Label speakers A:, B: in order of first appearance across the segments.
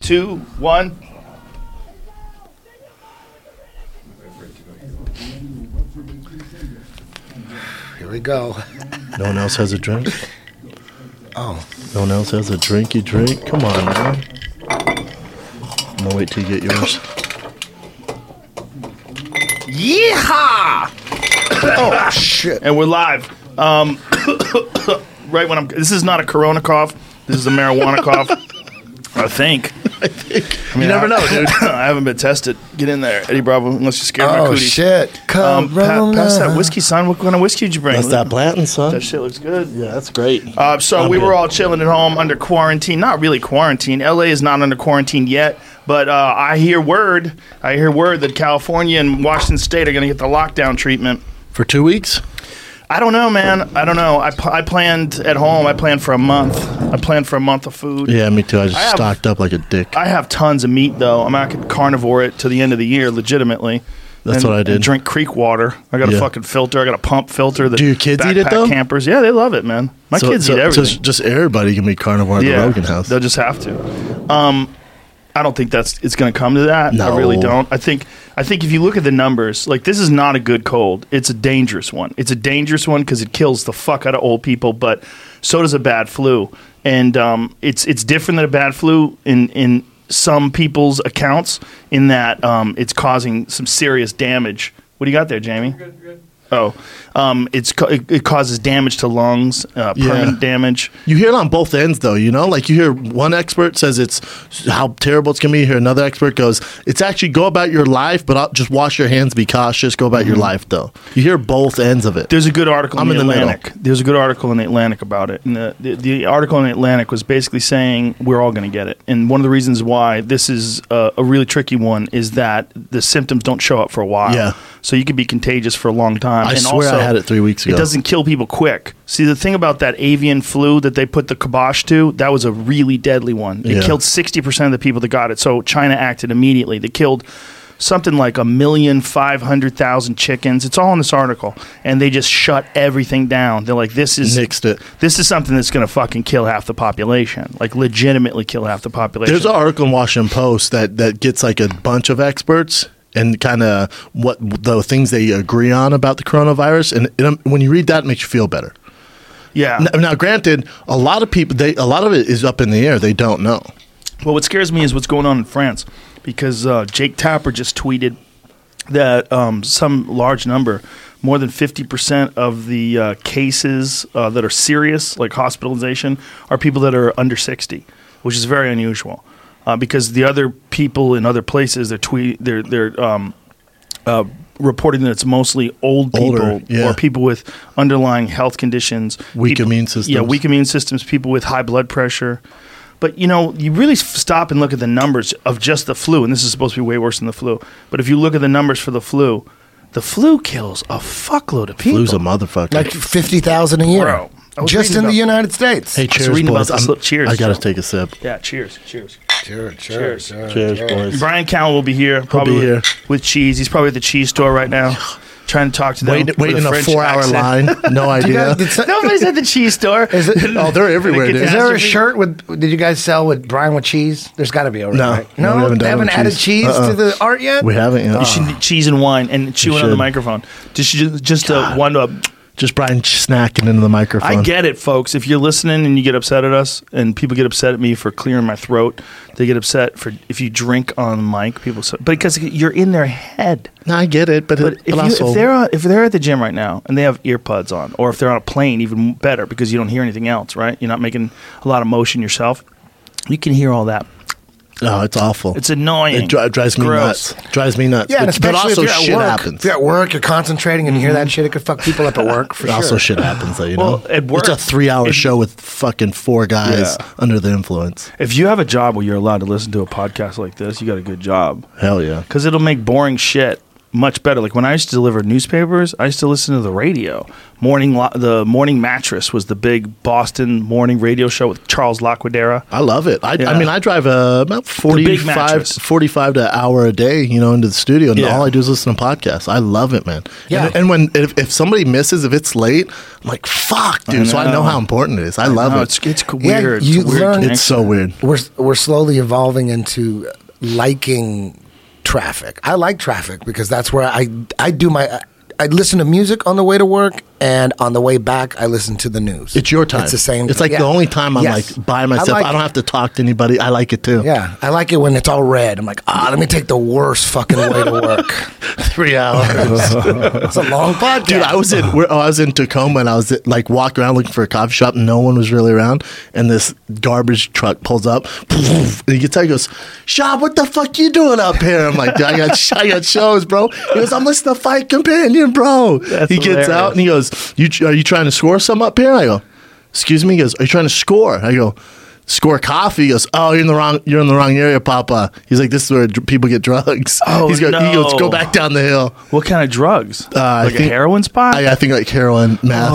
A: two, one.
B: Here we go.
C: No one else has a drink?
B: Oh,
C: No one else has a drinky drink? Come on, man. I'm gonna wait till you get yours.
A: Yeehaw!
B: oh shit!
A: And we're live. Um, right when I'm. This is not a Corona cough. This is a marijuana cough. I think.
C: You never know, dude.
A: I haven't been tested. Get in there, Eddie Bravo. Unless you scared my
B: Oh
A: cooties.
B: shit! Come
A: Um, pa- pass that whiskey, son. What kind of whiskey did you bring?
C: That's that Blanton, son.
A: That shit looks good.
C: Yeah, that's great.
A: Uh, so
C: I'm
A: we were
C: good.
A: all chilling at home under quarantine. Not really quarantine. LA is not under quarantine yet, but uh, I hear word. I hear word that California and Washington State are going to get the lockdown treatment.
C: For two weeks?
A: I don't know, man. I don't know. I, pl- I planned at home. I planned for a month. I planned for a month of food.
C: Yeah, me too. I just
A: I have-
C: stocked up like a dick.
A: I have tons of meat though. I'm I could carnivore it to the end of the year, legitimately.
C: That's
A: And-
C: what I
A: and
C: did.
A: drink creek water. I got a
C: Yeah.
A: fucking filter. I got a pump filter. That
C: Do your kids eat it,
A: backpack
C: though?
A: Campers, yeah, they love it, man. My
C: So-
A: kids
C: so-
A: eat everything.
C: So just everybody can be carnivore at the Rogan house.
A: They'll just have to. Um, I don't think that's it's going to come to that. I
C: No.
A: really don't. I think I think if you look at the numbers, like this is not a good cold. It's a dangerous one. It's a dangerous one because it kills the fuck out of old people, but so does a bad flu. And um, it's it's different than a bad flu in in some people's accounts in that um, it's causing some serious damage. What do you got there, Jamie? Oh, um, it's ca- it, it causes damage to lungs, uh,
C: Yeah.
A: permanent damage.
C: You hear it on both ends, though. You know, like you hear one expert says it's how terrible it's gonna be. You hear another expert goes, "It's actually go about your life, but I'll just wash your hands, be cautious, go about your
A: Mm-hmm.
C: life." Though you hear both ends of it.
A: There's a good article
C: I'm
A: in the
C: in the middle.
A: Atlantic. There's a good article in the Atlantic about it. And the, the, the article in the Atlantic was basically saying we're all going to get it. And one of the reasons why this is a, a really tricky one is that the symptoms don't show up for a while.
C: Yeah.
A: So you could be contagious for a long time.
C: I
A: and
C: swear I
A: also,
C: had it three weeks ago.
A: It doesn't kill people quick. See, the thing about that avian flu that they put the kibosh to, that was a really deadly one. It
C: Yeah.
A: killed 60% of the people that got it. So China acted immediately. They killed something like a million five hundred thousand chickens. It's all in this article. And they just shut everything down. They're like, this is
C: Nixed it.
A: this is something that's going to fucking kill half the population. Like, legitimately kill half the population.
C: There's an article in Washington Post that that gets like a bunch of experts and kind of what the things they agree on about the coronavirus. And it, um, when you read that, it makes you feel better.
A: yeah.
C: Now, now, granted, a lot of people, they a lot of it is up in the air. They don't know.
A: Well, what scares me is what's going on in France because uh, Jake Tapper just tweeted that um, some large number, more than 50% of the uh, cases uh, that are serious, like hospitalization, are people that are under 60, which is very unusual. Uh, because the other people in other places, they're tweet, they're they're um, uh, reporting that it's mostly old people
C: Older, yeah.
A: or people with underlying health conditions,
C: Weak
A: people-
C: immune
A: Yeah,
C: systems.
A: weak immune systems, people with high blood pressure. But you know, you really f- stop and look at the numbers of just the flu, and this is supposed to be way worse than the flu. But if you look at the numbers for the flu, the flu kills a fuckload of people.
C: Flu's a motherfucker.
B: Like fifty thousand a year,
A: Bro, I was
B: just
A: reading
B: in the
A: about-
B: United States.
C: hey, cheers,
A: reading about
C: boys.
A: this
C: I'm-
A: little- cheers,
C: I gotta
A: Joe.
C: take a sip.
A: yeah, cheers, cheers.
B: cheers, cheers, cheers,
C: Cheers, boys.
A: Brian Cowan will be here, probably with-
C: here.
A: with cheese. He's probably at the cheese store right now, trying to talk to them.
C: Wait,
A: with
C: wait in a
A: French
C: four-hour
A: accent.
C: line. No
B: You
C: idea.
B: guys, did so-
A: Nobody's at the cheese store.
B: Is it-
C: oh, they're everywhere,
A: They
C: dude.
A: could
B: Is there a
A: Catastrophe.
B: shirt with? Did you guys sell with brine with cheese? There's got to be already.
C: No.
B: right?
C: No,
B: no,
C: we haven't
B: they
C: done
B: haven't
C: it with
B: added cheese,
C: cheese. Uh-uh.
B: to the art yet.
C: We haven't. uh-uh. Yet.
A: You should do cheese and wine and chewing on the
C: Ah. should.
A: microphone. Just just, just uh, one. Uh,
C: Just Brian snacking into the microphone.
A: I get it, folks. If you're listening and you get upset at us, and people get upset at me for clearing my throat, they get upset for if you drink on the mic. People, so, because you're in their head.
C: No, I get it, but,
A: But
C: it,
A: if,
C: but
A: you,
C: also,
A: if they're on, if they're at the gym right now and they have earbuds on, or if they're on a plane, even better because you don't hear anything else. Right? You're not making a lot of motion yourself. You can hear all that.
C: oh, it's awful.
A: It's annoying.
C: It dri- drives me
A: Gross.
C: nuts. Drives me nuts.
B: Yeah, and
C: but, but
B: especially
C: also
B: if you're at
C: shit
B: work.
C: happens.
B: If you're at work, you're concentrating and you hear that shit. It could fuck people up at work for
C: It also
B: sure.
C: shit happens though. You
A: Well,
C: know,
A: at work-
C: it's a three-hour
A: it-
C: show with fucking four guys
A: Yeah.
C: under the influence.
A: If you have a job where you're allowed to listen to a podcast like this, you got a good job
C: Hell yeah.
A: because it'll make boring shit much better. Like when I used to deliver newspapers, I used to listen to the radio. Morning, Lo- the Morning Mattress was the big Boston morning radio show with Charles Laquadera.
C: I love it. I,
A: Yeah.
C: I mean, I drive uh, about
A: big
C: 45,
A: mattress.
C: 45 to an hour a day, you know, into the studio, and
A: Yeah.
C: all I do is listen to podcasts. I love it, man.
B: Yeah.
C: And, and when if, if somebody misses, if it's late, I'm like, fuck, dude. so I
A: know.
C: know how important it is. I, love
A: No,
C: it.
A: Oh, it's it's c-
B: Yeah,
A: weird.
B: you
A: it's, a weird
B: learn-
A: connection.
C: It's so weird.
B: we're we're slowly evolving into liking traffic. I like traffic because that's where I I do my I, listen to music on the way to work and on the way back I listen to the news.
C: It's your time.
B: It's the same.
C: It's like
B: yeah.
C: the only time I'm
B: Yes.
C: like by myself. I,
B: like
C: don't
B: it.
C: have to talk to anybody. I like it too.
B: Yeah, I like it when it's all red. I'm like, ah, let me take the worst fucking way to work.
C: Three hours.
B: it's a long podcast.
C: Dude, I was in where, oh, I was in Tacoma and I was like walking around looking for a coffee shop. and No one was really around, and this garbage truck pulls up. And he gets out, he goes, "Shop, what the fuck you doing up here?" I'm like, "Dude, I got I got shows, bro." He goes, "I'm listening to Fight Companion, bro."
A: That's
C: he gets
A: hilarious.
C: out and he goes, "You tr- are you trying to score some up here?" I go, "Excuse me." He goes, "Are you trying to score?" I go. Score coffee. He goes, oh, you're in the wrong. You're in the wrong area, Papa. He's like, this is where dr- people get drugs.
A: Oh,
C: He's go- He goes,
A: no.
C: go back down the hill.
A: What kind of drugs?
C: Uh, I
A: like a
C: think-
A: heroin spot? Oh.
C: I, uh, I think like heroin, meth.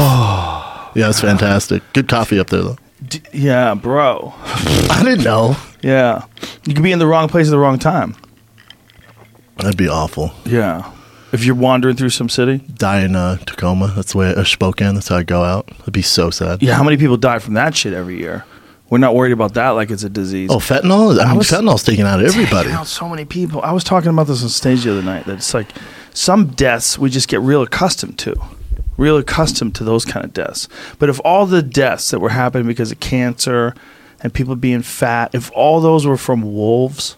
C: Yeah, it's fantastic. Good coffee up there though.
A: D- yeah, bro.
C: I didn't know.
A: Yeah, you could be in the wrong place at the wrong time.
C: That'd be awful.
A: Yeah, if you're wandering through some city.
C: Die in uh, Tacoma. That's the way I spoke in. That's how I go out. That'd be so sad.
A: Yeah, how many people die from that shit every year? We're not worried about that like it's a disease.
C: Oh, fentanyl. I mean,
A: was-
C: fentanyl's taking out everybody.
A: Taking out so many people. I was talking about this on stage the other night. That it's like some deaths we just get real accustomed to, real accustomed to those kind of deaths. But if all the deaths that were happening because of cancer and people being fat, if all those were from wolves,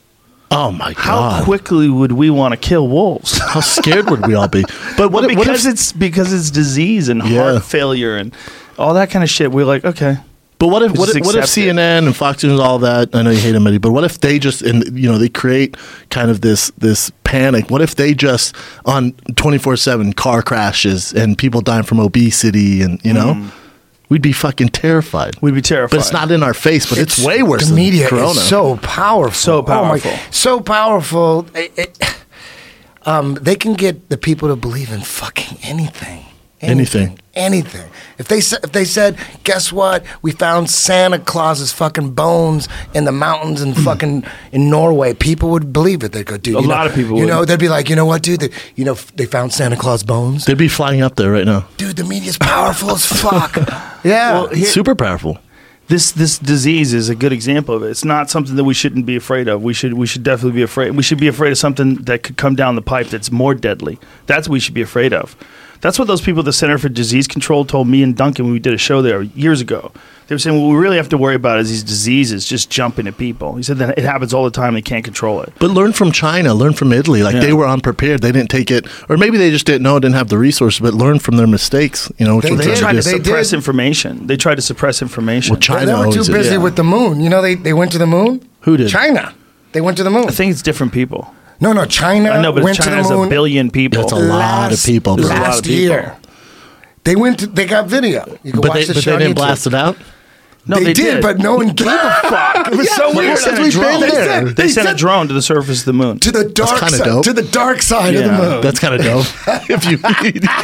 C: Oh my
A: how
C: god.
A: quickly would we want to kill wolves?
C: How scared would we all be? But what,
A: Well,
C: if- what
A: because
C: if?
A: it's because it's disease and
C: Yeah.
A: heart failure and all that kind of shit. We're like, okay,
C: But what if?
A: we
C: What
A: just
C: if, what if
A: accept it.
C: CNN and Fox News and all that? I know you hate them, Eddie, but what if they just and you know they create kind of this this panic? What if they just on twenty four seven car crashes and people dying from obesity and you know we'd be fucking terrified.
A: Mm. we'd be terrified.
C: but it's not in our face. But it's, way worse.
B: The media
C: than corona.
B: is so powerful. Oh
A: So powerful.
B: so powerful. It- it- um, they can get the people to believe in fucking anything.
C: Anything.
B: Anything. If they sa- if they said, guess what? We found Santa Claus's fucking bones in the mountains and fucking in Norway. People would believe it. They'd go, dude.
A: A
B: you know-
A: lot of people
B: You
A: would.
B: know, they'd be like, you know what, dude? They, you know, f- they found Santa Claus bones.
C: they'd be flying up there right now.
B: dude, the media's powerful as fuck. Yeah.
A: Well, here-
C: Super powerful.
A: this this disease is a good example of it. It's not something that we shouldn't be afraid of. We should we should definitely be afraid. We should be afraid of something that could come down the pipe that's more deadly. That's what we should be afraid of. That's what those people at the Center for Disease Control told me and Duncan when we did a show there years ago. They were saying what we really have to worry about is these diseases just jumping at people. He said that it happens all the time. They can't control it.
C: But learn from China, learn from Italy. Like
A: Yeah.
C: they were unprepared. They didn't take it, or maybe they just didn't know, didn't have the resources. But learn from their mistakes. You know, which
B: They
C: we're
A: They
C: trying
B: did.
A: tried
C: do.
A: to
B: They
A: suppress
B: did.
A: information. They tried to suppress information.
C: Well, China
B: they were
C: owns
B: too
C: it.
B: busy
A: Yeah.
B: with the moon. You know, they, they went to the moon.
C: Who did?
B: China. They went to the moon.
A: I think it's different people.
B: no, no, China.
A: I know, but
B: Uh, went
A: China
B: to
A: has
B: the
A: a
B: moon
A: billion people.
C: That's a lot. of people,
B: Last
C: bro.
A: There's a lot of people.
B: year, they went. To, they got video. You can
C: But
B: watch
C: they,
B: the
C: but
B: show
C: they
B: on
C: didn't
B: YouTube.
C: blast it out.
A: No,
B: they, did, but no one gave a fuck. It was so
C: well,
B: weird.
C: since we've been
B: They
C: there.
B: sent-
A: They,
B: they
A: sent a
B: sent
A: drone to the surface of the moon.
B: to the dark
C: kinda
B: side.
C: dope.
B: To the dark side of
A: Yeah.
B: the moon.
C: That's kind of dope. if you,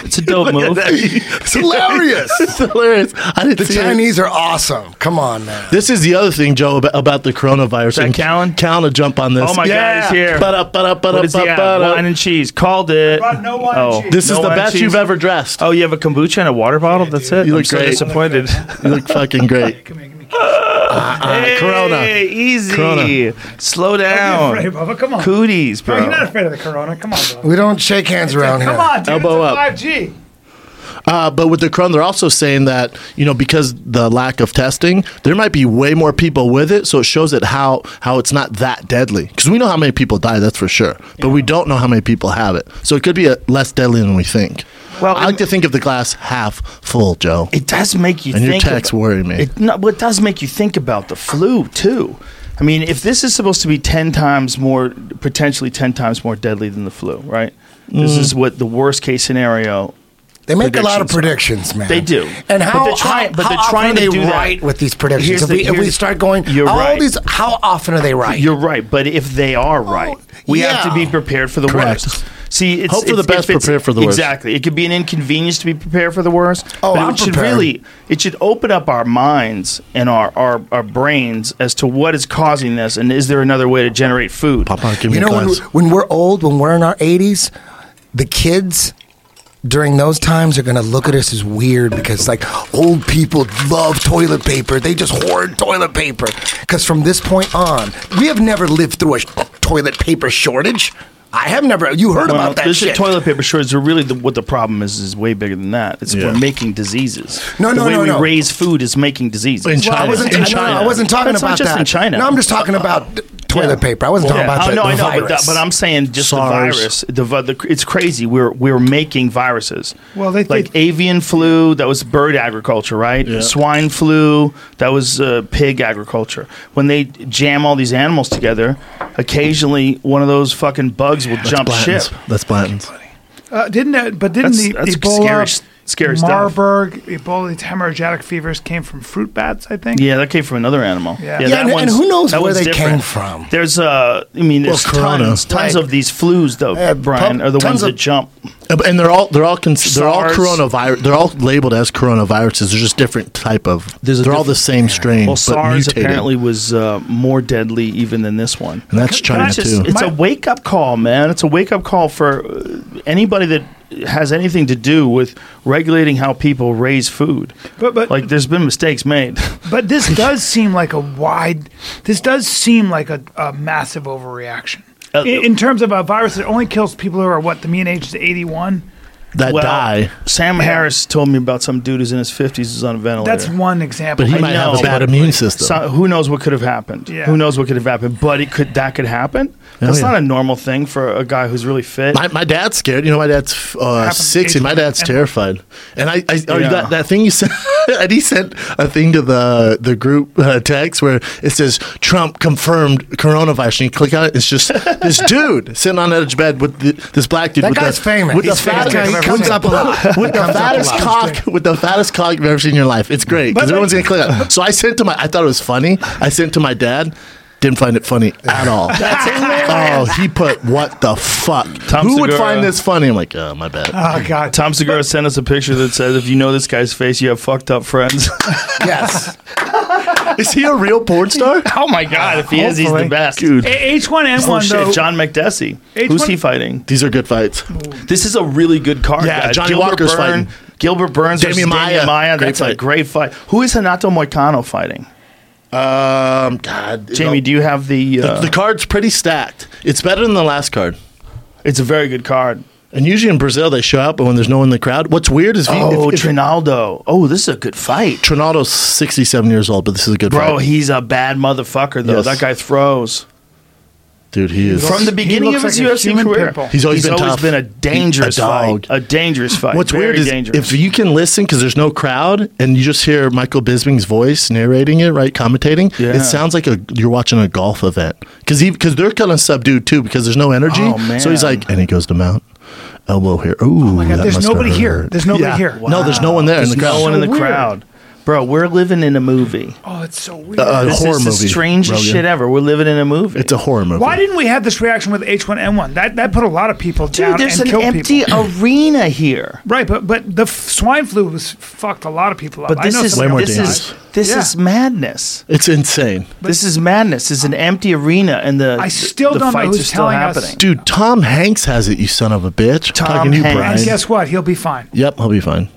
A: It's a dope move.
C: it's
B: hilarious.
C: it's hilarious. I didn't
B: the
C: see it.
B: Chinese are awesome. Come on, man.
C: This is the other thing, Joe, about, about the coronavirus.
A: that
C: And
A: Callan?
C: Callan will jump on this.
A: Oh my God, he's here.
C: Ba-da, ba-da, ba-da,
A: What is the app?
C: ba-da.
A: Wine and cheese. Called it. Oh.
D: no wine and cheese.
C: This
A: No
C: is the
A: wine and
C: best
A: cheese?
C: you've ever dressed.
A: Oh, you have a kombucha and a water bottle. That's it.
C: You
A: I'm
C: look
A: so
C: great.
A: disappointed.
C: You look fucking great.
D: Come here, give me a kiss.
A: hey,
C: Corona.
A: easy.
C: Corona.
A: Slow
D: Don't
A: down.
D: be afraid, Bubba. Come on.
A: Cooties, bro.
D: Bro, you're not afraid of the corona. Come on, bro.
B: We don't shake hands around here.
D: Come on, dude.
C: Elbow up.
D: it's a 5G.
C: Uh, but with the corona, they're also saying that you know because the lack of testing, there might be way more people with it. So it shows that how how it's not that deadly because we know how many people die, that's for sure. But we don't know how many people have it. So it could be a, less deadly than we think.
A: Well,
C: Well, I like
A: and-
C: to think of the glass half full, Joe.
A: it does make you
C: And your
A: think
C: texts
A: about-
C: worry me.
A: It, no, but it does make you think about the flu too. I mean, if this is supposed to be ten times more, potentially ten times more deadly than the flu, right? This
C: Mm.
A: is what the worst case scenario.
B: They make a lot of
A: predictions.
B: predictions, man.
A: They do.
B: And
A: But
B: how
A: they're trying-
B: how,
A: but
B: how
A: they're
B: often
A: trying to
B: they
A: do that.
B: write with these
A: Here's
B: predictions? If
A: the-
B: we, if we
A: here's-
B: start going,
A: You're
B: how
A: right.
B: these? How often are they right?
A: You're right, but if they are right, we have to
B: yeah.
A: be prepared for the
C: Correct.
A: worst. See, it's,
C: Hope for
A: it's-
C: the best,
A: it fits-
C: prepare for the worst.
A: Exactly, it could be an inconvenience to be prepared for the worst.
B: Oh,
A: but
B: I'm
A: it should
B: prepared.
A: really it should open up our minds and our, our our brains as to what is causing this, and is there another way to generate food?
C: Papa, give me
B: You know,
C: a
B: when,
C: glass.
B: when we're old, when we're in our 80s, the kids during those times are going to look at us as weird because, like, old people love toilet paper. They just hoard toilet paper. Because from this point on, we have never lived through a sh- toilet paper shortage. I have never. You heard
A: Well,
B: about that
A: this
B: shit.
A: toilet paper shortage. Are really, the, what the problem is is way bigger than that. It's
C: Yeah.
A: we're making diseases.
B: No,
A: the
B: no,
A: way
B: no,
A: we
B: no.
A: raise food is making diseases.
C: In
B: well, I
C: China.
B: wasn't,
C: In
B: no, no,
C: China.
B: I wasn't talking
A: That's
B: about
A: not just
B: that.
A: in China. Uh,
B: No, I'm just talking about toilet paper. I wasn't talking about the,
A: Oh, no, I
B: the
A: know, but,
B: virus.
A: the- but I'm saying just
C: SARS.
A: the virus. The, vi- the it's crazy. We're we're making viruses.
D: Well, they
A: like
D: think-
A: avian flu. That was bird agriculture, right?
C: Yeah.
A: Swine flu. That was uh, pig agriculture. When they jam all these animals together, occasionally one of those fucking bugs will jump
C: Blanton's.
A: ship.
C: That's Blanton's.
D: Uh, didn't that, but didn't
A: That's-
D: the
A: that's
D: Ebola,
A: scary- scary stuff.
D: Marburg, Ebola, these hemorrhagic fevers came from fruit bats? I think.
A: Yeah, that came from another animal.
D: Yeah.
B: Yeah, and- and
A: one's-
B: who knows
A: that
B: where
A: one's
B: they
A: different.
B: came from?
A: There's, uh, I mean, there's
C: corona.
A: tons, tons
B: Like-
A: of these flus though,
B: Yeah,
A: Brian,
B: pub-
A: are the
B: tons
A: ones
B: of-
A: that jump.
C: Uh, And they're all they're all cons- they're all
A: SARS.
C: coronavirus. They're all labeled as coronaviruses. They're just different type of.
A: There's a
C: they're all
A: different-
C: the same strain,
A: Well,
C: but
A: SARS
C: mutated.
A: apparently was uh, more deadly even than this one.
C: and that's
D: Can I
C: China
A: It's,
C: too.
A: just, it's a
D: My-
A: wake up call, man. It's a wake up call for uh, anybody that has anything to do with regulating how people raise food.
D: But- but-
A: like, there's been mistakes made.
D: But this does seem like a wide. This does seem like a, a massive overreaction
A: Uh,
D: in, in terms of a virus that only kills people who are what the mean age is eighty one.
C: that
A: well,
C: die,
A: Sam Harris told me about some dude who's in his 50s who's on a ventilator.
D: That's one example.
C: but he
A: I
C: might have
A: know,
C: a bad
A: Oh, but-
C: immune system.
A: So, who knows what could have happened?
D: Yeah.
A: Who knows what could have happened? But it could that could happen. That's
C: yeah.
A: not a normal thing for a guy who's really fit.
C: my, my dad's scared. You know, my dad's uh,
D: Happens
C: sixty. My
D: occasionally.
C: dad's terrified. And I, I or
A: Yeah.
C: that, that thing you sent, and he sent a thing to the the group uh, text where it says Trump confirmed coronavirus. And you click on it, it's just this dude sitting on the edge of bed with the, this black dude.
B: That
C: with
B: guy's
C: the,
B: famous.
C: With
B: He's
C: the fattest,
B: famous. He
C: with
B: comes
C: the-
B: up a lot.
C: With
B: Comes
C: the
B: up a
C: fattest
B: lot.
C: cock, with the fattest cock you've ever seen in your life. It's great because
D: But,
C: everyone's gonna
D: like-
C: click on. it. So I sent to my. I thought it was funny. I sent to my dad. Didn't find it funny at all. oh, he put what the fuck?
A: Tom
C: Who would
A: Segura.
C: find this funny? I'm like, oh my bad.
A: Uh,
D: oh God,
A: Tom Segura sent us a picture that says, "If you know this guy's face, you have fucked up friends."
B: yes.
C: Is he a real porn star?
A: oh my god! If he is, he's
D: Hopefully.
A: the best.
D: H one N
A: Oh
D: one though.
A: shit! John McDessie.
D: H
A: Who's
D: one-
A: he fighting?
C: These are good fights.
A: This is a really good card.
C: Yeah,
A: guys.
C: Johnny Walker's fighting.
A: Gilbert Burns versus
C: Damian
A: Damian
C: Maia.
A: Maya.
C: Great
A: That's a
C: fight.
A: great fight. Who is Hanato Moicano fighting?
C: Um, God,
A: Jamie, do you have the?
C: the,
A: Uh,
C: the card's pretty stacked. It's better than the last card.
A: it's a very good card.
C: And usually in Brazil, they show up, but when there's no one in the crowd, what's weird is if you-
A: Oh,
C: if, if,
A: Trinaldo. Oh, this is a good fight.
C: Trinaldo's 67 years old, but this is a good
A: Bro,
C: fight.
A: he's a bad motherfucker though.
C: Yes.
A: That guy throws
C: Dude, he is.
A: from the
D: He
A: beginning of
D: looks
A: his
D: like a
A: UFC
D: human
A: career.
D: pimple.
C: He's always been tough.
A: a dangerous
C: A dog.
A: fight. A dangerous fight.
C: What's
A: Very
C: weird is
A: dangerous.
C: if you can listen because there's no crowd and you just hear Michael Bisping's voice narrating it, right, commentating.
A: Yeah.
C: It sounds like a you're watching a golf event because because they're kind of subdued too because there's no energy.
A: Oh, man.
C: So he's like, and he goes to mount elbow here. Ooh, oh my
D: God, there's nobody here. There's nobody here.
C: No, there's no one there
A: There's
C: in the
A: no
C: crowd.
A: one in the
D: So weird.
A: crowd. Bro, we're living in a movie.
D: oh, it's so weird.
C: Uh,
A: This
C: horror
A: is
C: movie,
A: the strangest
C: Rogan.
A: shit ever. We're living in a movie.
C: It's a horror movie.
D: Why didn't we have this reaction with H one N one? That that put a lot of people down
A: Dude, there's
D: and
A: an
D: killed
A: empty
D: people.
A: arena here.
D: Right, but but the f- swine flu was fucked a lot of people up.
A: But this
D: I know
A: is
C: Way more
D: somebody
A: this
D: who died.
A: is this
D: Yeah.
A: is madness.
C: it's insane,
A: this is madness. It's an empty arena, and the
D: I still
A: the
D: don't know
A: fights
D: who's
A: are still
D: telling us-
A: happening.
C: dude? Tom Hanks has it. You son of a bitch.
A: Tom
C: Talking to you,
A: Hanks.
C: Brian.
D: And guess what? He'll be fine.
C: Yep, I'll be fine.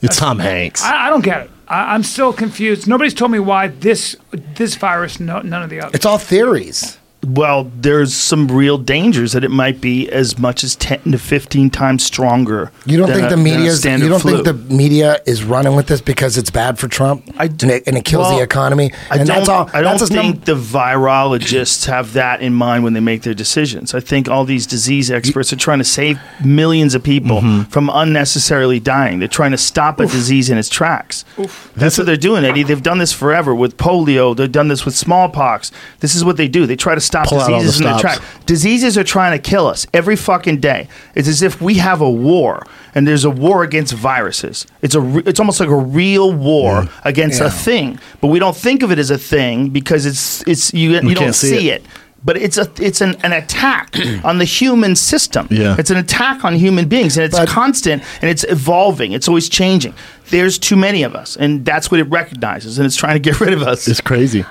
C: It's Tom Hanks.
D: I, I don't get it. I, I'm still confused. Nobody's told me why this this virus, no, none of the others.
B: It's all theories.
A: Well, there's some real dangers that it might be as much as ten to fifteen times stronger.
B: You don't
A: than
B: think
A: a-
B: the
A: than a
B: media? You
A: standard
B: don't
A: flu.
B: think the media is running with this because it's bad for Trump
A: I
B: and, it, and it kills
A: Well,
B: the economy?
A: I
B: And
A: don't,
B: that's all.
A: I don't
B: that's as num-
A: think the virologists have that in mind when they make their decisions. I think all these disease experts are trying to save millions of people
B: Mm-hmm.
A: from unnecessarily dying. They're trying to stop a disease in its tracks. That's what they're doing, Eddie. They've done this forever with polio. They've done this with smallpox. This is what they do. They try to stop
C: Pull out all
A: diseases
C: the
A: in their
C: stops.
A: tracks. Diseases are trying to kill us every fucking day. It's as if we have a war, and there's a war against viruses. It's a, re- it's almost like a real
B: Mm.
A: war against a thing, but we don't think of it as a thing because it's, it's you, you don't
C: can't see
A: see it. But it's a it's an, an attack on the human system.
C: Yeah.
A: It's an attack on human beings, and it's
B: But-
A: constant and it's evolving. It's always changing. There's too many of us, and that's what it recognizes, and it's trying to get rid of us.
C: It's crazy.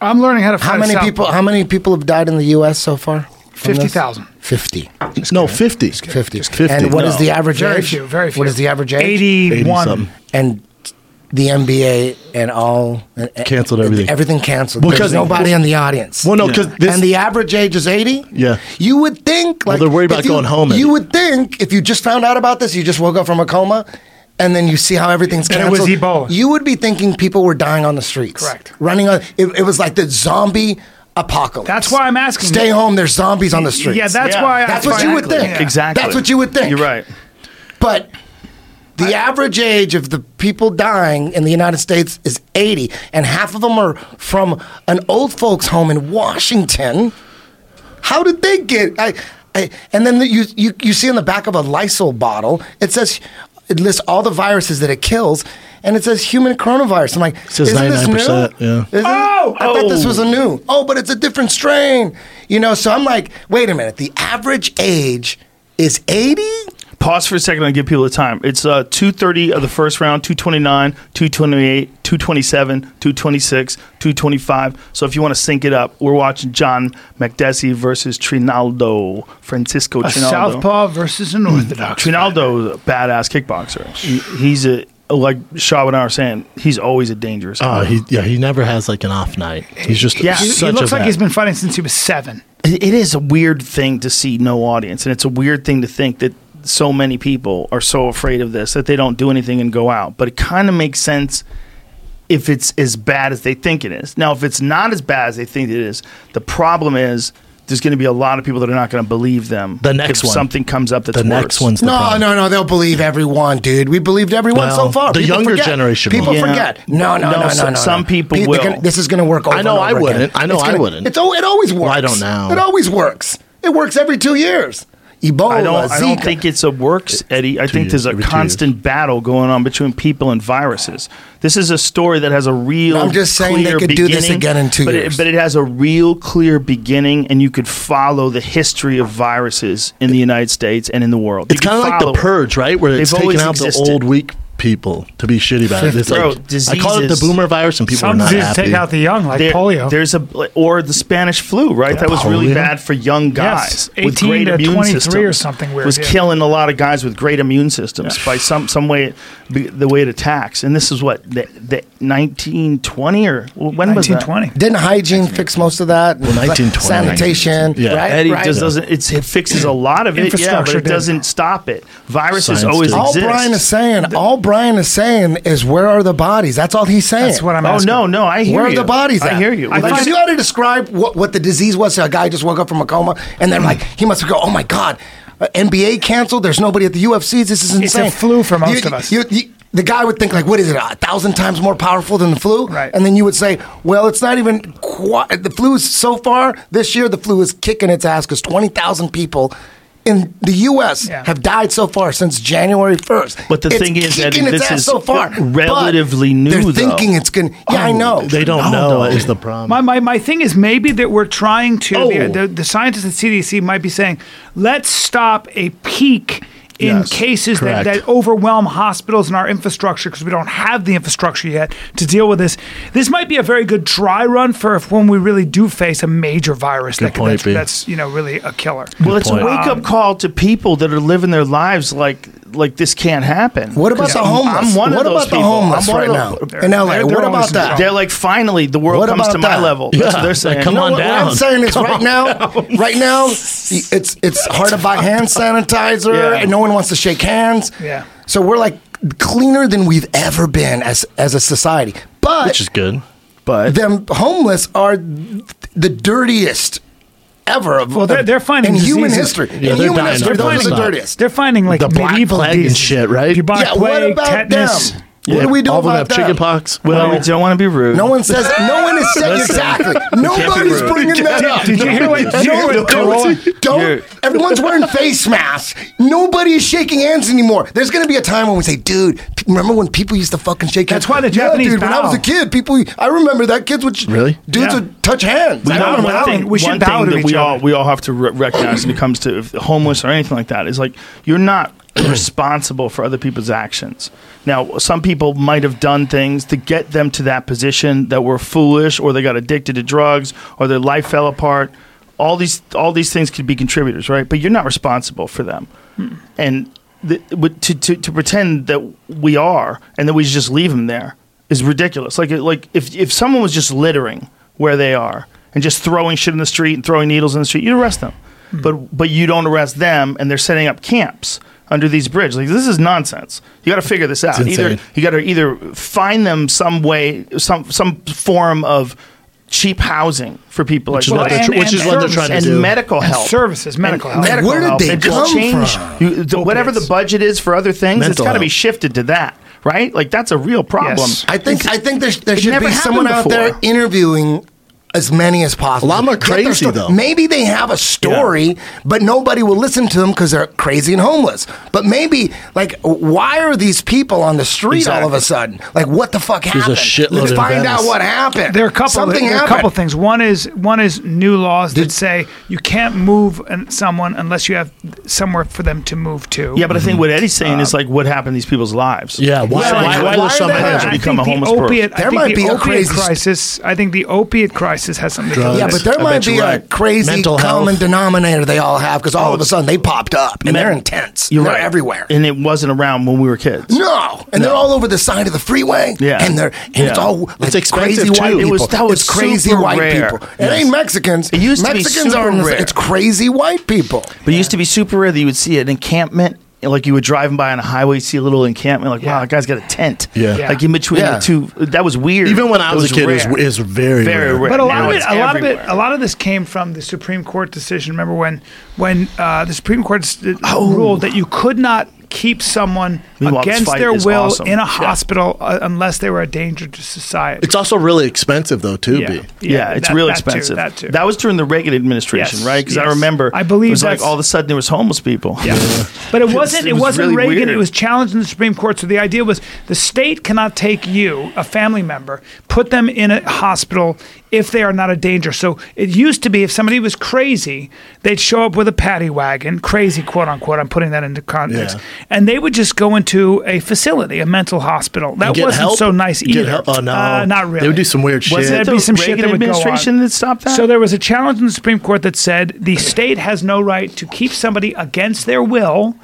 D: I'm learning how to fight
B: How
D: a
B: many
D: southpaw.
B: people? How many people have died in the U.S. so far? from this?
D: 50,000.
B: Fifty.
C: no, 50.
B: 50.
C: 50.
B: And what is
A: No.
B: the average
D: Very
B: age?
D: few, very few.
B: What is the average age?
D: 81.
C: 80-something.
B: And the NBA and all and- and-
C: Canceled everything.
B: Everything canceled.
C: Because-
B: There's nobody in the audience.
C: Well, no, because this.
B: and the average age is 80?
C: Yeah.
B: You would think.
C: Well,
B: Like,
C: they're worried
B: if
C: about
B: you-
C: going home at
B: You
C: it.
B: would think if you just found out about this, you just woke up from a coma, and then you see how everything's
D: And it was
B: canceled.
D: Ebola.
B: You would be thinking people were dying on the streets.
D: Correct.
B: Running on. It, it was like the zombie apocalypse.
D: That's why I'm asking.
B: Stay home, there's zombies on the streets.
D: Yeah, that's
A: Yeah.
D: why
B: That's
D: I
B: what you would
D: Exactly.
B: think.
D: Yeah.
A: Exactly.
B: That's what you would think.
A: You're right.
B: But the average age of the people dying in the United States is 80, and half of them are from an old folks' home in Washington. How did they get? I, I, and then you, you you see on the back of a Lysol bottle, it says it lists all the viruses that it kills, and it says human coronavirus. I'm like,
C: says
B: isn't this
C: 99%,
B: new?
C: yeah.
B: Isn't-
A: Oh!
B: I thought this
A: Oh!
B: was a new. Oh, but it's a different strain. You know, so I'm like, wait a minute. The average age is 80.
A: Pause for a second and give people the time. It's uh, 230 of the first round, 229, 228, 227, 226, 225. So if you want to sync it up, we're watching John McDessie versus Trinaldo, Francisco
D: A
A: Trinaldo.
D: southpaw versus
C: Hmm.
D: an orthodox.
A: Trinaldo is a badass kickboxer. He, he's a, like Shaw and I are saying, he's always a dangerous.
C: Oh, he yeah, he never has like an off night. He's just
A: Yeah.
C: yeah,
D: He, he
C: such
D: looks
C: a
D: like he's
C: vet.
D: been fighting since he was seven.
A: it it is a weird thing to see no audience and it's a weird thing to think that so many people are so afraid of this that they don't do anything and go out but it kind of makes sense if it's as bad as they think it is now if it's not as bad as they think it is the problem is there's going to be a lot of people that are not going to believe them
C: The next
A: if
C: one.
A: something comes up that's
C: the
A: worse.
C: next one's the
B: no,
C: problem.
B: no, no. They'll believe everyone, dude. We believed everyone so
C: Well,
B: far.
C: the
B: People
C: younger
B: forget.
C: generation
B: People
A: won't.
B: forget. No,
A: No,
B: no, no, no,
A: so-
B: no, no.
A: some people
B: Pe- they're
A: will.
B: gonna- this is going to work. Over
C: I know
B: and
C: I
B: over
C: wouldn't.
B: again.
C: I know
B: It's
C: I
B: gonna-
C: wouldn't.
B: It's al- it always works.
C: I don't know.
B: It always works. It works every two years. Ebola,
A: I don't.
B: Zika.
A: I don't think it's a works, Eddie. I
C: two
A: think
C: years,
A: there's a
C: every two
A: constant battle going on between people and viruses. This is a story that has a real.
B: I'm just saying they
A: clear
B: could do this
A: beginning,
B: again in two
A: but
B: years.
A: It, but it has a real clear beginning, and you could follow the history of viruses in the United States and in the world.
C: It's kind of like the purge, right? Where it's
A: They've
C: taking
A: always
C: out
A: existed.
C: the old weak people to be shitty about it. It's
A: Bro,
C: like, I call it the
A: diseases-
C: boomer virus, and people
D: Some
C: are not
D: diseases
C: happy.
D: take out the young, like
A: There-
D: polio.
A: There's a or the Spanish flu, right? That was really
C: Polio?
A: bad for young guys
D: Yes,
A: with
D: 18
A: great
D: to
A: immune
D: 23 or
A: systems.
D: something weird,
A: was
D: yeah.
A: killing a lot of guys with great immune systems by some some way be- the way it attacks. And this is what the, the 1920 or well, when was that?
D: 1920.
B: Didn't hygiene fix most of that? Well,
C: 1920.
B: sanitation.
C: Yeah.
B: right,
A: Eddie
B: right.
A: just doesn't. It's, it fixes a lot of it, yeah, but
D: Infrastructure
A: it
D: did.
A: doesn't stop it. Viruses
C: Science
A: always
C: did.
B: all
A: exist.
B: Brian is saying, all Brian is saying is, where are the bodies? That's all he's saying.
D: That's what I'm
A: Oh
D: asking.
A: no, no, I hear
B: Where are
A: you.
B: the bodies at?
A: I hear you.
B: Like,
A: Like,
B: if you had to describe what, what the disease was, so a guy just woke up from a coma, and then like he must go, oh my god, uh, NBA canceled. There's nobody at the UFC. This is
D: It's a
B: insane.
D: flu for most
B: You-
D: of us.
B: you- you- the guy would think like, what is it? A thousand times more powerful than the flu?
D: Right.
B: And then you would say, well, it's not even quite. The flu is so far this year. The flu is kicking its ass because twenty thousand people. In the U.S.,
D: Yeah.
B: have died so far since January first.
A: But the
B: It's
A: thing is,
B: kicking
A: Eddie,
B: its
A: this
B: ass
A: is
B: so far but
A: relatively new,
B: They're
A: though.
B: thinking it's going. Yeah, I know.
C: Oh, They don't know is the problem.
D: My, my, my thing is maybe that we're trying to,
C: Oh.
D: the, the, the scientists at CDC might be saying, let's stop a peak in
C: Yes,
D: cases that,
C: correct.
D: that overwhelm hospitals and our infrastructure because we don't have the infrastructure yet to deal with this. This might be a very good dry run for if when we really do face a major virus that, could-
C: point,
D: that's,
C: B.
D: that's, you know, really a killer. Um,
A: well, it's
C: point.
A: a wake
B: Um,
A: up call to people that are living their lives like like this can't happen.
B: What about
A: 'Cause
B: the
A: I'm-
B: homeless?
A: I'm one
B: what
A: of
B: about
A: those
B: the
A: people.
B: homeless
A: I'm one
B: right
A: of
B: now
A: those-
B: in LA?
D: They're-
B: what
D: they're
B: about
D: always
B: that?
A: They're like, finally, the world
B: What
A: comes
B: about
A: to my
B: that?
A: level. That's what
C: Yeah,
A: they're
C: like,
A: saying.
C: come
B: You know
C: on
B: what,
C: down.
B: What I'm saying is
C: Come
B: right
C: on
B: now, right now, it's it's hard to buy hand sanitizer,
A: Yeah.
B: and no one wants to shake hands.
D: Yeah.
B: So we're like cleaner than we've ever been as as a society. But
C: which is good.
A: but
B: them homeless are the dirtiest ever of
D: Well, they're-
B: of-
D: they're finding
B: in human
D: diseases.
B: history.
C: Yeah,
B: in
C: they're
B: human
C: dying
B: history,
C: off
B: those are
C: those
B: the
C: spots.
B: dirtiest.
D: They're finding like
C: The Black
D: medieval
C: Plague and
D: diseases.
C: shit, right?
D: Bubonic
B: Yeah, what
D: plague,
B: about
D: tetanus.
B: them? What do we do
C: All of them
B: about
C: have
B: that?
C: chicken pox.
A: Well, we don't want to be rude.
B: No one says. No one is saying
A: Listen.
B: exactly.
A: be
B: Nobody's
A: rude.
B: bringing that up.
D: Did you hear what? Did you hear
B: No,
D: what Corona-
B: don't,
A: You're-
B: don't. Everyone's wearing face masks. Nobody is shaking hands anymore. There's going to be a time when we say, dude, p- remember when people used to fucking shake hands?
D: That's why the
B: Yeah,
D: Japanese
B: dude, when I was a
D: bow.
B: kid, people, I remember that kids would, sh-
C: Really?
B: Dudes
D: Yeah.
B: would touch hands.
A: You know,
D: don't
A: one
D: know.
A: thing,
D: We should
A: one
D: bow
A: thing
D: to
A: that
D: each
A: we
D: other.
A: all we all have to re- recognize when it comes to if homeless or anything like that is like you're not responsible for other people's actions. Now, some people might have done things to get them to that position that were foolish, or they got addicted to drugs, or their life fell apart. All these all these things could be contributors, right? But you're not responsible for them,
D: Hmm.
A: and the, but to, to to pretend that we are and that we just leave them there is ridiculous. Like like if if someone was just littering where they are and just throwing shit in the street and throwing needles in the street, you arrest them.
C: Hmm.
A: But but you don't arrest them, and they're setting up camps under these bridges. Like this is nonsense. You got to figure this out.
C: It's
A: Either
C: insane.
A: you got to either find them some way, some some form of cheap housing for people
C: Which is
A: like
C: what
A: that.
C: they're, tr-
D: and-
C: which is
D: and
C: what they're
D: services
C: trying to
A: and
C: do.
A: medical
D: And
A: health,
D: services, medical
A: And
D: health.
A: medical
B: Where did
A: health.
B: they
A: And just
B: come
A: change
B: from?
A: You, the, whatever the
D: Opiates.
A: budget is for other things, it's
C: Mental
A: got to be
C: health.
A: shifted to that, right? Like that's a real problem.
D: Yes.
B: I think I think there, sh- there
A: it
B: should
A: never
B: be
A: happened
B: someone out there
A: before.
B: interviewing as many as possible.
C: A lot of 'em are
B: Get their
C: crazy,
B: story.
C: though.
B: Maybe they have a story, but nobody will listen to them because they're crazy and homeless. But maybe like, why are these people on the street all of a sudden? Like, what the fuck
C: a
B: happened?
C: shitload
B: Let's
C: in
B: find
C: Venice.
B: out what happened.
D: There are a couple.
B: Something
D: there are a
B: happened.
D: couple things. One is one is new laws that say you can't move an- someone unless you have somewhere for them to move to.
A: Yeah, but I think what Eddie's saying is like what happened to these people's lives.
C: Yeah, why-
A: So, like,
B: why- why
A: will
B: the
A: somebody
B: hell-
A: actually
B: I
A: become a
D: the
A: homeless
D: opiate,
A: person?
D: I
B: There
D: think
B: might
D: the
B: be a
D: opiate
B: crazy st-
D: crisis. I think the opiate crisis has something to do
C: Drugs.
D: with
B: Yeah,
D: this.
B: but there
C: I
B: might
C: bet
B: be
C: you're
B: a
C: right.
B: crazy
C: Mental health.
B: common denominator they all have because all of a sudden they popped up and they're intense.
A: You're
B: they're
A: right.
B: everywhere.
A: And it wasn't around when we were kids.
B: No, and they're all over the side of the freeway.
A: Yeah.
B: and they're and it's
A: Yeah.
B: all like
C: It's expensive,
B: crazy white
C: too.
B: people.
C: It
A: was- that was
B: it's crazy
A: super
B: white
A: rare.
B: people. It
A: Yes.
B: ain't Mexicans.
A: It used to be
B: Mexicans
A: super
B: aren't.
A: rare.
B: It's crazy white people.
A: But it used to be super rare that you would see an encampment. and, Like you were driving by on a highway, see a little encampment, like, wow,
D: Yeah.
A: that guy's got a tent.
C: Yeah.
D: Yeah.
A: Like in between
B: Yeah.
A: the two. That was weird.
C: Even when I
A: That
C: was, a kid, it
A: rare.
C: was, it was very,
A: Very rare.
D: But a lot
A: Now
D: of it,
A: it's
D: a lot of it,
A: everywhere.
D: a lot of this came from the Supreme Court decision. Remember when, when uh, the Supreme Court s-
B: Oh.
D: ruled that you could not keep someone
A: Meanwhile, this
D: against
A: fight
D: their
A: is
D: will
A: awesome.
D: in
A: Yeah.
D: a hospital uh, unless they were a danger to society.
C: It's also really expensive, though, too.
D: Yeah.
C: B.
A: Yeah, it's
D: that-
A: real
D: that too,
A: expensive.
D: that too.
A: was during the Reagan administration,
D: Yes,
A: right? Because I
D: yes.
A: remember,
D: I believe
A: it was like
D: that's-
A: all of a sudden there was homeless people.
D: Yeah. But it wasn't.
A: it
D: It,
A: was
D: was not
A: really
D: Reagan.
A: weird.
D: It was challenged in the Supreme Court. So the idea was the state cannot take you, a family member, put them in a hospital if they are not a danger. So it used to be if somebody was crazy, they'd show up with a paddy wagon, crazy quote unquote. I'm putting that into context,
C: Yeah.
D: and they would just go into a facility, a mental hospital. That
C: Get
D: wasn't
C: help?
D: so nice
C: Get
D: either.
C: help? Oh, no.
D: Uh, not really.
C: They would do some weird shit.
A: Wasn't it
D: There'd
A: the
D: be some shit
A: Reagan
D: that would go on.
A: administration that stopped that?
D: So there was a challenge in the Supreme Court that said the state has no right to keep somebody against their will.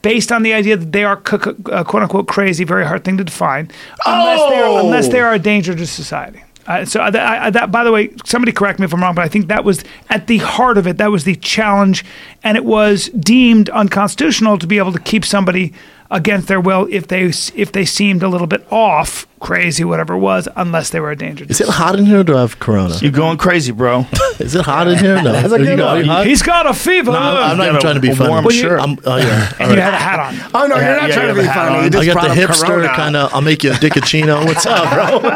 D: Based on the idea that they are c- c- uh, "quote unquote" crazy, very hard thing to define, unless they
C: Oh!
D: are unless they are a danger to society. Uh, so I- I, I, that, by the way, somebody correct me if I'm wrong, but I think that was at the heart of it. That was the challenge, and it was deemed unconstitutional to be able to keep somebody against their will if they s- if they seemed a little bit off, crazy, whatever it was, unless they were a danger. To
C: Is it hot in here or do I have corona?
A: You're going crazy, bro.
C: Is it hot in here? No. Are you- are you hot?
D: He's got a fever.
C: No, I'm, I'm not even
A: got a-
C: trying to be
A: Uh, a
C: funny.
A: warm
C: Well,
A: shirt.
C: you- I'm, oh, yeah. All
D: and you
C: right.
D: had a hat on.
B: Oh no, you're not
A: yeah,
B: trying
A: you
B: to be
A: have a hat
B: funny.
A: on.
B: You just
C: I got
B: brought
C: the
B: up
C: hipster
B: Corona.
C: kind of. I'll make you a dickaccino. What's up, bro?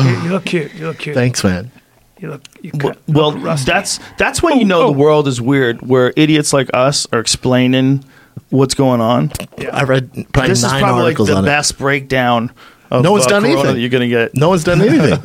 A: Um,
D: You, you look cute. You look cute.
C: Thanks, man.
D: You look. You
A: Well,
D: cut,
A: well,
D: look rusty. Oh,
A: that's that's when you know the world is weird, where idiots like us are explaining what's going on.
C: I read probably
A: This is
C: nine
A: probably like
C: articles
A: the
C: on
A: best breakdown. Of,
C: No one's
A: uh,
C: done
A: Corona
C: anything.
A: That you're gonna get
C: it. No one's done anything.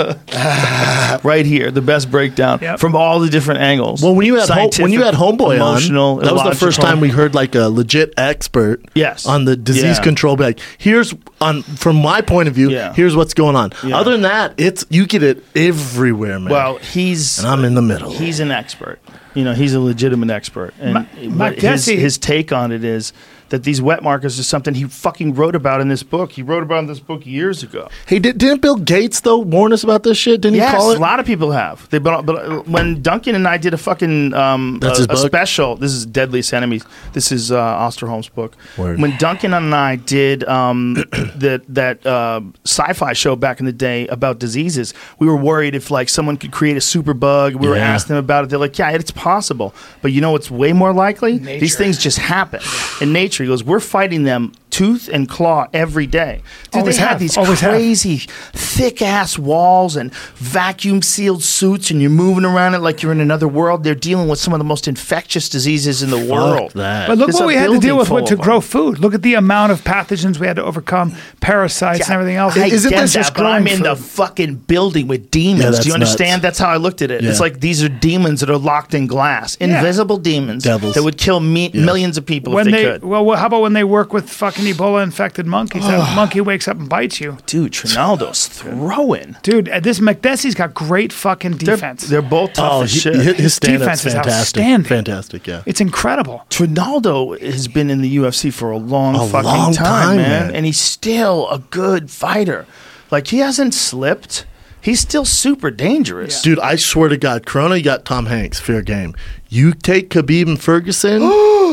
A: right here the best breakdown
D: Yep.
A: from all the different angles.
C: well, when you had ho- when you had
A: Scientific,
C: homeboy
A: emotional,
C: on, that was the first
A: illogical.
C: time we heard like a legit expert.
A: Yes.
C: on the disease
A: Yeah.
C: control. Be like, here's on from my point of view.
A: Yeah.
C: Here's what's going on.
A: Yeah.
C: Other than that, it's you get it everywhere, man.
A: Well, he's
C: And I'm in the middle.
A: He's an expert. You know, he's a legitimate expert, and
D: Ma-
A: what
D: Mac
A: his,
D: Desi-
A: his take on it is that these wet markers is something he fucking wrote about in this book. He wrote about in this book years ago.
C: hey, did, didn't Bill Gates though warn us about this shit? Didn't he
A: Yes,
C: call it?
A: a lot of people have. They but, but when Duncan and I did a fucking um,
C: That's
A: a,
C: his
A: a
C: book?
A: special. This is Deadliest Enemies. This is uh, Osterholm's book.
C: Word.
A: When Duncan and I did um, that that uh, sci-fi show back in the day about diseases, we were worried if like someone could create a super bug. We were
C: Yeah.
A: asking them about it. They're like, yeah, it's possible, but you know what's way more likely? These
D: Nature.
A: things just happen in nature. He goes, we're fighting them tooth and claw every day. Dude,
D: Always
A: they had
D: have,
A: these
D: always have.
A: crazy thick ass walls and vacuum sealed suits, and you're moving around it like you're in another world. They're dealing with some of the most infectious diseases in the world.
C: that.
D: But look
A: There's
D: what
A: a
D: we had to
A: building
D: deal with
A: full
D: what, to
A: of 'em.
D: grow food. Look at the amount of pathogens we had to overcome, parasites and everything else.
A: I
B: Isn't
A: get
B: this
A: that,
B: just
A: but I'm
B: growing
A: in the
B: food?
A: fucking building with demons.
C: Yeah, that's
A: Do you understand?
C: nuts.
A: That's how I looked at it.
C: Yeah.
A: It's like these are demons that are locked in glass,
D: Yeah.
A: invisible demons
C: Devils.
A: that would kill me- millions of people
D: when
A: if they,
D: they,
A: could.
D: well, well, how about when they work with fucking Ebola infected monkeys? that monkey wakes up and bites you,
A: Dude, Trinaldo's throwing.
D: dude. uh, This McDessie's got great fucking
A: They're,
D: defense.
A: they're both tough
C: Oh,
A: as
C: he-
A: shit.
C: hi- his stand-up's
D: defense is
C: fantastic.
D: outstanding.
C: Fantastic, yeah.
D: it's incredible.
A: Trinaldo has been in the UFC for a long
C: A
A: fucking
C: long
A: time,
C: time,
A: man,
C: man.
A: and he's still a good fighter. Like he hasn't slipped. He's still super dangerous.
C: Dude, I swear to God, Corona, you got Tom Hanks. Fair game. You take Khabib and Ferguson,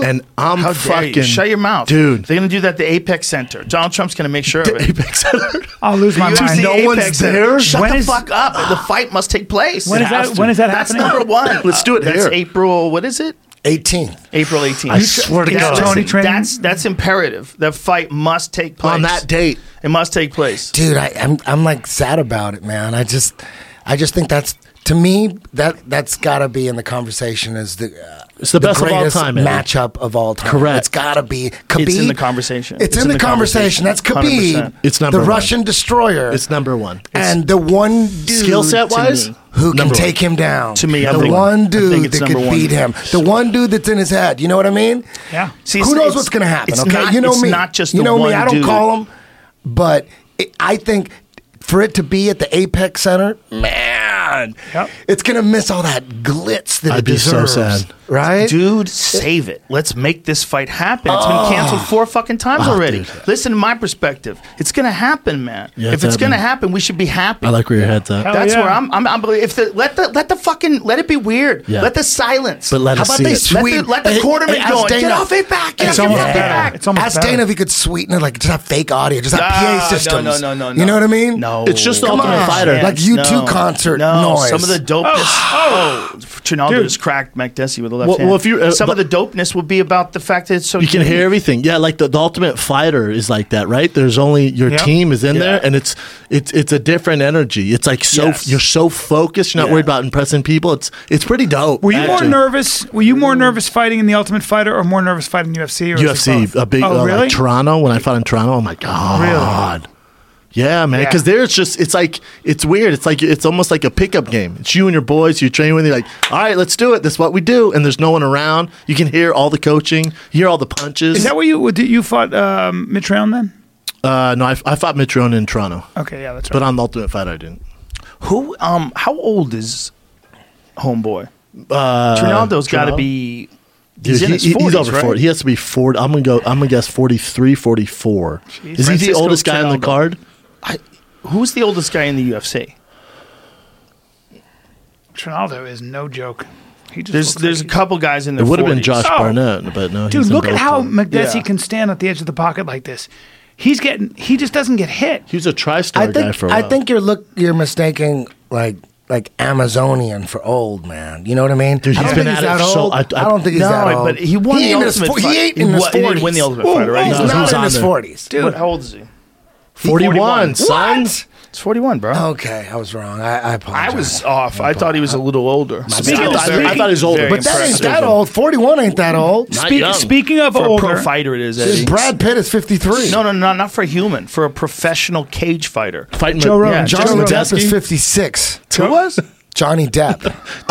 C: and I'm
A: How dare
C: fucking
A: you? Shut your mouth,
C: dude.
A: They're gonna do that at the Apex Center. Donald Trump's gonna make sure of it.
C: Apex Predator.
D: I'll lose my
A: You
D: mind.
A: see
C: No
A: Apex
C: one's there?
A: Shut
D: When
A: the
D: is-
A: fuck up. The fight must take place.
D: When
A: It
D: is that-
A: has to.
D: when is that
A: That's
D: happening?
A: number one.
C: Let's do it
A: That's
C: here.
A: April. What is it?
B: 18th.
A: April 18th.
C: I swear to
A: That's-
C: God.
A: listen,
D: Tony Tran-
A: That's that's imperative. That fight must take place
C: On that date.
A: It must take place.
B: dude I, I'm, I'm like sad about it man i just i just think that's to me that that's gotta be in the conversation is the uh,
C: It's the best of all
B: greatest
C: time, Eddie.
B: matchup of all time
C: Correct.
B: it's gotta be Khabib,
A: It's in the conversation.
B: it's, in, the, conversation. that's
A: 100%.
B: Khabib
C: It's number
B: the
C: one.
B: Russian destroyer
C: It's number one.
B: and the one dude
C: Skill set wise,
A: me.
B: who can
C: number one.
B: take him down
A: To me,
B: the
A: I think- I
B: one
A: think
B: dude
A: it's
B: that
A: number
B: could
A: one.
B: beat him the one dude that's in his head you know what i mean
D: Yeah.
A: See,
B: who
A: it's-
B: knows
A: it's-
B: what's going to happen?
A: it's
B: Okay,
A: not-
B: you know
A: it's
B: me.
A: not just
B: you
A: the
B: know me.
A: one
B: I don't
A: dude.
B: call them, but it, I think for it to be at the Apex Center, man,
D: Yep.
B: it's going to miss all that glitz that
C: I'd
B: it
C: be so
B: deserves,
C: sad.
B: right?
A: Dude, save it. Let's make this fight happen. It's been canceled four fucking times already.
C: Oh. dude.
A: Listen to my perspective. It's gonna happen, man.
C: Yeah,
A: if
C: it's
A: it's gonna
C: happening.
A: happen, we should be happy.
C: I like where your head's at.
D: Hell
A: That's
D: yeah.
A: where I'm. I'm. I'm if the let the let the fucking let it be weird.
C: Yeah.
A: Let the silence.
C: But let
B: How
C: us
B: about
C: see
B: they
C: it.
A: Let
B: sweep?
A: the- let the
B: hey,
A: quarterman
B: ask
A: go and get
B: Dana.
A: off it back, get
B: It's
A: off your
B: almost
A: fucking
B: better.
A: back.
D: It's almost
B: ask
D: better.
B: Dana if he could sweeten it, like just have fake audio, just have
A: Ah,
B: PA
A: no,
B: systems.
A: no, no, no,
B: You know
A: no.
B: what I mean?
A: No,
C: It's just the
A: Come
C: Ultimate
A: on.
C: Fighter.
B: Like U2 concert
A: no.
B: noise.
A: Some of the dopeness. Oh, Trinaldo just cracked McDessie with a left
C: Well-
A: hand.
C: well, if you- uh,
A: some of the
C: but-
A: dopeness will be about the fact that it's so
C: You can
A: unique.
C: hear everything. Yeah, like the, the Ultimate Fighter is like that, right? There's only your
D: Yeah.
C: team is in
A: Yeah.
C: there, and it's it's it's a different energy. It's like so
A: Yes.
C: you're so focused. You're not
A: Yeah.
C: worried about impressing people. It's it's pretty dope.
D: Were you more
C: actually.
D: nervous? Were you more nervous fighting in the Ultimate Fighter or more nervous fighting in UFC? Or is it both?
C: UFC, a big
D: Oh,
C: uh,
D: really? Oh,
C: like Toronto. When I fought in Toronto, I'm like, God. Yeah, man.
D: Yeah.
C: Because there it's just, it's like, it's weird. It's like, it's almost like a pickup game. It's you and your boys. You train with. You're like, all right, let's do it. That's what we do. And there's no one around. You can hear all the coaching. You hear all the punches.
D: Is that what you what did you fought um, Mitch Round then?
C: uh, no, I, I fought Mitrione in Toronto,
D: Okay, yeah, that's right.
C: but on the Ultimate Fighter, I didn't.
A: Who? Um. How old is Homeboy?
C: Uh,
A: Trinaldo's got to
C: Trinaldo?
A: be.
C: Dude,
A: He's in
C: he-
A: his
C: he-
A: 40s,
C: he's over
A: right?
C: 40. He has to be 40. I'm going to go, I'm going to guess 43, 44. Is he the
A: Francisco
C: oldest guy on the
A: Trinaldo.
C: card?
A: I, who's the oldest guy in the UFC?
D: Trinaldo is no joke. He just
A: There's
D: looks
A: there's a
D: like
A: couple guys in the.
C: It would have been
A: 40s.
C: Josh
D: Oh.
C: Barnett, but no.
D: Dude,
C: he's in
D: look at
C: both
D: how
C: of them.
D: McDessie
A: Yeah.
D: can stand at the edge of the pocket like this. He's getting he just doesn't get hit.
C: He was a tri-star
B: I think
C: guy for a
B: I
C: while.
B: think you're look you're mistaking like like Amazonian for old man. You know what I mean?
C: Dude,
B: I
C: he's
B: don't
C: been
B: think
C: at
B: that
C: it so-
B: old.
C: I-
B: I,
C: I-
B: don't think he's
A: No,
B: that old.
A: but he won
B: He
A: the
B: ain't in his
A: ultimate
B: fo-
A: fight.
B: He ain't in
A: He
B: his
A: wa- he didn't
B: forties.
A: win the ultimate fight, right?
B: He's
A: No,
C: he was
B: not in
C: on
B: his
C: it.
B: forties.
D: Dude.
A: How old is he?
C: 41, son.
B: What?
A: It's 41, bro.
B: Okay, I was wrong. I, I
A: I
B: apologize.
A: was off. I thought he was a little older.
D: Speaking of-
A: I, thought- I thought he was older.
C: Very
B: but that ain't
C: impressive.
B: that old. Forty-one ain't that old.
C: Not
D: Speak-
C: young.
D: speaking of
A: For
D: older,
A: a pro fighter, it is.
B: Dude,
A: Eddie.
B: Brad Pitt is fifty-three.
A: No, no, no, not for a human. For a professional cage fighter.
C: Fighting
D: Joe
C: with-
D: Rogan.
C: Yeah,
B: Johnny
C: Johnny
D: Joe
B: Depp is
C: Depp
B: fifty-six.
A: Who was?
B: Johnny Depp.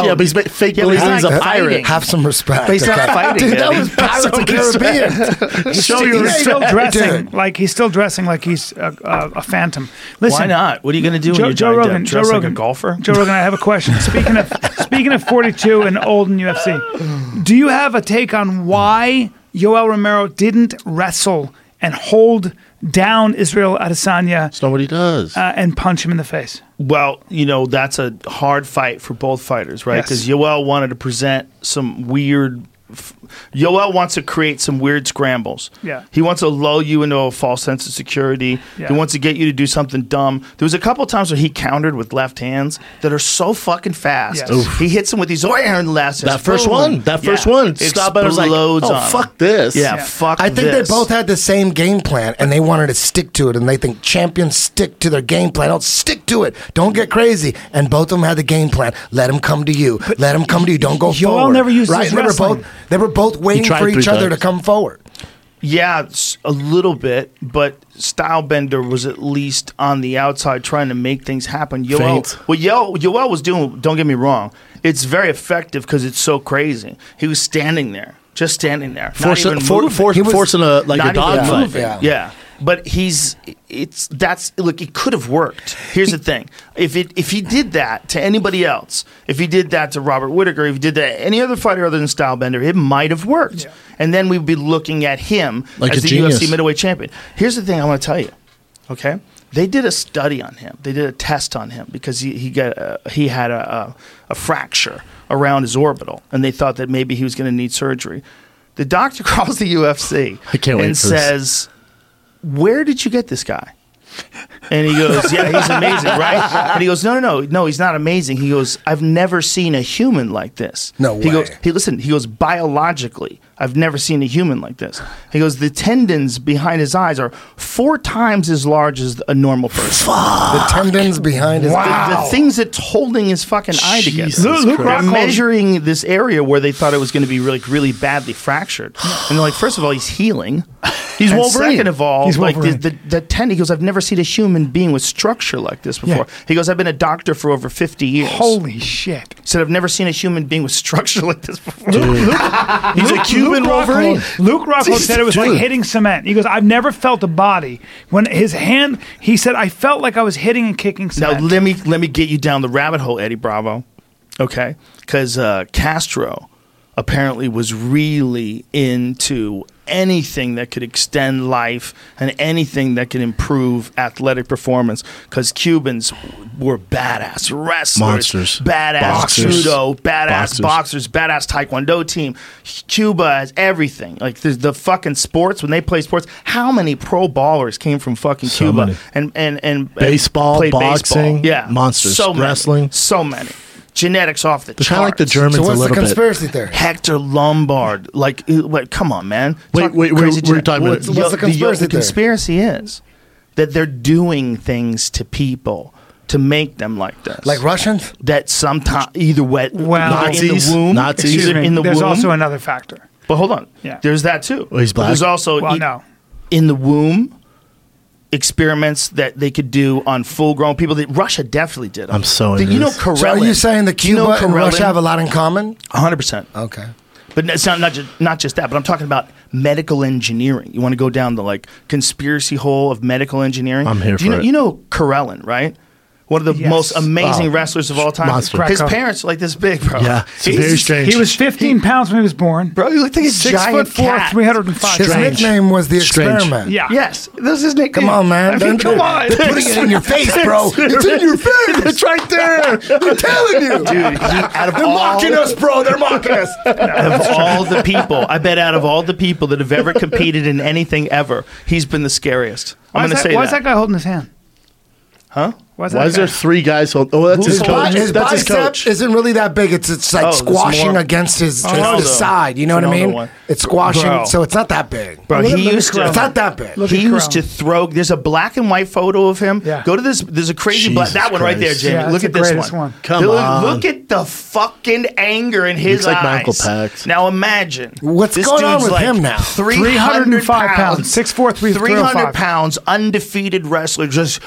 C: Yeah, but he's ma- fake
A: Yeah, but
C: believes
A: he's
C: he's a
A: not
C: pirate.
A: fighting.
B: Have some respect.
A: But he's not
B: okay?
A: fighting,
B: Dude, that
A: Eddie.
B: was Pirates of the Caribbean.
C: Show your
D: he's still
C: respect.
D: dressing
B: Dude.
D: like he's still dressing like he's a, a, a phantom. Listen,
A: Why not? What are you going to do when
D: Joe,
A: you're
D: Joe
A: Johnny
D: Rogan,
A: Depp?
D: Joe
A: Dress
D: Rogan,
A: like a golfer?
D: Joe Rogan, I have a question. Speaking of speaking of 42 and old in UFC, do you have a take on why Yoel Romero didn't wrestle and hold down Israel Adesanya
C: That's not what he does.
D: uh, and punch him in the face?
A: Well, you know, that's a hard fight for both fighters, right?
D: Yes.
A: Because Yoel wanted to present some weird f- Yoel wants to create some weird scrambles.
D: Yeah.
A: He wants to lull you into a false sense of security.
D: Yeah.
A: He wants to get you to do something dumb. There was a couple times where he countered with left hands that are so fucking fast.
D: Yes. Oof.
A: He hits him with these iron lefts.
C: That first
A: Boom.
C: one, that first
A: Yeah.
C: one, stop it. I was like, oh,
A: Explodes on him.
C: fuck this.
A: Yeah,
D: Yeah.
A: fuck.
B: I think
A: this.
B: they both had the same game plan and they wanted to stick to it and they think champions stick to their game plan. Don't stick to it. Don't get crazy. And both of them had the game plan. Let them come to you. Let them come to you. Don't go
D: Yoel
B: forward.
D: never used his
B: And they were
D: wrestling.
B: both they were both waiting
C: tried
B: for each
C: three
B: other to
C: times.
B: come forward.
A: Yeah, s- a little bit, but Stylebender was at least on the outside trying to make things happen. Yoel,
C: Faint.
A: what Yoel, Yoel was doing, don't get me wrong, it's very effective because it's so crazy. He was standing there, just standing there,
C: Forcing,
A: not even
C: for,
A: moving.
C: for,
B: He was-
C: forcing a like a
A: Not
C: dog
A: even
C: fight.
A: moving.
B: Yeah.
A: Yeah. But he's it's that's look it could have worked. Here's the thing: if it if he did that to anybody else, if he did that to Robert Whitaker, if he did that to any other fighter other than Stylebender, it might have worked. And then we'd be looking at him
C: Like
A: as
C: a
A: the UFC
C: genius.
A: middleweight champion. Here's the thing: I want to tell you, okay? They did a study on him. They did a test on him because he he got uh, he had a, a a fracture around his orbital, and they thought that maybe he was going to need surgery. The doctor calls the UFC
C: I can't wait
A: and
C: for this.
A: says, "Where did you get this guy?" And he goes, "Yeah, he's amazing, right?" And he goes, "No, no, no, no, he's not amazing." He goes, "I've never seen a human like this."
B: No
A: He
B: way.
A: goes, "He listen." He goes, "Biologically, I've never seen a human like this." He goes, "The tendons behind his eyes are four times as large as a normal person.
B: The tendons behind his
A: The- The, things that's holding his fucking eye
C: Jesus
A: together.
D: Luke- Luke
A: They're
D: Rockhold-
A: measuring this area where they thought it was going to be really, really badly fractured, and they're like, first of all, he's healing.
C: He's
A: and
C: Wolverine.
A: Second of all,
D: He's
A: like the,
D: Wolverine.
A: the, the ten, he goes, I've never seen a human being with structure like this before.
D: Yeah.
A: He goes, I've been a doctor for over fifty years.
D: Holy shit.
A: He said I've never seen a human being with structure like this before.
C: He's a Cuban
D: Luke
C: Wolverine.
D: Rockhold, Luke Rockhold said it was like
C: Dude.
D: hitting cement. He goes, I've never felt a body. When his hand, he said, I felt like I was hitting and kicking
A: Now
D: cement.
A: let me let me get you down the rabbit hole, Eddie Bravo. Okay, because uh, Castro apparently was really into anything that could extend life and anything that could improve athletic performance. Because Cubans were badass wrestlers,
C: Monsters.
A: badass
C: Boxers.
A: judo,
C: Boxers.
A: badass boxers, badass taekwondo team. Cuba has everything. Like the, the fucking sports when they play sports. How many pro ballers came from fucking
C: So
A: Cuba?
C: many.
A: And and and and
C: Baseball,
A: played
C: boxing,
A: yeah,
C: monsters,
A: so many,
C: wrestling.
A: so many genetics off the
C: They're
A: charts.
C: kind of like the Germans
B: So
C: a
B: what's the
C: little bit.
B: conspiracy theory?
A: Hector Lombard, like, uh, wait, come on, man.
C: Wait,
A: Talk
C: wait, wait,
A: crazy
C: we're
A: genet-
C: talking about-
A: What-
B: What's the conspiracy
A: The,
B: theory?
A: conspiracy is that they're doing things to people to make them like this,
B: Like Russians?
A: that sometimes either way,
D: Well-
A: either
C: Nazis,
A: in the womb,
C: Nazis.
A: either
D: Excuse me,
A: in the
D: There's
A: womb.
D: also another factor.
A: but hold on,
D: Yeah.
A: there's that too.
C: Well, he's
A: But There's
C: black.
A: also
D: Well,
A: e-
D: no.
A: in the womb. Experiments that they could do on full-grown people that Russia definitely did.
C: I'm so
A: Did
C: into
A: you know
C: this.
A: Karelin?
B: So are you saying that
A: Do you
B: Cuba
A: know
B: and Russia
A: Karelin?
B: have a lot in common?
A: hundred percent.
B: Okay.
A: But it's not not just, not just that. But I'm talking about medical engineering. You want to go down the like conspiracy hole of medical engineering?
C: I'm here
A: Do you
C: for
A: know,
C: it.
A: You know Karelin, right? One of the
D: Yes.
A: most amazing
C: Oh,
A: wrestlers of all time.
C: monster.
A: His
D: Cracko.
A: parents were like this big, bro.
C: Yeah, it's
A: He's-
C: very strange.
D: He was 15 pounds when he was born.
A: Bro, he looked like a
D: Six
A: giant
D: foot four,
A: cat.
D: 305
B: His
D: pounds.
B: nickname was the
C: Strange.
B: experiment.
D: Yeah.
A: Yes, that's his nickname.
B: Come on, man.
A: I mean,
B: They're-
A: come on.
B: They're putting it in your face, bro. It's in your face. It's right there. They're telling you.
A: Dude, he, out of
B: They're
A: all,
B: mocking us, bro. They're mocking us.
A: out of all the people, I bet out of all the people that have ever competed in anything ever, he's been the scariest. I'm
D: Why is
A: going to
D: that-
A: say
D: Why
A: that.
D: is that guy holding his hand?
A: Huh?
D: Why is that
C: Why is
D: guy-
C: there three guys? Hold- oh, that's
A: Who's
C: his
B: His, bi-
C: coach.
B: his
C: That's his
B: bicep
C: coach.
B: isn't really that big. It's it's like
A: Oh, it's
B: squashing
A: more-
B: against his,
A: Oh,
B: his
A: Ronaldo.
B: side. You know what I mean?
A: Ronaldo one.
B: It's squashing,
A: Bro.
B: so it's not that big.
A: Bro,
D: Look at-
A: he
D: look at
A: used to.
D: Corona.
B: It's not that big.
D: Look at
A: he used to
D: Corona.
A: throw. There's a black and white photo of him.
D: Yeah.
A: Go to this. There's a crazy
C: Jesus
A: black. That one right there,
C: Christ.
A: Jamie.
D: Yeah,
A: look
D: that's
A: at
D: the
A: this
D: greatest one.
C: Come
A: Look-
C: on.
A: Look at the fucking anger in his
C: Looks like my
A: eyes.
C: Uncle Pax.
A: Now imagine
B: What's
A: this
B: going on
A: dude's
B: with
A: like
B: him now?
A: 300
D: 305 pounds.
A: pounds,
D: 6'4",
A: 300
D: 305.
A: pounds, undefeated wrestler, just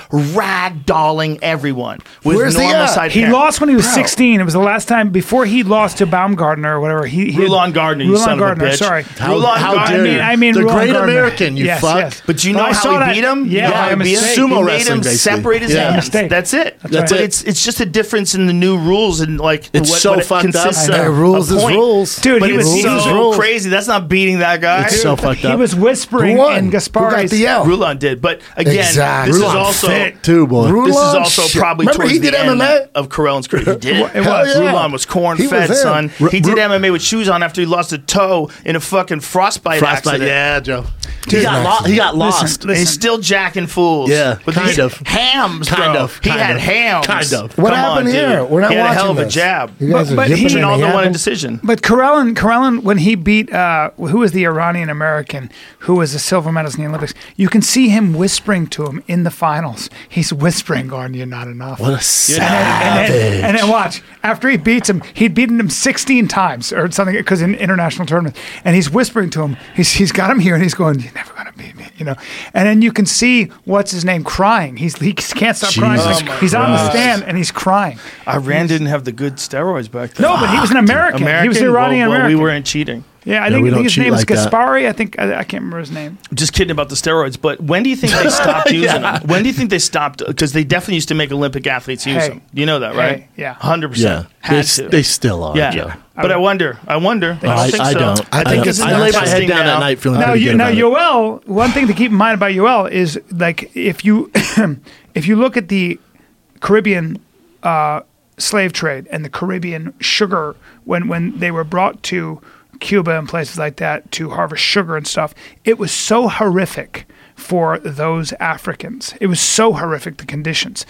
A: ragdolling everyone with
B: Where's he
A: normal
B: at?
A: side.
D: He
A: hair.
D: lost when he was
A: Bro.
D: 16. It was the last time before he lost to Baumgartner or whatever. He, he
A: Rulon Gardner, you
D: Rulon
A: son of a
D: Gardner,
A: bitch.
D: Sorry.
C: How,
A: Rulon
C: how
A: Gardner.
C: dare
D: I
C: you.
D: mean, I mean,
C: the
D: Rulon
C: great
D: Gardner.
C: American, you
D: Yes,
C: fuck.
D: yes.
A: But do you
D: But
A: know
D: I
A: how
D: saw
A: he
D: that-
A: beat him?
D: yeah,
A: You know
D: by
A: how he beat him?
D: mistake.
A: He
C: Sumo
A: made
C: wrestling,
A: him
C: basically.
A: separate his
C: Yeah.
A: hands.
D: Mistake.
A: That's it.
C: That's
A: But
C: right.
A: It's it's just a difference in the new rules and like
C: It's
A: what,
C: so
A: what it
C: fucked up.
A: consists
B: I know,
A: of.
B: rules
A: A
B: is
A: point.
B: rules.
D: Dude,
A: but
D: he
A: it's
D: was
A: so
D: rules
B: is rules.
A: crazy. That's not beating that guy.
C: It's so fucked
D: He
C: up.
D: was
B: Who
D: whispering
B: won?
D: in
B: Who got
D: Gaspari's.
B: the L?
A: Rulon did, but again,
B: Exactly.
A: this
B: Rulon
A: is also
C: fit too, boy.
B: Rulon
C: this is
A: was also
B: shit.
A: probably
B: Remember
A: towards
B: he did
A: the end
B: MMA?
A: of Carell's career. He did.
D: It was.
A: Rulon
B: yeah.
A: was corn
B: He
A: fed,
B: was in.
A: son.
B: R-
A: he did MMA with shoes on after he lost a toe in a fucking frostbite,
C: Frostbite.
A: accident.
C: Yeah, Joe.
A: Dude,
C: he, got lo- he got
D: Listen,
C: lost.
A: And he's still jacking fools.
C: Yeah,
A: With
C: kind
A: these
C: of.
A: hams.
C: Kind
A: bro.
C: of,
A: He
C: kind
A: had
C: of,
A: hams.
C: kind of.
B: What
A: Come on,
B: happened here?
A: dude.
B: We're not
A: he had
B: watching
A: a hell of a
B: this.
A: jab.
B: You guys
D: But- but
B: are
D: he-
B: yipping
A: He
D: and
A: all
B: and
A: the one
B: yapping.
A: in decision.
D: But Karelin, Karelin, when he beat uh, who was the Iranian American who was a silver medalist in the Olympics, you can see him whispering to him in the finals. He's whispering, "Going, you're not enough."
C: What a
D: and,
C: sad.
D: then, and, then, and then watch after he beats him, he'd beaten him 16 times or something because in international tournaments, and he's whispering to him. He's he's got him here, and he's going, "You're never gonna beat me," you know. And then you can see what's his name crying. He's he can't stop
C: Jesus
D: crying. He's, he's on the
C: Christ.
D: stand and he's crying.
A: Iran didn't have the good steroids back then.
D: No, but he was an American. He was an
A: Well,
D: Iranian
A: well,
D: American.
A: we weren't cheating.
D: Yeah,
C: Yeah,
D: I think,
C: we
D: I think
C: don't
D: his
C: cheat
D: name is
C: like that.
D: Gaspari. I think I, I can't remember his name.
A: Just kidding about the steroids. But when do you think they stopped using them? When do you think they stopped? Because they definitely used to make Olympic athletes use
D: Hey.
A: them. You know that, right?
D: Hey, yeah.
A: hundred
C: Yeah,
A: percent.
C: they,
A: Had
C: s-
A: to.
C: they still are.
A: yeah.
C: Joe.
A: But I wonder. I wonder. I don't
C: I,
A: think
C: I
A: so.
C: don't.
A: I think
C: don't.
A: it's
C: I lay my head
A: interesting
C: down
A: now.
C: at night feeling
D: Now,
C: pretty
D: you,
C: good
D: now
C: about it.
D: Yoel. One thing to keep in mind about Yoel is like if you if you look at the Caribbean uh, slave trade and the Caribbean sugar when when they were brought to Cuba and places like that to harvest sugar and stuff, it was so horrific for those Africans. It was so horrific the conditions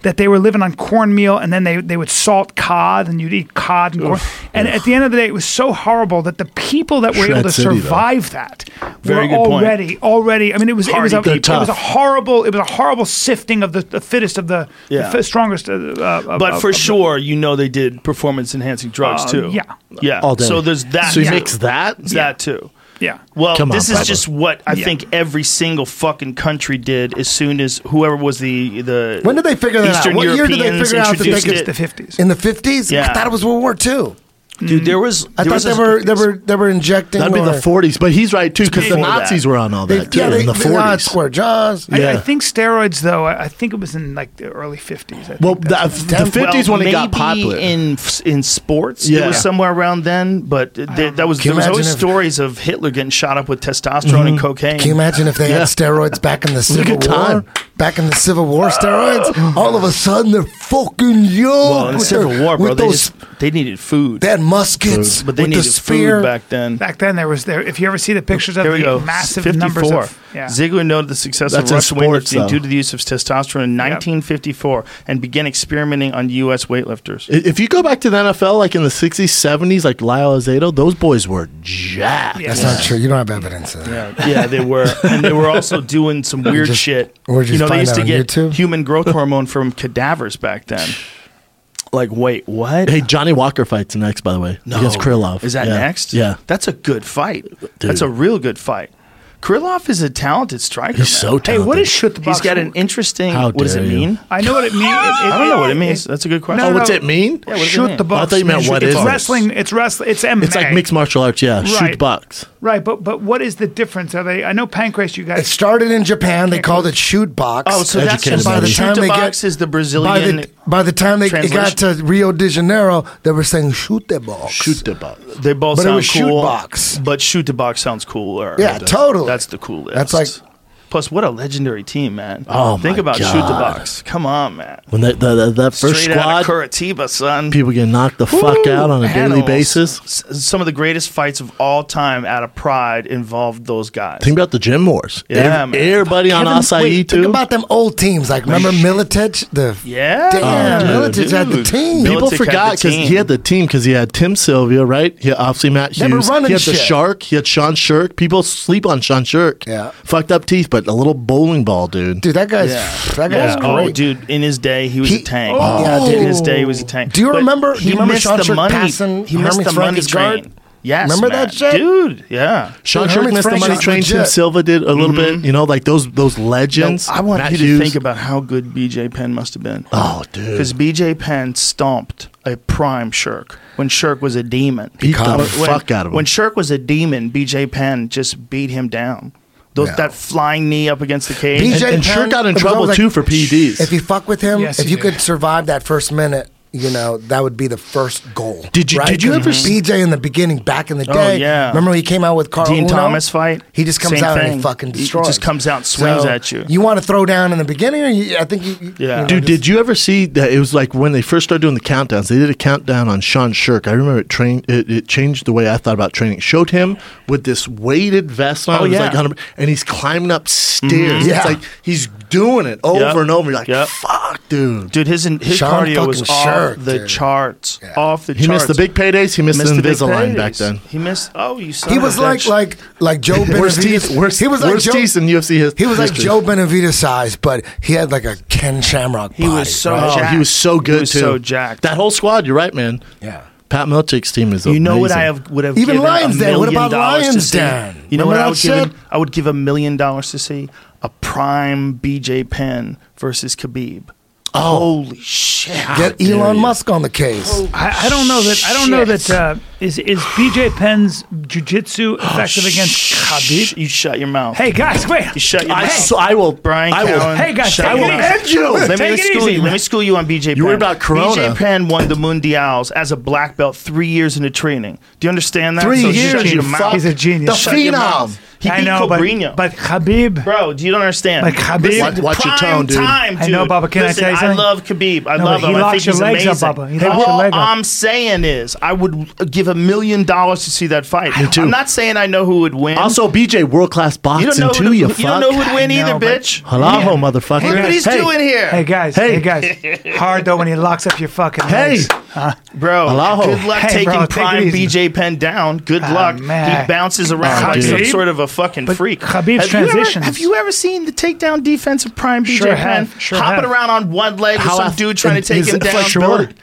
D: that they were living on cornmeal and then they, they would salt cod and you'd eat cod and corn. And at the end of the day, it was so horrible that the people that were
C: Shred
D: able to
C: City, though.
D: survive that
A: Very good
D: were
A: point.
D: already already. I mean, it was it was, a,
A: Hardy
D: it
C: people.
D: was a horrible it was a horrible sifting of the, the fittest of the, the
A: Yeah.
D: fi- strongest. Uh, uh,
A: But
D: of-
A: for
D: of-
A: sure, you know they did performance enhancing drugs
D: Uh,
A: too.
D: yeah.
A: yeah.
C: All day.
A: So there's that.
C: So you
A: too.
C: mix that.
A: There's that too.
D: yeah.
A: Well,
C: Come on,
A: this
C: Pablo.
A: is just what I
D: Yeah.
A: think every single fucking country did as soon as whoever was the the.
B: When did they figure that out?
A: Eastern
B: What year did they
A: Europeans
B: figure out that they
A: introduced
B: could-
D: It's
A: it?
D: the fifties.
B: In the fifties,
A: Yeah.
B: I thought it was World War II.
D: Mm.
A: Dude, there was.
B: I
A: there
B: thought
A: was
B: they
A: this-
B: were they were they were injecting.
C: That'd be
B: or-
C: the 40s. But he's right too, because the
A: before that.
C: Nazis were on all
B: They,
C: that
B: yeah,
C: too
B: they,
C: in the
B: they had
C: 40s.
B: square jaws.
D: I, I
C: Yeah.
D: think steroids though. I, I think it was in like the early fifties.
C: Well, the, the 50s when it got
A: maybe
C: popular.
A: in in sports. It
C: Yeah.
A: was somewhere around then, but th- that was
B: Can you
A: there was
B: imagine
A: always
B: if- Mm-hmm.
A: stories of Hitler getting shot up with testosterone and cocaine.
B: Can you imagine if they
C: Yeah.
B: had steroids back in the Civil
C: at time.
B: War? Back in the Civil War, steroids. All of a sudden, they're fucking young.
A: well, in the
B: with their-
A: Civil War, bro,
B: with
A: they
B: those-
A: just they needed food,
B: they had muskets,
A: but they
B: with
A: needed
B: the spear.
A: food back then.
D: back then there was there. If you ever see the pictures of
A: There we
D: the
A: go.
D: massive
A: 54.
D: numbers of yeah.
A: Ziegler noted the success
C: That's in
A: of Russian
C: sports,
A: weightlifting
C: though.
A: due to the use of testosterone in 1954 and began experimenting on U.S. weightlifters.
C: I- If you go back to the NFL, like in the 60s, 70s, like Lyle Azedo, those boys were jacked.
D: Yeah.
B: That's not true. You don't have evidence of that.
A: yeah, yeah, they were, and they were also doing some weird
B: just-
A: shit.
B: where'd you
A: know, they
B: find
A: used to
B: that on
A: get
B: YouTube?
A: human growth hormone from cadavers back then. Like, wait, what?
C: Hey, Johnny Walker fights next, by the way, against Krylov.
A: Oh, Is that
C: Yeah.
A: next?
C: Yeah.
A: That's a good fight. That's
C: Dude.
A: a real good fight. Krylov is a talented striker.
C: He's
A: man.
C: so
D: Hey, what is shoot the
A: He's
D: box?
A: got an interesting.
C: How
A: what does it
C: dare you.
A: mean?
D: I know what it means.
A: I don't know what it means. That's a good question.
C: Oh,
D: No, no,
C: what's
D: no.
C: it mean?
A: Yeah, what does it
D: shoot
A: mean?
D: the box.
C: I thought you meant
D: man.
C: what
D: it's
C: is it?
D: wrestling. It's wrestling. It's MMA.
C: It's like mixed martial arts, yeah.
D: Right.
C: Shoot bucks.
D: Right, but but what is the difference? Are they? I know pancreas. You
B: It
D: guys.
B: started in Japan. They called it shoot box.
A: Oh, so that's
C: Educated
A: just
C: by
A: by
C: the
A: the
B: time
A: shoot
B: they
A: the
B: get-
A: box is the
B: by
A: Brazilian.
B: the, by the time they it got to
A: Translation?
B: Rio de Janeiro, they were saying shoot the box.
C: Shoot the bucks.
A: they both
B: but it
A: sound
B: was shoot
A: cool.
B: box.
A: But shoot the box sounds cooler.
B: Yeah, totally.
A: That's the coolest.
B: That's like-
A: Plus, what a legendary team, man!
C: Oh,
A: think
C: my
A: about shoot the
C: God.
A: box. Come on, man!
C: When that the, the, that first
A: Straight out
C: squad,
A: of Curitiba, son.
C: people get knocked the fuck
A: Woo!
C: out on a daily
A: Animals.
C: basis.
A: S- Some of the greatest fights of all time out of pride involved those guys.
C: Think about the gym wars.
A: Yeah,
C: Ev-
A: man.
C: Everybody on
B: Kevin,
C: acai
B: wait,
C: too.
B: Think about them old teams. Like remember Militich? The
A: Yeah.
B: damn
A: Oh,
B: Militich had the
A: dude.
B: team.
A: Mil-
C: People
A: Belichick had
C: forgot
A: the
C: because he
A: team.
C: had the team because he had Tim Sylvia, right? He had obviously Matt
B: They were
C: Hughes.
B: running
C: he had the
B: shit.
C: Shark. He had Sean Shirk. People sleep on Sean Shirk.
B: Yeah.
C: Fucked up teeth, but a little bowling ball, dude.
B: Dude, that guy's that guy's
A: Yeah.
B: great.
A: Oh, dude, in his day, he was a
B: He-
A: tank.
B: Oh. Yeah, dude.
A: in his day, he was a tank.
B: Do you remember- do
A: He
B: you remember
A: missed
B: Sean
A: the
B: Shirk
A: money.
B: passing
A: he missed
B: Hermes
A: the money
B: Franke's guard?
A: train. Yes,
B: Remember
A: man.
B: that shit?
A: dude? Yeah.
C: Sean
B: Dude,
C: Shirk
B: Herman
C: missed the
B: Frank
C: money
B: is
C: train. Tim
B: legit.
C: Silva did a little bit. You know, like those those legends.
A: Mm-hmm. I want
C: Matt
A: you to
C: Hughes.
A: think about how good BJ Penn must have been.
C: Oh, dude.
A: Because BJ Penn stomped a prime Shirk when Shirk was a demon.
C: Beat the
A: When-
C: fuck out of him.
A: When Shirk was a demon, BJ Penn just beat him down. Those,
B: Yeah.
A: That flying knee up against the cage.
C: and,
B: BJ
C: and Shirk
B: Penn,
C: got in
B: it was
C: trouble
B: always
C: too
B: like,
C: for PDs.
B: If you fuck with him,
D: Yes,
B: if
D: he
B: you
D: did.
B: could survive that first minute, you know, that would be the first goal.
C: Did you-
B: right?
C: did you
B: 'Cause
C: ever s-
B: BJ in the beginning, back in the
A: Oh,
B: day?
A: yeah.
B: Remember he came out with Carl
A: Dean
B: Uno?
A: Thomas fight?
B: He just comes
A: Same
B: out and
A: thing.
B: he fucking
A: He- he
B: destroys.
A: just comes out and swings at you.
B: You want to throw down in the beginning, or you, I think you. you
A: Yeah.
B: you know,
C: Dude,
B: just-
C: did you ever see that? It was like when they first started doing the countdowns. They did a countdown on Sean Shirk. I remember it trained. It, it changed the way I thought about training. It showed him with this weighted vest on.
A: Oh,
C: it was
A: yeah. Mm-hmm.
C: like 100 and he's climbing up stairs.
B: Yeah.
C: It's like he's doing it over
A: Yep.
C: and over. You're like,
A: Yep.
C: fuck, dude.
A: Dude, his his
B: Sean
A: cardio was
B: fucking
A: off
B: Shirk,
A: the
B: dude.
A: charts.
B: Yeah.
A: Off the
C: He
A: charts.
C: missed the big paydays. He missed,
A: Missed
C: the
A: the big
C: Invisalign back
A: plays.
C: then.
A: He missed. Oh, you son
B: He
A: of a
B: was like
A: bitch.
B: like like Joe
C: Worst
B: Benavides.
C: teeth. Worst,
B: he was like
C: worst
B: Joe,
C: teeth in UFC history.
B: He was like Joe Benavides size, but he had like a Ken Shamrock.
A: He
B: body,
A: was so
B: right?
C: Oh,
A: jacked.
C: he was so good
A: He was
C: too.
A: so jacked.
C: That whole squad. You're right, man.
B: yeah.
C: Pat Milchick's team is.
A: You know what I
C: amazing.
A: have would have
B: Even
A: given
B: Lions
A: a
B: Den. What
A: million
B: about
A: dollars to
B: Lions
A: see?
B: Den?
A: You know
B: Remember
A: what I
B: that
A: would give?
B: shit?
A: I would give a million dollars to see a prime BJ Penn versus Khabib. Holy shit!
B: Get Elon Musk on the case.
D: I, I don't know that. I don't know that. Uh, is is BJ Penn's jujitsu
A: Oh,
D: effective against Khabib?
A: Khabib, you shut your mouth.
D: Hey guys, wait.
A: you shut your
C: I,
A: mouth.
C: so I will.
A: Brian
C: I will.
A: Callen,
D: Hey, guys,
A: shut
D: take
A: your
D: it
A: mouth.
D: easy. Ed, you.
A: Let me
D: Take it
A: school
D: easy,
A: you.
D: man.
A: Let me school you on BJ.
C: You worry
A: Penn.
C: about Corona.
A: BJ Penn won the Mundials as a black belt three years into training. Do you understand that?
C: Three
A: So
C: years,
A: shut
C: you
A: your mouth.
C: fuck.
D: He's a genius.
C: The
A: Shut your
C: phenom.
A: mouth. He
D: I
A: beat
D: know, but,
A: Cobrinho.
D: but Khabib.
A: Bro, do you don't understand?
D: Like Khabib-
A: Listen,
C: Watch- watch your
A: prime
C: tone, dude.
A: Time, dude.
D: I know, Baba, can I
A: Listen,
D: tell you
A: I
D: something?
A: love Khabib. I
D: No,
A: love
D: but
A: him. I
D: he
A: think
D: locks your
A: he's
D: legs up,
A: amazing.
D: Baba. He locks
A: All
D: your leg up.
A: I'm saying is, I would give a million dollars to see that fight.
C: Me too.
A: I'm not saying I know who would win.
C: Also, BJ, world class
A: you
C: boxing
A: don't know
C: too.
A: who
C: you
A: you don't
C: fuck.
A: know who would win
D: I know,
A: either,
D: but-
A: bitch.
C: Hello, motherfucker.
A: Look what he's
C: Hey,
A: doing here,
D: Hey guys, hey,
C: Hey.
D: guys. Hard though when he locks up your fucking
C: Hey,
D: legs.
A: bro.
C: Hello.
A: Good luck
D: Hey,
A: taking
D: bro, take it
A: prime
D: easy.
A: BJ Penn down. Good
D: Ah,
A: luck.
D: man.
A: He bounces around
D: Ah,
A: like
C: dude.
A: some sort of a fucking
D: But
A: freak.
D: Khabib's
A: have you ever,
D: transitions-
A: have you ever seen the takedown defense of prime BJ
D: Sure
A: Penn
D: have, sure
A: hopping
D: have.
A: around on one leg with
C: How
A: some
C: ath-
A: dude trying to
C: and
A: take
C: his
A: him down?
C: flexibility.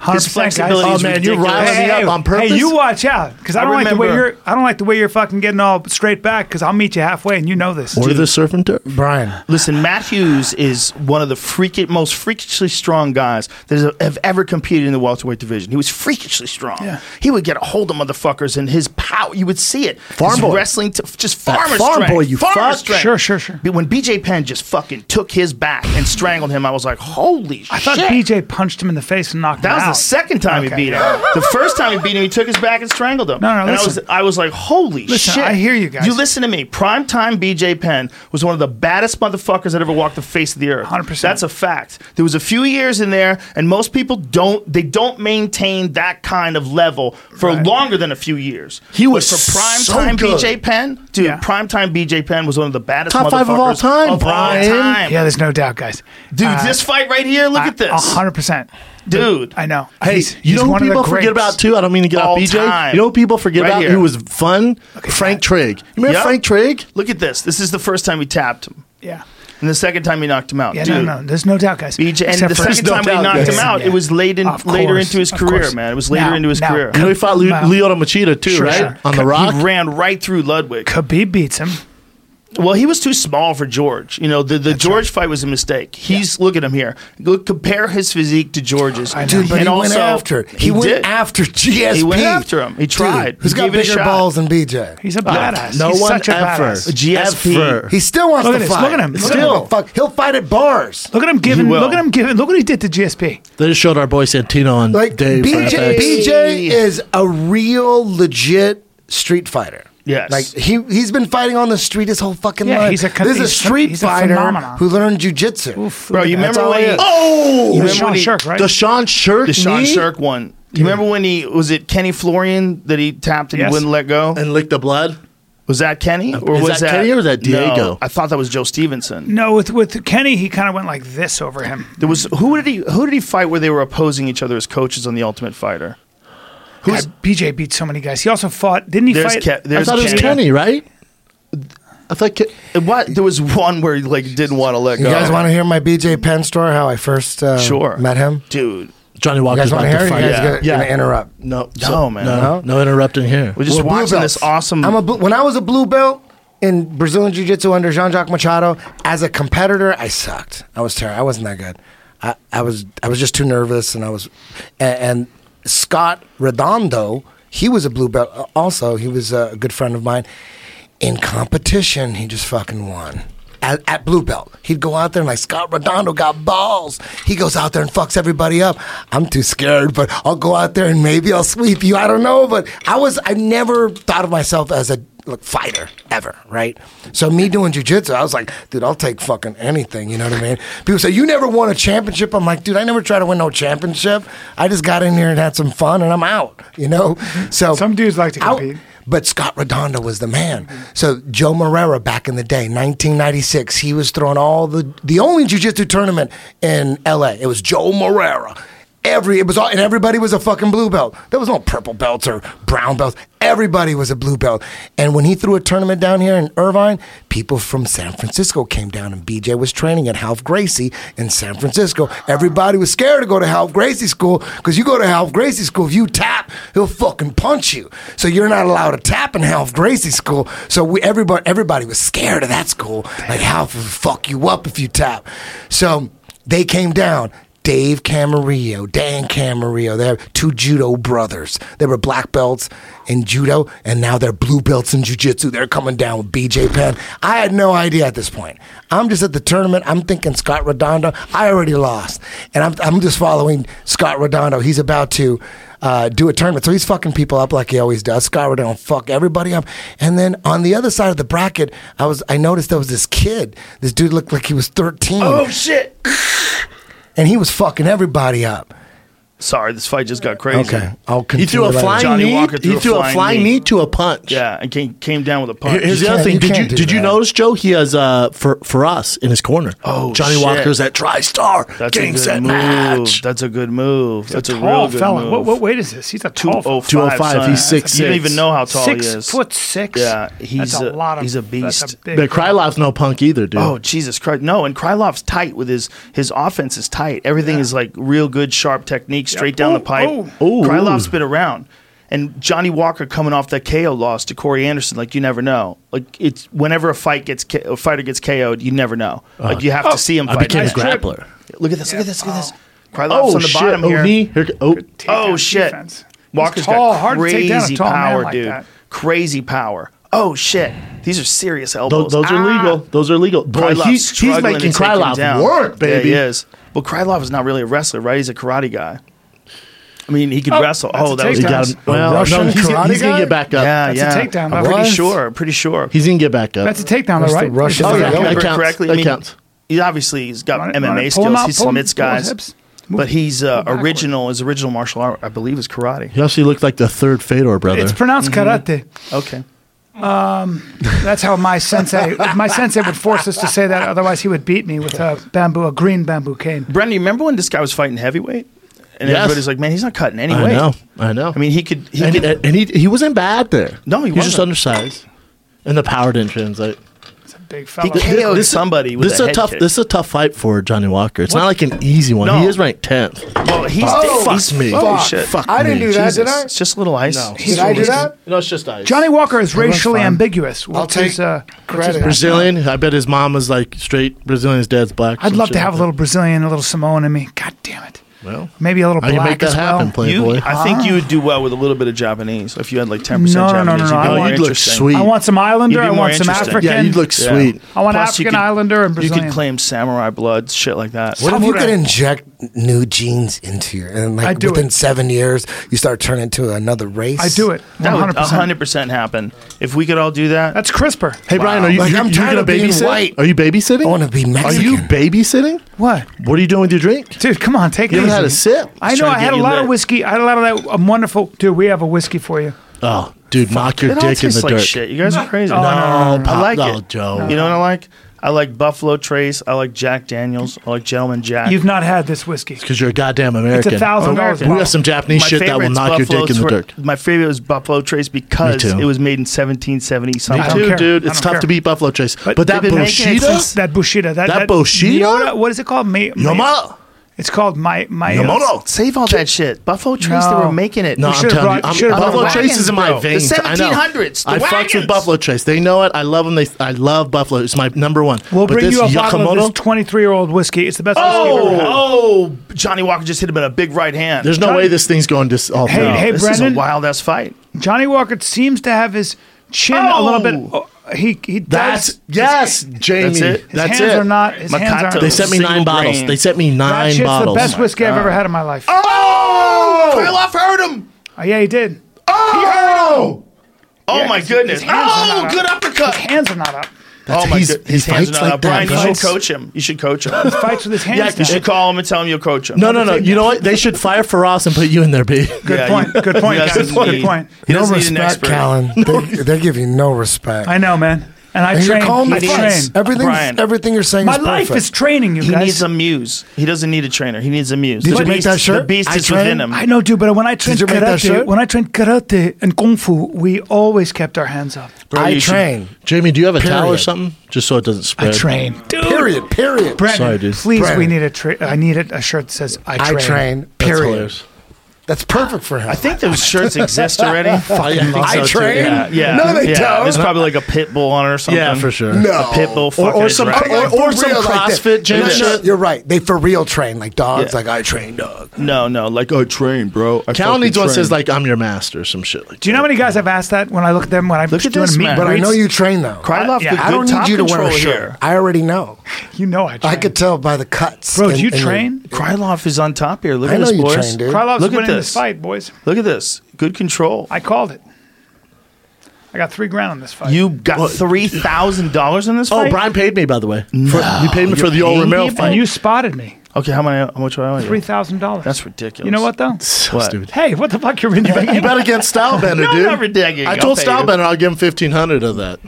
A: His
D: 100%, guys.
A: flexibility
D: Oh,
A: is
C: man, you're
A: ridiculous.
C: riling me up on purpose?
D: Hey, you watch out, because I
A: I
D: don't like the way
A: remember-
D: you're. I don't like the way you're fucking getting all straight back, because I'll meet you halfway, and you know this.
C: Or the surfing turf.
B: Brian,
A: Listen, Matt Hughes is one of the freakish, most freakishly strong guys that has- have ever competed in the welterweight division. He was freakishly strong. He would get a hold of motherfuckers, and his power, you would see it.
C: Farm
A: His
C: boy.
A: Wrestling to just
C: That
A: farmer
C: farm
A: strength.
C: boy, you
A: farmer
C: fuck.
A: strength.
D: Sure, sure, sure.
A: But when BJ Penn just fucking took his back and strangled him, I was like, holy
D: I thought
A: shit.
D: BJ punched him in the face and knocked
A: That
D: him
A: was
D: out.
A: the second time
D: Okay.
A: he beat him. The first time he beat him, he took his back and strangled him.
D: No, no,
A: and I was
D: listen.
A: I was like, holy
D: Listen,
A: shit.
D: I hear you guys.
A: You listen to me. Primetime BJ Penn was one of the baddest motherfuckers that ever walked the face of the earth.
D: 100%.
A: That's a fact. There was a few years in there, and most people don't they don't maintain that kind of level for
D: Right.
A: longer than a few years.
C: He
A: But
C: was
A: for
C: so
A: primetime
C: good.
A: BJ Penn, dude,
D: Yeah.
A: primetime BJ Penn was one of the baddest
C: Top five of all
A: motherfuckers
C: time,
A: of all
C: Brian.
A: time.
D: Yeah, there's no doubt, guys. Uh,
A: Dude, this fight right here, look at this.
D: hundred percent,
A: Dude.
D: I know.
C: Hey,
D: He's-
C: you
D: he's
C: know who
D: one of the
C: people forget
D: greats.
C: about too? I don't mean to get off
A: All
C: BJ.
A: time.
C: You know who people forget
A: Right
C: about
A: here.
C: who was fun? Frank Trigg. You remember
A: Yeah.
C: Frank Trigg?
A: Look at this. This is the first time we tapped him.
D: Yeah,
A: And the second time he knocked him out,
D: yeah.
A: dude.
D: No, no, there's no doubt, guys.
A: BJ, and
D: Except
A: the
D: for-
A: second
C: no
A: time we
C: doubt,
A: knocked
C: yes.
A: him out,
D: Yeah.
A: it was late in,
D: Of
A: later
D: course,
A: into his
D: of
A: career,
D: course.
A: man. It was later
D: Now,
A: into his
D: now,
A: career.
C: You know he fought Lu-
D: Wow.
C: Lyoto Machida too,
D: Sure,
C: right?
D: sure.
C: On the rock.
A: He ran right through Ludwig.
D: Khabib beats him.
A: Well, he was too small for George. You know, the, the George fight was a mistake. He's look at him here. Look, compare his physique to George's.
B: dude, but he went after. He, went
A: did.
B: after GSP.
A: He went after him. He tried.
B: Dude, who's
A: He
B: got
A: gave it a
B: bigger
A: shot.
B: balls than BJ?
D: He's a badass.
C: No
D: he's
C: one
D: such a
C: ever.
D: badass.
A: GSP.
C: Ever.
B: He still wants
D: Look at
B: to
D: this.
B: fight.
D: Look at him.
B: He
D: Look
B: still
D: at
B: won't fuck. He'll fight at bars.
D: Look at him giving.
A: will.
D: Look at him giving. Look what he did to GSP.
C: They just showed our boy Santino and
B: Like
C: Dave.
B: BJ,
C: Fairfax.
B: BJ is a real legit street fighter.
A: Yes.
B: like he he's been fighting on the street his whole fucking
D: Yeah,
B: life.
D: he's a con-
B: There's a
D: he's a-
B: street
D: he's a
B: fighter
D: phenomenon.
B: who learned jujitsu.
A: Bro, you
B: That's
A: remember
B: all
A: when
B: he
A: he,
B: is.
C: Oh,
D: He
A: remember
D: was Sean
A: when he-
D: Shirk, right?
C: the Sean Shirk,
A: the Sean
C: knee
A: Shirk one. Do you remember when he was it Kenny Florian that he tapped and
D: Yes.
A: he wouldn't let go?
C: and lick the blood.
A: Was that Kenny or
C: Is
A: was
C: that Kenny or was that
A: No,
C: Diego?
A: I thought that was Joe Stevenson.
D: No, with with Kenny, he kind of went like this over him.
A: There was who did he who did he fight where they were opposing each other as coaches on the Ultimate Fighter?
D: God, BJ beat so many guys. He also fought. Didn't he
A: There's
D: fight?
A: Ke-
C: I
A: there's
C: thought it was Kenny, right? I thought Ke-
A: And What there was one where he like didn't want to let
B: You
A: go.
B: guys want to hear my BJ Penn story? How I first uh,
A: sure
B: met him.
A: dude?
C: Johnny
B: You
C: Walker's
B: guys want
C: about
B: to hear? it?
C: to
B: You
C: fight.
B: guys
A: Yeah.
B: gonna,
A: Yeah.
B: gonna interrupt?
C: No,
A: No, Oh, man.
C: no, no interrupting here.
A: We're just
B: We're blue
A: watching
B: belts.
A: this awesome.
B: I'm a blue, when I was a blue belt in Brazilian Jiu Jitsu under Jean Jacques Machado as a competitor, I sucked. I was terrible. I wasn't that good. I, I was I was just too nervous, and I was and, and Scott Redondo, he was a blue belt. uh, Also, he was a good friend of mine. In competition, he just fucking won. at, at Blue Belt. He'd go out there and like Scott Redondo got balls. He goes out there and fucks everybody up. I'm too scared, but I'll go out there and maybe I'll sweep you. I don't know, but I was I never thought of myself as a like fighter ever, right? So me doing jujitsu, I was like, dude, I'll take fucking anything. You know what I mean? People say you never won a championship. I'm like, dude, I never try to win no championship. I just got in here and had some fun, and I'm out. You know? So
D: Some dudes like to
B: Out-
D: compete.
B: but Scott Redondo was the man. So Joe Morera back in the day, 1996, he was throwing all the the only jiu-jitsu tournament in LA. It was Joe Morera. Every it was all and everybody was a fucking blue belt. There was no purple belts or brown belts. Everybody was a blue belt. And when he threw a tournament down here in Irvine, people from San Francisco came down and BJ was training at Half Gracie in San Francisco. Everybody was scared to go to Half Gracie school because you go to Half Gracie school, if you tap, he'll fucking punch you. So you're not allowed to tap in Half Gracie school. So we everybody everybody was scared of that school. Like Half will fuck you up if you tap. So they came down. Dave Camarillo, Dan Camarillo, they're two judo brothers. They were black belts in judo, and now they're blue belts in jujitsu. They're coming down with BJ Penn. I had no idea at this point. I'm just at the tournament. I'm thinking Scott Redondo. I already lost, and I'm, I'm just following Scott Redondo. He's about to uh, do a tournament, so he's fucking people up like he always does. Scott Redondo fuck everybody up. And then on the other side of the bracket, I was I noticed there was this kid. This dude looked like he was 13,
A: shit!
B: and he was fucking everybody up.
A: Sorry, this fight just got crazy.
B: Okay, I'll
C: He
B: continue.
C: threw a
B: later.
C: flying
A: Johnny
C: knee.
A: Walker threw
C: he
A: a
C: threw
A: flying
C: a flying
A: knee.
C: knee to a punch.
A: Yeah, and came came down with a
C: Here-
A: punch.
C: Here's
B: You
C: the other
B: can't-
C: thing.
B: you
C: Did you
B: can't do
C: did you
B: that.
C: notice Joe? He has uh for for us in his corner.
A: Oh,
C: Johnny
A: shit.
C: Walker's at Tri Star.
A: That's a
C: Gang
A: good
C: set
A: move.
C: match.
A: That's a good move. That's a
D: tall
A: real good
D: fella.
A: move.
D: What, what weight is this? He's a tall fella.
A: 205.
C: 205,
A: son.
C: he's six
A: You don't
C: six.
A: even know how tall
D: six
A: he is.
D: foot six.
A: Yeah, he's
D: that's
A: a-
D: a, lot of.
A: he's a
D: That's a
A: beast.
D: big
C: But Krylov's no punk either, dude.
A: Oh Jesus Christ! No, and Krylov's tight with his his offense is tight. Everything is like real good, sharp technique, straight down the
D: Ooh,
A: pipe.
D: ooh.
C: Ooh.
A: Krylov's been around, and Johnny Walker coming off that KO loss to Corey Anderson, like you never know. Like it's whenever a fight gets K- a fighter gets KO'd, you never know. Like you have
D: oh.
A: to see him.
C: Uh, I
A: Fight.
C: became
A: Nice
C: a
A: trip.
C: grappler.
A: Look at this! Look at this! Look at this! Krylov's
C: Oh,
A: on the
C: shit.
A: bottom
C: oh,
A: here.
C: knee. Here go- oh,
A: Oh
D: takedown
A: shit!
D: defense. He's
A: Walker's
D: tall,
A: got
D: hard to take
A: crazy
D: down a tall man
A: power,
D: like
A: dude.
D: that.
A: Crazy power. Oh shit! These are serious
C: those,
A: elbows.
C: those are
A: Ah!
C: legal. Those are legal. Boy,
A: Krylov's
C: he's, he's
A: struggling to
C: making
A: take him down.
C: Krylov work, baby.
A: Yeah, he is. But Krylov is not really a wrestler, right? He's a karate guy. I mean, he could
D: Oh,
A: wrestle.
D: that's
A: Oh,
D: a
A: that was
C: He
D: takedown.
C: got him. Well,
B: Russian
C: no, he's, gonna-
B: karate
C: he's gonna
B: guy?
C: get back up.
A: yeah,
D: That's a
A: yeah.
D: takedown.
A: I'm
D: That
A: pretty
B: was-
A: sure. Pretty sure.
C: He's gonna get back up.
D: That's a takedown,
B: That's
D: though,
B: the
D: right?
B: Russian
A: Oh,
B: Yeah,
A: yeah,
B: that
A: remember
C: counts.
A: correctly.
C: That
A: I mean,
C: counts.
A: He obviously has got
D: Run it, run
A: MMA
D: it. Pull him
A: skills. he
D: out, pull him-
A: submits
D: pull his
A: guys,
D: hips. Move-
A: but he's uh,
D: move backward.
A: original. His original martial art, I believe, is karate.
C: He actually looked like the third Fedor brother.
D: It's pronounced
A: Mm-hmm.
D: karate.
A: Okay.
D: That's how my sensei my sensei would force us to say that. Otherwise, he would beat me with a bamboo, a green bamboo cane.
A: Brendan, you remember when this guy was fighting heavyweight, and
C: Yes.
A: everybody's like, "Man, he's not cutting any
C: I
A: weight."
C: know. I know.
A: I mean, he could. He
C: and,
A: could
C: and he uh, he wasn't bad there.
A: No, he
C: was just
A: wasn't.
C: undersized, and the power didn't translate.
D: It's a big
A: he
D: fellow.
A: KO'd somebody with
C: this is
A: a
C: a
A: head
C: tough.
A: kick.
C: This is a tough fight for Johnny Walker. It's not like an easy one. He
A: No.
C: is ranked tenth.
A: Well, he's
B: Oh,
A: he's-
C: fuck me.
A: Oh
B: Fuck.
A: shit!
C: Fuck
B: I didn't
C: me.
B: do that, did
A: Jesus.
B: I?
A: It's just a little ice. No.
B: Did I do that?
C: No, it's just eyes.
D: Johnny Walker is racially
B: fun.
D: ambiguous. Which
B: I'll take
D: is, uh, which is
B: credit.
D: bad.
C: Brazilian. I bet his mom was like straight Brazilian. His dad's black.
D: I'd
C: some
D: love to
C: shit
D: have a
C: like
D: little Brazilian, a little Samoan in me. God damn it.
C: that. Well,
D: Maybe a little
C: I
D: black
C: can make that
D: as well.
C: happen,
A: You,
C: Playboy.
A: I think you would do well with a little bit of Japanese. If you had like ten percent
D: No, no, no,
A: Japanese,
D: no,
A: you'd
D: no,
A: be
D: I
A: more
D: want-
C: you'd look
A: interesting.
C: sweet.
D: I want some Islander.
A: You'd be
D: I
A: more
D: want some
A: interesting.
D: African.
C: yeah, you'd look
A: Yeah.
C: sweet.
D: I want
A: Plus, you
D: African
A: could-
D: Islander and Brazilian.
A: You could claim samurai blood, shit like that.
B: What if you
D: Samurai.
B: could inject new genes into your and
D: I
B: like
D: do
B: within
D: it.
B: seven years you start turning into another race?
D: I do it.
A: That would
D: 100%.
A: 100 percent happen if we could all do that.
D: That's CRISPR.
C: Hey Brian, are you
B: Like,
C: you,
B: I'm
C: you
B: tired
C: gonna
B: of being
C: babysit?
B: white.
C: Are you babysitting?
B: I wanna be
C: Are you
B: Mexican.
C: babysitting?
D: What?
C: What are you doing with your drink?
D: Dude, come on, take
C: You
D: it
C: haven't
D: easy.
C: had a sip.
D: I
A: Just
D: know.
A: trying
D: I
A: to
D: had
A: get
D: a
A: you
D: lot of
A: lit.
D: whiskey. I had a lot of that um, wonderful. Dude, we have a whiskey for you.
C: Oh, dude, knock your
A: it all
C: dick in
A: tastes
C: the
A: like
C: dirt.
A: shit. You guys are crazy.
D: No, no, no,
C: no,
A: I
C: no.
A: like
C: No,
A: it.
C: Joe.
A: You know what I like? I like Buffalo Trace. I like Jack Daniels. I like Gentleman Jack.
D: You've not had this whiskey.
C: Because you're a goddamn American.
D: thousand dollars
C: We
D: bottle.
C: got some Japanese shit that will
A: favorite's
C: knock your dick in the
A: Buffalo
C: dirt.
A: Tra- My favorite was Buffalo Trace because
C: Me too.
A: it was made in 1770
C: Me
A: something.
D: don't
C: too,
D: care.
C: dude.
D: I
C: It's
D: don't
C: tough
D: care.
C: to beat Buffalo Trace. But,
A: they've
C: that
A: been making it
C: Bushida,
A: since-
D: That Bushida. That,
C: That Bushida?
D: Miura- what is it called? May, May-
C: Yoma,
D: It's called my my.
C: Yamoto.
A: Save all that shit. Buffalo Trace, they
D: No.
A: were making it.
C: No,
D: You
C: I'm
D: should've
C: telling you,
D: brought-
C: I'm,
D: you should've
C: Buffalo
D: brought the
C: Trace is in my
A: wagons, bro.
C: veins.
A: The
C: I know.
A: 1700s, the
C: I fucks with
A: wagons.
C: Buffalo Trace. They know it. I love them. They, I love Buffalo. It's my number one.
D: We'll
C: but
D: bring
C: this
D: you a bottle of this
C: Yakamoto,
D: twenty-three-year-old whiskey. It's the best whiskey I've ever had.
A: Oh, oh, Johnny Walker just hit him in a big right hand. Oh,
C: there's no way this thing's going to oh, all
D: Hey,
C: through.
D: hey,
A: this is
D: Brendan.
A: a wild ass fight.
D: Johnny Walker seems to have his chin a little bit.
A: Oh!
D: Oh, he he
C: That's
D: does,
C: yes, Jamie. That's
A: it?
C: it.
D: His hands are not. His hands
A: Makato.
D: aren't.
C: They sent me
A: Single
C: nine bottles.
A: grain.
C: They sent me
D: that
C: nine
D: shit's
C: bottles.
D: the best whiskey I've ever had in my life. Oh,
C: Oh,
A: Krylov heard him.
D: yeah, he did.
C: Oh,
A: Oh my
D: Yeah, 'cause his
A: goodness!
D: hands are
A: Oh,
D: not
A: good
D: up.
A: uppercut.
D: His hands are not up.
A: oh my
B: he's-
A: good.
B: he
A: His hands are
B: fights
A: not
B: like
A: up.
B: that,
A: Brian, you should
B: folks.
A: coach him. You should coach him.
D: Fights with his hands.
A: yeah, you
D: down.
A: should call him and tell him you'll coach him.
C: no, no, no. You know what? They should fire Faraz and put you in there, B.
D: Good
A: Yeah,
D: point.
A: you-
D: good point,
A: you
D: guys.
A: guys
D: Good
A: need-
D: point.
A: He
B: no
A: doesn't need an
B: respect,
A: expert.
B: Callan. They, they give you no respect.
D: I know, man. And I
B: and you're
D: train.
B: calling
D: I
B: the
D: train.
B: fuss. Everything,
A: Brian.
B: everything you're saying
D: My
B: is perfect.
D: life is training you
A: He
D: guys.
A: needs a muse. He doesn't need a trainer. He needs a muse.
B: Did
A: the
B: you make
A: beast,
B: that shirt?
A: The beast
B: I
A: is
B: trained-
A: within him.
D: I know, dude, but when I trained
B: you make that
D: karate,
B: shirt?
D: when I trained karate and kung fu, we always kept our hands up.
A: Bro,
B: I
A: you should-
B: train.
C: Jamie, do you have a towel or
B: Period.
C: something, just so it doesn't spread?
D: I train, dude.
B: Period. Period.
D: Brennan,
C: Sorry, dude.
D: please, we
B: Brennan.
D: need a tra- I need a, a shirt that says I
B: I
D: train.
B: train. That's
D: Period.
C: Hilarious.
B: That's perfect for him.
A: I think those shirts exist already.
C: I think
B: I
C: so, too.
B: train.
A: Yeah, yeah.
B: No, they
A: yeah.
B: don't.
A: There's probably like a pit bull on it or something.
C: Yeah, for sure.
B: No.
A: A pit bull
C: Or,
A: fucking
C: or some
A: a dragon.
C: or,
B: Like,
C: or
B: for
C: some
B: real, like
C: CrossFit
B: that.
C: gym
B: No, no,
C: shit.
B: You're right. They for real train like dogs.
A: Yeah.
B: Like I train dog.
A: No, no. Like I train, bro. I
C: Cal
A: fucking
C: needs one that
A: train.
C: says like I'm your master or some shit like.
D: Do you know how many guys I've asked that when I look at them when I'm
A: Look
D: just
A: at
D: doing
A: this,
D: meet
A: man.
D: and
B: But I
D: greets?
B: know you train though.
A: Krylov,
D: Yeah.
A: the
B: I
A: good
B: don't
A: top
B: need you to wear a
A: controller
B: shirt.
A: here.
B: I already know.
D: You know I train.
B: I could tell by the cuts.
D: Bro,
B: in-
D: do you
B: in the-
D: train?
A: Krylov is on top here. Look
B: I
A: at
B: know
A: this,
B: you
A: boys.
B: train, dude.
D: Krylov's
A: Look at
D: winning this.
A: this.
D: fight, boys.
A: Look at this. Good control.
D: I called it. I got three grand on this fight.
A: You got three thousand dollars in this
C: Oh,
A: fight.
C: Brian paid me by the way. For, you paid me
A: you
C: for the old
A: paid
C: Romero
A: him?
D: and
C: fight.
D: you spotted me.
A: Okay, how many? How much are I? owe
D: Three
A: you?
D: thousand dollars.
A: That's ridiculous.
D: You know what though?
C: So
A: What?
C: stupid.
D: Hey, what the fuck you're in your
C: You bet against Stylebender,
A: No,
C: dude.
A: not ridiculous.
C: I
A: I'll
C: told
A: pay you.
C: Stylebender I'll give him fifteen hundred of that.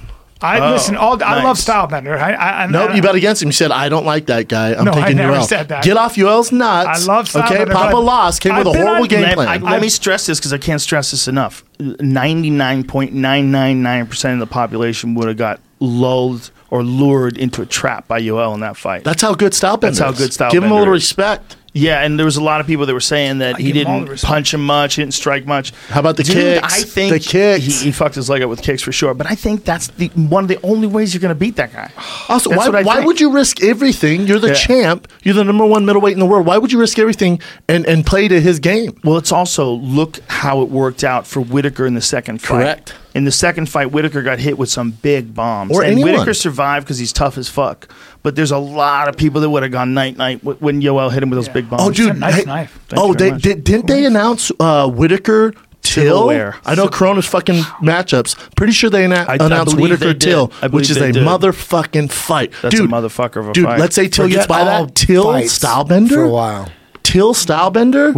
D: I listen. All I
A: nice.
D: love Stylebender. I, I, I,
C: Oh, Nope,
D: I,
C: you bet against him. You said I don't like that guy. I'm
D: No, I
C: taking
D: never
C: you out.
D: said that.
C: Get off Yoel's nuts.
D: I love
C: Okay,
D: Stylebender,
C: Papa
D: but-
C: Lost came with
D: I've
C: a
D: been
C: horrible
D: on-
C: game
A: Let, I-
C: plan.
A: let me stress this because I can't stress this enough. Ninety-nine point nine nine nine percent of the population would have got lulled or lured into a trap by Yoel in that fight.
C: That's how good Stylebender.
A: That's how
C: is.
A: good
C: Give him a little
A: Stylebender is.
C: respect.
A: yeah, and there was a lot of people that were saying that he
D: give him all the
A: didn't
D: respect.
A: punch him much, he didn't strike much.
C: How about the
A: Dude,
C: kicks?
A: I think
C: The kicks.
A: He, he fucked his leg up with kicks for sure. But I think that's the one of the only ways you're going to beat that guy.
C: Also,
A: That's what
C: why,
A: I
C: why
A: think.
C: would you risk everything? You're the
A: Yeah.
C: champ. You're the number one middleweight in the world. Why would you risk everything and, and play to his game?
A: Well, it's also look how it worked out for Whitaker in the second fight.
C: Correct.
A: In the second fight, Whitaker got hit with some big bombs,
C: Or
A: and
C: anyone.
A: Whitaker survived because he's tough as fuck. But there's a lot of people that would have gone night night wh- when Yoel hit him with those big bombs.
C: Oh, dude,
D: nice knife.
A: Thank
C: oh,
A: you very
C: they
A: much.
C: did, didn't they announce uh, Whitaker Till?
A: Tillware.
C: I know Corona's fucking matchups. Pretty sure they anna-
A: I- I
C: announced
A: believe they
C: Whitaker
A: did.
C: Till,
A: I believe
C: which is
A: they
C: a
A: did.
C: motherfucking fight.
A: That's a
C: dude,
A: motherfucker of a
C: dude,
A: fight.
C: let's say Till
B: Forget
C: gets by
B: all
C: that. Till
B: fights
C: Stylebender
B: for a while.
C: Till Stylebender.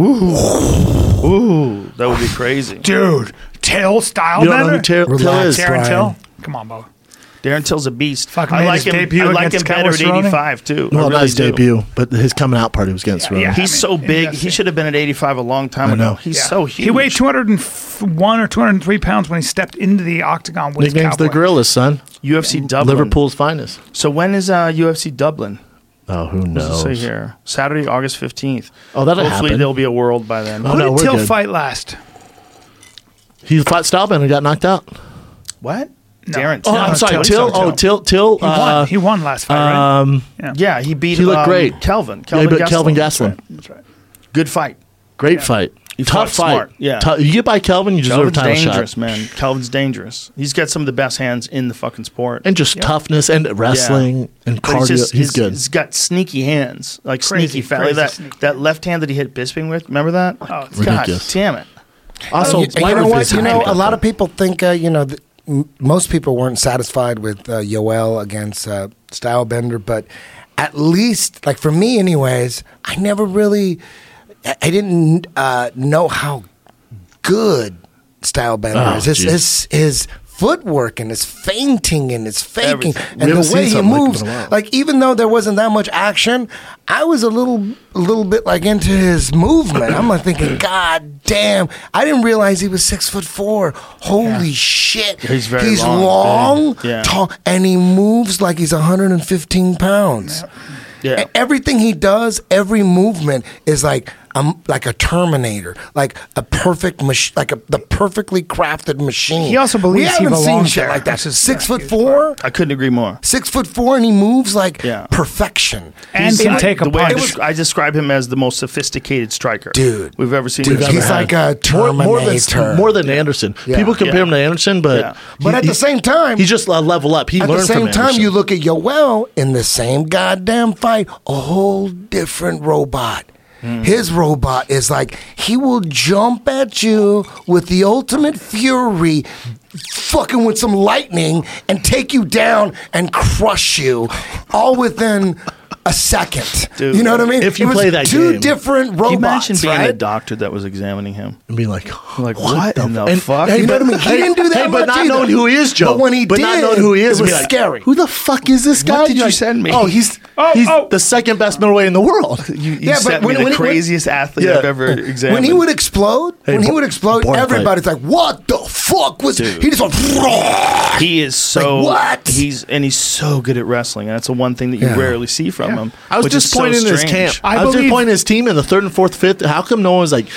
A: Ooh, that would be crazy.
D: dude. Till Stylebender.
C: You don't know who Till, Till
B: Relax,
C: is?
D: Darren
B: Brian.
D: Till. Come on, Bo.
A: Darren Till's a beast.
D: Fuck,
A: I
D: made
A: like
D: his
A: him.
D: debut
A: I like him
D: against
A: better at
D: Calderone.
A: 85 too. I
C: Well,
A: really
C: not his
A: do.
C: debut, but his coming out party was against Rona.
D: yeah.
A: He's
D: I
A: so
D: mean,
A: big.
D: yes,
A: He
D: yeah.
A: should have been at 85 a long time
C: know.
A: ago. He's
D: Yeah.
A: so huge.
D: He weighed 201 or 203 pounds when he stepped into the octagon with his
C: Nickname's
D: cowboy.
C: the Gorillas, son.
A: UFC Dublin.
C: Liverpool's finest.
A: So when is uh, UFC Dublin?
C: Oh, who knows?
A: Let's see here. Saturday, August 15th.
C: Oh, that'll
A: Hopefully
C: happen.
A: there'll be a world by then.
C: Oh,
D: Who
C: no,
D: did
C: we're
D: Till
C: good.
D: fight last?
C: He fought Stylebender and got knocked out.
A: What? Darren
C: Oh,
A: Till.
C: I'm sorry.
D: Till,
C: Till.
D: Till,
C: oh, Till. Till.
D: He won.
C: uh,
D: He won last fight, right?
C: um,
A: Yeah, he beat
C: He looked
A: um,
C: great.
A: Kelvin.
C: yeah,
A: Kelvin
C: but
A: Gastelum.
C: Kelvin Gastelum.
D: That's right.
A: Good fight.
C: Great fight. Tough
A: fought smart.
C: fight.
A: Yeah.
C: Tou- you get by Kelvin, you deserve
A: Kelvin's
C: a title
A: dangerous,
C: shot.
A: man. Kelvin's dangerous. He's got some of the best hands in the fucking sport.
C: And just toughness and wrestling and
A: But
C: cardio. He's,
A: just-
C: good.
A: He's got sneaky hands, like
D: Crazy,
A: sneaky fat.
D: crazy
A: like that
D: sneaky.
A: that left hand that he hit Bisping with. Remember that? Oh,
D: it's
C: ridiculous.
A: God damn it!
C: also,
B: And you, and
C: why
B: you know
C: would
B: what?
C: Oh, this
B: You know,
C: happen?
B: a lot of people think uh, you know. Th- m- most people weren't satisfied with uh, Yoel against uh, Stylebender, but at least, like for me, anyways, I never really, I, I didn't uh, know how good Stylebender
C: Oh,
B: is. His,
C: geez.
B: his his footwork and his feinting and his faking
A: Everything.
B: and
C: We haven't
B: the way
C: seen
B: he
C: something like
B: moves.
C: that in a while.
B: Like even though there wasn't that much action, I was a little a little bit like into his movement. I'm like thinking, God damn! I didn't realize he was six foot four. Holy shit!
A: He's very
B: he's
A: long,
B: long,
A: big. Yeah.
B: tall, and he moves like he's 115 pounds.
A: Yeah.
B: E- Everything he does, every movement is like I'm like a Terminator, like a perfect mach- like a, the perfectly crafted machine.
D: He also believes
B: we
D: he
B: haven't seen
D: belongs
B: shit
D: there,
B: like that.
D: which is
B: Six
D: the
B: foot
D: huge
B: four,
A: I couldn't agree more.
B: six foot four, and he moves like
A: Yeah.
B: perfection.
D: and can
A: I-
D: take a
A: the way I,
D: punch.
A: desc- I describe him as the most sophisticated striker,
B: Dude.
A: we've ever seen.
B: Dude,
A: We've
B: he's
A: ever had.
B: like a
C: More,
B: Terminator.
C: more than more than Anderson.
B: Yeah.
C: People compare
A: Yeah.
C: him to Anderson, but
A: Yeah.
B: But
C: he-
B: at the
C: he-
B: same time-
C: he's just a level up. He
B: at
C: learned
B: the same
C: from
B: time,
C: Anderson.
B: you look at Yoel in the same goddamn fight, a whole different robot.
C: Hmm.
B: His robot is like he will jump at you with the ultimate fury, fucking with some lightning, and take you down and crush you, all within a second.
A: Dude,
B: you know what I mean?
C: if you
B: It was
C: play that
B: two
C: game-
B: different
A: Can you
B: robots,
A: imagine being
B: right?
A: the doctor that was examining him.
C: and be like,
A: Like, what in the
C: and-
A: fuck?
C: hey,
B: You know
C: but-
B: what I mean? He
C: hey,
B: didn't do that
C: Hey, but
B: much
C: not
B: either.
C: knowing who he is, Joe.
B: But when he
C: but not
B: did,
C: knowing who he is,
B: it
C: be
B: was
C: like,
B: scary.
C: Who the fuck is this guy?
A: did
C: You're
A: you
C: like,
A: send me?
C: Oh, he's
D: Oh,
C: he's
D: oh.
C: the second best middleweight in the world.
A: You, you
B: Yeah,
A: set
B: but
A: me
B: when-
A: the
B: when- when-
A: craziest athlete
C: Yeah.
A: I've ever examined.
B: When he would explode,
C: Hey,
B: when he
C: bar-
B: would explode,
C: bar fight.
B: everybody's like, "What the fuck was?" He just went.
A: he is so
B: Like, what?
A: he's and he's so good at wrestling. And that's the one thing that you
B: Yeah.
A: rarely see from him.
C: I was
A: which is so
C: disappointed in his
A: strange.
C: camp. I, was
D: believe-
C: disappointed in his team in the third and fourth, fifth. How come no one was like,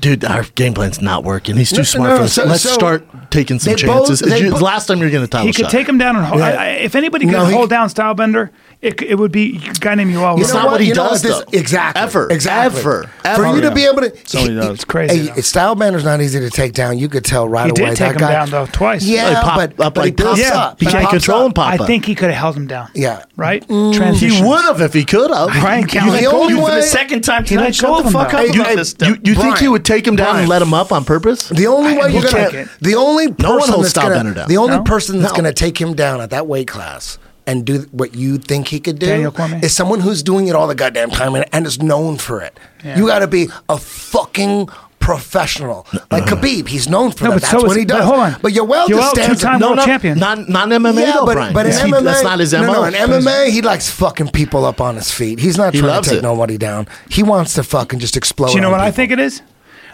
C: dude, our game plan's not working. He's too
B: No,
C: smart
B: no,
C: for us.
B: so-
C: Let's
B: so
C: start taking some
B: they both-
C: chances. It's
B: they
C: you-
B: bo-
C: last time you're going to title
D: he could
C: shot.
D: take him down and hold. I, I, if anybody could
B: No, he-
D: hold down Stylebender, it, c- it would be a guy named Yoel.
B: You
C: It's
B: know
C: not what he does,
B: This-
C: though.
B: Exactly.
C: Ever.
B: Exactly.
C: Ever.
B: For
C: Ever. Oh,
B: you to be able to.
A: So he does.
D: It's crazy,
B: Hey,
D: though.
B: it's style banner's not easy to take down. You could tell right
D: He did
B: away.
D: take
B: that
D: him
B: guy,
D: down, though, twice.
B: Yeah,
C: Like, pop
B: but,
C: up
B: but
C: like
B: he
C: this.
B: pops
D: Yeah.
B: up.
C: He can't
B: pops
C: control
B: up.
C: him, Papa. Mm.
D: I think he could have held him down.
B: Yeah.
D: Right?
C: He
D: Transition.
C: would have if he could have.
D: Brian Callen.
B: The only
A: For
B: way-
A: the second time
D: He
A: tonight,
D: let
A: shut
D: go
A: the
D: of him,
A: fuck
D: though.
A: up
D: Hey,
A: about
C: You,
A: this.
C: you, you think
B: Brian.
C: you would take him down and
B: Brian.
C: let him up on purpose?
B: The only way you're
D: will
B: gonna,
D: take it.
B: the only person
C: No one holds
B: that's
C: Style
B: gonna,
C: Bender down.
B: the only
D: No?
B: person that's
C: No.
B: gonna take him down at that weight class and do what you think he could do
D: Daniel Cormier.
B: is someone who's doing it all the goddamn time and, and is known for it.
D: Yeah.
B: You got to be a fucking professional, like Khabib. He's known for
D: No,
B: that.
D: but
B: That's
D: so is-
B: what he
D: but
B: does.
D: hold on.
B: But Yoel
D: Yoel,
B: just stands.
D: two-time
B: up.
D: world
C: not,
D: champion.
C: Not, not in MMA
B: yeah,
C: though,
B: but,
C: Brian.
B: but in
C: Is he-
B: MMA,
C: that's not his MO.
B: No, no, in MMA, he likes fucking people up on his feet. He's not
C: He
B: trying
C: loves
B: to take
C: it.
B: nobody down. He wants to fucking just explode.
D: Do you know
B: on
D: what I
B: people.
D: think it is?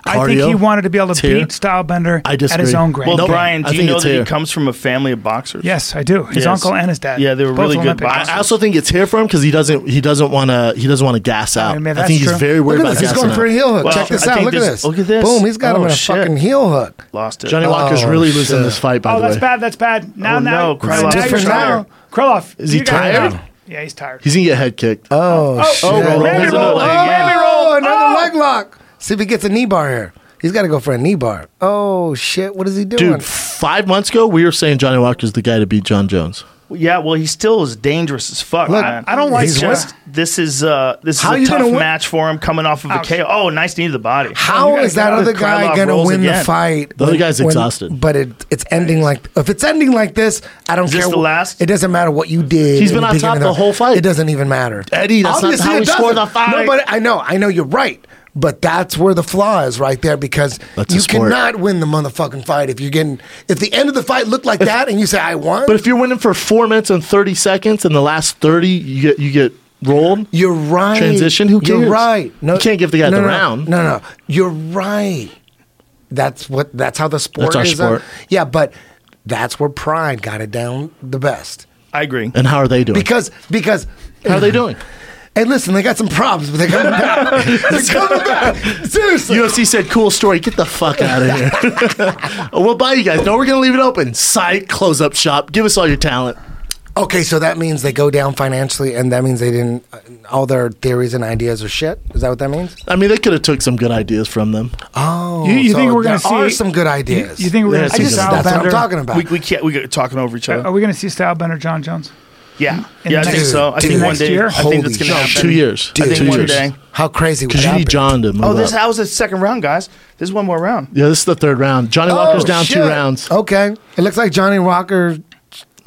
D: I think
C: Cardio.
D: he wanted to be able to
C: It's here.
D: beat Stylebender
C: I
D: at his
C: disagree.
D: own grade.
A: Well,
C: Nope.
A: Brian,
C: I
A: do you
C: think
A: know
C: it's
A: that
C: here.
A: he comes from a family of boxers?
D: Yes, I do. His
A: Yes.
D: uncle and his dad.
A: Yeah, they were
D: Both
A: really good
D: Olympic
A: boxers.
D: boxers.
C: I also think it's here for him because he doesn't. He doesn't want to. He doesn't want to gas out. I,
D: I mean,
C: think
D: that's
C: he's
D: true.
C: very
B: Look
C: worried
B: at
C: about
B: this. He's
C: gassing
B: going
C: out.
B: for a heel hook.
A: Well,
B: Check this
A: I
B: out.
A: think
B: Look at
A: this-
B: this.
A: look at this.
B: Boom. He's got
A: Oh,
B: him in a
A: shit.
B: fucking heel hook.
A: Lost it.
C: Johnny
A: Oh,
C: Walker's
B: Oh,
C: really losing
B: shit.
C: this fight. By
D: Oh,
C: the way,
D: that's bad. That's bad. Now,
A: Oh,
D: now,
A: no, Krylov's
D: now you're
B: different
D: tired.
B: now.
D: Krylov.
C: Is he
D: you got it.
C: tired?
D: Yeah, he's tired.
C: he's gonna get head kicked.
B: Oh, shit.
A: oh, roll.
D: Rammy
A: There's another
D: roll.
A: leg,
D: Oh,
A: yeah.
D: Rammy roll.
B: Oh, another
D: Oh.
B: leg lock. See if he gets a knee bar here. He's got to go for a knee bar. Oh, shit. What is he doing?
C: Dude, five months ago we were saying Johnny Walker's the guy to beat John Jones.
A: Yeah, well, he still is dangerous as fuck.
B: Look,
A: man.
B: I don't like
A: It's
B: that.
A: just this is uh this
B: How
A: is
B: you
A: a tough
B: gonna win-
A: match for him coming off of
D: Ouch.
A: a KO. Oh, nice knee to the body. Oh,
B: How
A: You
B: is that
A: gotta
B: other
A: go.
B: guy
A: Krylov
B: going to
A: rolls
B: win the
A: again.
B: fight?
C: The other
B: when-
C: guy's
B: when-
C: exhausted.
B: But it, it's ending like if it's ending like this, I don't
A: this
B: care.
A: the
B: what-
A: last?
B: It doesn't matter what you did.
C: He's
B: in
C: been on
B: beginning
C: top
B: of
C: the whole fight.
B: It doesn't even matter.
C: Eddie, that's not how
B: it
C: he
B: doesn't.
C: scored the fight.
B: No, but I know, I know you're right. But that's where the flaw is right there because
C: That's a
B: you
C: sport.
B: cannot win the motherfucking fight if you're getting if the end of the fight looked like that and you say I won.
C: But if you're winning for four minutes and thirty seconds, and the last thirty you get you get rolled,
B: You're right.
C: Transition? Who
B: You're
C: cares?
B: right.
C: You can't give the guy
B: no,
C: the
B: no,
C: round.
B: No, no. You're right. That's what. That's how the sport
C: That's our
B: is. uh,
C: sport.
B: yeah, but that's where Pride got it down the best
A: I agree.
C: and how are they doing?
B: because because.
C: how are they doing?
B: Hey, listen, they got some problems, but they're coming back. they're coming back. Seriously.
C: UFC said, "Cool story. Get the fuck out of here. we'll buy you guys. No, we're gonna leave it open. Site, close up shop. Give us all your talent.
B: Okay, so that means they go down financially, and that means they didn't. uh, All their theories and ideas are shit. Is that what that means?
C: I mean, they could have took some good ideas from them.
B: Oh,
D: You, you
B: so
D: think we're
B: there
D: going to see?
B: are some good ideas?
D: You, you think we're
C: Yeah,
D: going to
B: I
D: see
B: just,
C: Style
B: that's what I'm
D: Stylebender?
B: talking about.
A: We, we can't we get talking over each other.
D: Are we going to see Stylebender John Jones?
A: yeah,
D: in
A: yeah, I
D: the
A: think
D: next-
A: so. I
B: dude,
A: think one
D: next
A: day.
D: year?
A: I think that's
B: Holy
A: gonna
B: shit.
A: happen.
C: Two years.
A: I think
C: Two
A: one
C: years.
A: day.
B: How crazy would
C: Because you
B: that
C: need
B: be?
C: John to move
A: Oh, this
C: up.
A: that was the second round, guys. This is one more round.
C: yeah, this is the third round. Johnny Walker's down
B: Oh, shit. Oh,
C: two rounds.
B: Okay. It looks like Johnny Walker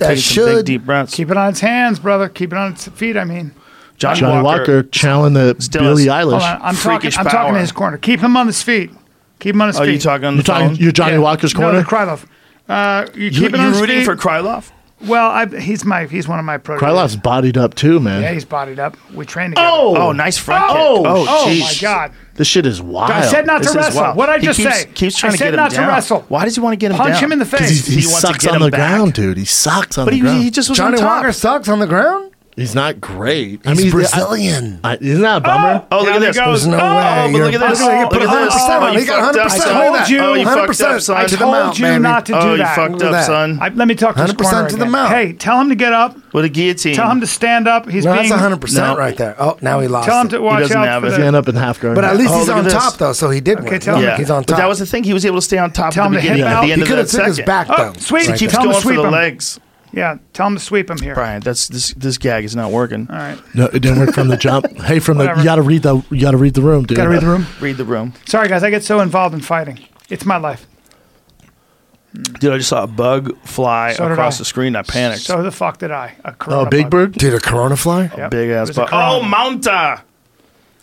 B: uh,
A: Taking some big
B: should.
A: deep breaths.
D: Keep it on its hands, brother. Keep it on its feet, I mean.
A: Johnny,
C: Johnny Walker, challenging the
A: Still
C: Billie
A: is-
D: Hold on.
C: Eilish.
D: I'm talking,
A: Freakish
D: I'm talking
A: power.
D: to his corner. Keep him on his feet. Keep him on his
A: Oh,
D: feet.
A: you talking on the
C: You're talking.
A: phone?
C: You're Johnny
D: Yeah.
C: Walker's
D: No,
C: corner.
D: the Krylov. Uh, you,
A: you,
D: keep it on
A: you're
D: his
A: rooting
D: feet.
A: for Krylov?
D: Well, I, he's my he's one of my pro.
C: Krylov's bodied up too, man.
D: Yeah, he's bodied up. We trained together.
A: Oh, nice front
C: Oh,
A: kick.
D: oh my
C: jeez.
D: God!
C: This shit is wild.
D: I said not
A: This
D: to
A: is
D: wrestle.
A: wild.
D: What I
A: He
D: just
A: keeps,
D: say?
A: Keeps trying
D: I
A: to
D: said
A: get him
D: not
A: down.
D: to wrestle.
A: Why does he want to get him
D: Punch
A: down?
D: him in the
C: 'Cause
D: face.
C: He, he
A: He wants to
C: sucks
A: get
C: on
A: him
C: the
A: back.
C: ground, dude. He sucks on
A: But
C: the
A: he,
C: ground.
A: he just was
B: Johnny
A: on top.
B: Walker sucks on the ground?
C: He's not great.
B: He's Brazilian.
C: I, isn't that a bummer?
A: Oh, look
D: There
A: at
D: he
A: this.
D: goes.
B: There's no way.
D: Oh,
A: but look at this.
B: Look at
A: Look at this. Oh,
B: this.
A: you
B: He got
A: fucked
B: 100%.
A: up, son.
B: Look at that.
D: Oh, you
A: fucked up,
B: 100%.
A: son. I
B: To the
D: told
B: mouth,
D: you
B: baby.
D: not to do
A: Oh, you
D: that.
A: fucked
B: Look
A: up,
B: at that.
A: son.
D: I, let me talk to his
B: 100%
D: corner
B: to the
D: again.
B: mouth.
D: Hey, tell him to get up.
A: What a guillotine.
D: Tell him to stand up. He's
B: No,
D: being
B: that's 100%
A: No.
B: right there. Oh, now he lost.
D: Tell him
B: it.
D: to watch
A: doesn't
D: out
A: have
D: for
A: it.
C: Does he
D: the,
C: end up in half guard?
B: But at least
A: Oh,
B: he's
A: look
B: on
A: at
B: top,
A: this.
B: though, so he did win.
D: tell him.
B: Look,
A: Yeah.
B: He's on
A: But
B: top.
A: that was the thing. He was able to stay on top
D: Tell
A: at
D: him
A: the
D: to hip
A: beginning. At
D: out.
A: the end
B: he
A: of
B: could have
A: that
B: took his
A: second.
B: back,
D: Oh,
B: though.
D: sweet.
A: He
D: Right.
A: keeps
D: Tell him to
A: going for
D: sweep
A: the
D: him.
A: legs.
D: Yeah, tell him to sweep him here.
A: Brian, that's this this gag is not working.
D: All right.
C: no, it didn't work from the jump. Hey, from the
D: Whatever.
C: you gotta read the you gotta read the room, dude.
D: Gotta read the room.
A: Read the room.
D: Sorry, guys. I get so involved in fighting. It's my life.
A: Dude, I just saw a bug fly
D: So did
A: across
D: I.
A: the screen. I panicked.
D: So the fuck did I? A
C: Oh,
D: corona
C: Big
D: bug.
C: Bird.
B: Dude, a Corona fly?
D: Yep.
A: Big ass
D: It was a
A: bug.
D: corona.
A: Oh, Mounta.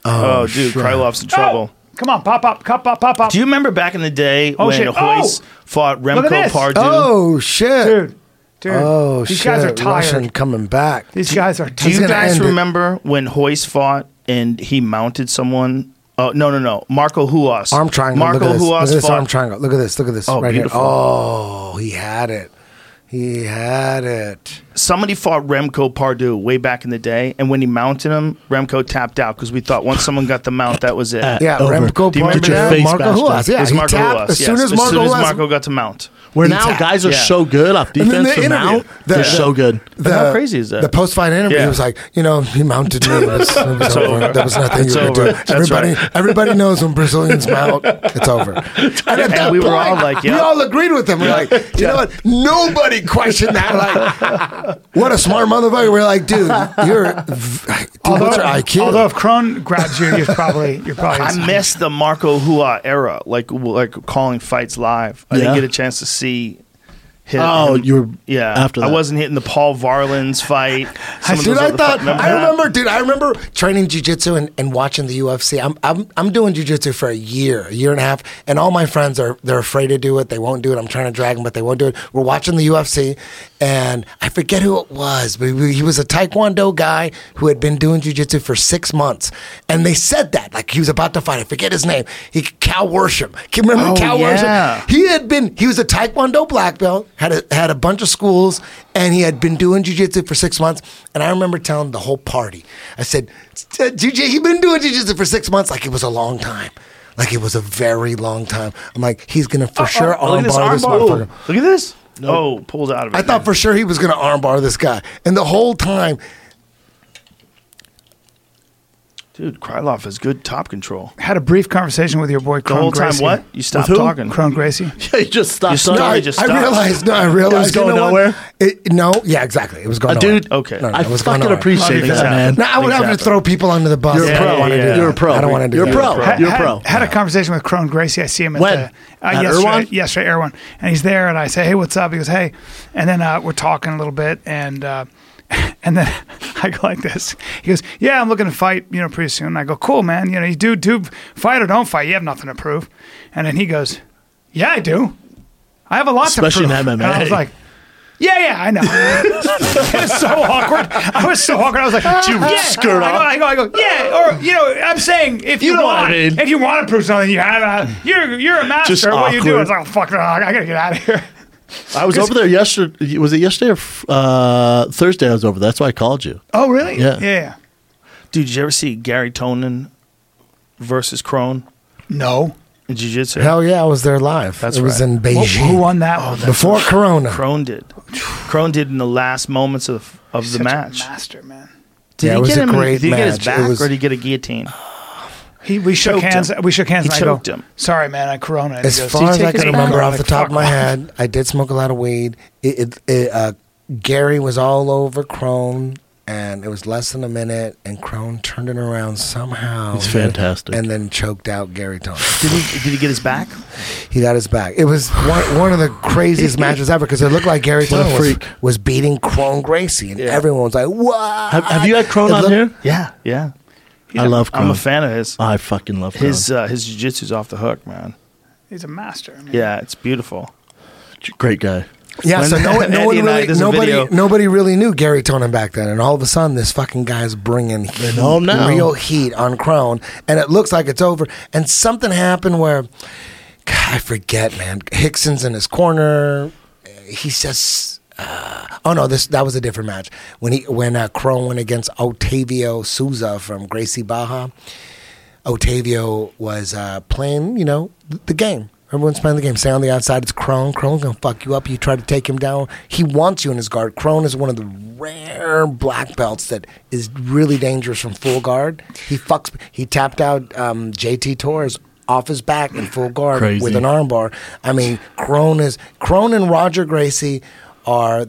A: Oh, dude, Krylov's in
D: Oh,
A: trouble.
D: Come on, pop up, pop up, pop up.
A: Do you remember back in the day
D: Oh,
A: when
D: shit.
A: Hoist
D: Oh!
A: fought
D: at
A: Remco
D: this.
A: Pardew?
B: Oh, shit.
D: dude, dude.
B: Oh,
D: these
B: shit.
D: guys are tired.
B: Russian coming back.
D: These guys are
A: Do
D: tired.
B: He's
A: you
B: gonna
A: guys
B: end it.
A: remember when Hoist fought and he mounted someone? Oh no, no, no, Marco Huas.
B: Arm triangle.
A: Marco
B: look at this. Look at
A: Huas
B: this
A: fought.
B: arm triangle. Look at this. Look at this.
A: Oh,
B: right
A: beautiful.
B: here. Oh, he had it. He had it.
A: Somebody fought Remco Pardew way back in the day, and when he mounted him, Remco tapped out because we thought once someone got the mount, that was it.
B: Yeah,
C: Over.
B: Remco
C: Do you remember
B: pointed
C: your
B: out
C: face,
B: Marco
C: bastard?
B: Huas. Yeah,
A: It was
B: he
A: Marco
B: tapped
A: Huas,
B: as soon
A: yes.
B: as Marco Huas.
A: Marco got to mount.
C: Where
B: He
C: now
B: tapped.
C: guys are
A: Yeah.
C: so good off
B: then
C: defense
B: they
C: from now.
B: interview.
C: They're
B: The-
C: so good.
B: the,
A: How crazy is that?
B: The post-fight interview
A: Yeah.
B: was like, you know, he mounted me. It was, it was
A: It's
B: over.
A: over.
B: There was nothing
A: It's
B: you could
A: over.
B: do.
A: That's
B: Everybody,
A: right.
B: everybody knows when Brazilians mount, it's over. And, at
A: And
B: that
A: we were
B: point,
A: all like,
B: we
A: yeah.
B: all agreed with them. We're like, you know what? Nobody questioned that. Like, what a smart motherfucker. We're like, dude, you're, dude, what's your IQ?
D: although if Crone grabs you, you're probably you're probably.
A: I miss the Marco Hua era, like like calling fights live. I
C: Yeah.
A: didn't get a chance to see. Him.
C: Oh, you were
A: yeah.
C: after
A: I
C: that.
A: wasn't hitting the Paul Varlins fight. Some of
B: Dude,
A: those
B: I
A: other
B: thought
A: fi-
B: I
A: that?
B: remember. Dude, I remember training jujitsu and, and watching the UFC. I'm I'm I'm doing jujitsu for a year, a year and a half, and all my friends are they're afraid to do it. They won't do it. I'm trying to drag them, but they won't do it. We're watching the UFC, and I forget who it was, but he he was a Taekwondo guy who had been doing jujitsu for six months, and they said that like he was about to fight. I forget his name. He Cal Worsham. Can you remember
A: Oh,
B: Cal
A: yeah.
B: Worsham? He had been he was a Taekwondo black belt, had a, had a bunch of schools, and he had been doing jujitsu for six months. And I remember telling the whole party, I said, uh, "Jujitsu, he's been doing jujitsu for six months, like it was a long time, like it was a very long time." I'm like, he's gonna for sure
A: Oh, Look at this
B: armbar this
A: armbar.
B: motherfucker.
A: Look at this. Oh, pulled out of it.
B: I thought for sure he was gonna armbar this guy, and the whole time,
A: dude, Krylov has good top control.
D: had a brief conversation with your boy
A: The
D: Crone
A: whole time,
D: Gracie.
A: what? You stopped
C: who?
A: talking.
D: Crone Gracie.
C: Yeah, you just stopped.
A: You stopped.
B: no,
A: Sorry,
B: I,
A: just
B: I
A: stopped.
B: realized, no, I realized
C: going
B: you know what?
C: nowhere?
B: It, no, yeah, exactly, it was going nowhere.
C: Uh, Dude,
A: Okay.
B: No, no,
C: I
B: it was going
C: fucking
B: nowhere.
C: appreciate
A: Nothing's
C: that, man.
A: happened.
B: No, I would
A: Things
B: have to
A: happen.
B: throw people under the bus.
C: You're a
B: I don't
C: pro.
B: wanna do
A: Yeah,
B: that.
A: You're a
C: pro.
B: I don't want to do
C: You're a
B: that.
C: pro.
D: Had,
C: You're a
D: had-
C: pro.
D: Had a conversation with Crone Gracie. I see him at
C: When?
D: the uh,
C: At
D: yesterday,
C: Irwan?
D: yesterday, Irwan, and he's there, and I say, "Hey, what's up?" He goes, "Hey," and then uh, we're talking a little bit, and uh, and then I go like this. He goes, "Yeah, I'm looking to fight, you know, pretty soon." And I go, "Cool, man. You know, you do do fight or don't fight. You have nothing to prove." And then he goes, "Yeah, I do. I have a lot
C: Especially
D: to prove."
C: in MMA.
D: And I was like. Yeah, yeah, I know. it was so awkward. I was so awkward. I was like,
C: You
D: yeah.
C: skirt
D: I go,
C: off.
D: I go, I go, yeah. Or you know, I'm saying if you,
C: You know what I
D: want,
C: mean.
D: if you want to prove something, you have. A, you're you're a master.
C: Just
D: at what you do?
C: awkward.
D: It's like, oh, fuck, no, I gotta get out of here.
C: I was over there yesterday. Was it yesterday or uh, Thursday? I was over. there. That's why I called you.
D: Oh, really?
C: Yeah.
D: Yeah.
A: Dude, did you ever see Gary Tonin versus Crone
D: No.
A: in Jiu Jitsu?
B: Hell yeah, I was there live.
A: That's
B: it was
A: right.
B: in
D: Who-
B: Beijing
D: who won that one?
B: before Corona.
A: Crone did. Crone did in the last moments of, of the
D: Such a
A: match.
D: master, man.
A: Did
B: Yeah,
A: he
B: it was
A: get
B: a
A: him?
B: great
A: did he get his
B: match. It
A: back
B: was-
A: or did he get a guillotine?
D: He, we shook
A: choked
D: hands.
A: him.
D: We shook hands.
A: He
D: and I go,
A: choked him.
D: Sorry, man. I corona. And he
B: As
D: goes,
B: far
D: "Did
B: as
D: you
B: I
D: take his
B: can
D: back?"
B: remember off
D: I'm
B: the
D: like,
B: top of
D: "Fuck
B: my
D: off."
B: head, I did smoke a lot of weed. It, it, it, uh, Gary was all over Crone, and it was less than a minute, and Crone turned it around somehow.
C: He's fantastic.
B: And then choked out Gary Tony.
A: Did he, did he get his back?
B: He got his back. It was one, one of the craziest matches ever because it looked like Gary
C: What a
B: Tony was,
C: freak.
B: was beating Crone Gracie, and everyone was like, "What?"
C: Have, have you had Crone
B: It
C: on
B: looked-
C: here?
A: Yeah, yeah. Uh,
C: I love Crone.
A: I'm a fan of his.
C: I fucking love Crone.
A: His uh, his jiu jitsu's off the hook, man.
D: He's a master. I mean,
A: Yeah, it's beautiful.
B: uh,
C: great guy.
B: Yeah,
A: When
B: so no, one- no
A: Andy
B: one
A: and I-
B: really,
A: there's a video.
B: nobody, nobody really knew Gary Tonin back then, and all of a sudden, this fucking guy's bringing heat,
C: know him now.
B: real heat on Crone, and it looks like it's over. And something happened where, God, I forget, man. Hickson's in his corner. He says, uh, Oh no, this that was a different match. When he when uh, Crone went against Otavio Souza from Gracie Baja, Otavio was uh, playing, you know, th- the game. Everyone's playing the game. Stay on the outside. It's Crone. Crone's gonna fuck you up. You try to take him down. He wants you in his guard. Crone is one of the rare black belts that is really dangerous from full guard. He fucks. He tapped out um, JT Torres off his back in full guard
C: Crazy.
B: with an armbar. I mean, Crone is Crone and Roger Gracie are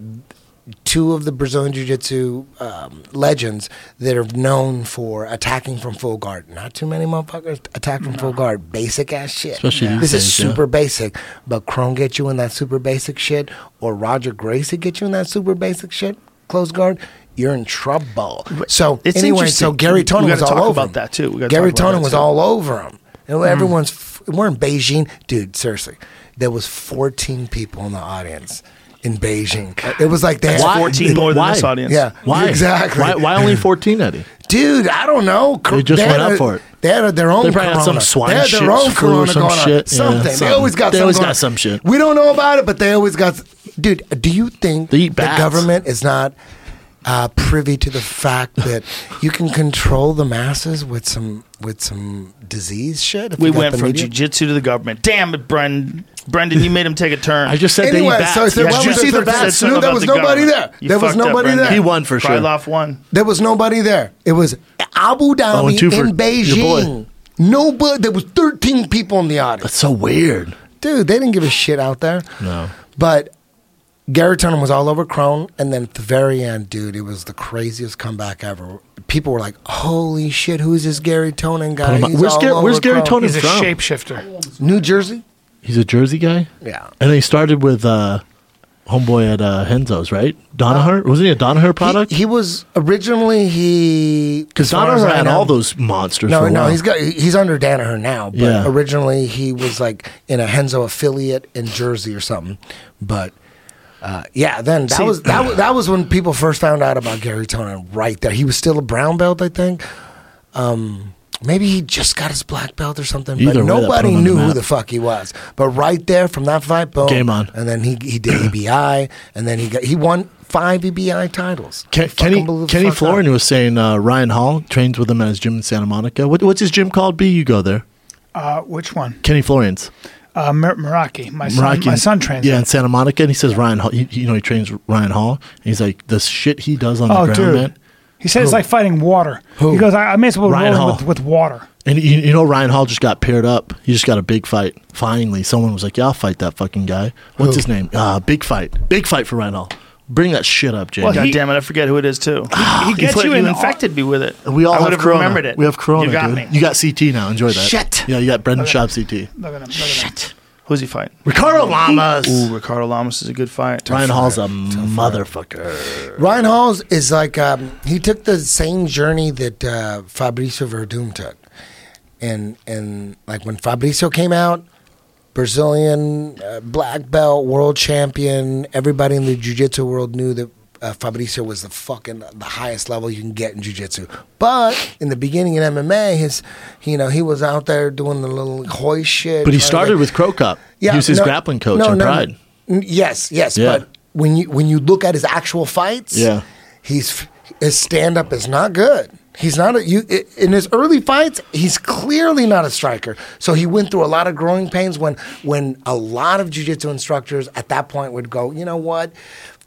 B: two of the Brazilian Jiu-Jitsu um, legends that are known for attacking from full guard. Not too many motherfuckers attack from full guard. Basic ass shit.
C: Especially these
B: this is
C: days, yeah.
B: super basic, but Crone gets you in that super basic shit, or Roger Gracie gets you in that super basic shit. Close guard. You're in trouble. So
A: It's
B: anyway, so
A: interesting.
B: Gary
A: We- we
B: Tonin was
A: gotta
B: all
A: talk
B: over
A: about
B: him.
A: that, too. We gotta
B: Gary
A: talk about
B: Tonin
A: that,
B: was
A: too.
B: all all over them. And
C: Mm.
B: Everyone's f- we're in Beijing, dude. Seriously, there was 14 people in the audience in Beijing. It was like they had
A: Why? 14 more than this audience.
B: Yeah,
C: Why
B: exactly.
C: Why, why only fourteen, Eddie?
B: dude. I don't know. Cor-
C: They just
B: had
C: went up
B: a-
C: for it.
B: They had a, their own.
C: They probably had
B: corona.
C: some swine
B: They had their
C: shit,
B: own
C: flu or
B: corona
C: some
B: going on.
C: shit. Yeah,
B: Something. They
C: something.
B: always got.
C: They
B: something
C: always
B: going
C: got
B: on.
C: some shit.
B: We don't know about it, but they always got. Dude, do you think
C: They eat
B: the
C: bats.
B: government is not? Uh, privy to the fact that you can control the masses with some with some disease shit. if
A: We
B: you got
A: went
B: the
A: from
B: media?
A: jujitsu to the government. Damn it, Brendan. Brendan, you made him take a turn.
C: I just said
B: anyway,
C: they eat bats.
B: so I said,
A: Yeah,
B: why
A: you
B: was
A: see
B: it
A: the
B: for
A: bats?
B: bats? No, there was nobody there.
A: You
B: there was
A: fucked up,
B: nobody
A: Brendan.
B: there.
C: He won for sure.
A: Krylov won.
B: There was nobody there. It was Abu
C: Oh, and
B: Dhabi
C: two for
B: in
C: your boy.
B: Beijing. Nobody. There was 13 people in the audience.
C: That's so weird.
B: Dude, they didn't give a shit out there.
C: No.
B: But Gary Tunham was all over Crone, and then at the very end, dude, it was the craziest comeback ever. People were like, "Holy shit, who's this Gary Tonin guy?" He's
C: Where's
B: all
C: Gary-
B: over
C: where's Gary
B: Crone."
C: Tonin?
D: He's a
C: Trump.
D: shapeshifter.
B: New Jersey.
C: He's a Jersey guy.
B: Yeah.
C: And he started with uh, homeboy at uh, Henzo's, right? Donaher wasn't he a Donaher product?
B: Uh, He, he was originally he
C: Because
B: as far as
C: Donaher
B: I
C: had all
B: know-
C: those monsters.
B: No,
C: for a
B: no,
C: while.
B: he's got he's under Danaher now. But
C: Yeah.
B: originally he was like in a Henzo affiliate in Jersey or something. But uh, yeah, then that
A: See-
B: was that was that was when people first found out about Gary Tonin. Right there, he was still a brown belt, I think. Um, maybe he just got his black belt or something.
C: Either way, that
B: but nobody
C: put him on the
B: knew who
C: map.
B: the fuck he was. But right there from that fight, boom,
C: Game on.
B: And then he he did EBI, and then he got he won five EBI titles.
C: Ken,
B: Fucking
C: Kenny
B: blew the
C: Kenny
B: fuck up.
C: Florin was saying uh, Ryan Hall trains with him at his gym in Santa Monica. What, what's his gym called? B, you go there.
D: Uh, which one?
C: Kenny Florin's.
D: Uh, Mer- Meraki. My son.
C: Meraki-
D: My son trains.
C: Yeah,
D: him.
C: in Santa Monica, and he says Ryan Hall. He, he- you know, he trains Ryan Hall. And he's like the shit he does on the
D: Oh,
C: ground,
D: dude.
C: man.
D: He said it's like fighting water.
B: Who?
D: He goes, I, I may as well
C: Ryan
D: roll
C: Hall.
D: him with, with water.
C: And you, you know, Ryan Hall just got paired up. He just got a big fight. Finally, someone was like, "Yeah, I'll fight that fucking guy." What's his name? Uh, big fight. Big fight for Ryan Hall. Bring that shit up, Jay.
D: Well,
A: God
D: he-
A: damn it, I forget who it is too.
B: Ah,
D: He gets
A: put-
D: you in
A: infected me with it.
C: we all
A: I
C: have
A: would've
C: corona.
A: remembered it.
C: We have Corona.
A: You got
C: dude.
A: me.
C: You got CT now. Enjoy that.
A: Shit.
C: Yeah, you got Brendan Schaub CT.
D: Look at him. Look at him.
A: Who's he fighting?
C: Ricardo Lamas.
A: Ooh, Ricardo Lamas is a good fight.
C: Ryan Hall's a motherfucker.
B: Ryan Halls is like um, he took the same journey that uh, Fabrizio Verdum took, and and like when Fabrizio came out, Brazilian uh, black belt world champion, everybody in the jiu-jitsu world knew that uh, Fabrizio was the fucking the highest level you can get in jiu-jitsu. But in the beginning in MMA, his you know he was out there doing the little hoy shit.
C: But he
B: trying to
C: started
B: get-
C: with Crow Cup. he was his
B: no-
C: grappling coach
B: no,
C: in
B: no,
C: Pride.
B: n- Yes, yes,
C: Yeah.
B: but when you when you look at his actual fights,
C: Yeah.
B: he's f- his stand up is not good. He's not a, you i- in his early fights. He's clearly not a striker. So he went through a lot of growing pains when when a lot of jujitsu instructors at that point would go, you know what,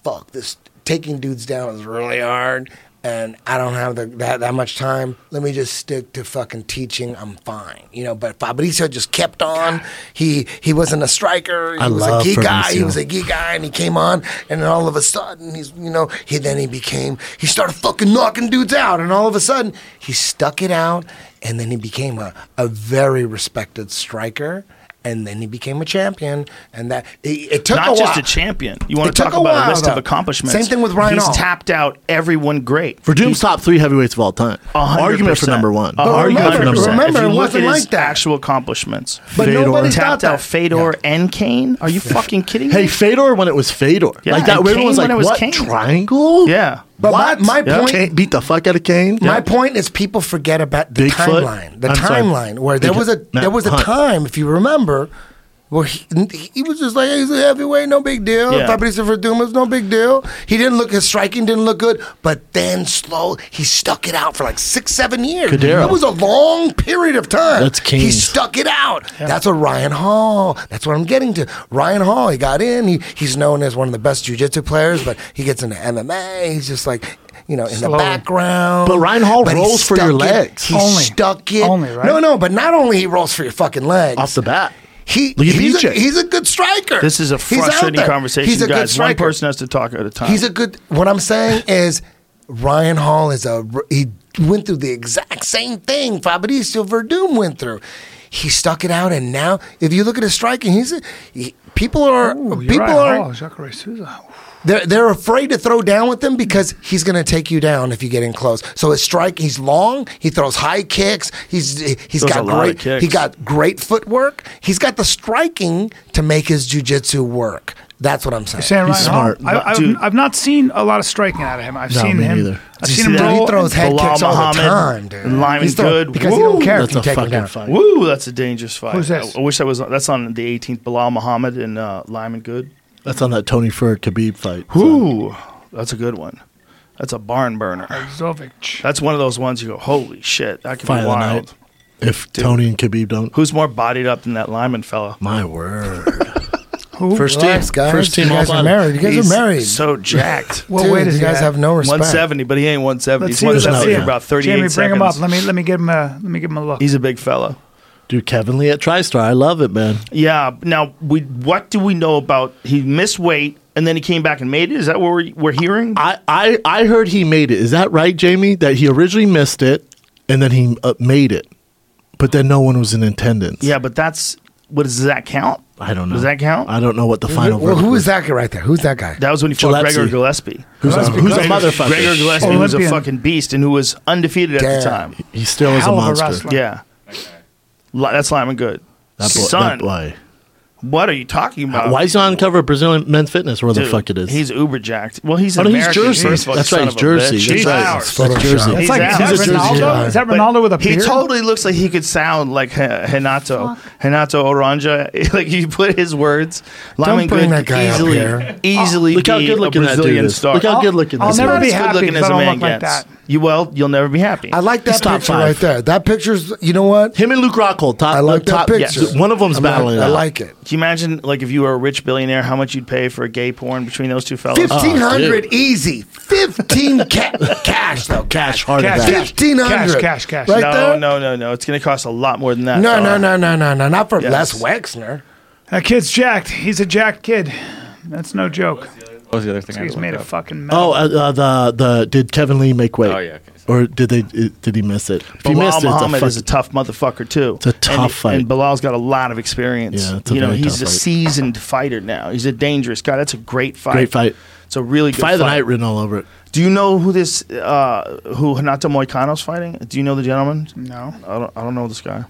B: fuck this, taking dudes down is really hard. And I don't have the, that, that much time. Let me just stick to fucking teaching. I'm fine, you know. But Fabrizio just kept on. He he wasn't a striker. He
C: I
B: was
C: love
B: a geek guy. He
C: Fabrizio.
B: was a geek guy, and he came on, and then all of a sudden, he's you know, he then he became he started fucking knocking dudes out, and all of a sudden, he stuck it out, and then he became a, a very respected striker, and then he became a champion, and that it, it took
A: Not
B: a
A: just
B: while.
A: a champion. You want
B: It
A: to
B: took
A: talk
B: a
A: about a
B: while,
A: list of
B: though.
A: accomplishments?
B: Same thing with Ryan
A: He's
B: Hall.
A: tapped out everyone great.
C: Verdum's top three heavyweights of all time. Argument for number one.
A: A
B: But
C: Argument for
B: remember-
C: number one.
B: remember-
A: If you
B: it
A: look
B: wasn't
A: at his
B: like that.
A: Actual accomplishments.
B: But
C: Fedor.
B: nobody thought
A: tapped out
B: that.
A: Fedor and Kane. Are you fucking kidding me?
C: Hey, Fedor when it was Fedor.
A: Yeah,
C: like that
A: and
C: everyone
A: Kane
C: was like,
A: when it was
C: what?
A: Kane.
C: Triangle?
A: yeah.
B: But my-
C: What?
B: my point-
C: Kane beat the fuck out of Kane.
B: My point is, people forget about the
C: Bigfoot?
B: timeline. The
C: I'm sorry.
B: timeline where there
C: Bigfoot.
B: was a
C: Matt
B: there was a
C: Hunt.
B: time, if you remember, Well, he, he was just like, hey, he's a heavyweight, no big deal.
A: Yeah.
B: Fabrizio Verduma's no big deal. He didn't look, his striking didn't look good, but then slow, he stuck it out for like six, seven years.
C: Cordero.
B: It was a long period of time.
C: That's
B: He
C: kings.
B: stuck it out. That's what Ryan Hall, that's what I'm getting to. Ryan Hall, he got in. He, he's known as one of the best jujitsu players, but he gets into MMA. He's just like, you know, in
D: Slow.
B: the background.
C: But Ryan Hall
B: he
C: rolls for your
B: stuck it-
C: legs.
B: He
D: Only.
B: stuck it.
D: Only, right?
B: No, no, but not only he rolls for your fucking legs.
C: off the bat.
B: He,
C: Look at
B: he's, a,
C: BJ.
B: he's a good striker.
A: This is a
B: He's out
A: frustrating
B: there.
A: conversation,
B: He's a good
A: guys. One
B: striker.
A: person has to talk at a time.
B: He's a good. What I'm saying is, Ryan Hall is a. He went through the exact same thing Fabrizio Verdum went through. He stuck it out, and now if you look at his striking, he's a, he- people are
D: Ooh, you're
B: people
D: right.
B: are
D: Oh, Jacare Souza.
B: they're they're afraid to throw down with him because he's going to take you down if you get in close. So his strike, he's long, he throws high kicks, he's he's
A: Throws a
B: got
A: lot of
B: great
A: kicks.
B: he got great footwork. He's got the striking to make his jujitsu work. That's what I'm saying.
D: Sam Ryan Hall.
C: smart.
D: I,
A: Dude.
D: I've, I've not seen a lot of striking out of him. I've
C: No,
D: seen
C: me
D: him.
C: neither.
D: I've
A: Did you
D: seen
A: see
D: him
A: that?
D: roll.
B: he throws head
A: Bilal
B: kicks all the time,
A: Muhammad,
B: dude.
A: Lyman
B: He's throwing-
A: Good.
B: because he don't
A: Woo,
B: care if
C: that's
B: you
C: a
B: take him
C: fucking
B: down.
C: fight.
A: Woo, that's a dangerous fight.
D: Who's this?
A: I, I wish that was. That's on the 18th. Bilal Muhammad and uh, Lyman Good.
C: That's on that Tony Fur Khabib fight. so.
A: Ooh, that's a good one. That's a barn burner.
D: Zovic.
A: That's one of those ones you go, holy shit, that could
C: Fight
A: be
C: of the
A: wild.
C: night. If Tony and Khabib don't,
A: Who's more bodied up than that Lyman fella?
C: my word.
D: Who?
C: First
B: Relax,
C: team,
B: guys.
C: first team.
B: You
C: all
B: guys are
C: fighting.
B: married. You guys
A: He's
B: are married.
A: So jacked.
D: Well,
B: Dude,
D: wait a
B: you guys
D: second.
B: have no respect.
A: 170, but he ain't 170.
D: Let's
A: He's
D: see. Let's
A: 170
D: see.
A: for about 38
D: Jamie, bring
A: seconds.
D: him up. Let me let me give him a let me give him a look.
A: He's a big fella.
C: Dude, Kevin Lee at TriStar. I love it, man.
A: Yeah. Now, we what do we know about? He missed weight and then he came back and made it. Is that what we're, we're hearing?
C: I, I, I heard he made it. Is that right, Jamie? That he originally missed it and then he uh, made it, but then no one was in attendance.
A: yeah, but that's what does that count?
C: I don't know.
A: Does that count?
C: I don't know what the final.
B: Well,
C: verdict
B: who
C: was.
B: is that guy right there? Who's that guy?
A: That was when he fought
C: Gillespie.
A: Gregor Gillespie.
C: Who's, a, who's a motherfucker?
A: Gregor Gillespie was a
D: Olympian.
A: fucking beast and who was undefeated at
B: Damn.
A: the time.
C: He still is a
D: Hell of a
C: monster.
D: wrestler.
A: Yeah. Li- That's Lyman Good.
C: That boy.
A: Son,
C: That boy.
A: what are you talking about?
C: Why is he on cover of Brazilian Men's Fitness? Where
A: Dude,
C: the fuck it is?
A: He's uber jacked. Well, he's
C: oh, no,
A: American.
C: he's Jersey.
A: first of all,
C: That's
A: you
C: right.
A: son
C: He's
A: of a
C: Jersey.
A: bitch.
C: That's
A: He's
C: right.
A: ours.
C: That's Jersey.
D: That's
A: He's
D: like,
A: out.
D: is
A: He's
D: that
A: a
D: Ronaldo?
C: Jersey guy.
D: Is that
A: But
D: Ronaldo with a
A: He
D: beard?
A: totally looks like he could sound like H- Henato. Henato Oranja. like you put his words. Lyman
B: bring
A: Good
B: that guy up
A: easily,
B: here.
A: easily
C: Look how
A: be
C: good looking
A: a
C: that dude
A: Brazilian
C: is.
A: star.
C: Look how
A: I'll-
C: good looking
D: I'll
C: this
D: never
C: man
A: Not as
D: be
C: is.
A: good
D: happy
A: looking as
D: if I
A: a
D: don't
A: man
D: look like
A: gets.
D: that.
A: You will. You'll never be happy.
B: I like
C: He's
B: that
C: top
B: picture
C: five.
B: right there. That picture's. You know what?
C: Him and Luke Rockhold. Top.
B: I like
C: top,
B: that picture.
C: yes. One of them's
B: I like- I
C: battling. it out.
B: like it.
A: Can you imagine, like, if you were a rich billionaire, how much you'd pay for a gay porn between those two fellas?
B: Fifteen hundred
C: dude.
B: easy. Fifteen ca- cash though. Cash
C: hard
D: Cash,
C: as that.
D: cash.
B: Fifteen hundred.
D: Cash, cash, cash.
B: Right
A: Oh, no,
B: there.
A: no, no, no. It's going to cost a lot more than that.
B: No,
A: fella.
B: no, no, no, no, no. Not for
A: Yes.
B: Les Wexner.
D: That kid's jacked. He's a jacked kid. That's no joke.
E: What was the other thing? I had
D: He's
E: to
D: made
E: look
D: a
E: up?
D: fucking mess.
C: Oh, uh, uh, the the did Kevin Lee make weight?
E: Oh, yeah, okay.
C: Or did they? it- Did he miss it? If he
A: Bilal
C: missed
A: Muhammad
C: it,
A: is
C: it's
A: a
C: a fuck.
A: tough motherfucker too.
C: It's a tough
A: and,
C: fight.
A: And Bilal's got a lot of experience.
C: Yeah, it's a
A: you know,
C: very
A: he's
C: tough
A: a
C: fight.
A: seasoned fighter now. He's a dangerous guy. That's a great fight.
C: Great fight.
A: It's a really good
C: Fight
A: fight.
C: of the night written all over it.
A: Do you know who this uh, who Hanato Moicano's fighting? Do you know the gentleman?
D: No.
A: I don't, I don't know this guy.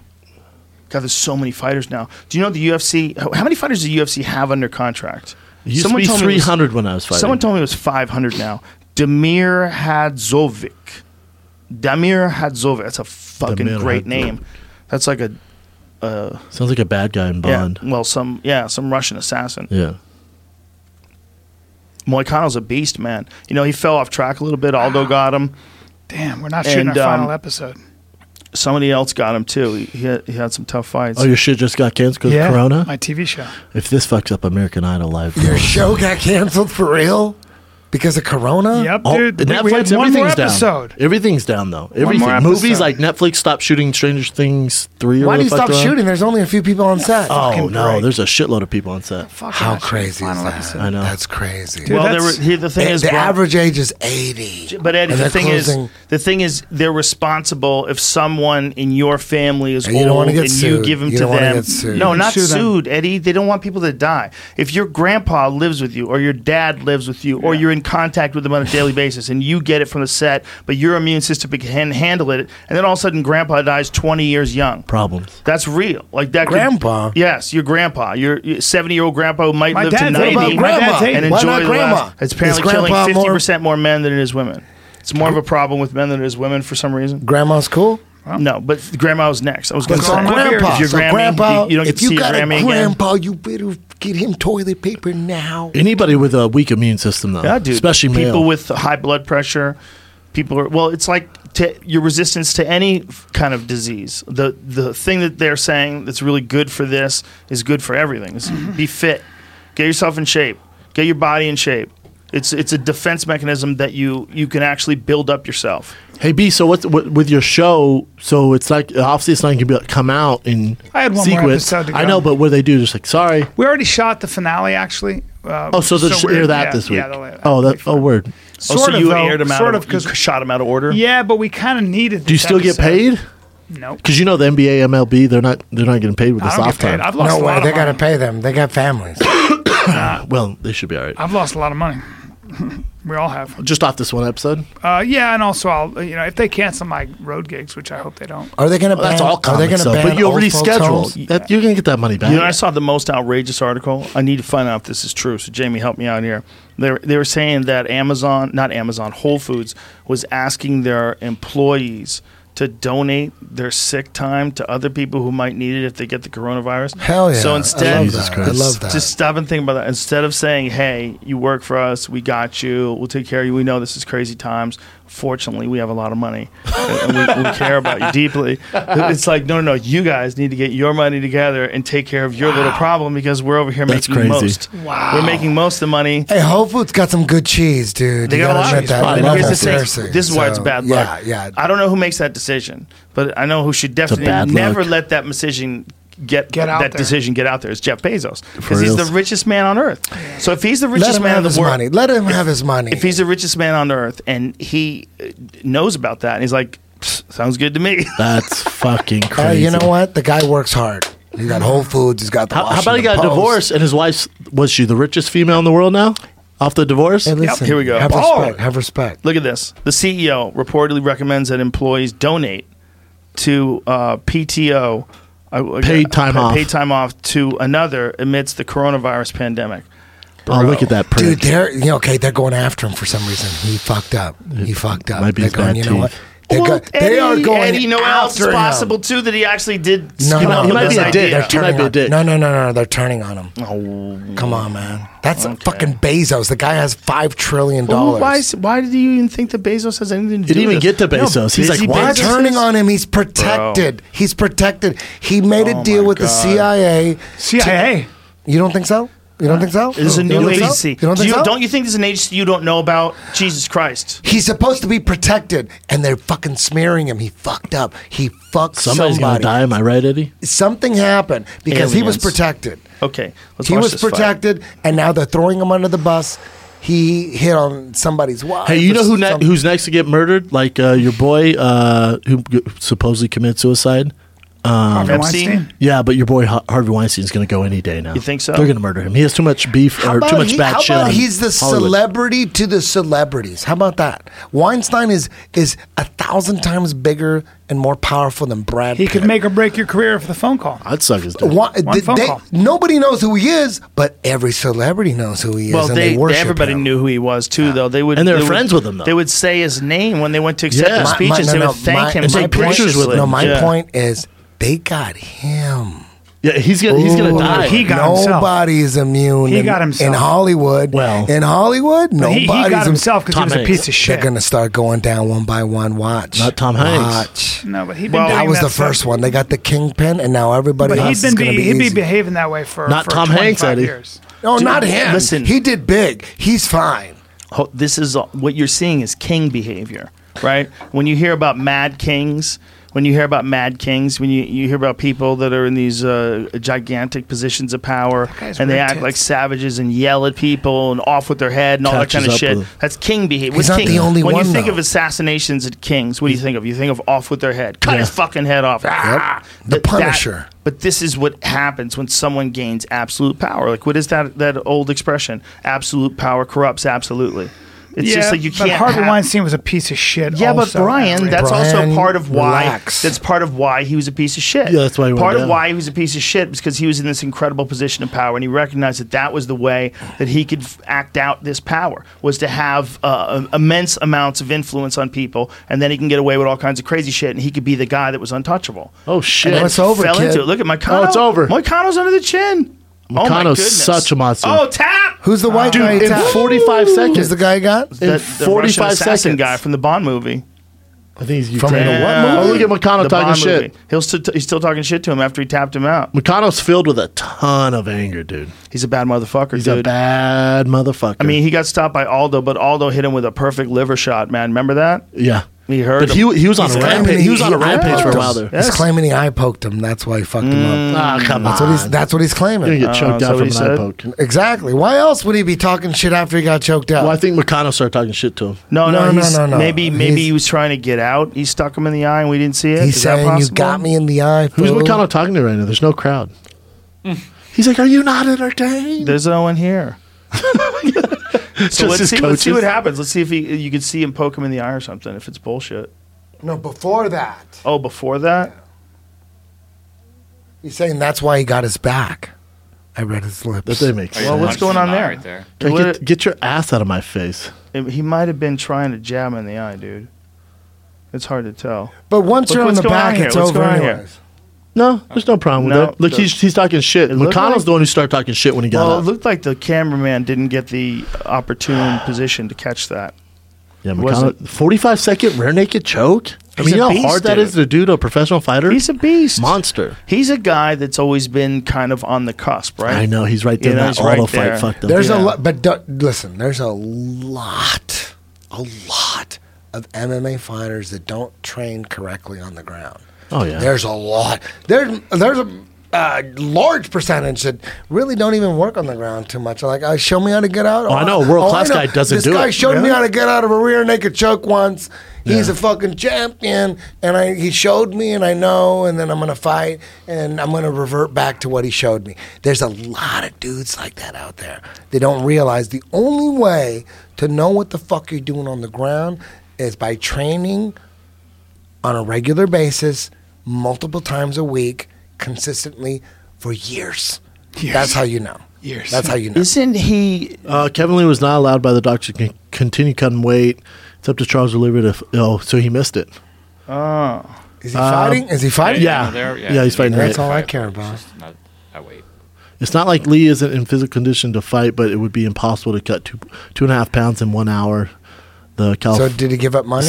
A: God, there's so many fighters now. Do you know the UFC? How how many fighters does the UFC have under contract?
C: It used to be
A: told me it was-
C: 300 when I was fighting.
A: Someone told me it was 500 now. Demir Hadzovic. Damir Hadzovic. That's a fucking
C: Damir
A: great
C: Hadzovic.
A: name. That's like a
C: Sounds like a bad guy in
A: yeah,
C: Bond. Yeah.
A: well, some yeah, some Russian assassin. Moicano's a beast, man. You know, he fell off track a little bit.
C: Ah.
A: Aldo got him.
D: Damn, we're not shooting
A: And,
D: our
A: um,
D: final episode.
A: Somebody else got him too. He he had, he had some tough fights.
C: Oh, your shit just got canceled because of Corona.
D: My TV show.
C: if this fucks up American Idol live,
B: Your
C: girl.
B: show got canceled for real because of Corona.
D: Yep,
C: All-
D: dude. we- we
C: Oh, Netflix,
D: had one more
C: everything's
D: episode.
C: down. Everything's down though. Everything.
D: more
C: Movies
D: episode.
C: like Netflix stopped shooting Stranger Things three. or
B: Why do
C: whatever
B: you
C: the fuck
B: stop
C: they're on.
B: shooting? There's only a few people on set.
C: Oh
D: Fucking
C: no,
D: break.
C: there's a shitload of people on set.
D: Fuck,
B: How
D: gosh.
B: crazy is
D: Final
B: that?
D: episode.
C: I know.
B: That's crazy.
D: Dude,
A: well, there were,
D: that's-
A: here, the thing
B: Eh,
A: is,
B: the
A: bro-
B: average age is 80.
A: But Eddie,
B: And
A: the
B: they're
A: thing
B: closing-
A: is, the thing is, they're responsible if someone in your family is
B: And you don't
A: old
B: wanna get
A: and you
B: sued.
A: give them
B: You
A: to
B: don't wanna
A: them.
B: get sued.
A: No,
D: You
A: not
D: sue them.
A: sued, Eddie. They don't want people to die. If your grandpa lives with you, or your dad lives with you, or you're in contact with them on a daily basis, and you get it from the set, but your immune system can handle it, and then all of a sudden, grandpa dies 20 years young.
C: Problems.
A: That's real. Like that. could-
B: Grandpa?
A: yes, your grandpa. Your 70 year old grandpa who might
D: My
A: live to
D: dad's- what
A: 90
D: about grandma?
A: and
D: Why
A: enjoy
B: not
A: the
B: grandma?
A: last. It's
B: Is
A: apparently killing
B: grandpa more-
A: 50% more men than it is women. It's more of a problem with men than it is women for some reason.
B: Grandma's cool?
A: No, but grandma was next. I was going
B: But
A: to
B: so
A: say
B: grandpa,
A: If your
B: so
A: Grammy,
B: grandpa,
A: you, you don't get
B: if
A: to see
B: you
A: your
B: got a
A: Grammy again.
B: grandpa, you better get him toilet paper now.
C: Anybody with a weak immune system, though,
A: Yeah, dude.
C: especially male.
A: people with high blood pressure. People are well. It's like to, your resistance to any f- kind of disease. The the thing that they're saying that's really good for this is good for everything. It's
D: Mm-hmm.
A: Be fit. Get yourself in shape. Get your body in shape. It's it's a defense mechanism that you you can actually build up yourself. Oh,
C: Hey B, so what's what, with your show? So it's like obviously it's not gonna be like, come out in
D: I had one more
C: sequence.
D: episode to
C: I
D: go.
C: know, but what do they do? Just like sorry.
D: We already shot the finale, actually. Uh,
C: Oh, so they'll just
D: we're-
C: air that
D: yeah,
C: this week.
D: Yeah, they'll air that.
C: oh, that oh word.
A: Oh,
D: Sort
A: so
D: of,
A: you
D: though,
A: aired 'em out
D: sort
A: of,
D: of, 'cause-
A: you shot them out of order.
D: yeah, but we kind of needed.
C: Do you still get paid?
D: No,
C: Because you know the NBA, MLB, they're not they're not getting paid with
D: I
C: this
D: don't
C: off
D: get paid.
C: time.
D: I've lost
B: No
D: a
B: way.
D: lot
B: They
D: of
B: got to
D: money.
B: pay them. They got families.
C: well, they should be all right.
D: I've lost a lot of money. we all have.
C: Just off this one episode.
D: Uh, yeah, and also I'll you know if they cancel my road gigs, which I hope they don't.
B: Are they going to
C: Well,
B: ban?
C: that's all
B: are they
C: comic
B: gonna
C: stuff.
B: ban
C: But you
B: old
C: already
B: folks'
C: scheduled.
B: homes?
C: That, you're gonna get that money back.
A: You know, I saw the most outrageous article. I need to find out if this is true. So, Jamie, help me out here. They were, they were saying that Amazon, not Amazon, Whole Foods was asking their employees to donate their sick time to other people who might need it if they get the coronavirus.
B: Hell yeah!
A: So
B: I
A: instead,
B: love
C: Jesus
B: that.
C: Christ.
B: I love that.
A: just stop and think about that. Instead of saying, "Hey, you work for us. We got you. We'll take care of you. We know this is crazy times. Fortunately, we have a lot of money, and we, we care about you deeply." It's like, no, no, no. You guys need to get your money together and take care of your little problem because we're over here
C: That's
A: making
C: crazy.
A: most. Wow. We're making most of the money.
B: Hey, Whole Foods got some good cheese, dude.
A: They
B: you
A: got a
B: gotta
A: lot of
B: admit
A: these
B: that. I
A: problems.
B: love
A: Here's
B: that
A: the thing.
B: seriously.
A: This is why it's
B: So,
A: bad
B: yeah,
A: luck.
B: Yeah,
A: I don't know who makes that decision, but I know who should
C: bad
A: definitely never
C: luck.
A: let that decision get,
D: Get out
A: that
D: there.
A: decision get out there. It's Jeff Bezos
C: For
A: because he's the
C: reals.
A: richest man on earth. So if he's the
B: Let
A: richest
B: him
A: man
B: have
A: on the
B: his
A: world,
B: money. Let him have his money.
A: if he's the richest man on earth and he uh, knows about that, and he's like, "Pfft, sounds good to me.
C: That's fucking crazy.
B: Hey, you know what? The guy works hard. He got Whole Foods. He's got the.
C: How, how about he
B: Washington
C: got
B: Post.
C: divorced and his wife was she the richest female in the world now? Off the divorce?
B: Hey, listen,
A: here we go.
B: Have
A: Baller.
B: respect. Have respect.
A: Look at this. The CEO reportedly recommends that employees donate to uh, PTO, uh,
C: Paid time
A: pa-
C: off.
A: paid time off to another amidst the coronavirus pandemic.
C: oh, look at that prick.
B: Dude, they're you know, okay. They're going after him for some reason. He fucked up. He fucked up.
C: might be
B: they're
C: his bad
B: going, you know what?
C: teeth.
B: They're
A: Well,
B: go- they are going
A: Eddie Noel's
B: after
A: is
B: him.
A: possible too that he actually did.
B: No,
A: scoop
B: no,
A: up
B: he might
A: this
C: be a dick.
A: idea.
B: They're
C: He might
B: turning
C: be a
B: on-
C: dick.
B: No, no, no, no, no. They're turning on him.
A: Oh.
B: Come on, man. That's fucking Bezos. The guy has five trillion
A: Well,
B: dollars.
A: why, is- why did you even think that Bezos has anything to do?
C: didn't even
A: with
C: get to
A: this?
C: Bezos. He's
A: busy
C: like,
A: Bezos?
C: what?
B: turning on him? He's protected. He's protected. He made
A: Oh
B: a deal with the CIA.
D: CIA.
B: You don't think so? You don't think so?
A: This is a
B: You
A: new
B: don't think so?
A: agency.
B: You don't
A: Do
B: think
A: you,
B: so?
A: don't you think this is an agency you don't know about? Jesus Christ!
B: He's supposed to be protected, and they're fucking smearing him. He fucked up. He fucked
C: Somebody's
B: somebody.
C: gonna die, am I right, Eddie?
B: Something happened because he was
A: Aliens.
B: protected.
A: Okay, let's
B: he
A: watch
B: was
A: this fight.
B: protected, and now they're throwing him under the bus. He hit on somebody's wife.
C: Hey, you
B: or
C: know who ne-
B: some-
C: who's next to get murdered? Like uh, your boy uh, who g- supposedly committed suicide.
D: Harvey
B: Um,
A: Epstein?
D: Weinstein.
C: Yeah, but your boy Har- Harvey Weinstein's going to go any day now. You
A: think so?
C: They're going to murder him. He has too much beef
B: How
C: or
B: about
C: too much
B: he-
C: bad
B: how
C: shit.
B: about
C: on
B: he's the
C: Hollywood.
B: celebrity to the celebrities? How about that? Weinstein is is a thousand times bigger and more powerful than Brad.
D: He
B: Pitt.
D: could make or break your career with a phone call.
C: I'd suck his dick.
B: Wa-
D: One
B: th-
D: phone
B: they-
D: call.
B: Nobody knows who he is, but every celebrity knows who he is.
A: Well,
B: and
A: they,
B: they worship
A: everybody
B: him.
A: knew who he was too, though. They would
C: And they were
A: would-
C: friends with him, though.
A: They would say his name when they went to accept
C: Yeah.
A: the
C: My-
B: My- my-
A: speeches.
B: no,
A: they
B: no,
A: would thank
B: my-
A: him.
B: my
C: take pictures with
A: graciously.
C: him.
B: No, my
A: Yeah.
B: point is they got him.
C: Yeah, he's gonna he's gonna
B: Ooh.
C: die.
D: He got himself.
B: Nobody's immune.
D: He
B: in,
D: got himself.
B: in Hollywood.
C: Well-
B: in Hollywood,
D: He,
B: nobody's
D: he got
B: im-
D: himself because he
C: Tom
D: was a
C: Hanks.
D: piece of
B: They're
D: shit.
B: gonna start going down one by one. Watch,
C: Not Tom Hanks.
B: Watch.
D: No, but Oh, he
A: Well,
B: That was the first one. They got the kingpin, and now everybody
D: But
B: else
D: he'd
B: is
D: been
B: going to
D: be,
B: be.
D: he'd be
B: easy.
D: behaving that way for
C: Not
D: for
C: Tom Hanks,
D: 25
C: Eddie.
D: Years.
B: no, not him.
A: listen.
B: he did big. He's fine.
A: ho- this is all- what you're seeing is king behavior, right? When you hear about mad kings, when you hear about mad kings, when you, you hear about people that are in these uh, gigantic positions of power
D: guy's
A: and they
D: ripped
A: act
D: tits.
A: like savages and yell at people and off with their head and all that
C: Catches
A: kind of
C: up
A: shit,
C: with-
A: that's king behavior.
B: He's
A: What's
B: not
A: king?
B: the only
A: when
B: one,
A: you think
B: though.
A: of assassinations at kings, what do you think of? You think of off with their head, cut his fucking head off. Ah! Th-
B: The
A: that-
B: Punisher.
A: but this is what happens when someone gains absolute power. Like, what is that that old expression? Absolute power corrupts absolutely. It's
D: yeah,
A: just like you
D: but
A: can't.
D: Harvey
A: have-
D: Weinstein was a piece of shit.
A: Yeah,
D: also,
A: but Brian,
D: Henry.
A: that's
B: Brian,
A: also part of why.
B: relax.
A: That's part of why he was a piece of shit.
C: Yeah, that's why he went
A: Part of
C: down.
A: why he was a piece of shit was because he was in this incredible position of power, and he recognized that that was the way that he could f- act out this power was to have uh, immense amounts of influence on people, and then he can get away with all kinds of crazy shit, and he could be the guy that was untouchable.
C: Oh shit!
A: And then
B: it's over,
A: Fell
B: kid.
A: into it. Look at Moicano.
C: Oh, it's over.
A: Moicano's under the chin. oh my
C: Moicano's
A: goodness.
C: such a monster.
A: Oh tap.
B: Who's the white
C: Dude,
B: guy?
C: in
B: Tap?
C: 45 seconds.
B: Who's the guy you got?
C: in
A: That- the
C: 45
A: Russian assassin
C: seconds.
A: guy from the Bond movie.
C: I think he's
B: From
C: Ukrainian.
B: the what
A: Yeah.
C: Oh, look at McConnell
A: The
C: talking
A: Bond
C: shit.
A: movie. He'll st- he's still talking shit to him after he tapped him out.
C: McConnell's filled with a ton of anger, dude.
A: He's a bad motherfucker,
C: He's
A: dude.
C: a bad motherfucker.
A: I mean, he got stopped by Aldo, but Aldo hit him with a perfect liver shot, man. Remember that?
C: yeah,
A: We heard
C: But
A: him.
C: he he was on a
B: He's
C: rampage.
B: claiming
C: He was on a
B: he- he
C: rampage
B: eye
C: for a
B: poked
C: while
B: him.
C: there.
A: Yeah.
B: He's claiming he eye poked him. That's why he fucked him up.
C: Ah, come
B: That's
C: on.
B: what he's. That's what he's
C: You're
B: claiming.
C: gonna get choked
A: is
C: out
A: that
C: from an
A: Uh, what
C: eye
A: he
C: poke.
B: exactly. Why else would he be talking shit after he got choked out?
C: Well, I think McConnell started talking shit to him.
A: no, no,
B: No, no,
A: he's,
B: no, no.
A: Maybe, maybe
B: He's-
A: he was trying to get out. He stuck him in the eye, and we didn't see it.
B: he's
A: Is that
B: saying you
A: possible?
B: got me in the eye.
C: Who's
B: fool."
C: McConnell talking to right now? There's no crowd. He's like, "Are you not entertained?"
A: There's no one here. so let's
C: his
A: see, let's see
C: coaches.
A: what happens. Let's see if he, you can see him poke him in the eye or something. If it's bullshit.
B: No, before that,
A: Oh, before that,
B: he's saying that's why he got his back. I read his lips.
C: That didn't make sense.
A: Well, what's
E: Punch
A: going
E: in
A: on
E: the
A: there?
E: eye Right there.
C: Hey,
A: What-
C: get, get your ass out of my face.
A: he might have been trying to jab him in the eye, dude. It's hard to tell.
B: but once
A: Look
B: you're on
A: what's
B: the
A: going on
B: back,
A: here.
B: it's
A: What's
B: over
A: going on here?
B: anyways.
C: No, there's no problem with
A: No,
C: that. Look,
A: the-
C: he's he's talking shit.
A: looked
C: McConnell's
A: like-
C: the one who started talking shit when he got
A: Well, it
C: up.
A: looked like the cameraman didn't get the opportune position to catch that.
C: yeah,
A: wasn't-
C: McConnell, 45 second rear naked choke. I
A: He's
C: mean, you
A: a
C: know how
A: beast,
C: hard that
A: dude.
C: is to do to a professional fighter.
A: He's a beast,
C: monster.
A: He's a guy that's always been kind of on the cusp, right?
C: I know he's right there.
A: You know,
C: that
A: he's
C: auto
A: right
C: fight
A: there.
C: fucked up.
B: There's a
C: Yeah.
B: lot, but do, listen, there's a lot, a lot of MMA fighters that don't train correctly on the ground.
C: Oh, yeah.
B: there's a lot. There's there's a uh, large percentage that really don't even work on the ground too much. Like, uh, show me how to get out.
C: Oh, I know. A world-class
B: know.
C: guy doesn't
B: this
C: do
B: guy
C: it.
B: showed me
C: Yeah.
B: how to get out of a rear naked choke once. He's
C: Yeah.
B: a fucking champion, and I, he showed me, and I know, and then I'm gonna fight, and I'm gonna revert back to what he showed me. There's a lot of dudes like that out there. They don't realize the only way to know what the fuck you're doing on the ground is by training on a regular basis, multiple times a week, consistently for years. That's how you know. Years. That's how you know.
A: Isn't he?
C: Uh, Kevin Lee was not allowed by the doctor to con- continue cutting weight. It's up to Charles Oliver to. F- oh, so he missed it.
B: Is he fighting? Is he fighting?
C: yeah.
E: No, there-
C: Yeah, he's fighting
B: That's
C: right.
B: all I care about.
E: It's just not that weight.
C: It's not like Lee isn't in physical condition to fight, but it would be impossible to cut two two and a half pounds in one hour. The
B: So
C: California
B: did he give up money?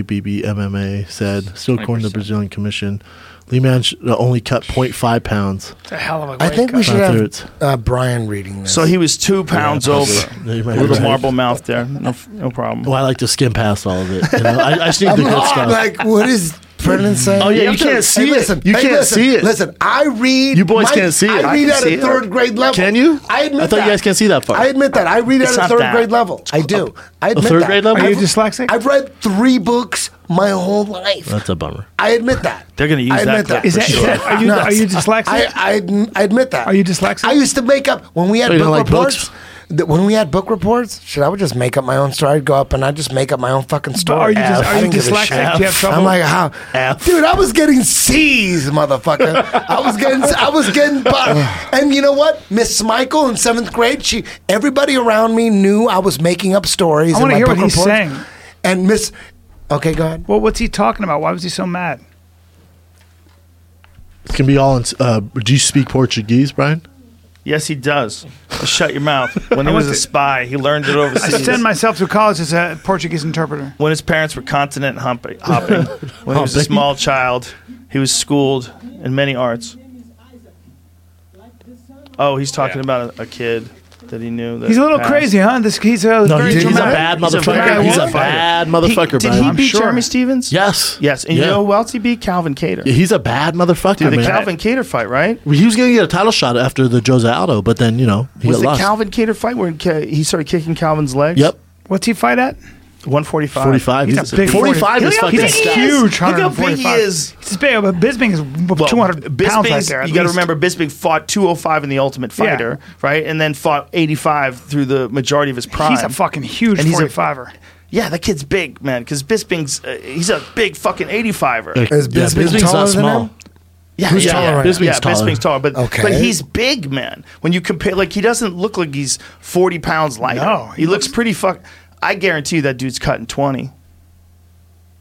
C: CABBMMA said, still according to the Brazilian Commission, Lee managed to only cut 0.5 pounds.
D: It's a hell of a.
B: I
D: wake
B: think we
D: up.
B: should
C: After
B: have
C: it's-
B: uh, Brian reading this.
A: So he was two pounds over.
C: You might be
A: Little
C: right.
A: marble mouth there. No, no problem.
C: Well, Oh, I like to skim past all of it. you know? I, I just need
B: I'm
C: the good
B: hard,
C: stuff.
B: like, what is Brendan saying?
C: Oh, yeah, you can't see it. You can't
B: listen,
C: see it.
B: Listen, I read.
C: You boys
B: my-
C: can't see it.
B: I
C: I
B: read
A: can
B: at
A: see
B: a
A: it.
B: third grade level.
C: Can you?
B: I admit
C: I thought you
B: that.
C: guys can't see that far.
B: I admit that. I read
A: It's
B: at a
A: not
B: third
A: that.
B: grade level. I do. I admit
C: third
B: that.
C: grade level?
D: Are you
B: I've-
D: dyslexic?
B: I've read three books my whole life.
C: That's a bummer.
B: I admit that.
A: They're gonna use
B: I
A: that clip
B: admit that.
A: for
D: Is that- is sure. that- are you- are you dyslexic?
B: I, I, adm- I admit that.
D: Are you dyslexic?
B: I used to make up when we had
C: So you
B: book
C: don't like
B: reports.
C: books?
B: th- When we had book reports, shit, I would just make up my own story. I'd go up and I'd just make up my own fucking
D: But
B: story.
D: are you, dys-
B: I
D: are you
B: didn't give a
D: dyslexic?
B: shit.
D: Do you have trouble?
B: I'm like, how,
C: F.
B: dude? I was getting C's, motherfucker. I was getting, I was getting, bu- and you know what? Miss Michael in seventh grade, she, everybody around me knew I was making up stories.
D: I
B: want
D: wanna
B: to
D: hear what he's
B: reports.
D: saying.
B: And Miss, okay, go ahead.
D: well, what's he talking about? Why was he so mad?
C: It can be all in. Uh, do you speak Portuguese, Brian?
A: yes, he does. Shut your mouth. When he was a spy, he learned it
D: I
A: overseas.
D: send myself through college as a Portuguese interpreter.
A: when his parents were continent hump- hopping, when he was a
C: Hopping.
A: small child, he was schooled in many arts. Oh, he's talking
E: Yeah.
A: about a, a kid that he knew. That
D: He's a little
A: passed.
D: crazy, huh? This he's a
C: No,
D: very
C: he's, he's a
D: dramatic.
C: bad
A: He's a
C: motherfucker.
A: very
C: He's a
A: good fighter.
C: bad
A: He-
C: motherfucker,
A: did
C: Brian.
A: he
C: I'm
A: beat
C: sure.
A: Jeremy Stevens?
C: Yes.
A: Yes, and
C: Yeah.
A: you know who else he beat? Calvin Cater.
C: Yeah, He's a bad motherfucker.
A: Dude, the
C: man.
A: Calvin Cater fight, right?
C: He was going to get a title shot after the Jose Aldo, but then you know he
A: was
C: got
A: the
C: lost.
A: Calvin Cater fight where he ca- he started kicking Calvin's legs?
C: Yep.
D: What's he fight at?
A: 145.
C: 45.
D: He's
C: He's
D: a big
C: 45 is
D: Look how
C: fucking
D: big he
C: stacked.
D: is. Huge,
A: Look how big he
D: 145.
A: is.
D: It's big, but Bisping is
A: Well,
D: 200 pounds right
A: Bisping's-
D: there. at
A: You got to
D: least.
A: remember, Bisping fought 205 in the Ultimate
D: Yeah.
A: Fighter, right? And then fought 85 through the majority of his prime.
D: he's a fucking huge
A: And he's a-
D: 45er.
A: Yeah, that kid's big, man. Because Bisping's uh, he's a big fucking 85er.
B: Is
C: Yeah,
B: Bisping
C: Bisping's
B: taller
C: not
B: than
C: small.
B: him?
A: Yeah,
B: Who's
A: yeah,
B: taller
A: yeah.
B: right now?
A: Bisping's,
C: Bisping's
A: taller.
C: taller.
A: but
B: Okay.
A: but he's big, man. When you compare, like he doesn't look like he's forty pounds lighter.
D: No,
A: he, looks, pretty fuck. I guarantee you that dude's cutting twenty.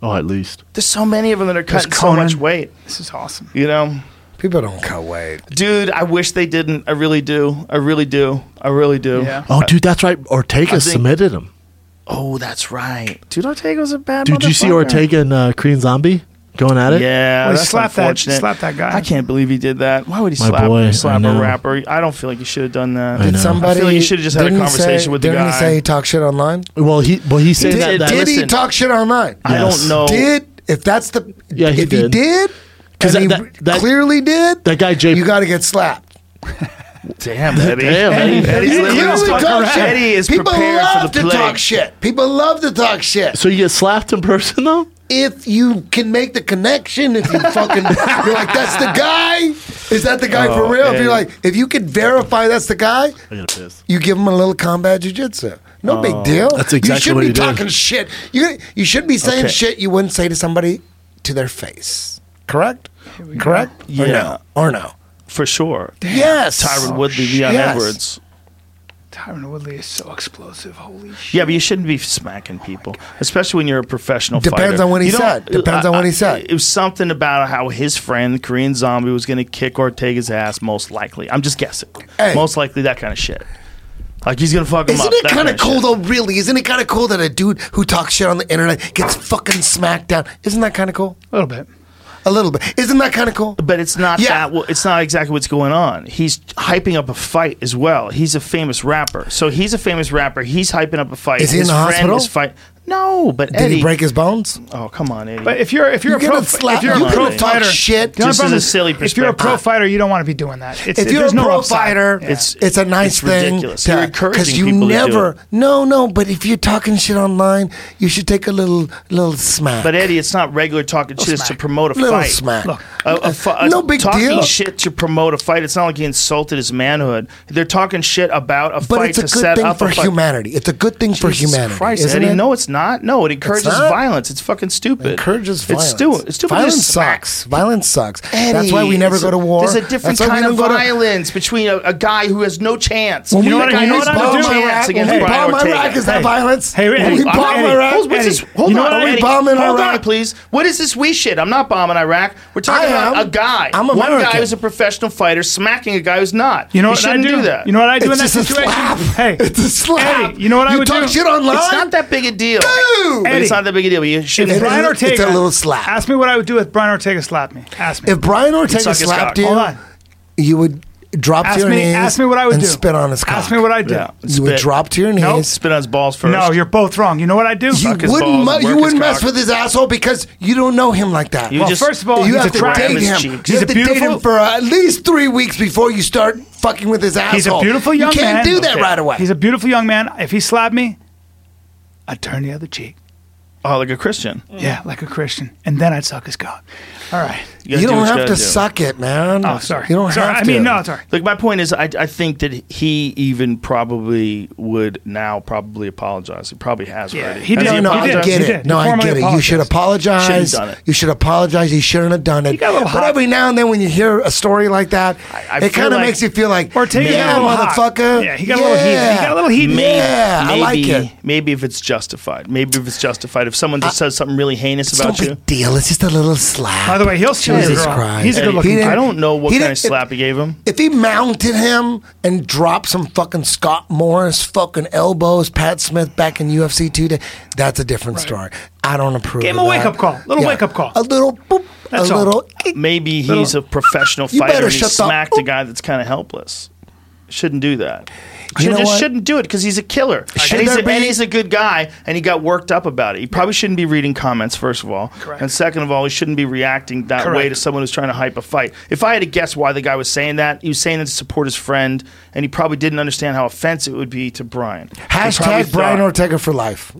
C: Oh, at least.
A: There's so many of them that are cutting so
D: Conan.
A: much weight.
D: This is awesome.
A: You know,
B: People don't cut weight.
A: dude. I wish they didn't. I really do. I really do. I really do.
D: Yeah.
C: Oh, dude, that's right. Ortega
A: think-
C: submitted him.
A: Oh, that's right. Dude, Ortega's a bad.
C: Dude, did you see
A: motherfucker.
C: Ortega and uh, Korean Zombie going at it?
A: Yeah,
D: Well, he
A: that's
D: slapped that-
A: unfortunate.
D: slapped that guy.
A: I can't believe he did that. Why would he
C: My
A: slap,
C: boy, I
A: slap a
C: know.
A: rapper? I don't feel like he should have done that.
C: I
B: Did
C: know.
B: somebody?
A: I feel like you should've just had a
B: didn't he
A: conversation
B: say-
A: with the
B: didn't
A: guy.
B: he say he talked shit online?
C: Well, he well he said
A: Did-
C: that. that
B: Did he
A: listen.
B: talk shit online?
A: I
C: Yes.
A: don't know.
B: Did if that's the
C: Yeah, he
B: if he
C: did.
B: did,
C: 'Cause
B: because he
C: that- that- that-
B: clearly did.
C: that guy Jay.
B: you got to get slapped.
A: Damn, Eddie.
C: Damn, Eddie.
A: Eddie's
B: You
A: living
B: clearly
A: his fucking
B: talk
A: life.
B: shit.
A: Eddie is
B: People
A: prepared for
B: love
A: the
B: to
A: plague.
B: talk shit. People love to talk shit.
C: So you get slapped in person though?
B: if you can make the connection, if you fucking, you're like, that's the guy. Is that the guy
A: Oh,
B: for real? If
A: yeah.
B: you're like, if you can verify that's the guy,
C: I got pissed.
B: you give him a little combat jujitsu. No big deal.
C: That's exactly
B: you should
C: what
B: be
C: he did.
B: talking shit. You you should be saying
A: Okay.
B: shit you wouldn't say to somebody to their face. Correct. Correct.
A: Yeah.
B: Or no. Or no.
A: For sure.
B: Yes.
A: Tyron Woodley, Leon
B: Yes.
A: Edwards.
D: Tyron Woodley is so explosive. Holy shit.
A: Yeah, but you shouldn't be smacking people, especially when you're a professional
B: Depends
A: fighter.
B: on what he
A: You don't-
B: said. Depends on what he said.
A: It was something about how his friend, the Korean Zombie, was going to kick Ortega's ass, most likely. I'm just guessing.
B: Hey.
A: Most likely that kind of shit. Like he's going to fuck him up.
B: Isn't it
A: that
B: kind of
A: shit.
B: cool though? Really, isn't it kind of cool that a dude who talks shit on the internet gets fucking smacked down? Isn't that kind of cool?
D: A little bit.
B: A little bit. Isn't that kind of cool?
A: But it's not
B: Yeah.
A: that. Well, it's not exactly what's going on. He's hyping up a fight as well. He's a famous rapper, so he's a famous rapper. He's hyping up a fight.
B: Is he in
A: his
B: the
A: friend
B: hospital?
A: Is fight. No, but
B: Did
A: Eddie.
B: he break his bones?
A: oh come on, Eddie.
D: But if you're if you're
B: You
D: a pro
B: cannot slap-
D: if you're
A: you
D: a pro
A: cannot talk
D: fighter,
B: shit.
D: the only
A: Just
D: problem
A: as a
D: is
A: silly
D: If you're a pro
A: perspective.
D: fighter, you don't want to be doing that. It's,
B: if you're a
D: there's no
B: pro
D: upside.
B: fighter,
D: Yeah.
A: It's-
B: it's it's a
A: it's
B: nice thing.
A: ridiculous.
B: to-
A: You're encouraging
B: 'cause you
A: people to do
B: never,
A: it.
B: No, no. But if you're talking shit online, you should take a little little smack.
A: But Eddie, it's not regular talking shit it's to
D: smack.
A: promote a
B: little
A: fight.
B: smack.
D: Look,
A: A, a fu- a
B: no big
A: talking
B: deal.
A: shit to promote a fight. It's not like he insulted his manhood. They're talking shit about a
B: But
A: fight
B: it's a
A: to
B: good
A: set
B: thing
A: up
B: for
A: a fight.
B: humanity. It's a good thing for
A: Jesus
B: humanity.
A: Christ,
B: isn't
A: Eddie,
B: it?
A: no, it's not. No, it encourages
B: not.
A: violence. It's fucking stupid.
B: encourages violence.
A: It's stupid. It's stupid. to
B: Violence
A: smack.
B: sucks. Violence sucks.
A: Eddie,
B: That's why we never
A: it's
B: go
A: a-
B: to war.
A: There's a different
B: That's why we
A: kind of
B: don't go to-
A: violence between a, a guy who has no chance.
B: When
D: You know
B: we
D: what-
B: guys
D: you know what I'm
B: bomb
D: gonna do?
B: Iraq,
A: Against
B: when we
A: Brian
B: bomb
A: Ortega.
B: Iraq, is that
D: Hey.
B: violence?
D: Hey,
B: When
D: Eddie,
B: we
D: I'm
B: bomb
D: Eddie.
B: Iraq,
A: Hold, what's
D: Eddie,
A: this? Hold
B: you know
A: on,
B: what,
A: Eddie,
B: Eddie, bombing
A: hold
B: Iraq.
A: on, please. What is this we shit? I'm not bombing Iraq. We're talking
B: I am.
A: about a guy.
B: I'm
A: One guy
B: American.
A: who's a professional fighter smacking a guy who's not.
D: You know
A: You
D: what I
A: shouldn't
D: do?
A: that.
D: You know what I do in that
B: It's just a
D: situation?
B: slap.
D: Hey,
B: It's a slap.
D: Eddie, you know what I
B: You
D: would
B: talk
D: do?
B: shit online?
A: It's not that big a deal.
B: No!
A: But
D: Eddie.
A: It's not that big a deal. But you
D: If
A: shouldn't.
B: It's-
D: Brian
B: it's a
D: Ortega,
B: little slap.
D: Ask me what I would do if Brian Ortega slapped me. Ask me.
B: If Brian Ortega
A: suck his cock.
B: slapped you,
A: Hold
D: on.
B: you would drop to
D: ask
B: your
D: me.
B: knees.
D: Ask me what I would
B: and
D: do.
B: spit on his cock.
D: Ask me what I do.
A: Yeah.
B: You would
A: Spit.
B: drop to your knees.
D: Nope.
A: Spit on his balls first.
D: No, you're both wrong. You know what I do?
B: You
A: his
B: wouldn't.
A: balls
B: mu-
A: and
B: you
A: work
B: wouldn't
A: his
B: mess
A: cock.
B: with his asshole because you don't know him like that.
A: You
D: well,
A: just-
D: first of all,
B: you
D: he's
B: have to
D: attractive.
B: date
A: his
B: him.
A: cheeks.
B: You
A: He's
B: have to
D: a
B: date
D: beautiful-
B: him for uh, at least three weeks before you start fucking with his asshole.
D: He's a beautiful young
B: You can't
D: man.
B: do that
A: Okay.
B: right away.
D: He's a beautiful young man. If he slapped me, I'd turn the other cheek.
A: Oh, like a Christian.
D: Yeah, like a Christian. And then I'd suck his cock. All right.
A: gotta
B: you
A: do
B: don't
A: what
B: have
A: gotta
B: to
A: do.
B: suck it, man.
D: Oh, sorry.
B: You don't
D: sorry.
B: have
D: I
B: to.
D: mean, no, sorry.
A: Like my point is, I, I think that he even probably would now probably apologize. He probably has
D: Yeah,
A: already.
D: he
A: Has
D: did.
B: No, no,
A: apologized?
B: I
D: apologized.
B: get
D: He
B: it.
D: did.
B: No,
D: He
B: I
D: formally
B: get it. You should apologize.
A: Shouldn't have done it.
B: You should apologize. You shouldn't have done it.
D: got a little
B: But
D: hot.
B: every now and then, when you hear a story like that,
A: I
B: it
A: feel
B: kind of
A: like
B: makes you feel like,
D: Or take
B: yeah,
D: a little hot.
B: motherfucker.
D: Yeah, he got a little heat. He got a little heat.
A: Maybe,
B: Yeah, I like
A: maybe-
B: it.
A: Maybe if it's justified. Maybe if it's justified. If someone just says something really heinous
B: It's no
A: about you.
B: big deal. It's just a little slap.
D: By the way, he'll shoot
B: Jesus
D: a girl.
B: Christ.
D: He's a
B: Hey,
D: good
B: he
D: looking
B: didn't-
A: I
D: guy.
A: don't know what
B: he
A: kind of
B: didn't-
A: slap he gave him.
B: if he mounted him and dropped some fucking Scott Morris fucking elbows, Pat Smith back in UFC two day, that's a different story. I don't approve.
D: Give him
B: of
D: a
B: that.
D: wake-up call. Little wake-up call.
B: A little boop.
D: That's
B: a
D: all.
B: little.
A: Maybe he's a professional
B: You
A: fighter
B: better
A: and he
B: shut the-
A: smacked a guy that's kind of helpless. Shouldn't do that.
B: You know
A: just
B: what?
A: shouldn't do it because he's a killer.
B: Should
A: And he's
B: there
A: a, and
B: be-
A: he's a good guy, and he got worked up about it. He probably shouldn't be reading comments, first of all.
D: Correct.
A: And second of all, he shouldn't be reacting that way to
D: Correct.
A: someone who's trying to hype a fight. If I had to guess why the guy was saying that, he was saying that to support his friend, and he probably didn't understand how offensive it would be to Brian. He probably
B: Hashtag
A: thought-
B: Brian Ortega for life.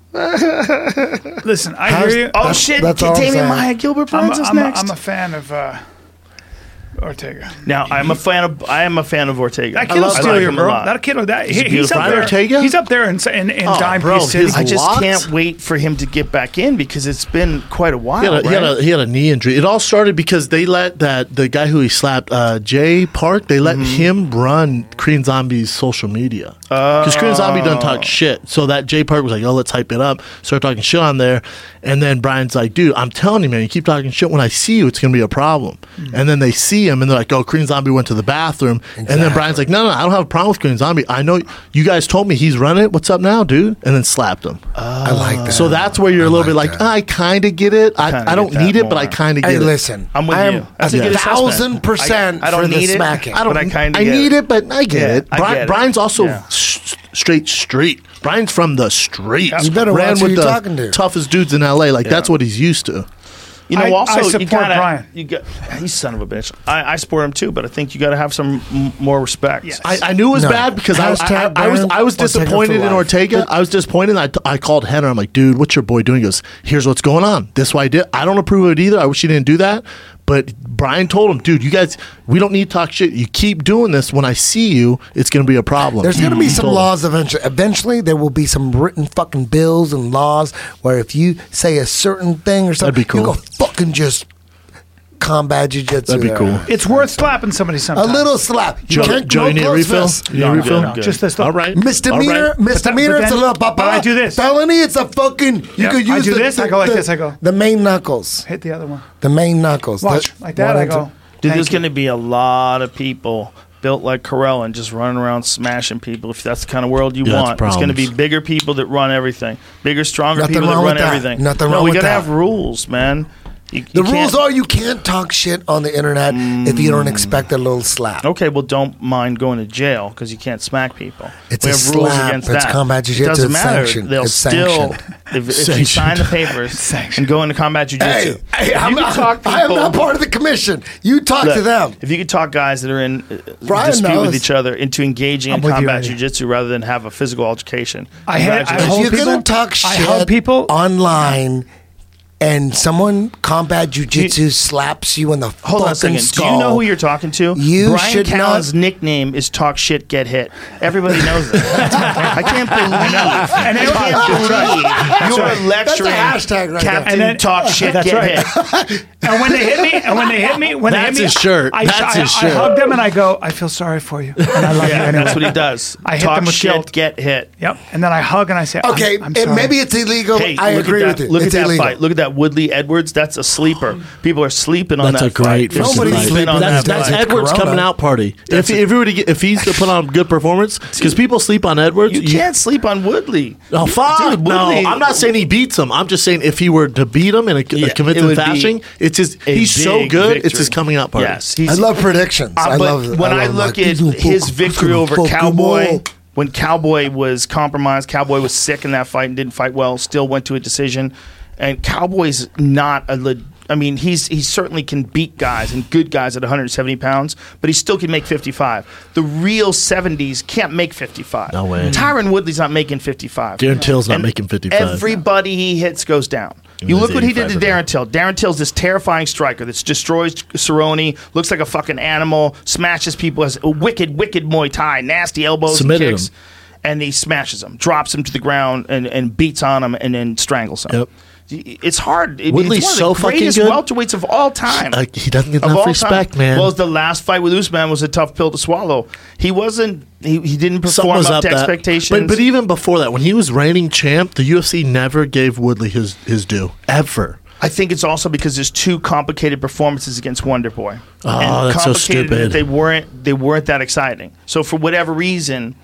D: Listen, I
B: How's-
D: hear you.
A: Oh,
B: That's-
A: shit.
B: that's all I'm
A: Damian
B: saying.
A: Maya, Gilbert
D: I'm
A: Burns
D: a,
A: is
D: I'm a-
A: next.
D: I'm a fan of uh, Ortega.
A: now, I'm a fan of I am a fan of Ortega.
D: That kid'll
A: I
D: steal
A: like
D: your
A: him a
D: girl.
A: lot.
D: That kid'll that he, he's
A: beautiful
D: up
A: guy.
D: there.
C: Ortega?
D: He's up there in in, in
C: Oh,
D: dime
C: bro,
D: piece city.
C: his
A: I just
C: What?
A: can't wait for him to get back in because it's been quite a while.
C: He had, a, he, had
A: right?
C: a, he had a knee injury. It all started because they let that the guy who he slapped, uh, Jay Park, they let
A: Mm-hmm.
C: him run Korean Zombie's social media because Korean Zombie
A: Oh.
C: doesn't talk shit. So that Jay Park was like, "Yo, let's hype it up." Start talking shit on there, and then Brian's like, "Dude, I'm telling you, man, you keep talking shit. When I see you, it's gonna be a problem."
A: Mm.
C: And then they see him, and they're like, "Oh, Korean Zombie went to the bathroom." And then Brian's like, "No, no, I don't have a problem with Korean Zombie. I know you guys told me he's running it. What's up now, dude?" And then slapped him.
B: I like
D: Uh,
B: that.
C: So that's where you're a little bit like,
B: that.
C: I kind of get it.
A: Kinda
C: I, I don't
A: get that
C: need it, but I
A: more.
C: kind of get
B: Hey,
C: it.
B: listen.
A: I'm with
B: I am
A: you. That's
B: a
A: a good assessment.
B: thousand percent
A: I- I
B: for
A: don't
B: the
A: need it.
B: smacking.
A: I don't- but kinda
C: I
A: get
C: need
A: it.
C: it, but I get
A: Yeah,
C: it.
A: I
C: Bri-
A: get it.
C: Brian's also
A: Yeah.
C: s- straight street. Brian's from the street.
B: You better watch who you're talking to.
C: toughest dudes in LA. Like that's what he's used to.
A: You know,
D: I-
A: also
D: I support
A: you gotta,
D: Brian.
A: You got, you son of a bitch. I, I support him too, but I think you got to have some m- more respect.
D: Yes.
C: I, I knew it was
B: No.
C: bad because I, I,
B: Hashtag
C: I, I was
B: Brian
C: I was
B: Ortega for
C: disappointed in
B: life.
C: Ortega. I was disappointed. I, t- I called Henner. I'm like, dude, what's your boy doing? He goes, here's what's going on. This is what I did. I don't approve of it either. I wish you didn't do that. But Brian told him, dude, you guys, we don't need to talk shit. You keep doing this. When I see you, it's going to be a problem.
B: There's going to be some
C: Told him.
B: laws eventually. Eventually, there will be some written fucking bills and laws where if you say a certain thing or something,
C: That'd be
B: you
C: cool.
B: go fucking just combat jujitsu.
C: That'd be
B: there.
C: cool.
D: it's worth slapping somebody
B: A
D: sometimes.
B: little slap. You
C: Joe,
B: can't
C: Joe,
B: no
C: you need a
B: close
C: refill?
B: fists.
C: You need a
A: No, I'm
C: refill?
A: good, I'm good.
D: Just this.
C: All right.
B: Misdemeanor,
C: All right.
B: misdemeanor.
D: but
B: it's a
D: then-
B: little papa.
D: but I do this.
B: Felony, it's a fucking. You
D: Yep.
B: could
D: I
B: use
D: do
B: the,
D: this, I
B: the-
D: go like
B: the-
D: this, I go.
B: The main knuckles.
D: Hit the other one.
B: The main knuckles.
D: Watch
B: The-
D: like that. I
B: one
D: go.
A: Dude,
D: thank
A: there's
D: you.
A: going to be a lot of people built like Corell and just running around smashing people. If that's the kind of world you
C: Yeah, that's
A: want, it's going to be
C: problems.
A: bigger people that run everything, bigger, stronger
B: Nothing
A: people that
B: wrong
A: run
B: with that.
A: everything.
B: Nothing
A: no,
B: wrong
A: we
B: with
A: gotta
B: that.
A: have rules, man. You-
B: The
A: you can't-
B: rules are you can't talk shit on the internet if you don't expect a little
D: Oh,
B: slap.
A: Okay, well, don't mind going to jail because you can't smack people.
B: It's a slap. It's combat
A: It
B: jujitsu.
A: doesn't
B: It's
A: matter.
B: sanctioned.
A: They'll
B: It's
A: still,
B: sanctioned.
A: if, if you sign the papers and go into combat jujitsu,
B: Hey, hey,
A: if
B: I'm
A: you can
B: not,
A: talk
B: I am
A: people-
B: not part of the commission. You talk
A: Look,
B: to them.
A: If you could talk guys that are in uh,
B: Brian
A: dispute
B: knows.
A: with each other into engaging in
D: with you,
A: combat
D: Eddie.
A: jujitsu rather than have a physical altercation.
D: I had- I
A: Congratulations.
D: hold
B: If you're
D: people-
B: gonna talk
D: I hold
B: shit
D: people-
B: online, and someone combat jujitsu slaps you in the
A: Hold
B: fucking
A: on a second.
B: skull.
A: Do you know who you're talking to?
B: You
A: Brian
B: should
A: Callen's
B: not-
A: nickname is "Talk Shit, Get Hit." Everybody knows that. I can't believe.
D: And
A: I
D: everyone-
A: can't believe you're lecturing
B: That's a hashtag right there.
A: Captain
D: And then-
A: Talk Shit,
D: That's
A: Get
D: right.
A: Hit.
D: And when they hit me, and when they hit me, when
C: That's
D: they hit me,
C: his shirt.
D: I,
C: That's
D: I,
C: his
D: I
C: shirt.
D: hug them and I go, I feel sorry for you, and I love you
A: Yeah,
D: anyway.
A: that's what he does.
D: I hit
A: Talk
D: them with
A: shit,
D: guilt.
A: get hit.
D: Yep. And then I hug and I say, I'm-
B: Okay,
D: I'm,
B: it-
D: sorry.
B: maybe it's illegal.
A: Hey,
B: I
A: look at
B: agree
A: that-
B: with you.
A: Look
B: it's
A: at that
B: illegal.
A: fight. Look at that Woodley Edwards. That's a sleeper. People are sleeping on
C: That's
A: that
C: a
A: fight.
C: great
A: They're
C: fucking
B: Nobody's
C: fight.
A: sleeping on
C: that's,
A: that
C: that's
A: fight.
C: Edwards
B: Corona.
C: coming out party. If if he were to get, if he's to put on a good performance, because people sleep on Edwards,
A: You can't sleep on Woodley.
C: Oh fuck!
A: Dude,
C: no,
A: Woodley-
C: I'm not saying he beats him. I'm just saying if he were to beat him in a,
A: Yeah,
C: a convincing
A: it would be
C: fashion, it's his.
A: a
C: He's so
A: big
C: good. It's
A: victory.
C: his coming out party.
A: Yes, he's,
B: I love predictions.
A: Uh,
B: I
A: but
B: love
A: when I,
B: I love
A: look
B: like,
A: at
B: these are
A: his
B: fucking
A: victory over
B: Pokemon.
A: Cowboy, when Cowboy was compromised, Cowboy was sick in that fight and didn't fight well, still went to a decision. And Cowboy's not a le- I mean, he's he certainly can beat guys and good guys at 170 pounds, but he still can make 55. The real 70s can't make 55.
C: No way.
A: Tyron Woodley's not making 55.
C: Darren Till's not
A: And
C: making 55.
A: Everybody he hits goes down.
C: Even
A: You
C: though
A: look
C: he's
A: what he did to
C: 85 or
A: Darren Till. Darren Till's this terrifying striker that destroys Cerrone, looks like a fucking animal, smashes people, has a wicked, wicked Muay Thai, nasty elbows,
C: Submitted
A: and kicks,
C: him.
A: and he smashes him, drops him to the ground, and, and beats on him, and then strangles him.
C: Yep.
A: It's hard. It-
C: Woodley's
A: it's one of
C: so
A: the
C: fucking
A: greatest
C: good.
A: welterweights of all time.
C: Uh, he doesn't get
A: Of
C: enough
A: all
C: respect,
A: time.
C: man.
A: Well, the last fight with Usman was a tough pill to swallow. He wasn't. He, he didn't
C: Something
A: perform
C: was
A: up,
C: up
A: to
C: that-
A: expectations.
C: But, but even before that, when he was reigning champ, the UFC never gave Woodley his his due ever.
A: I think it's also because there's two complicated performances against Wonder Boy.
C: Ah, that's so
A: complicated in that
C: stupid.
A: They weren't they weren't that exciting. So for whatever reason,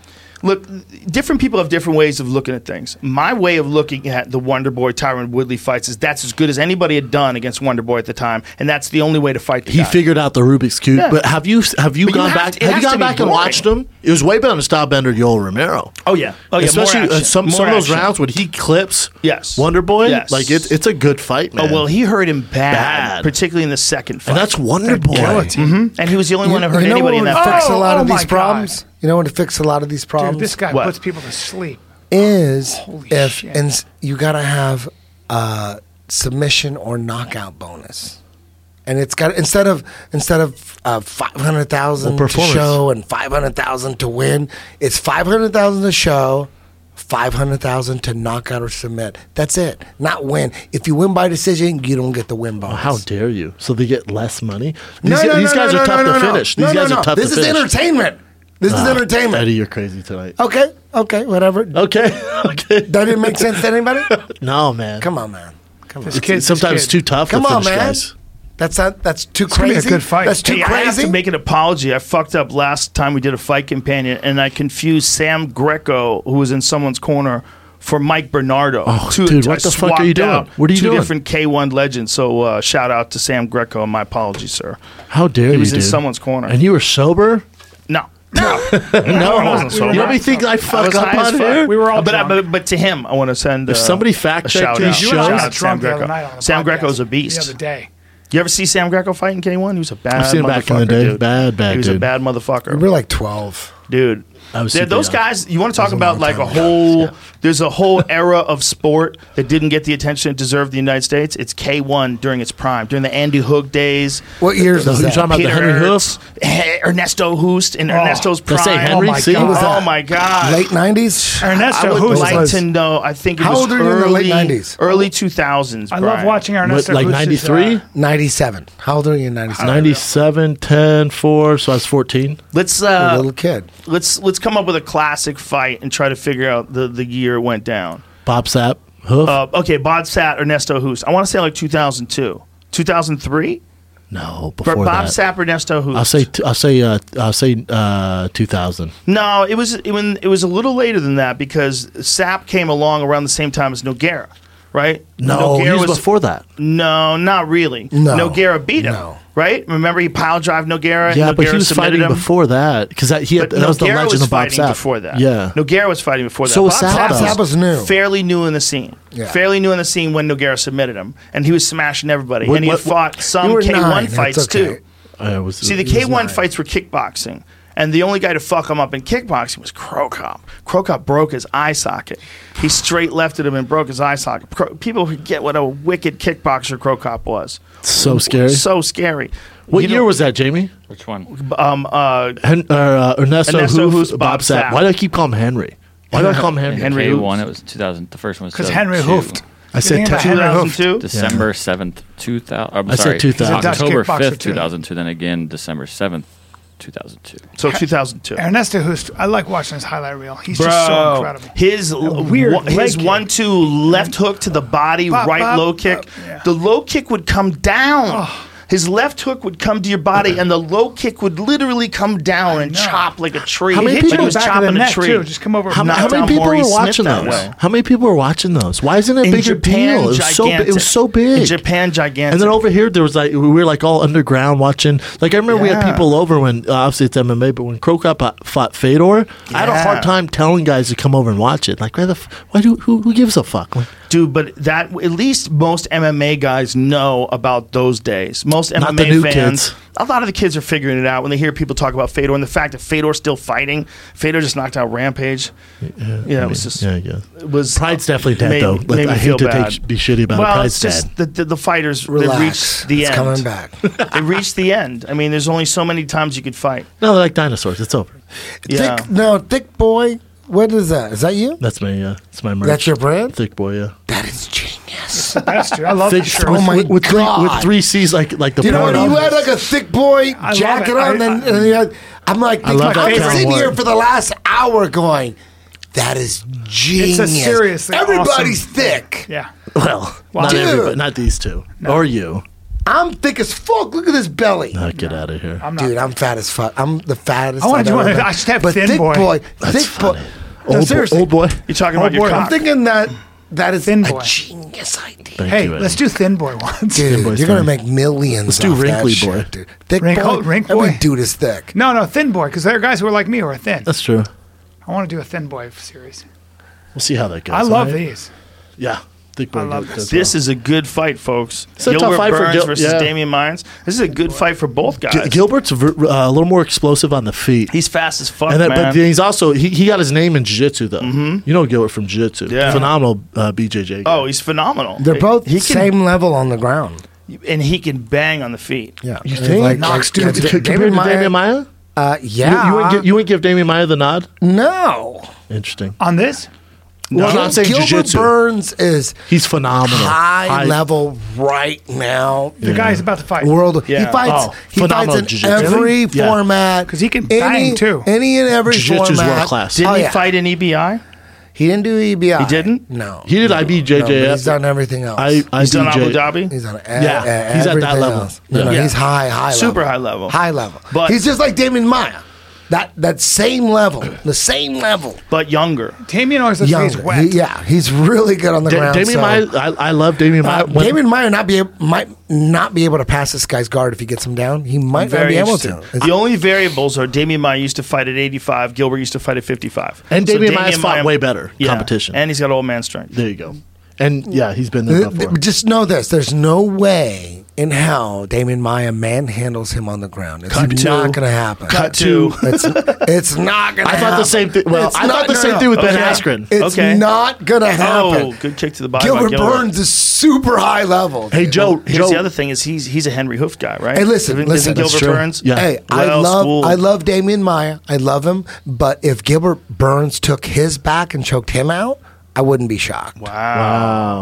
A: look, different people have different ways of looking at things. My way of looking at the Wonder Boy Tyron Woodley fights is that's as good as anybody had done against Wonder Boy at the time, and that's the only way to fight. The
C: He
A: guy.
C: figured out the Rubik's cube,
A: Yeah.
C: but have you have you
A: But you
C: gone
A: have
C: back?
A: to- it
C: have you
A: has to
C: gone
A: be
C: back and
A: boring.
C: watched him? It was way better than Stylebender Yoel Romero.
A: Oh yeah, oh yeah.
C: especially
A: more
C: uh,
A: action.
C: some
A: More
C: some of those
A: action.
C: rounds when he clips.
A: Yes.
C: Wonder Boy.
A: Yes.
C: like it's it's a good fight, man.
A: Oh well, he hurt him bad,
C: Bad.
A: particularly in the second fight.
C: and that's Wonder Boy.
A: Mhm. and he was the only one that hurt
B: know what
A: anybody in
B: would
A: that fight.
B: fix a
D: Oh,
B: lot
D: oh
B: of
D: my
B: these
D: God.
B: problems? You know what would fix a lot of these problems?
D: Dude, this guy
A: What?
D: puts people to sleep.
B: is
D: Holy
B: if
D: shit.
B: and s- you gotta have a submission or knockout bonus, and it's got instead of instead of uh, five hundred thousand
C: Well,
B: to
C: performance.
B: show and five hundred thousand to win, it's five hundred thousand to show. 500,000 to knock out or submit. That's it. Not win. If you win by decision, you don't get the win bonus.
C: How dare you? So they get less money. These,
B: No,
C: gu-
B: no,
C: these
B: no,
C: guys
B: no,
C: are
B: no,
C: tough
B: no,
C: to
B: no, no.
C: finish.
B: No,
C: these
B: no,
C: guys
B: no.
C: are tough
B: This
C: to
B: is
C: finish. Ah,
B: entertainment. This is entertainment.
C: Eddie, you're crazy tonight.
B: Okay, okay, whatever. That
C: Okay, okay.
B: didn't make sense to anybody?
C: No, man.
B: Come on, man. Come on.
D: This kid,
C: Sometimes it's
D: this kid.
C: too tough.
B: Come
C: to
B: on,
C: finish
B: man.
C: guys.
B: That's not. That's too
D: gonna be
B: crazy.
D: a good fight.
B: That's too
A: Hey, I have
B: crazy.
A: to make an apology. I fucked up last time we did a fight companion, and I confused Sam Greco, who was in someone's corner, for Mike Bernardo.
C: Oh, dude, what
A: I
C: the fuck are you
A: swapped
C: doing?
A: out
C: What are you
A: two
C: doing?
A: different K1 legends. So uh, shout out to Sam Greco. and My apologies, sir.
C: How dare you?
A: He was in
C: dude.
A: someone's corner.
C: and you were sober.
A: no. No, no, I wasn't sober.
C: You let me think I
A: I
C: fuck
A: was
C: up
A: high as
C: on
A: fuck.
C: here.
D: We were all
A: but, I-
D: drunk.
A: but, but to him, I want to send.
C: If
A: uh,
C: somebody
A: a
C: fact-checked
A: shout
C: these
A: out.
C: shows-
D: You and I
A: Shout
D: was
A: out to Sam
D: drunk the other night
A: Greco.
D: on the
A: Sam
D: podcast
A: Greco's a
D: The
A: beast.
D: other day.
A: You ever see Sam Greco fight in K1? He was a bad
C: I've seen him back in the
A: motherfucker,
C: day.
A: dude.
C: Bad, bad
A: He was a
C: dude.
A: bad
B: We
A: motherfucker.
B: were like twelve.
A: dude.
C: I was
A: There-
C: super
A: those
C: young.
A: guys, you want to talk
B: a
A: about
B: long
A: like a
B: time ago.
A: whole, there's a whole era of sport that didn't get the attention it deserved in the United States. It's K1 during its prime, during the Andy Hoog days.
B: What years
C: So
B: was
C: you're talking
B: that?
C: about the Henry
A: Ertz,
C: Hoof?
A: Eh, Ernesto Hoost, and Ernesto's prime.
C: let's say Henry,
A: oh my
C: see?
A: God.
C: What was
B: that?
A: Oh my God.
B: Late nineties.
A: I
D: Ernesto,
A: would
D: who's
A: like
B: was-
A: to know. I think it
B: How
A: was
B: old are you
A: early,
B: in the late 90s?
A: Early 2000s.
D: I love
A: Brian.
D: watching
C: What,
D: Ernesto.
C: like
D: Hoots' is, uh,
C: 93?
B: Ninety-seven. How old are you in ninety-seven?
C: 97, 10, 4, so I was 14.
A: Let's
B: A
A: uh,
B: little kid.
A: let's let's come up with a classic fight and try to figure out the the year it went down.
C: Bob Sapp, Hoof?
A: Uh, okay, Bod Sat, Ernesto Hoos. I want to say like 2002, 2003.
C: no,
A: But
C: before
A: Bob
C: that.
A: Sapp, Ernesto Hoos.
C: I'll say, t- I'll say, uh, I'll say uh, 2000.
A: no. It was it, when it was a little later than that because Sapp came along around the same time as Noguera, right?
C: No, he
A: Nogueira
C: was before that.
A: No, not really.
B: No.
A: Noguera beat him.
B: No.
A: Right? Remember he pile drive Noguera.
C: Yeah,
A: and
C: but he
A: Nogueira
C: was
A: submitted
C: fighting
A: him?
C: before that because that, he had,
A: But
C: that was the
A: Nogueira
C: legend
A: was
C: of Bob
A: fighting
C: Sapp.
A: before that.
C: yeah,
A: Noguera was fighting before that.
C: So
A: Bob
C: was Sapp,
A: Sapp
C: though.
B: Sapp was new.
A: fairly new in the scene.
B: Yeah.
A: Fairly new in the scene when Noguera submitted him, and he was smashing everybody.
C: What-
A: and he had
C: what-
A: fought some
B: You were
A: K1
B: nine, that's
A: fights
B: okay.
A: too.
C: Uh, it was,
A: See, the K1
C: it was nine.
A: fights were kickboxing, and the only guy to fuck him up in kickboxing was Crow Cop. Crow Cop broke his eye socket. He straight lefted him and broke his eye socket. Cro- people forget what a wicked kickboxer Crow Cop was.
C: so scary.
A: So scary.
C: what
A: You
C: year
A: know,
C: was that, Jamie?
E: Which one?
A: um uh,
C: Hen- uh, uh, Ernesto,
A: Ernesto
C: Hoof,
A: Hoof,
C: Bob
A: Bob
C: Sapp.
A: Sapp.
C: Why do I keep calling him Henry? Why do I call him Henry?
A: Henry
E: K
A: Hooft.
E: one. It was 2000. The first one was
D: Because Henry
E: 2002.
D: hoofed.
C: I said
D: Did you think about
C: tattoo
D: Henry hoofed?
A: 2002.
E: December seventh, two thousand. I'm
C: I said
E: sorry,
C: 2000. He's a
D: Dutch
E: October
D: kickboxer,
E: fifth,
D: too.
E: two thousand two. Then again, December seventh, two thousand two.
A: So 2002.
D: Ernesto Hoost, I like watching his highlight reel. He's
A: Bro,
D: just so incredible.
A: his
D: weird
A: one, his
D: leg kick.
A: one two left hook to the body,
D: Bop,
A: right
D: bop,
A: low
D: bop,
A: kick.
D: yeah. Oh.
A: The low kick would come down. His left hook would come to your body, and the low kick would literally come down and
D: know.
A: chop like a tree.
C: How many
A: Hit
C: people
A: like he was
D: back of the
A: chopping a
D: neck,
A: tree.
D: too. Just come over
C: How,
D: and
A: Knocked
C: how many
A: out
C: people
A: Maurice
C: were
A: Smith
C: watching
A: that
C: those?
A: way.
C: How many people were watching those? Why isn't it a
A: In
C: bigger
A: Japan,
C: deal? It was, so, bi- it
A: gigantic.
C: was so big.
A: In Japan, gigantic.
C: And then over here, there was like we were like all underground watching. Like I remember we had
A: Yeah.
C: people over when uh, obviously it's MMA, but when Krokop uh, fought Fedor, I had a
A: Yeah.
C: hard time telling guys to come over and watch it. Like why the f- why do who, who gives a fuck? Like,
A: Dude, but that at least most MMA guys know about those days. Most MMA
C: Not the new
A: fans,
C: kids.
A: a lot of the kids are figuring it out when they hear people talk about Fedor and the fact that Fedor's still fighting. Fedor just knocked out Rampage. Yeah, it was just
C: yeah, I guess.
A: it was
C: Pride's definitely dead
A: made-
C: though.
A: made
C: Like,
A: me
C: I
A: feel
C: hate to
A: bad.
C: take, be shitty about it.
A: well,
C: Pride's
A: it's
C: dead.
A: just the, the, the fighters they
B: Relax.
A: reached the
B: it's
A: end.
B: coming back.
A: they reached the end. I mean, there's only so many times you could fight.
C: No, they're like dinosaurs. It's over.
A: Yeah.
B: Thick. No, thick boy. What is that? Is that you?
C: That's my uh, that's my merch.
B: That's your brand.
C: thick boy. Yeah.
B: That is genius.
D: That's true. I love
C: Thick,
D: that shirt.
B: Oh
C: with,
B: my
C: with, with three with
B: God.
C: three C's like like the
B: You know
C: part
B: what?
C: of
B: You
C: it.
B: had like a thick boy
D: I love
B: jacket
D: it. I-
B: on, and, and you had, I'm like,
C: I love
B: I'm
C: that Karen
B: sitting here
C: Warren.
B: for the last hour going, that is genius.
D: seriously
B: Everybody's
D: awesome-
B: thick.
D: Yeah.
C: Well,
D: Wow.
C: not
B: Dude.
C: everybody, not these two, or you.
B: I'm thick as fuck. Look at this belly.
C: Now get out of here.
D: I'm not.
B: Dude, I'm fat as fuck. I'm the fattest.
D: I wanna
B: I've
D: do
B: ever
D: one of
B: been.
D: those. I should have
B: but
D: Thin
B: thick
D: Boy.
C: That's
B: thick boy.
C: funny.
B: No,
C: old, boy,
B: seriously.
C: old boy.
A: You're talking
D: Oh,
A: about your
D: boy, I'm
A: cock.
B: I'm thinking that that is
D: Thin
B: a
D: Boy.
B: genius idea.
C: Thank
D: hey,
C: you, Eddie.
D: let's do Thin Boy once.
B: Dude,
C: Boy's
B: you're gonna
C: funny.
B: make millions.
C: Let's do
B: off that
C: Wrinkly
B: shit,
C: Boy.
B: dude. Thick
D: Wrinkle-
B: boy.
D: Wrink
B: Every
D: Boy?
B: dude is thick.
D: No, no, Thin Boy, because there are guys who are like me who are thin.
C: That's true.
D: I want to do a Thin Boy series.
C: We'll see how that goes.
D: I love
C: all right?
D: these.
C: Yeah. Thick boy
D: I love
C: does
A: This
C: well.
A: is a good fight, folks.
C: a tough
A: Gilbert
C: fight for
A: Burns
C: Gil-
A: versus
C: yeah.
A: Damian Mines. This is a good fight for both guys.
C: G- Gilbert's ver- uh, a little more explosive on the feet.
A: He's fast as fuck,
C: and that,
A: man. Mm-hmm.
C: but he's also he, he got his name in jiu-jitsu though. You know Gilbert from jiu-jitsu.
A: Yeah.
C: Phenomenal uh, BJJ. guy.
A: oh, he's phenomenal.
B: They're both
A: he can,
B: same level on the ground.
A: and he can bang on the feet.
B: Yeah,
C: You think?
D: Knocks
B: yeah,
D: dudes
B: Da-
C: C- compared to Damian Maya?
B: Uh,
C: You-
B: yeah,
C: You, wouldn't give, you wouldn't give Damian Maya the nod?
B: no.
C: Interesting.
D: On this?
C: Well, I'm
B: Gil-
C: not saying
B: Gilbert
C: jiu-jitsu.
B: Burns is
C: He's phenomenal.
B: high
C: I-
B: level right now.
D: The guy's about to fight.
B: World,
A: Yeah.
B: he fights.
C: Oh,
B: he
C: phenomenal
B: fights in
C: jiu-jitsu.
B: every
C: Really? Yeah.
B: format
D: 'Cause he can bang, too.
B: Any and every
C: Jiu-jitsu's
B: format.
C: world class.
A: Didn't
B: Oh,
A: he
B: yeah.
A: fight in E EBI?
B: He didn't do EBI.
A: He didn't?
B: No,
C: He did IBJJF.
B: No, but he's done everything else.
C: I, I
A: He's done Abu
C: BJ
A: Dhabi.
B: he's on.
C: Yeah,
B: yeah,
C: he's at that level.
B: No, no,
A: Yeah.
B: he's high, high,
A: Super
B: level.
A: high level.
B: high level.
A: But-
B: he's just like Damien Maya. That that same level, the same level.
A: but younger.
D: Damien always looks like
B: Young,
D: he's wet.
B: yeah, he's really good on the
C: Da-
B: ground.
C: Damian
B: so-
C: Maya, I, I love Damian Maya.
B: Uh,
C: When-
B: Damon Meyer not be ab- might not be able to pass this guy's guard if he gets him down. He might not
A: Very
B: be able
A: interesting.
B: to.
A: The only variables are Damian Maya used to fight at 85, Gilbert used to fight at 55.
C: And
A: So
C: Damian Maya's fought
A: Maia-
C: way better competition.
A: And he's got old man strength.
C: there you go. And yeah, he's been there
B: Th- th-
C: before.
B: just know this: there's no way in hell Damon Maya manhandles him on the ground. It's
A: Cut to-
B: not going to happen.
A: Cut to.
B: It's, it's not going to.
C: I thought the same thing. Well, I thought the same thing with Ben
A: Okay.
C: Askren.
B: It's
A: Okay.
B: not going to happen.
A: Oh, good kick to the body.
B: Gilbert,
A: by Gilbert
B: Burns is super high level.
C: Hey Joe,
A: Here's
C: Joe,
A: the other thing is he's he's a Henry Hoof guy, right?
B: Hey, listen,
A: Isn't-
B: listen,
A: isn't
B: that's
A: Gilbert
C: true.
A: Burns?
C: Yeah.
B: Hey, I
A: Well
B: love
A: schooled.
B: I love Damian Maya. I love him, but if Gilbert Burns took his back and choked him out, I wouldn't be shocked.
A: Wow.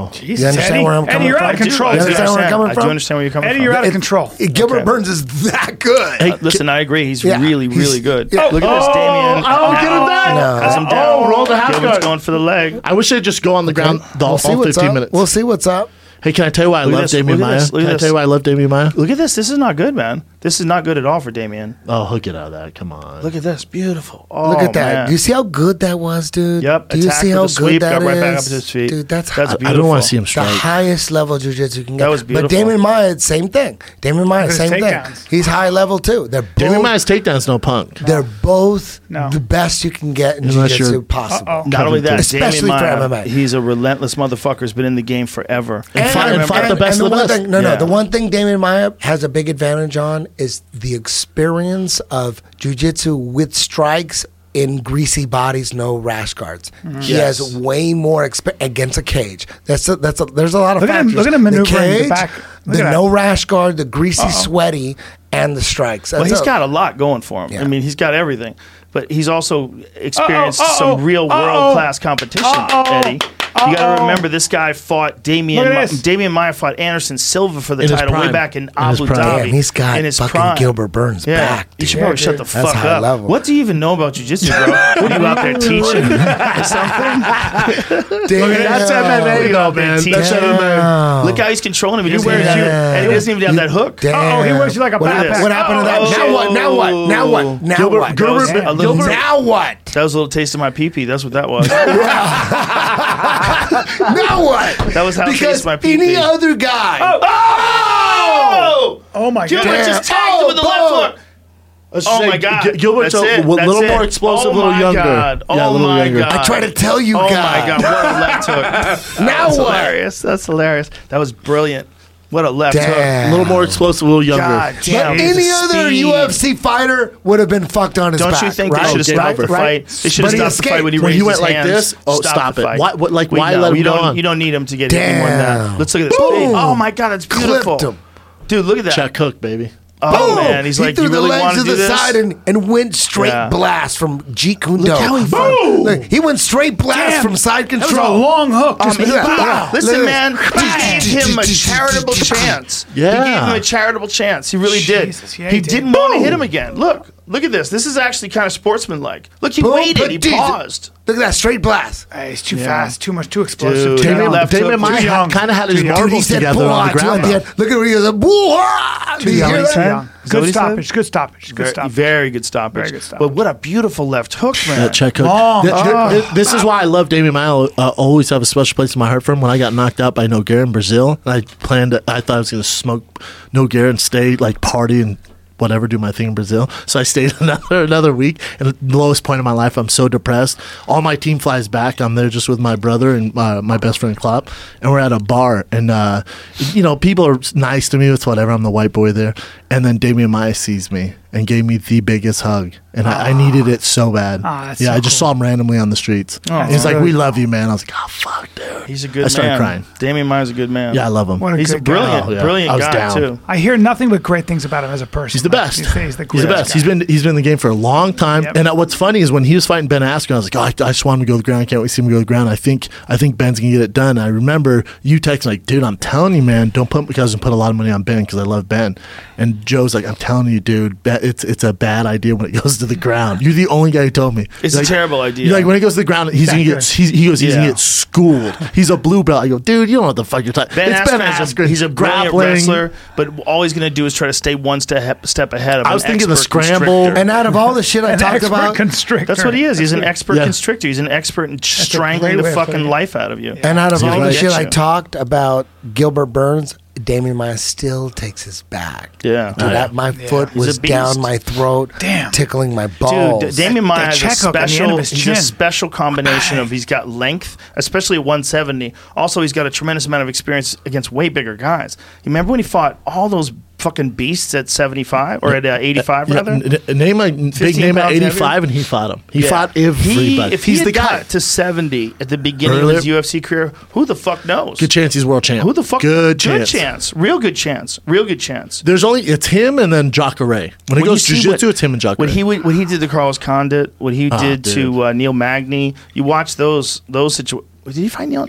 C: Wow.
D: Jesus,
B: You understand
D: Eddie,
B: where I'm
D: Eddie,
B: coming
D: you're
B: from?
D: out of
A: I do,
D: control.
A: I do
B: You understand where I'm
A: understand.
B: coming
A: I
B: from?
A: do understand where you're coming
D: Eddie,
A: from.
D: you're out of
B: It-
D: control.
B: Gilbert
A: Okay.
B: Burns is that good.
A: Uh, Listen, I agree. He's
B: Yeah,
A: really,
B: he's-
A: really good.
B: yeah.
A: Look at this, Damien.
C: oh, get him back.
A: Oh, Has him down.
C: Oh, roll the half
A: Gilbert's
C: guard.
A: going for the leg.
C: I wish they'd just go on the ground the Um, all
B: we'll see what's
C: 15
B: up.
C: minutes.
B: We'll see what's up.
C: hey, can I tell you why I
A: Look at
C: love
A: this,
C: Damian
A: look at
C: Maya?
A: this, look
C: Can
A: at
C: I tell you
A: this.
C: why I love Damian Maya?
A: Look at this. This is not good, man. This is not good at all for Damien.
C: Oh, hook it out of that. Come on.
A: Look at this. Beautiful. Oh,
B: Look at that.
A: man.
B: Do you see how good that was, dude?
A: Yep,
B: Do you
A: attacked
B: see
A: with
B: how
A: a sweep,
B: good that
A: got
B: is,
A: right back up to his feet.
B: Dude,
A: That's
B: that's, hi-
C: I don't
A: beautiful.
C: want to see him
B: the
C: strike.
B: highest level jujitsu you can get.
A: was beautiful.
B: But Damon Maya, same thing. Damon Maya,
D: Those
B: same
D: takedowns.
B: thing. He's high level too. They're both,
C: Damian Maya's takedown's no punk.
B: they're both
D: No.
B: the best you can get in
C: Unless you're-
B: jiu-jitsu possible.
D: Uh-oh.
A: Not only that,
B: Especially
A: Damien
B: for
A: Maya,
B: MMA.
A: he's a relentless motherfucker. He's been in the game forever.
C: And fight- and fight the best of the
B: one
C: best.
B: Thing, no,
A: Yeah.
B: no. The one thing Damien Maya has a big advantage on is the experience of jujitsu with strikes in greasy bodies, no rash guards. He
A: Yes.
B: has way more exp- against a cage. That's a, that's a, there's a lot of
D: Look at him-
B: factors.
D: look at him maneuvering the
B: the cage,
D: back. Look
B: the
D: at
B: no
D: that.
B: rash guard, the greasy, sweaty, and the strikes.
A: Well,
B: That's
A: he's
B: a-
A: got a lot going for him.
B: Yeah.
A: I mean, he's got everything, but he's also experienced
D: Uh-oh, uh-oh,
A: some real
D: uh-oh.
A: world class competition,
D: Uh-oh,
A: Eddie. You got
D: uh-oh.
A: to remember this guy fought Damian.
D: Look at
A: Ma-
D: this.
A: Damian Maya fought Anderson Silva for the
C: In his
A: title way
C: prime.
A: back in,
C: In his
A: Abu
C: prime.
A: Dhabi.
B: Damn, he's got
A: in his
B: fucking
A: prime.
B: Gilbert Burns
A: Yeah.
B: back,
A: You should
B: dude.
A: probably
B: Yeah,
A: shut the
B: dude. That's
A: fuck
B: high
A: up.
B: level.
A: What do you even know about jujitsu, bro? what are you out there teaching?
B: Damn.
C: That's MMA though, man.
A: Teach
C: That's
A: him.
C: MMA.
A: Look how he's controlling him. He
D: You
A: doesn't
D: wear
A: even
D: you-
A: have, and he doesn't even have that hook.
D: Uh-oh, he wears you like a
B: what
D: backpack.
B: Happened, what happened to that?
A: Uh-oh.
B: Now what? Now what? Now what? Now
C: Gilbert-
B: what?
C: Gilbert-
A: That was a little-
B: Gilbert- now what?
A: That was a little taste of my pee pee. That's what that was.
B: Now what?
A: That was how
B: because
A: taste my pee-pee.
B: any other guy.
A: oh!
D: Oh my
A: Gilbert
D: God.
A: just tagged him with the
B: Oh,
A: left
B: boom.
A: hook. Oh my God!
C: Gil- Gilbert's
A: That's
C: a
A: it.
C: w-
A: That's
C: little
A: it.
C: more explosive,
A: Oh
C: a little
A: my
C: younger.
A: God.
C: Yeah, a
A: Oh
C: little
A: my
C: younger.
A: God!
B: I try to tell you
A: Oh my
B: guys.
A: God! What a left hook!
B: Now
A: That's
B: what?
A: hilarious. That's hilarious. That was brilliant. What a left
B: Damn.
A: hook!
C: A little more explosive, a little younger.
A: God damn!
B: but
A: he's
B: any
A: a
B: other
A: speed.
B: UFC fighter would have been fucked on his
A: Don't
B: back.
A: you think
B: right?
A: they should have
B: right?
A: stopped the
B: right?
A: fight? They should have
B: But he
A: stopped the fight when he
B: escaped.
A: raised
C: he went
A: his
C: like
A: hands.
C: this, oh,
A: Stop,
C: stop
A: the
C: it.
A: fight.
C: Why- what- like,
A: We
C: why
A: know.
C: let him
A: you
C: go
A: don't,
C: on?
A: You don't need him to get anything more than that.
B: Damn.
A: Let's look at this.
B: Boom.
A: Oh my God! It's
B: Clipped
A: beautiful.
B: him.
A: Dude, look at that.
C: Chuck Hook, baby.
A: Oh
B: Boom!
A: man, he's
B: he
A: like,
B: threw
A: you really
B: the
A: want to
B: legs to
A: do
B: the
A: this?
B: side and, and went straight
A: Yeah.
B: blast from Jeet Kune Do.
A: Look how he
B: Boom! Look, he went straight blast from side
D: That
B: control.
D: was a long hook.
B: Um,
D: Just
B: he-
D: bow.
B: Wow.
A: Listen,
B: Look
A: man,
B: at that.
A: he gave him a charitable chance. He
C: Yeah.
A: gave him a charitable chance. He really
D: Jesus,
A: did.
D: yeah,
A: he
D: he did.
A: didn't want to hit him again. Look, Look at this. This is actually kind of sportsmanlike. Look, he
B: Boom,
A: waited. He
B: but Jesus-
A: paused.
B: Look at that straight blast.
D: Hey, it's too fast, too much, too explosive.
A: Dude,
D: too
A: Damon-
D: young.
A: left hook
C: Damon
A: was
D: too
C: Maya
D: young.
C: kind of had his
D: Too young.
B: Dude, he
C: marbles
B: said
C: together on the
B: "Boah," too, at
C: ground.
B: the end. Look at what he goes. "Boah." Do you
A: Yeah,
B: hear
A: he
B: that?
A: said?
D: Yeah.
A: Is that what he
D: Good
A: said?
D: stoppage. Good stoppage. Good
A: Very,
D: stoppage.
A: very good stoppage.
D: Very good stoppage.
A: But what a beautiful left hook, man.
C: Uh, That check hook.
D: Long.
C: Th- th-
D: Oh.
C: th- this is why I love Damian Maya. I always have a special place in my heart for him. When I got knocked out by Nogueira in Brazil, I planned. To, I thought I was going to smoke Nogueira and stay like party and whatever, do my thing in Brazil. So I stayed another another week. And at the lowest point of my life, I'm so depressed. All my team flies back. I'm there just with my brother and my, my best friend Klopp, and we're at a bar. And uh, you know, people are nice to me. It's whatever. I'm the white boy there. And then Damian Maya sees me and gave me the biggest hug, and I, I needed it so bad.
D: Ah, that's
C: yeah,
D: so
C: I just
D: cool.
C: saw him randomly on the streets. He's like, "We love you, man." I was like, "Oh fuck, dude."
A: He's a good
C: I started
A: man.
C: crying.
A: Damian Maya's a good man.
C: Yeah, I love him.
D: What a
A: He's a
D: good guy.
A: brilliant,
C: Oh, yeah. I
A: brilliant
C: was
A: guy
C: down.
A: too.
D: I hear nothing but great things about him as a person.
C: He's the best.
D: He's, he's the,
C: He's the
D: greatest
C: best.
D: guy.
C: He's been he's been in the game for a long time.
D: Yep.
C: And uh, what's funny is when he was fighting Ben Askren, I was like, oh, I, I just want him to go to the ground. I can't wait to see him go to the ground. I think I think Ben's gonna get it done. I remember you texting like, dude, I'm telling you, man, don't put because and put a lot of money on Ben because I love Ben. And Joe's like, I'm telling you, dude, bet it's it's a bad idea when it goes to the ground. You're the only guy who told me
A: It's
C: You're
A: a
C: like-
A: terrible idea.
C: you're Like when it goes to the ground, he's gonna get
D: good.
C: he's, he goes he's
A: Yeah.
C: gonna get schooled. He's a blue belt. I go, dude, you don't know what the fuck you're talking.
A: Ben
C: it's
A: Askren,
C: Ben
A: is a,
C: Askren.
A: he's a brilliant wrestler, but all he's going to do is try to stay one step step ahead of.
C: I was
A: an
C: thinking the
A: expert
C: scramble.
A: constrictor.
B: And out of all the shit I
D: An
B: talked
D: expert
B: about,
D: constrictor.
A: That's what he is. He's an expert
C: Yeah.
A: constrictor. He's an expert in
D: great
A: strangling
D: way
A: the
D: of putting
A: fucking
D: it.
A: life out of you.
B: and out of
A: He's
B: all
A: gonna
B: the
A: get
B: shit I
A: you.
B: talked about Gilbert Burns, Damian Maya still takes his back.
A: Yeah.
B: Dude, that my foot
A: a
B: was
A: beast.
B: down my throat,
D: Damn.
B: tickling my
A: Dude,
B: balls.
A: D- Damian Maya has a
D: check hook on the end
A: special.
D: of his
A: He's a
D: chin.
A: special combination of he's got length, especially at 170. Also, he's got a tremendous amount of experience against way bigger guys. You remember when he fought all those fucking beasts at 75 or at uh, 85
C: Yeah,
A: rather?
C: n- n- name a big name at
A: pounds
C: 85,
A: heavier?
C: and he fought him. He
A: Yeah.
C: fought
A: He,
C: everybody.
A: if he's the guy to 70 at the beginning
C: Earlier-
A: of his UFC career, who the fuck knows?
C: Good chance he's world champ.
A: Who the fuck?
C: Good
A: Good
C: chance.
A: chance. Real good chance. Real good chance.
C: There's only it's him and then Jacare. When, it
A: When
C: goes
A: you see
C: jujitsu,
A: what-
C: it's him and Jacare. Ah,
A: What he would- what he did to Carlos Condit, what he did to uh, Neil Magny. You watch those those situations. Did he find Neil?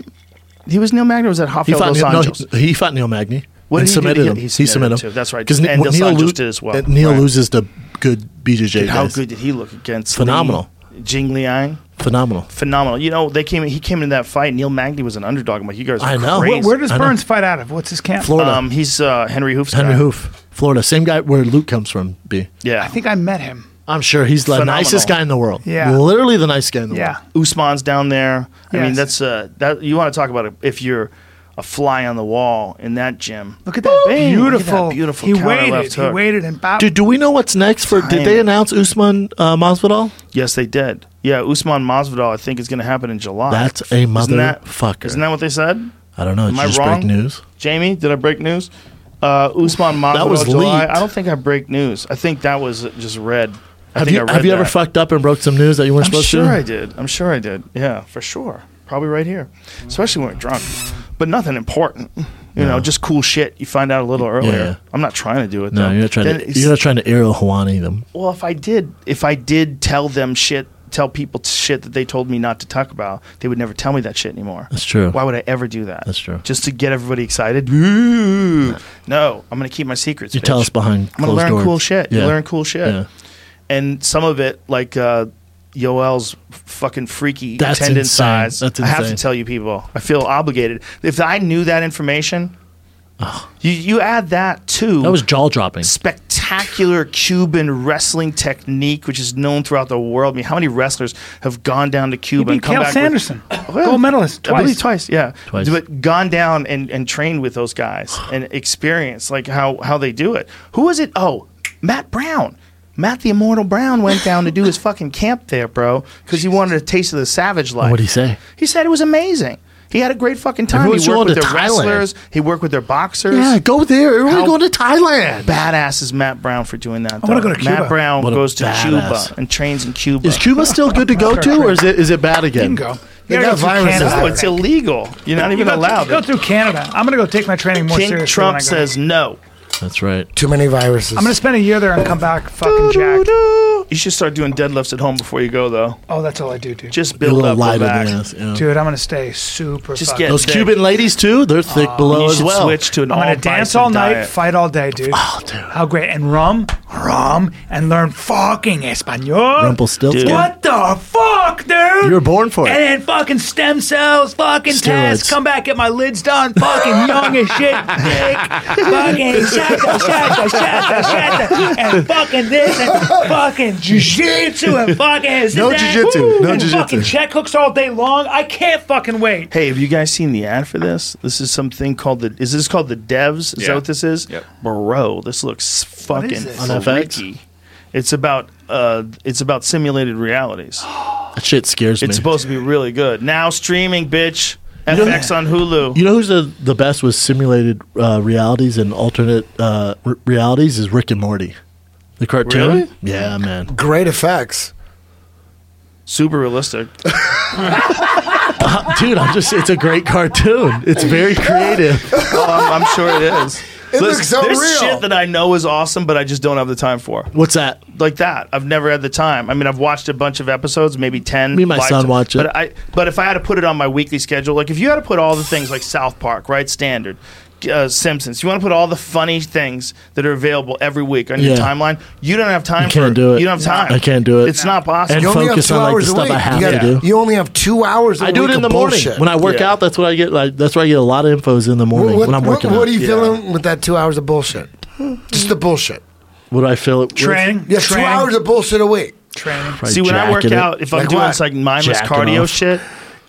A: He was Neil Magny. or Was that Rafael
C: fought
A: dos
C: Neil, no,
A: Anjos?
C: he, he fought Neil Magny.
A: What
C: and
A: did he do?
C: submitted
A: He-
C: him.
A: he
C: He
A: submitted
C: submitted
A: too.
C: him.
A: That's right.
C: 'Cause
A: And
C: Ne-
A: Dos Anjos
C: lo-
A: did as well.
C: Neil
A: Right.
C: loses to good BJJ.
A: Dude, how
C: guys.
A: good did he look against
C: Phenomenal.
A: Li, Jing Liang?
C: Phenomenal.
A: Phenomenal. You know they came. He came into that fight. Neil Magny was an underdog. I'm like, you guys. Are
C: I know.
A: Crazy.
D: Where, where does
C: I know.
D: Burns fight out of? What's his camp?
C: Florida.
A: um, he's uh, Henry Hoof's
C: Henry
A: guy.
C: Hoof, Florida. Same guy where Luke comes from. B.
A: Yeah,
D: I think I met him.
C: I'm sure he's the
A: Phenomenal.
C: nicest guy in the world.
D: Yeah.
C: Literally the nicest guy in the
D: Yeah.
C: world.
A: Usman's down there. I mean,
D: Yes.
A: that's uh, that you want to talk about it, if you're a fly on the wall in that gym.
D: Look at that
A: Bang! Look at that
D: beautiful,
A: beautiful
D: He
A: counter
D: waited.
A: left
D: he
A: hook.
D: waited and bop.
C: Dude, do we know what's next for?
A: Time.
C: Did they announce Usman uh, Masvidal?
A: Yes, they did. Yeah, Usman Masvidal, I think is going to happen in July.
C: That's a motherfucker.
A: Isn't that what they said?
C: I don't know.
A: Am
C: Did you
A: I
C: just
A: wrong?
C: break news?
A: Jamie, did I break news? Uh, Usman Masvidal
C: was
A: July.
C: leaked.
A: I don't think I break news. I think that was just read. I
C: Have
A: think
C: you,
A: I read
C: have you ever
A: that.
C: fucked up and broke some news that you weren't
A: I'm
C: supposed
A: sure
C: to?
A: I did. I'm sure I did. Yeah, for sure. Probably right here, especially when we're drunk. But nothing important. You know, just cool shit you find out a little earlier.
C: yeah.
A: I'm not trying to do it.
C: No,
A: though.
C: you're not trying
A: Then
C: to.
A: it's-
C: You're not trying to arrow Hawani them.
A: well, if I did, if I did tell them shit, tell people t- shit that they told me not to talk about, they would never tell me that shit anymore.
C: That's true.
A: Why would I ever do that?
C: That's true.
A: Just to get everybody excited. Ooh. No, I'm gonna keep my secrets.
C: You tell
A: bitch.
C: us behind
A: I'm gonna
C: closed
A: learn
C: doors.
A: cool shit.
C: Yeah.
A: You learn cool shit.
C: Yeah.
A: And some of it, like uh, Yoel's fucking freaky
C: That's
A: attendance
C: insane.
A: size.
C: That's
A: I have to
C: insane.
A: tell you people. I feel obligated. If I knew that information, you, you add that to
C: That was jaw dropping.
A: spectacular Cuban wrestling technique, which is known throughout the world. I mean, how many wrestlers have gone down to
D: he
A: Cuba
D: beat
A: and come
D: Cal
A: back?
D: Sanderson,
A: With,
D: gold medalist
A: I
D: twice.
A: believe twice, yeah.
C: Twice.
A: But gone down and, and trained with those guys and experienced like how, how they do it. Who was it? Oh, Matt Brown. Matt the Immortal Brown went down to do his fucking camp there, bro, because he wanted a taste of the savage life.
C: What'd he say?
A: He said it was amazing. He had a great fucking time.
C: Everyone's
A: he worked
C: going
A: with
C: to
A: their
C: Thailand.
A: wrestlers. He worked with their boxers
C: yeah, go there. We're
A: How-
C: going to Thailand.
A: badass is Matt Brown for doing that.
D: I wanna
A: though.
D: go to
A: Matt
D: Cuba.
A: Brown
C: What a
A: goes to
C: badass.
A: Cuba and trains in Cuba.
C: Is Cuba still good to go to, or is it is it bad again?
D: Bingo.
B: They
D: You
B: got
D: gotta go through
B: viruses
D: Canada.
A: no, Oh, it's illegal. You're not
D: You
A: even
D: go through-
A: allowed.
D: Go through Canada. I'm gonna go take my training more
A: King
D: seriously. when
A: Trump
D: I go.
A: says no.
C: That's right.
B: Too many viruses.
D: I'm gonna spend a year there and come back fucking jacked.
A: You should start doing deadlifts at home before you go, though.
D: Oh, that's all I do, dude.
A: Just
C: A
A: build
C: little
A: up the
C: lighter than
A: back.
C: us. Yeah.
D: dude, I'm gonna stay super.
A: Just
D: fucking-
A: get
C: Those
A: thick.
C: Cuban ladies too. They're thick below
A: You
C: as
A: should
C: well.
A: switch to an
D: I'm
A: all
D: gonna dance
A: bison
D: all night,
A: diet.
D: fight all day, dude.
C: Oh, dude.
D: How great! And rum, rum and learn fucking Espanol.
C: Rumpelstiltskin.
D: What the fuck, dude?
C: You were born for it.
D: And then fucking stem cells, fucking tests,
C: Steroids.
D: come back, get my lids done, fucking young as shit, dick, fucking shata, shata, shata, shata, and fucking this, and fucking jujitsu, and fucking this
C: No
D: and that.
C: jujitsu,
D: Woo!
C: no
D: and
C: jujitsu.
D: fucking check hooks all day long. I can't fucking wait.
A: Hey, have you guys seen the ad for this? This is something called the. Is this called the Devs? Is
E: Yeah.
A: that what this is?
E: Yep.
A: Bro, this looks fucking
D: is this?
C: On FX?
A: freaky. It's about uh, it's about simulated realities.
C: That shit scares me.
A: It's supposed to be really good. Now streaming, bitch.
C: know-
A: FX on Hulu.
C: You know who's the, the best with simulated uh, realities and alternate uh, re- realities is Rick and Morty. The cartoon?
A: Really?
C: Yeah, man.
B: Great effects.
A: Super realistic.
C: Dude, I'm just it's a great cartoon. It's very creative.
A: Oh, I'm, I'm sure it is.
B: It looks so
A: there's
B: real.
A: shit that I know is awesome, but I just don't have the time for.
C: What's that?
A: like that. I've never had the time. I mean, I've watched a bunch of episodes, maybe ten.
C: Me and my
A: live
C: son
A: to-
C: watch it.
A: But I, but if I had to put it on my weekly schedule, like if you had to put all the things like South Park, right, standard, uh, Simpsons, you want to put all the funny things that are available every week on your
C: Yeah.
A: timeline. You don't have time.
C: I
A: for
C: can't do it.
A: You don't have time.
C: I can't do it.
A: It's not possible.
C: And
B: You only have
C: focus
B: two
C: on like the
B: hours a
C: stuff
B: week.
C: I have
B: you,
C: to
B: gotta-
C: do.
B: you only have two hours. I
C: I do it in the morning when I work
A: Yeah.
C: out. That's what I get. Like that's where I get a lot of infos in the morning
B: What,
C: when I'm
B: what,
C: working
B: what are
C: out.
B: you
A: Yeah.
B: feeling with that two hours of bullshit? Just the bullshit.
C: what do I feel? it with?
D: Training,
B: Yeah, two
D: training,
B: hours of bullshit a week.
D: training.
C: Probably
A: See, when I work
C: jacking it.
A: out, if I'm
B: Like
A: doing
B: what?
A: this like mindless
C: Jacking
A: cardio
C: off.
A: shit,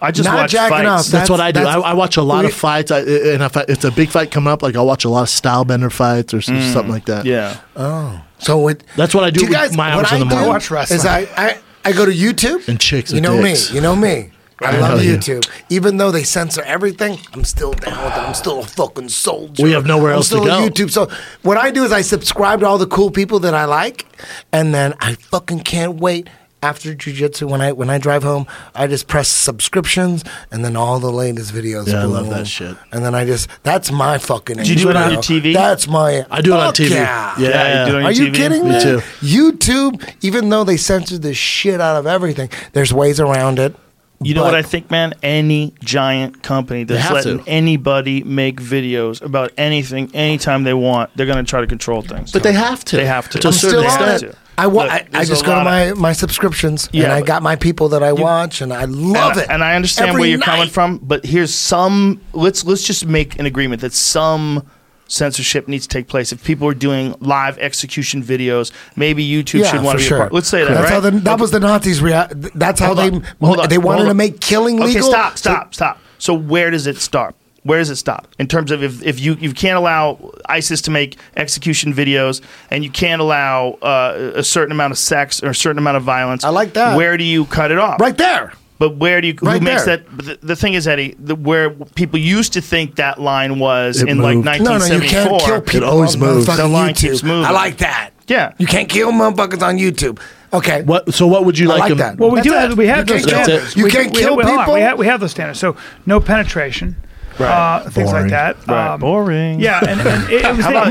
A: I just
B: Not
A: watch
B: jacking
A: fights.
B: off.
C: That's, what I do.
B: that's-
C: I, I watch a lot
B: we-
C: of fights, I, and if I, it's a big fight coming up, like I'll watch a lot of style bender fights or some- something like that.
A: Mm. Yeah.
B: So what?
C: that's what I do.
B: Do you
C: with
B: guys?
C: my
B: what
C: hours in the
B: I do
C: morning.
D: watch wrestling.
B: is I, I I go to YouTube
C: And chicks
B: You
C: with
B: know
C: dicks.
B: me. You know me. I,
C: I
B: love
C: know you.
B: YouTube. Even though they censor everything, I'm still down with it. I'm still a fucking soldier.
C: We have nowhere else to
B: I'm still a
C: go.
B: YouTube. So what I do is I subscribe to all the cool people that I like, and then I fucking can't wait. After jujitsu, when I when I drive home, I just press subscriptions, and then all the latest videos.
C: Yeah, I love
B: boom.
C: that shit.
B: And then I just that's my fucking.
A: you do it on
B: now.
A: your TV?
B: That's my.
C: I do it on
B: Fuck
C: TV.
B: Yeah.
C: Yeah,
A: Yeah, you do it on
B: Are
A: your
B: you
A: TV?
B: kidding
C: Me
B: me?
C: too.
B: YouTube, even though they censored the shit out of everything, there's ways around it.
A: You know
B: But-
A: what I think, man? Any giant company that's
C: have
A: letting
C: to.
A: anybody make videos about anything anytime they want, they're going to try to control things.
C: But they have to.
A: They have to.
C: To a
A: I'm
C: certain
A: still on
C: extent.
A: it. to.
B: I, wa-
A: Look,
B: I, I
A: there's
B: just
A: a
B: go to
A: lot
B: my, my subscriptions and
A: Yeah,
B: I
A: but-
B: got my people that I watch and I love
A: and,
B: it.
A: And I understand
B: Every
A: where you're
B: night.
A: coming from, but here's some. Let's let's just make an agreement that some censorship needs to take place. If people are doing live execution videos, maybe YouTube should want to be a part. Let's say that.
B: That's
A: right?
B: how the, that was the Nazis. Rea- that's how
A: Hold
B: Oh, they
A: on, hold on,
B: they wanted
A: hold
B: to
A: on.
B: make killing
A: Okay,
B: legal.
A: stop, stop, stop. So where does it start? Where does it stop in terms of if, if you, you can't allow ISIS to make execution videos and you can't allow uh, a certain amount of sex or a certain amount of violence?
B: I like that.
A: Where do you cut it off?
B: Right there.
A: But where do you? Who
B: Right
A: makes
B: there.
A: that? but The, the thing is, Eddie, the, where people used to think that line was
C: It
A: in
C: moved.
A: like
B: No, no, you
A: 1974.
B: can't kill people
C: always
B: on
C: moves.
B: motherfucking
A: The line
B: YouTube.
A: keeps moving.
B: I like that.
A: Yeah.
B: You can't kill motherfuckers on YouTube. Okay.
C: What? So what would you
B: I
C: like?
B: like
C: him-
B: that.
D: Well, we
B: That's
D: do
B: it.
D: have we have
B: You
D: those
B: can't kill-
D: standards.
B: you
D: We-
B: can't
D: we-
B: kill
D: we- hold on.
B: people?
D: We have, we have those standards. So no penetration,
A: Right.
D: uh, things
C: Boring.
D: like that.
A: Right. Boring.
D: Yeah, and, and it, it was
A: How about
D: it-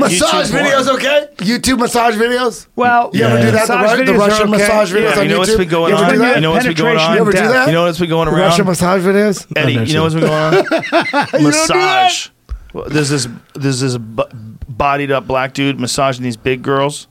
A: YouTube
B: Massage
A: porn.
B: videos, okay? YouTube massage videos?
D: well.
B: You ever
C: Yeah.
B: do that? The,
D: massage
B: Ru- the
D: videos are
B: Russian
D: okay.
B: massage videos
A: Yeah,
B: on
A: you know what's
B: YouTube?
A: been going
B: You ever
A: on.
B: do that?
A: You know what's been going
D: Penetration
A: on.
D: You ever
B: do that?
A: You know what's been going around.
B: Russian massage videos?
A: Eddie,
C: never
A: Oh, you know what's
C: seen
A: been going on?
B: that?
A: Massage. Well, There's this there's this bu- bodied up black dude massaging these big girls.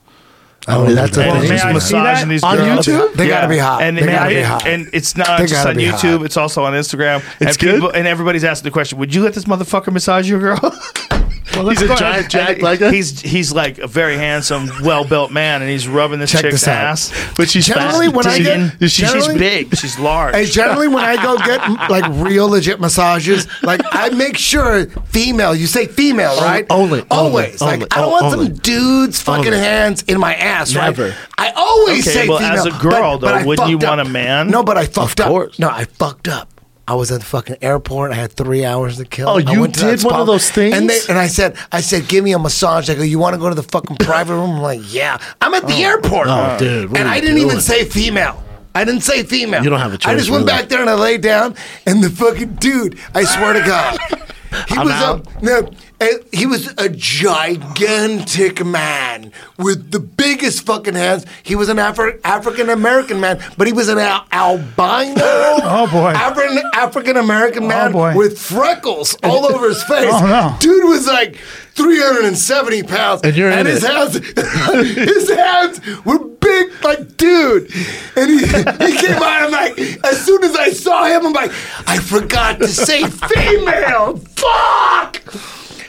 B: Oh, that's a
C: Well,
B: thing.
A: and
C: may
A: he's
C: I see
A: massaging
D: that?
A: these
B: On
A: girls.
B: YouTube? They gotta be hot.
A: And,
B: They
A: and
B: gotta
A: I-
B: be hot.
A: and it's not
B: They
A: just
B: gotta
A: on
B: be
A: YouTube.
B: hot.
A: It's also on Instagram.
C: It's
A: and
C: good?
A: People, and everybody's asking the question: Would you let this motherfucker massage your girl?
C: He's a
A: Go
C: giant
A: ahead.
C: jack
A: And
C: like that.
A: He's he's like a very handsome, well built man, and he's rubbing this
B: Check
A: chick's
B: this out.
A: ass.
C: but she's
B: Generally,
C: fat.
B: when I
C: She-
B: get-
C: she- she's
B: generally-
C: big.
A: She's large.
B: Hey, generally when I go get m- like real legit massages, like I make sure female. You say female, right?
C: Only, only,
B: always. like
C: only,
B: I don't
C: o-
B: want
C: only.
B: some dude's fucking
C: Only.
B: hands in my ass,
C: Never.
B: right? I always
A: Okay,
B: say
A: well,
B: female.
A: as a girl, though,
B: I
A: wouldn't you
B: fucked
A: want
B: up.
A: a man?
B: No, but I fucked up.
C: course.
B: No, I fucked up. I was at the fucking airport. I had three hours to kill.
C: Oh,
B: I
C: you
B: went to
C: did
B: that
C: one of
B: spa,
C: those things?
B: And they, and I said, I said, give me a massage. I go, you want to go to the fucking private room? I'm like, yeah. I'm at the airport.
C: Oh, dude, what
B: and
C: are
B: I
C: you
B: didn't even
C: doing?
B: say female. I didn't say female.
C: You don't have a
B: I
C: choice,
B: just went
C: really.
B: back there and I laid down, and the fucking dude, I swear to God, he
C: I'm
B: was
C: out.
B: up. No, And he was a gigantic man with the biggest fucking hands. He was an Afri- African American man, but he was an al- albino
D: Oh, boy.
B: African
C: Oh,
B: American man
D: boy.
B: with freckles all over his face.
D: Oh, no.
B: Dude was like 370 pounds,
C: And you're in
B: his
C: it.
B: hands, his hands were big, like dude. And he, he came out. I'm like, as soon as I saw him, I'm like, I forgot to say female. Fuck.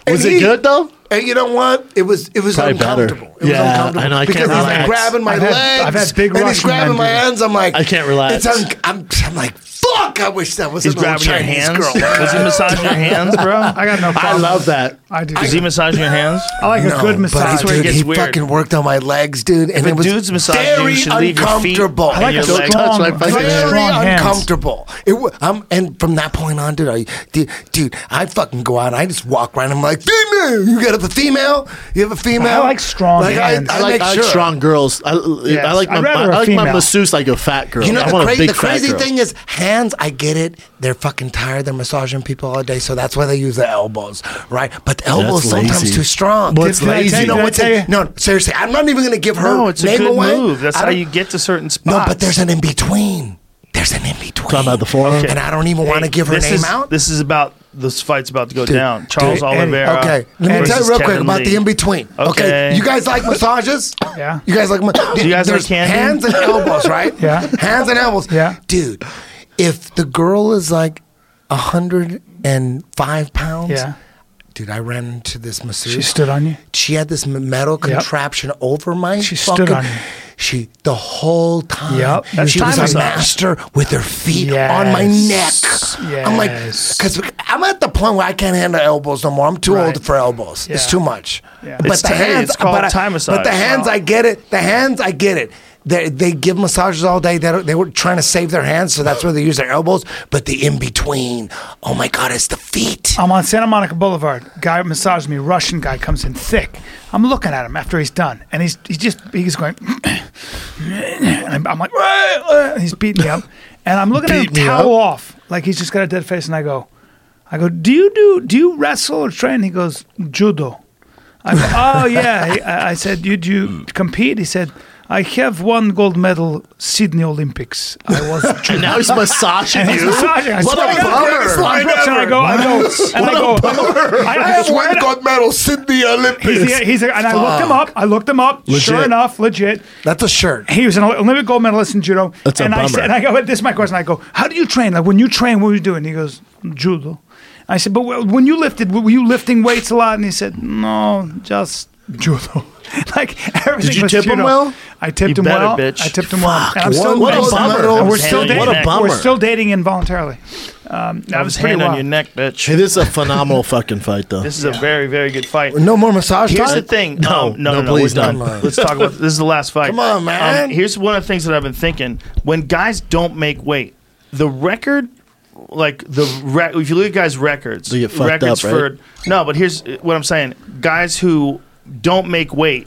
B: And
C: Was it
B: he-
C: good though?
B: And you know what? It was it was
C: Probably better.
B: uncomfortable. It was
C: Yeah,
B: uncomfortable
C: I know, I
B: because
C: can't
B: he's like
C: relax.
B: grabbing my
D: I've had-
B: legs.
D: I've had big
B: and he's
D: Russian men
B: grabbing my
D: do that.
B: hands. I'm like,
C: I can't relax.
B: It's un- I'm, I'm like, fuck. I wish that was
A: He's
B: an old
A: grabbing your
B: Chinese
A: hands.
B: girl.
A: Does he massage your hands, bro?
D: I got no
C: I
D: problem.
C: love that.
D: I do.
A: Does he massage your hands?
D: I like a good
B: but
D: massage.
A: That's where it
B: dude,
A: gets
B: he
A: weird.
B: fucking worked on my legs, dude, and
A: If a
B: it was
A: dude's massaging you,
B: very
A: you should leave your feet
B: uncomfortable.
D: I like
A: your
D: a
A: legs.
D: strong,
C: Touch my
D: I like a
C: fingers.
B: very
D: strong hands.
B: uncomfortable. It w- I'm, and from that point on, dude, I, dude, dude, I fucking go out and I just walk around. I'm like, female, you got a female? You have a female?
D: I like strong
B: I,
D: hands.
B: I
C: I like,
B: make
C: I like
B: sure.
C: strong girls. I, I like my,
D: I'd rather
C: I
D: a
C: like my
D: female.
C: masseuse like a fat girl.
B: You know
C: I
B: the,
C: want
B: cra-
C: a big
B: the
C: fat
B: crazy
C: girl.
B: thing is hands. I get it. They're fucking tired. They're massaging people all day, so that's why they use the elbows, right? But the elbows sometimes
C: lazy.
B: too strong.
C: Well, it's
D: Did- did I
C: lazy.
D: tell
B: You know
D: Did I
B: what's
D: tell
B: in-
D: you?
B: No, seriously, I'm not even going to give her
A: No, it's a
B: name
A: good
B: away.
A: move. That's
B: I
A: how
B: don't-
A: you get to certain spots.
B: No, but there's an in between. There's an in between.
C: Talking about the forearm?
B: and I don't even want to give her
A: this
B: name
A: is,
B: out.
A: This is about this fight's about to go down. Charles
D: dude, Eddie.
A: Oliveira.
B: Okay, let me
A: versus
B: tell you real quick
A: Kevin
B: about
A: Lee.
B: the in between. Okay.
A: Okay.
B: you guys like massages?
D: Yeah.
B: You guys like ma- Do
A: you guys like candy?
B: hands and elbows, right?
D: Yeah.
B: Hands and elbows.
D: Yeah.
B: Dude, if the girl is like hundred and five pounds,
D: Yeah.
B: dude, I ran into this masseuse.
D: She stood on you.
B: She had this m- metal contraption over my.
D: She stood
B: fucking,
D: on you.
B: She the whole time.
D: Yep.
A: That's
B: she
A: time
B: was a
A: massage.
B: master with her feet on my neck.
D: Yes.
B: I'm like,
D: Yes.
B: because I'm at the point where I can't handle elbows no more. I'm too
D: Right.
B: old for elbows. It's
D: Yeah.
B: too much.
D: Yeah.
B: But
A: It's
B: the
A: t- hey,
B: hands,
A: it's called
B: but I-
A: time
B: But the
A: massage.
B: hands, I get it. The hands, I get it. They, they give massages all day. They, don't- they were trying to save their hands, so that's where they use their elbows. But the in between, oh my god, it's the feet.
D: I'm on Santa Monica Boulevard. Guy massages me. Russian guy comes in thick. I'm looking at him after he's done, and he's he's just he's going. and I'm, I'm like, "Ah, ah," and he's beating me up, and I'm looking
C: Beat
D: at
C: me
D: him towel
C: up?
D: off, like he's just got a dead face, and I go, I go, do you do do you wrestle or train? He goes, judo. I go, oh yeah. He- I, I said, you do you compete? He said. I have one gold medal Sydney Olympics. I was
C: And now he's massaging
D: and he's
C: you.
D: massaging. I
C: What
D: swear
C: a
D: to God,
C: bummer.
D: I'm Brooks, and I go, I go, and I go, I, I swear to-
B: gold medal, Sydney
D: He's,
B: Olympics.
D: the- he's the- and I looked him up. I looked him up. Sure
C: Legit.
D: enough, legit.
B: That's a shirt.
D: He was an Olympic gold medalist in judo.
C: That's a
D: and I
C: bummer.
D: said, and I go, this is my question. I go, how do you train? Like when you train, what do you do? And he goes, judo. I said, but wh- when you lifted, were you lifting weights a lot? And he said, no, just judo. like everything.
C: you
D: was
C: tip him
D: judo.
C: well?
D: I tipped
A: You
D: him
A: better,
D: well.
A: bitch.
D: I tipped him well. And
C: Fuck,
D: I'm still
C: what a
D: and-
C: bummer.
D: And we're still
A: What a
D: dating.
C: bummer.
D: We're still dating involuntarily. Um, that
A: I
D: was
A: was
D: pretty
A: hand
D: wild.
A: on your neck, bitch.
C: It is a phenomenal fucking fight though.
A: This is a very, very good fight.
B: No more massage
A: Here's the
B: time?
A: thing.
C: No,
A: um, no,
C: no,
A: no, no,
C: please
A: we're done.
C: don't. Come on.
A: Let's talk about this. Is the last fight? Um,
B: Come on, man.
A: here's one of the things that I've been thinking. When guys don't make weight, the record, like the re- if you look at guys' records,
C: They get fucked
A: records
C: up, right?
A: for no. But here's what I'm saying: guys who don't make weight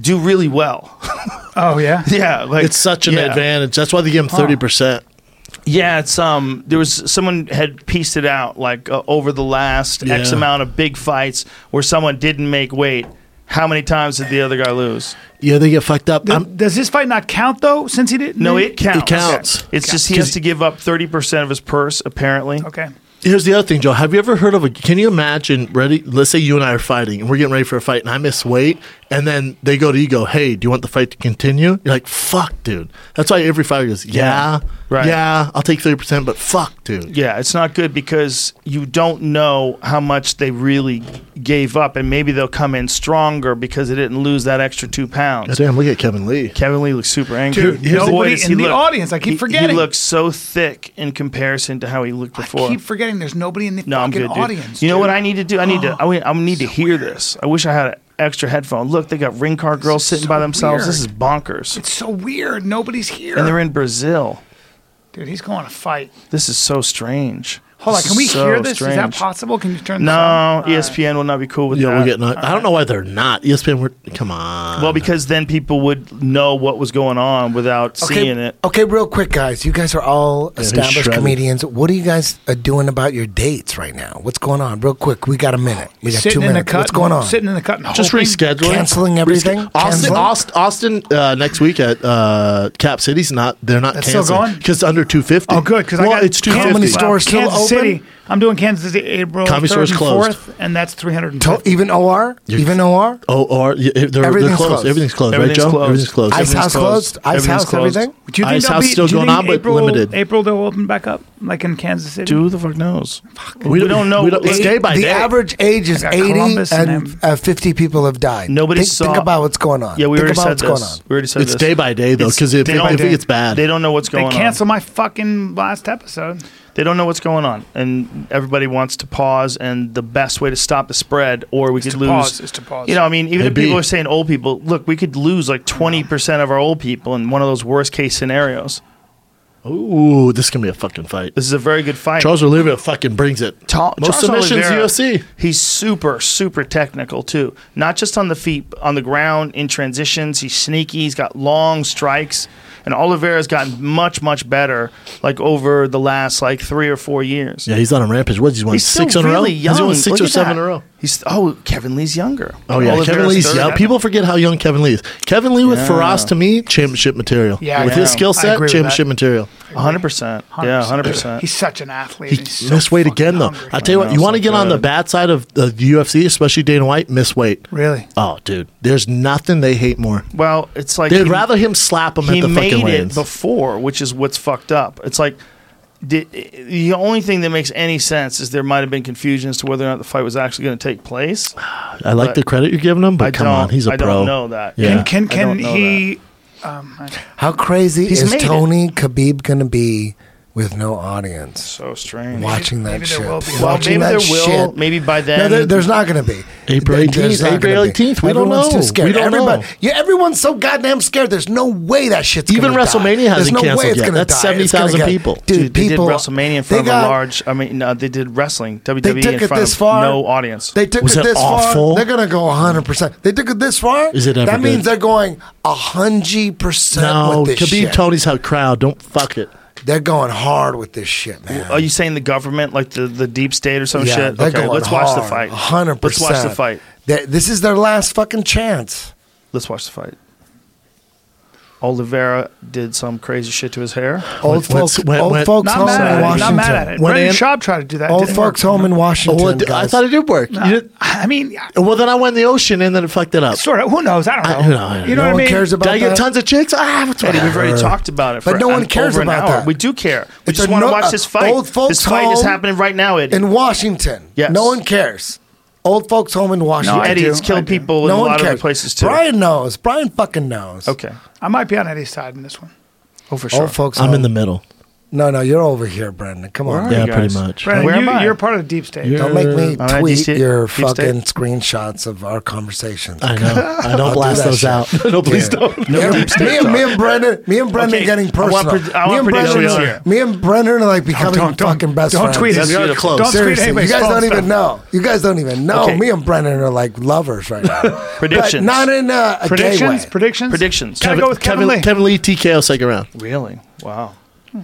A: do really well.
D: Oh yeah.
A: yeah, like
C: It's such an
A: yeah.
C: advantage. That's why they give him thirty percent.
A: Yeah, it's um. There was someone had pieced it out like uh, over the last X
C: Yeah.
A: amount of big fights where someone didn't make weight. How many times did the other guy lose?
C: Yeah, they get fucked up.
D: Th-
C: I'm,
D: Does this fight not count though? Since he didn't.
A: No, it counts.
C: counts.
A: Okay. It's just he has to give up thirty percent of his purse, apparently.
D: Okay.
C: here's the other thing, Joe. Have you ever heard of a? Can you imagine? Ready? Let's say you and I are fighting, and we're getting ready for a fight, and I miss weight, and then they go to you, go, "Hey, do you want the fight to continue?" You're like, "Fuck, dude." That's why every fighter goes, "Yeah, yeah,
A: Right.
C: I'll take thirty percent, but fuck, dude."
A: Yeah, it's not good because you don't know how much they really gave up, and maybe they'll come in stronger because they didn't lose that extra two pounds.
C: Damn, look at Kevin Lee.
A: Kevin Lee looks super angry.
D: Dude, nobody
A: Boy, does
D: in the audience, I keep
A: he-
D: forgetting.
A: He looks so thick in comparison to how he looked before.
D: I keep forgetting there's nobody in the
A: No, I'm
D: fucking
A: good, dude.
D: audience.
A: you know
D: dude.
A: what I need to do? I need to. I, I need to hear this. I wish I had an extra headphone. Look, they got ring car girls sitting
D: so
A: by themselves. This is
D: weird.
A: bonkers.
D: It's so weird. Nobody's here.
A: and they're in Brazil.
D: dude, he's going to fight.
A: This is so strange.
D: Hold on,
A: This
D: can we
A: is so
D: hear this? Is that
A: strange.
D: possible? Can you turn this
A: No, E
D: on?
A: ESPN will not be cool with
C: Yeah,
A: that.
C: we get. Not, I don't know why they're not E ESPN. We're, come on.
A: Well, because then people would know what was going on without seeing it.
B: Okay, real quick, guys. You guys are all established
C: shredded.
B: comedians. What are you guys uh, doing about your dates right now? What's going on? Real quick, we got a minute. We got
D: Sitting
B: two
D: in
B: minutes.
D: the cut.
B: What's going on?
D: Sitting in the cut and
C: just
D: hoping.
C: rescheduling,
B: Canceling everything?
C: Resched- Austin,
B: Canceling?
C: Aust- Austin, uh, next week at uh, Cap City's not. They're not
D: That's still
C: canceling
D: going?
C: because under two fifty.
D: Oh, good, because
C: well,
D: I got
C: it's two
D: Kansas-
B: How many
C: fifty.
D: wow,
B: stores still
D: Kansas
B: open?
D: City. I'm doing Kansas City April
C: Coffee
D: 3rd
C: store's
D: and
C: closed.
D: 4th, and that's 300.
B: To- even OR? even OR?
C: Oh, or yeah, they're, they're
B: Everything's
C: closed.
B: closed.
C: Everything's closed,
A: Everything's
C: right, Joe?
A: closed.
C: Everything's closed.
B: Ice
A: Everything's
B: House closed?
A: closed.
B: Ice House,
A: Everything's closed.
B: everything?
D: Do you think
C: Ice
D: they'll
C: House
D: be,
C: still
D: do you
C: going
D: think
C: on, but
D: April,
C: limited.
D: April they'll open back up, like in Kansas City.
A: Dude, who the fuck knows?
C: We don't- we don't- it's
B: Eight-
C: day by
B: the
C: day.
B: average age is
D: I got
B: 80
D: Columbus
B: and,
D: and
B: uh, 50 people have died.
A: Nobody
B: think,
A: saw-
B: think about what's going on.
A: Yeah, we
B: think
A: already
B: about
A: said
B: what's
A: this.
B: going on.
A: We already said
C: It's
A: this.
C: day by day though,
A: It's
C: because if,
A: day
C: it-
A: by
C: if
A: day.
C: it gets bad,
A: They don't know what's
D: They
A: going on.
D: canceled my fucking last episode.
A: They don't know what's going on, and everybody wants to pause. And the best way to stop the spread, or we could
D: to
A: lose,
D: pause, is to pause.
A: You know, I mean, even if
C: Maybe.
A: people are saying old people, look, we could lose like twenty percent of our old people in one of those worst case scenarios.
C: Ooh, this can be a fucking fight.
A: This is a very good fight.
C: Charles Oliveira fucking brings it.
A: Ta-
C: Most
A: Charles
C: submissions
A: Oliveira,
C: UFC.
A: He's super, super technical too. Not just on the feet, on the ground, in transitions. He's sneaky. He's got long strikes, and Oliveira's gotten much, much better. Like over the last like three or four years.
C: Yeah, he's on a rampage. What? He's won
A: He's
C: six
A: still
C: in a row.
A: really young.
C: He's won six
A: Look
C: or
A: at
C: seven
A: that.
C: in a row.
A: He's oh, Kevin Lee's younger.
C: Oh yeah,
A: Oliveira's
C: Kevin Lee's.
A: 30.
C: Yeah, people forget how young Kevin Lee is. Kevin Lee with
A: Yeah.
C: Faraz to me, championship material.
D: Yeah,
C: with
A: yeah.
C: his
A: I
C: skill set,
D: agree with
C: championship
D: that.
C: material.
A: 100%. Yeah, 100%.
D: He's such an athlete.
C: He
D: He's so
C: missed weight
D: fucking
C: again though.
D: hungry.
C: I tell you what,
A: know,
C: you
A: it's
C: want to
A: not
C: get on the
A: good.
C: bad side of the UFC, especially Dana White, miss weight.
D: Really?
C: Oh, dude, there's nothing they hate more.
A: well, it's like
C: They'd
A: he-
C: rather him slap him at
A: he
C: the
A: made
C: fucking
A: it
C: weigh-ins.
A: before, which is what's fucked up. It's like did, the only thing that makes any sense is there might have been confusion as to whether or not the fight was actually going to take place.
C: I like
A: but-
C: the credit you're giving him, but
A: I
C: come
A: don't,
C: on, he's a
A: I
C: pro.
A: don't know that.
C: Yeah.
A: I
D: Can
A: don't
D: can
A: know
D: he?
B: How crazy
A: He's
B: is
A: made it.
B: Tony Khabib going to be with no audience?
A: that. So strange.
B: Watching that
D: maybe there
B: shit.
D: will be.
A: Well,
B: Watching
A: maybe there
B: that
A: will.
B: shit.
A: Maybe by then.
B: No, there, there's not going to be.
C: April
B: There- there's
C: 18th,
B: not gonna
C: April
B: be.
C: 18th, we don't
B: Everyone's
C: know.
B: Too scared.
C: We don't
B: Everybody,
C: know.
B: Yeah, everyone's so goddamn scared. There's no way that shit's
C: Even
B: gonna
C: WrestleMania
B: die.
C: hasn't
B: There's no
C: canceled
B: way it's
C: yet.
B: gonna
C: That's
B: die. It's gonna
C: 70,000
B: get-
C: people.
B: Dude,
A: Dude, they
B: people
A: did WrestleMania in
B: they
A: front of
B: got-
A: a large. I mean, no, they did wrestling. WWE
B: They took
A: in
B: it
A: front
B: this
A: of
B: far.
A: no audience.
B: They took
C: Was
B: it
C: it
B: this far.
C: awful?
B: They're gonna go 100. percent They took it this far.
C: Is it ever
B: That means
C: good?
B: they're going 100 percent
C: No,
B: with this
C: Khabib
B: shit.
C: Tony's how crowd. Don't fuck it.
B: they're going hard with this shit, man.
A: Are you saying the government, like the, the deep state or some
B: Yeah,
A: shit?
B: they're
A: Okay,
B: going
A: let's watch the
B: hard,
A: fight.
B: 100.
A: Let's watch the fight.
B: They- This is their last fucking chance.
A: Let's watch the fight. Oliveira did some crazy shit to his hair.
B: Old
C: What's-
B: folks,
C: what-
B: old
C: what-
B: folks
D: Not
B: home
D: mad,
B: in
D: at it, not
B: Washington.
D: mad at it.
C: When
D: Brendan
C: Am-
D: Schaub tried to do that. it
B: Old
D: didn't
B: folks
D: work.
B: home in Washington.
C: Well, Oh, I
B: guys.
C: thought it did work. You did-
D: I mean, I-
C: well, then I went in the ocean and then it fucked it up.
D: sort of. Who knows? I don't know.
C: I- no, I-
D: you
B: no
D: know what I
B: one
D: mean?
B: cares about
C: Did I get
B: that.
C: tons of chicks? Ah, what's
A: Buddy, we've
C: whatever.
A: already talked about it,
B: But
A: for
B: no
A: an-
B: one cares
A: over an
B: about
A: hour.
B: that.
A: We do care. We
B: It's
A: just
B: a
A: want to
B: no- uh,
A: watch this fight.
B: old folks
A: this fight is
B: home
A: happening right now, Eddie.
B: in Washington.
A: Yes.
B: No one cares. Old folks home in Washington.
E: No, I
A: Eddie,
E: do,
A: it's killed people in a lot of other places too.
B: Brian knows. Brian fucking knows.
A: Okay.
D: I might be on Eddie's side in this one.
A: Oh, for sure.
B: Old folks.
C: I'm
B: home.
C: in the middle.
B: No, no, you're over here, Brendan. Come on.
A: Where are
C: Yeah,
A: you
C: pretty
A: guys?
C: much.
D: Brendan,
A: Where
D: you,
A: am I?
D: You're part of the deep state.
C: You're-
B: Don't make me
A: All right,
B: tweet
A: deep state-
B: your
A: deep state.
B: fucking screenshots of our conversations.
C: I know. I don't
B: do
C: blast
B: that
C: those
B: shit.
C: out. no, please
B: Yeah.
C: don't.
B: me, and- me, and- me and Brendan, me and Brendan
A: Okay,
B: getting
A: I
B: personal.
A: want pred- I
B: me,
A: want
B: and Brendan,
A: predictions here.
B: me and Brendan are like becoming
D: don't- don't-
B: fucking best
D: don't
B: friends.
D: tweet
C: Yes,
D: us.
C: we are close.
D: Don't tweet
B: Seriously,
D: anybody's
B: you guys
D: phone
B: don't
D: stuff.
B: even know. You guys don't even know.
A: Okay.
B: Me and Brendan are like lovers right now.
A: Predictions.
B: But not in a, a gay
D: Predictions?
B: way.
D: Predictions?
A: Predictions.
D: Gotta go with Kevin, Lee.
C: Kevin Lee TKO second round.
A: Really? Wow.
B: Hmm.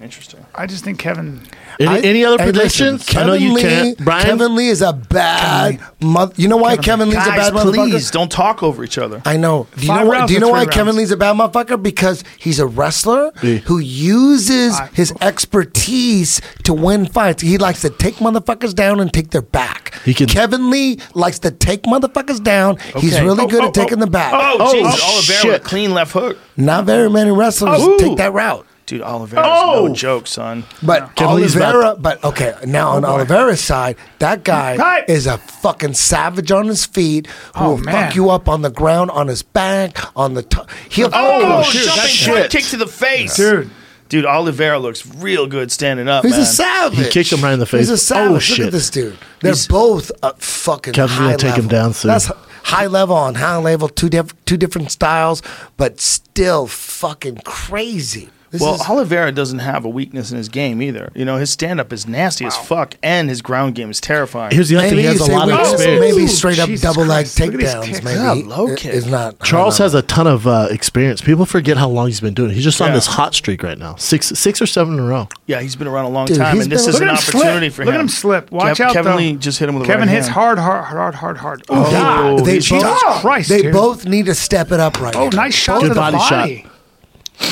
A: Interesting.
D: I just think Kevin.
C: Any,
B: I-
C: any other
B: hey, listen,
C: predictions?
B: Kevin
C: I know you
B: Lee,
C: can't. Brian,
B: Kevin Lee is a bad mother. You know why Kevin, Lee's
A: Guys,
B: a bad motherfucker?
A: please don't talk over each other.
B: I know. Do you
D: Five
B: know why?
D: rounds
B: Do you
D: or
B: know
D: three
B: why
D: rounds?
B: Kevin Lee's a bad motherfucker? Because he's a wrestler
C: Yeah.
B: who uses
D: Five.
B: his expertise to win fights. He likes to take motherfuckers down and take their back.
C: He can-
B: Kevin Lee likes to take motherfuckers down. He's
A: Okay.
B: really
A: Oh,
B: good
A: oh,
B: at taking the back.
A: Oh,
C: Oh,
A: Jesus.
C: oh,
A: Oliveira
C: shit.
A: with a clean left hook.
B: Not very many wrestlers
A: Oh.
B: take that route.
A: Dude, Oliveira's
C: Oh.
A: no joke, son.
B: But
C: Kevin Lee's
B: Oliveira, but okay, now on
D: boy.
B: Oliveira's side, that guy
D: Hey!
B: is a fucking savage on his feet who
D: Oh,
B: will
D: man.
B: fuck you up on the ground, on his back, on the top. He'll
A: Oh,
B: fuck you up.
A: jumping front kick to the face.
D: Dude.
A: Dude, Oliveira looks real good standing up.
B: He's
A: man.
B: a savage.
C: He kicked him right in the face.
B: He's a savage.
C: Oh,
B: Look
C: shit.
B: at this dude. They're
A: He's-
B: both uh, fucking.
C: Kevin's gonna
B: high
C: take
B: level.
C: him down soon.
B: That's h- high level on high level. Two diff- two different styles, but still fucking crazy. This
A: well,
B: is-
A: Oliveira doesn't have a weakness in his game either. You know, his stand up is nasty as fuck, and his ground game is terrifying.
C: Here's the other thing:
B: Maybe
C: he has a
B: it's a
C: lot of
B: weakness,
C: experience.
B: Maybe straight up
D: Oh, Jesus
B: double leg
D: Christ, look at these
B: takedowns.
D: kicks.
B: Maybe
A: Yeah, low
B: It-
A: kick.
B: It's not. I
C: Charles
B: don't know.
C: has a ton of uh, experience. People forget how long he's been doing. it. He's just on
A: Yeah.
C: this hot streak right now, six, six or seven in a row.
A: yeah, he's been around a long
B: Dude,
A: time,
B: he's
A: and this
B: been-
A: is
B: Look
A: an
D: at him slip.
A: opportunity for him.
D: Look at him slip. Watch
A: Kev-
D: out,
A: Kevin
D: though.
A: Lee just hit him with a
D: Kevin
A: right
D: hits
A: hand.
D: hard, hard, hard, hard, hard. Oh,
A: God.
D: God.
A: They
D: Jesus
A: both-
D: Christ,
B: They
D: dude.
B: both need to step it up right
D: Oh,
B: now.
D: nice shot
C: Good
D: to the
C: body
D: body.
C: shot.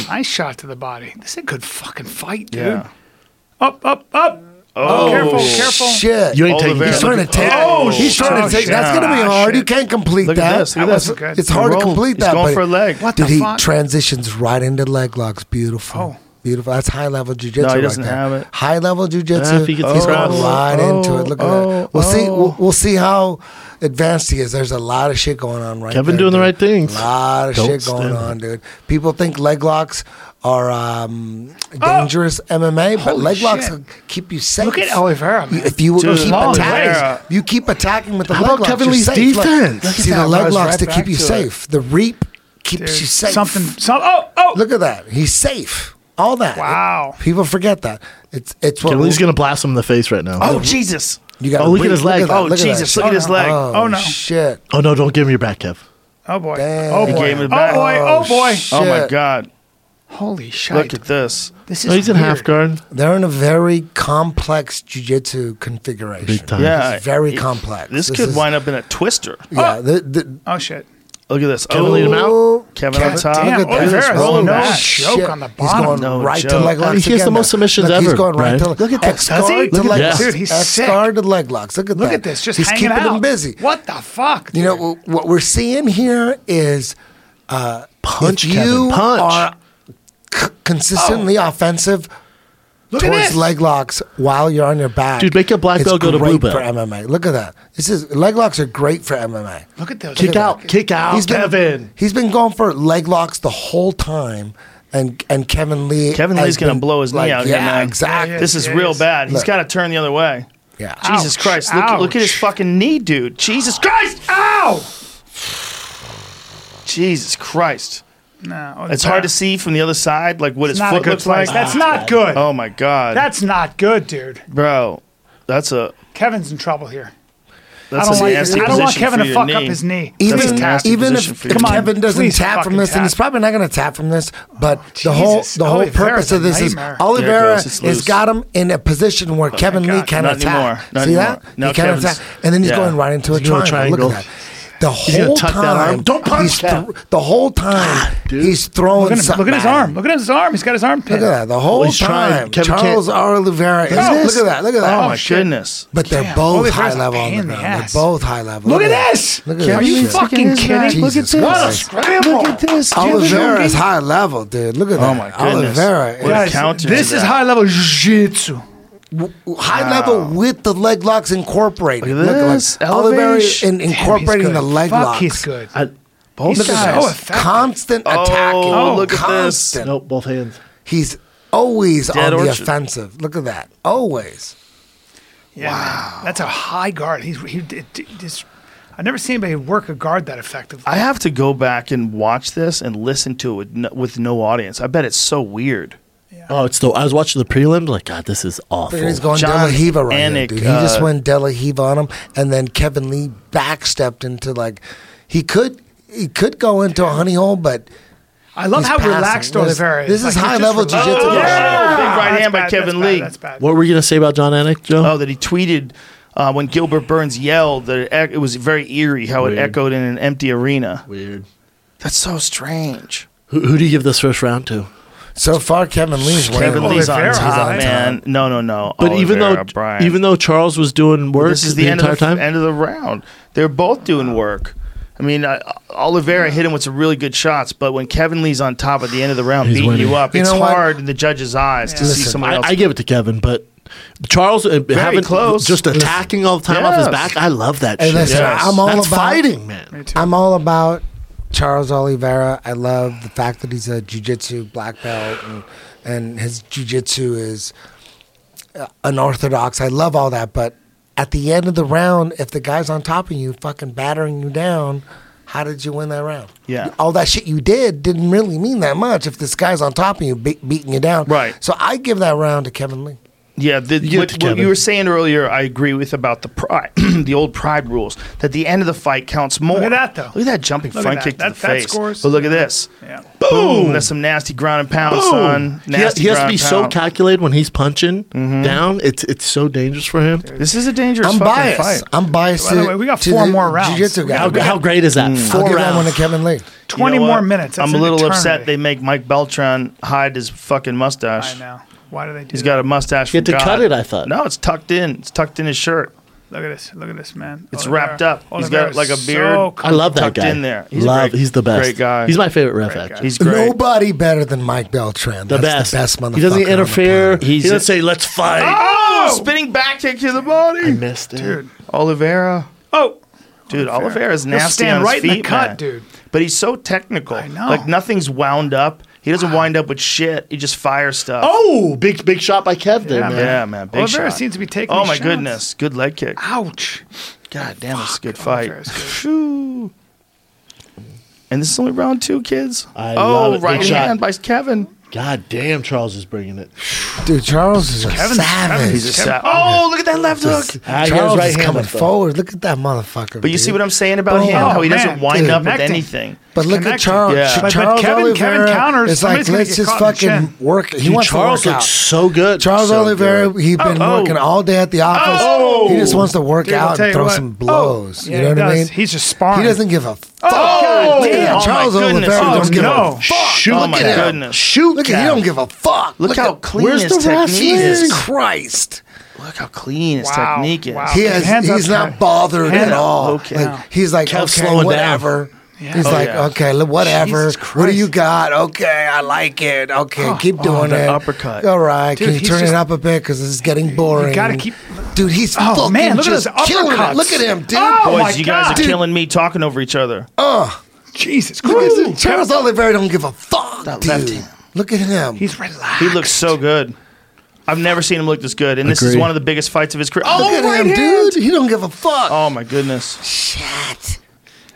D: Nice shot to the body. This is a good fucking fight, dude.
A: Yeah.
D: Up, up, up. Oh, careful, careful.
B: Shit.
C: You ain't taking.
A: Oliveira.
B: He's trying to
A: Look at-
B: take.
A: Oh,
B: he's trying
D: shit.
B: to take. That's gonna be
D: Ah,
B: hard.
D: shit.
B: You can't complete
A: Look at
B: that.
A: this. Look at
D: That
A: this.
D: wasn't good.
B: It's hard
A: Roll.
B: to complete
A: He's
B: that.
A: going
B: but
A: for a leg.
D: What
B: Dude,
D: the
B: he
D: fuck?
B: transitions right into leg locks. Beautiful.
D: Oh.
B: Beautiful. That's high level jujitsu.
A: No, he
B: right
A: doesn't
B: there.
A: have it.
B: High level jujitsu.
C: Ah, if he gets
B: he's
C: the
B: going
C: grabs.
B: right
A: Oh,
B: into it. Look at
A: oh,
B: that. We'll see.
A: oh.
B: We'll, we'll see how advanced he is. There's a lot of shit going on right.
C: Kevin
B: there,
C: doing the
B: dude.
C: right things.
B: lot of
C: Don't
B: shit going
C: stand.
B: on, dude. People think leg locks are um,
A: Oh.
B: dangerous MMA, but
D: Holy
B: leg locks
D: shit.
B: will keep you safe.
D: Look at Oliveira, man.
B: If you will
A: Dude,
B: keep
A: long
B: attacking,
A: legs.
B: you keep attacking with the
C: How
B: leg
C: about
B: locks.
C: Kevin
B: you're
C: Lee's
B: safe. Look- Look,
C: defense?
A: at
B: see
A: that,
B: the leg
A: goes
B: locks
A: right
B: to
A: back
B: keep you
A: to it.
B: safe. The reap keeps
D: Dude,
B: you safe.
D: Something. Some, oh, oh.
B: Look at that. He's safe. All that.
D: Wow.
B: people forget that. It's it's what
C: Kevin Lee's gonna blast him in the face right now.
A: Oh, Jesus.
B: you got.
C: Oh, look at his leg.
A: Oh, Jesus. Look at his leg.
B: Oh,
D: Oh, no.
B: Shit.
C: Oh, no! Don't give him your back, Kev.
D: oh, boy.
B: Damn.
D: Oh,
B: He
D: boy.
A: gave
D: Oh,
A: it back.
D: boy. Oh, boy. Oh,
B: shit.
A: Oh, my God.
D: Holy shit.
A: Look at this.
D: this is
C: Oh, he's in
D: weird.
C: half guard.
B: They're in a very complex jujitsu configuration.
C: Big time.
A: Yeah.
B: It's very
A: it-
B: complex.
A: This,
B: This
A: could
B: is-
A: wind up in a twister.
B: Yeah. The, the,
D: Oh, shit.
A: Look at this. Oh.
C: Kevin Lee him out.
B: Oh,
A: Kevin on top.
D: damn,
A: Look at
D: Oliveira's
A: this. Rolling
D: no
A: back.
D: joke on the
B: He's
D: bottom.
B: going
A: No
B: right to
A: joke.
B: leg
A: I
B: locks.
C: mean, he has
B: again
C: the most
B: now.
C: submissions
B: Look, He's
C: ever,
B: going right,
C: Brian.
B: to leg
C: Look at
B: X
D: that. Does he?
B: guard to
D: Look at
B: leg
D: that.
B: locks.
D: Dude, he's
B: X
D: sick.
B: guard to leg locks. Look at that.
D: Look at this. Just
B: he's
D: hanging
B: keeping
D: out.
B: him busy.
D: What the fuck?
B: You know w-
D: dude?
B: what we're seeing here is uh,
C: Punch,
B: if
C: Kevin,
B: you
C: punch.
B: are c- consistently offensive
D: Oh. Look at
B: towards
D: this.
B: leg locks while you're on your back.
C: Dude, make a black
B: it's
C: belt go to
B: great
C: blue belt.
B: for MMA. Look at that. This is leg locks are great for MMA.
D: Look at those.
C: Kick
B: Look at
C: out,
B: that.
C: kick out,
B: He's been-
C: Kevin.
B: He's been going for leg locks the whole time, and and Kevin Lee.
A: Kevin
B: has
A: Lee's going to
B: been
A: blow his knee
B: like,
A: out
B: yeah,
A: here, man.
B: Exactly.
A: This is
D: Yeah,
A: real
D: yes.
A: bad. He's
B: Look.
A: got to turn the other way.
B: Yeah.
A: Jesus
D: Ouch,
A: Christ. Look, look at his
D: ouch.
A: fucking knee, dude. Jesus Christ.
D: Ow!
A: Jesus Christ.
D: No,
A: It's hard to see from the other side, like what his
D: not a
A: foot
D: good
A: looks
D: place.
A: like.
D: That's not good.
A: Oh, my God.
D: That's not good, dude.
A: Bro, that's a.
D: Kevin's in trouble here.
A: That's
D: I don't
A: a
D: like
A: nasty
D: this. I don't want
A: position
D: Kevin
A: for
D: to
A: your
D: fuck up his knee.
A: That's a
B: even
A: nasty
B: even
A: position
B: if,
A: for
B: if
A: your knee.
B: Kevin doesn't
D: please
B: tap from
D: fucking
B: this, and
D: tap.
B: he's probably not going to tap from this. But the
D: Jesus.
B: whole the whole
D: Oliveira's
B: purpose
D: a
B: of this
D: nightmare.
B: is
D: There
A: it
B: Oliveira
A: goes. It's
B: has
A: loose.
B: got him in a position where Kevin Lee
D: God.
B: can
A: Not
B: attack.
A: anymore. Not
B: See
A: anymore.
B: that?
A: Now
B: he can
A: Kevin's-
B: attack, and then he's
A: yeah.
B: going right into a
C: He's doing a
B: triangle. Look at
C: triangle.
B: that. The
C: gonna
B: whole
C: tuck
B: time,
C: that arm. Don't punch
B: he's
C: that.
B: thr- the whole time
C: dude.
B: he's throwing.
D: Look at, him.
B: something
D: Look at his
B: at him.
D: arm. Look at his arm. He's got his arm
B: Oh, Look at that. The whole
C: he's trying.
B: time,
C: Kevin can't-
B: Charles Oliveira. is-
D: at this.
B: Look at that. Look at that.
A: Oh, my goodness.
B: But they're
D: Damn.
B: both
D: Oliveira's
B: high
D: a
B: level
D: pain
B: on the
D: in the
B: ground.
D: ass.
B: They're both high level.
D: Look at this.
B: Look at
D: Are
B: this
D: you
B: shit.
D: fucking kidding?
B: Look at this.
D: What a
B: Jesus Christ.
D: scramble.
A: this.
B: Oliveira is high level, dude. Look at that.
A: Oh my goodness.
B: Oliveira
A: What
B: is
A: a counter. to
D: This is
A: that.
D: high level jiu-jitsu.
B: high level with the leg locks incorporated.
A: Look at this.
B: like Oliveira
A: Elevation.
B: in, incorporating
D: Damn, he's
B: the
D: good.
B: leg
D: Fuck,
B: locks. Oh,
D: he's good.
C: I,
A: Both
D: He's
A: guys.
D: so effective.
B: Constant
A: Oh,
B: attacking.
A: look at this.
B: constant.
C: nope, both hands.
B: He's always
A: Dead
B: on
A: orchard.
B: the offensive. Look at that. Always.
D: Yeah, man. That's a high guard. He's he, d- d- this- I've never seen anybody work a guard that effectively.
A: I have to go back and watch this and listen to it with no, with no audience. I bet it's so weird.
C: Oh, it's the. I was watching the prelim. Like, God, this is awful.
B: Look at he's going
A: John
B: Delahiva De La Hiva right here,
A: Anik,
B: dude. He just
A: uh,
B: went De La Hiva on him, and then Kevin Lee backstepped into like he could he could go into a honey hole, but
D: I love
B: he's
D: how
B: passing.
D: relaxed
B: This-
D: Oliveira
B: this
D: is.
B: is
D: he's just
B: high-level
D: relaxed.
B: jiu-jitsu. Oh,
A: yeah. Big right
D: That's
A: hand by
D: bad,
A: Kevin
D: that's
A: Lee.
D: Bad, that's bad.
C: What were you gonna say about John Anik, Joe?
A: Oh, that he tweeted uh, when Gilbert Burns yelled that it, ec- it was very eerie how
C: Weird.
A: it echoed in an empty arena.
C: Weird.
A: That's so strange.
C: Who, who do you give this first round to?
B: so far Kevin Lee's
A: Kevin
B: winning.
A: Lee's on
D: Oliveira,
A: top,
B: right?
A: man. No, no, no.
C: But even though
A: Oliveira, Brian.
C: even though Charles was doing work
A: uh, this is the, end
C: entire
A: of the,
C: time,
A: end of the round. They're both doing work. I mean, uh, Oliveira hit him with some really good shots, but when Kevin Lee's on top at the end of the round,
C: He's
A: beating you
C: winning.
A: up,
B: You
A: it's
B: know what?
A: hard in the judge's eyes to see
B: Listen,
A: someone else.
C: I, I give it to Kevin, but Charles uh, having
A: close.
C: just attacking all the time off his
A: Yes.
C: back. I love that.
B: Hey,
C: shit.
B: listen,
A: Yes.
B: I'm all
C: That's
B: about
C: fighting, man.
B: I'm all about Charles Oliveira. I love the fact that he's a jujitsu black belt, and, and his jujitsu is uh, unorthodox. I love all that, but at the end of the round, if the guy's on top of you, fucking battering you down, How did you win that round?
A: Yeah.
B: All that shit you did didn't really mean that much if this guy's on top of you, be- beating you down.
A: Right.
B: So I give that round to Kevin Lee.
A: Yeah, the,
C: You get
A: what,
C: to
A: what
C: Kevin.
A: you were saying earlier, I agree with about the pride, the old pride rules. That the end of the fight counts more.
D: Look at that, though.
A: Look at that jumping
D: Look at
A: front
D: that.
A: kick
D: That-
A: to the
D: that
A: face.
D: scores.
A: But look at this.
D: Yeah.
A: Boom! That's some nasty ground and pound, son.
C: He, ha-
A: Nasty
C: he has to
A: ground
C: be
A: and
C: so
A: pound. Mm-hmm.
C: calculated when he's punching down. It's it's so dangerous for him.
A: This is a dangerous
B: I'm
A: fucking
B: biased.
A: fight.
B: I'm biased.
D: By the
B: to-
D: way, we got
B: to
D: four
B: the
D: more rounds.
B: Jiu-jitsu guy.
C: How, how great is that?
A: Mm.
B: I'll
C: Four
B: give that one to
C: rounds.
B: Kevin Lee.
A: You know
D: 20 more
A: what?
D: minutes. That's
A: I'm a
D: an
A: little
D: eternity.
A: upset they make Mike Beltran hide his fucking mustache.
D: I know. Why do they do
A: He's
D: that?
A: got a mustache.
C: He had
A: from
C: to
A: God.
C: cut it, I thought.
A: No, it's tucked in. It's tucked in his shirt.
D: Look at this. Look at this, man.
A: It's
D: Oliveira-
A: wrapped up. He's got,
D: Oliveira's
A: like, a
D: so
A: beard.
D: cool.
C: I love that
A: Tucked
C: guy.
A: in there. He's a
C: love.
A: great-
C: he's the best.
A: great guy.
C: He's my favorite ref. Actually,
A: He's great.
B: Nobody better than Mike Beltran.
C: the
B: That's
C: best.
B: the best motherfucker.
C: He doesn't
B: on the
C: interfere.
B: planet.
C: He doesn't say "Let's fight."
A: Oh, spinning back kick to the
C: I
A: body.
C: missed it.
D: Dude.
A: Oliveira.
D: Oh.
A: Dude, Oliveira's
D: He'll
A: nasty
D: stand
A: on his
D: right in
A: feet,
D: the cut,
A: man.
D: dude.
A: But he's so technical. I
D: know.
A: Like nothing's wound up. He doesn't wind up with shit. He just fires stuff.
C: Oh, big big shot by Kev there,
D: Yeah,
C: man.
A: yeah, man. Big
D: Oliveira
A: shot.
D: seems to be taking
A: Oh
D: these
A: my
D: shots.
A: goodness, good leg kick.
D: Ouch.
A: God damn, this is a good fight.
D: Oliveira's good.
A: Phew. And this is only round two, kids.
C: I love
A: oh,
C: it. Big
A: right
C: shot.
A: hand by Kevin.
C: God damn, Charles is bringing it.
B: Dude, Charles is a
D: Kevin's-
B: savage.
D: Kevin's-
A: He's a
D: Kevin-
A: sa- oh, look at that left hook.
C: Ah, he has
B: Charles
C: right
B: is
C: hand
B: coming
C: up, though.
B: forward. Look at that motherfucker.
A: But you see
B: dude.
A: what I'm saying about him?
D: Oh,
A: How he doesn't
D: man,
A: wind
D: dude.
A: up with
D: Connecting.
A: anything.
B: But look
D: Connected.
B: at Charles.
A: Yeah.
B: Ch-
A: But- but
B: Charles
D: Kevin- Kevin
B: Oliveira
D: counters,
B: It's like
D: somebody's gonna
B: let's
D: get
B: just
D: caught in the
B: fucking
D: chin.
B: work. He
C: Dude,
B: wants
C: Charles
B: to work out.
C: looks so good.
B: Charles
C: so
B: Oliveira,
C: good.
B: he's been
A: Oh, oh.
B: working all day at the office.
A: Oh.
B: he just wants to work
D: Dude, I'll
B: out
D: tell you
B: and throw
D: what. Oh,
B: some blows.
D: Yeah,
B: you know
D: he
B: what I
D: does.
B: mean?
D: He's just sparring.
B: He doesn't give a fuck.
A: Oh,
B: damn,
A: my
B: Charles
A: goodness.
B: Oliveira
A: Oh,
B: doesn't give
D: no.
B: a fuck.
C: Shoot,
A: oh
C: look
A: my
C: at him.
A: goodness.
C: Shoot,
B: Look at
C: him.
B: he don't give a fuck.
A: Look how clean
C: where's
A: his
C: the
A: technique
C: wrestling?
A: is.
B: Jesus Christ.
A: Look how clean his
D: Wow,
A: technique is.
D: wow.
B: He
D: Okay,
B: has,
D: hands up,
B: he's not
D: Kev.
B: bothered
D: Hand
B: at
D: up.
B: all.
A: Okay.
B: Like, he's like,
C: Kev's
B: okay,
C: slowing down.
B: whatever. He's
A: Oh,
B: like,
A: yeah.
B: okay, li- whatever.
D: Jesus
B: What do you
D: Christ.
B: got? Okay, I like it. Okay, keep
A: oh,
B: doing
A: the
B: it.
A: uppercut.
B: All right,
D: Dude,
B: can you
D: he's
B: turn
D: just-
B: it up a bit because this is getting boring.
D: gotta keep-
B: Dude, he's
D: Oh,
B: fucking
D: man, look at
B: just
D: those
B: killing
D: uppercuts.
B: it. Look at him, dude.
D: Oh, my
A: Boys, you guys
D: God.
A: are
D: Dude.
A: killing me talking over each other.
D: Jesus
B: Look at
D: Christ.
B: this- Charles Oliveira don't give a fuck, dude.
A: left hand.
B: Look at him.
D: He's relaxed.
A: He looks so good. I've never seen him look this good, and this is
C: Agreed.
A: one of the biggest fights of his career.
B: look
A: Oh,
B: at
A: right
B: him,
A: hand.
B: dude. He don't give a fuck.
A: Oh my goodness!
B: Shit.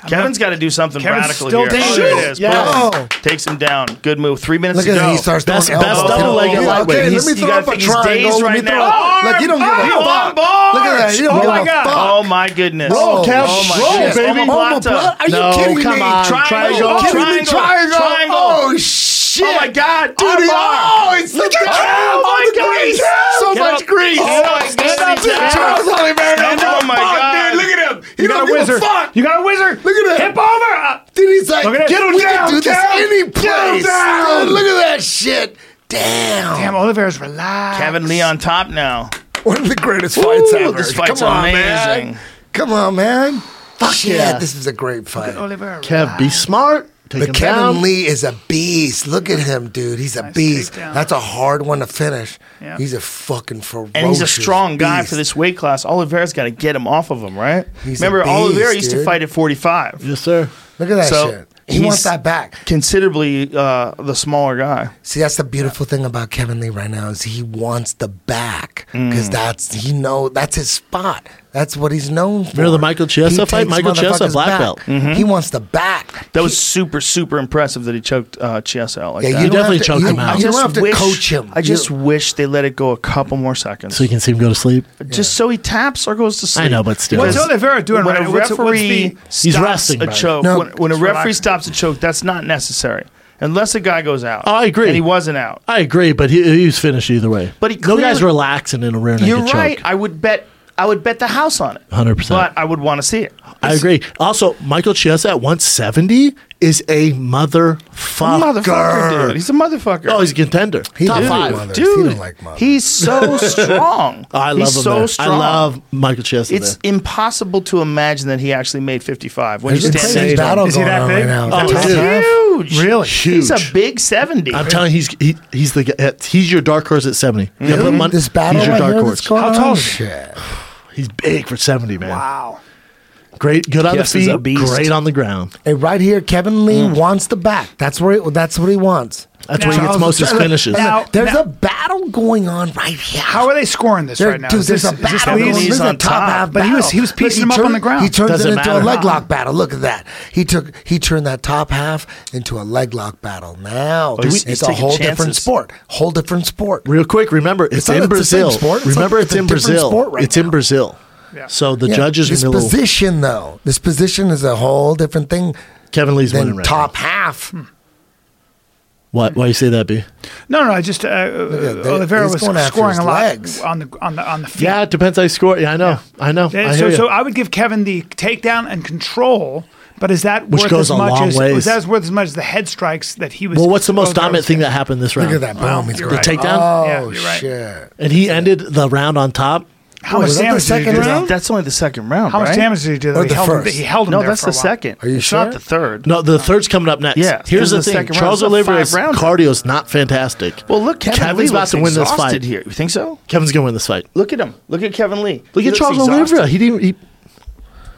A: Kevin's got to do something
D: Kevin's
A: radical
D: still
A: here.
D: down.
A: Oh, there it is.
B: Yeah. Oh.
A: Boom. Takes him down. Good move. Three minutes
B: Look
A: to
B: at
A: go.
B: him. He starts
C: Best-
B: throwing elbows.
C: best double-legged
B: Yeah,
C: lightweight.
B: Okay,
A: He's-
B: let me
A: you
B: throw
A: gotta
B: up a
A: think he's
B: triangle.
A: dazed
B: let me
A: right
B: throw
A: now.
B: up. Like, you don't give
A: Arm,
B: a
A: arm,
B: fuck.
A: bars.
B: Look at that. You don't
A: Oh
B: give
A: my
B: a
A: God.
B: fuck.
A: Oh my goodness!
B: Roll,
C: Kev,
A: oh my
C: roll,
A: goodness.
C: baby.
A: Omoplata.
B: Omoplata. Are you
C: No,
B: kidding
C: come
B: me?
C: on.
A: Triangle.
B: Are you kidding
A: Triangle.
B: me? Triangle.
A: Triangle.
B: Oh shit!
A: Oh my God.
B: dude!
A: Armbar.
B: he- Oh, it's look at
A: Oh my
B: the
A: God.
B: grease.
A: Kev.
B: So
A: Get
B: much
A: up.
B: grease.
A: Get up. Stand up.
B: Dude,
A: Stand
B: Charles
A: up.
B: Oliveira.
A: Stand
B: don't
A: up.
B: give
A: Oh my
B: a fuck,
A: God.
B: dude. Look at him. He
D: You
B: don't
D: got a
B: give
D: wizard.
B: a fuck.
D: You got a wizard.
B: Look at that.
D: Hip over. Uh,
B: Dude, he's like,
D: Look at that.
B: get him
D: We
B: we
D: can
B: down,
D: do
B: do
D: this
B: this any
D: anyplace.
B: place.
D: Dude,
B: look at that shit. Damn.
D: Damn, Oliveira's relaxed.
A: Kevin Lee on top now.
B: One of the greatest fights
A: Ooh,
B: ever.
A: this fight's
B: Come on,
A: amazing.
B: Man. Come on, man. Fuck shit,
C: yeah.
B: this is a great fight.
D: Oliveira.
C: Kev, be smart. Take him
B: But Kevin
C: down.
B: Lee is a beast. Look at him, dude. He's a beast.
D: takedown.
B: That's a hard one to finish.
D: Yeah.
B: He's a fucking ferocious.
A: And he's a strong guy
B: beast.
A: for this weight class. Oliveira's got to get him off of him, right?
B: He's a
A: Remember,
B: beast,
A: Oliveira used to
B: dude.
A: fight at 45.
C: Yes, sir.
B: Look at that
A: So,
B: shit. He wants
A: he's-
B: that back.
A: Considerably uh, the smaller guy.
B: See, that's the beautiful thing about Kevin Lee right now is he wants the back
A: Mm.
B: because that's he know that's his spot. That's what he's known for.
C: Remember the Michael Chiesa
B: He
C: fight?
B: takes
C: Michael Chiesa,
B: motherfuckers
C: black
B: back.
C: belt.
A: Mm-hmm.
B: He wants the back.
A: That was super, super impressive that he choked uh, Chiesa out like
B: Yeah, you
A: that.
B: don't
C: definitely
B: have to,
C: choked
B: you,
C: him out.
B: You don't
A: just
B: have to
A: wish-
B: coach him.
A: I just
B: You-
A: wish they let it go a couple more seconds.
C: So you can see him go to sleep.
A: just so he taps or goes to sleep.
C: I know, but still.
D: What's
A: Because
D: Oliveira doing
A: when
D: right
A: a
D: now? What's- what's
A: referee
D: the-
A: stops
C: He's resting,
A: a
C: bro.
A: choke,
B: No.
A: when, when a
D: Just
A: referee
D: relax.
A: stops a choke, that's not necessary. Unless a guy goes out.
C: Oh, I agree.
A: And he wasn't out.
C: I agree, but he, he was finished either way.
A: But he
C: no guy's
A: clearly-
C: relaxing in a rear naked
A: You're right.
C: choke.
A: I would bet. I would bet the house on it.
C: 100%.
A: But I would want to see it.
C: I agree. Also, Michael Chiesa at 170 is a motherfucker.
A: Motherfucker, dude. He's a motherfucker.
C: Oh, he's a contender.
B: He
C: Top
B: is.
C: five.
B: Mother.
A: Dude,
B: He don't like mothers.
A: he's so strong.
C: I love
A: he's
C: him.
A: so
C: there.
A: strong.
C: I love Michael Chiesa.
A: It's
C: there.
A: impossible to imagine that he actually made 55 when
B: There's
A: you
B: a
A: stand
B: crazy
C: insane.
B: battle
D: Is he
B: going
D: that
B: on
D: big?
B: right now.
C: Oh,
B: Top
C: he's
B: half.
A: He's huge.
C: Really?
A: He's a
C: Huge.
A: big 70.
C: I'm telling you, he's he, he's the guy- he's your dark horse at 70. Yeah, put mon-
B: This battle
C: he's your
B: right
C: dark
B: here
C: horse.
B: that's going
D: How
B: on.
D: tall is he?
B: Shit.
C: He's big for 70, man.
D: Wow.
C: Great, good on
A: Yes,
C: the
A: is a
C: feet,
A: beast.
C: great on the ground.
B: Hey, right here, Kevin Lee wants the back. That's where. It, that's what he wants.
C: That's
D: Now-
C: where Mm. he gets most of his finishes.
D: Now-
B: There's a battle going on right here.
D: How are they scoring this
B: There-
D: right now?
B: Dude,
D: Is
B: there's
D: this-
B: a
D: is this
B: battle.
D: Lee's
B: going on. This is a
A: on
B: top
A: top?
B: half
D: But he was-
B: battle.
D: he was
B: Look,
D: piecing him up on
B: turned-
D: the ground.
B: He turned
C: Doesn't
B: it into a
C: matter.
B: leg lock battle. Look at that. He took he turned that top half into a leg lock battle. Now
C: Oh,
A: he's-
B: it's
A: he's
B: a
A: taking
B: whole different
A: chances.
B: sport. Whole different sport.
C: Real quick, remember it's,
B: It's not-
C: in
B: it's the same
C: Brazil.
B: sport. It's
C: remember
B: like-
C: it's
B: it's a
C: in
B: different
C: Brazil.
B: sport right
C: it's
B: now.
C: in Brazil.
D: Yeah.
C: So the
B: Yeah,
C: judges
B: this
C: gonna be a little,
B: position though. This position is a whole different thing
C: Kevin Lee's winning
B: than
C: right
B: top
C: now. Hmm.
B: half.
C: Why, why you say that, B?
D: No, no, I just uh,
B: at that.
D: Oliveira
B: He's
D: was
B: going after
D: scoring
B: his
D: a lot
B: legs.
D: on the on the on the feet.
C: Yeah, it depends. I score. Yeah, I know. I know.
D: Yeah,
C: I
D: so,
C: hear you.
D: so I would give Kevin the takedown and control, but is that
C: Which
D: worth
C: goes
D: as
C: a
D: much
C: long
D: as
C: ways.
D: was that worth as much as the head strikes that he was?
C: well, what's the most dominant thing
D: that?
C: that happened this round?
B: Look at that. Boom. he's
D: you're
B: got
D: right.
B: the
C: The takedown,
B: Oh
D: Yeah, you're right.
B: shit.
C: and he ended the round on top.
D: How
B: Boy,
D: much
B: was that the
D: damage did he
B: second
D: do?
B: round?
A: That's, that's only the second round.
D: How much
A: right?
D: damage did he do?
B: Or
D: That he,
B: the
D: held him,
B: first?
D: he held him
A: No,
D: there
A: that's
D: for a
A: the
D: while.
A: second.
B: Are you
A: it's
B: sure?
A: not the third.
C: No, the third's coming up next.
A: Yeah, this is
C: here's the,
A: the
C: thing:
A: second round. It's
C: Charles
A: a
C: Oliveira's
A: five-rounder.
C: cardio is not fantastic.
A: Well, look, Kevin
C: Kevin's
A: Lee
C: about
A: looks
C: to win this
A: exhausted
C: fight.
A: here. You think so?
C: Kevin's gonna win this fight.
A: Look at him. Look at Kevin Lee.
C: Look
A: He
C: at
A: looks
C: Charles
A: exhausted.
C: Oliveira. He didn't. He,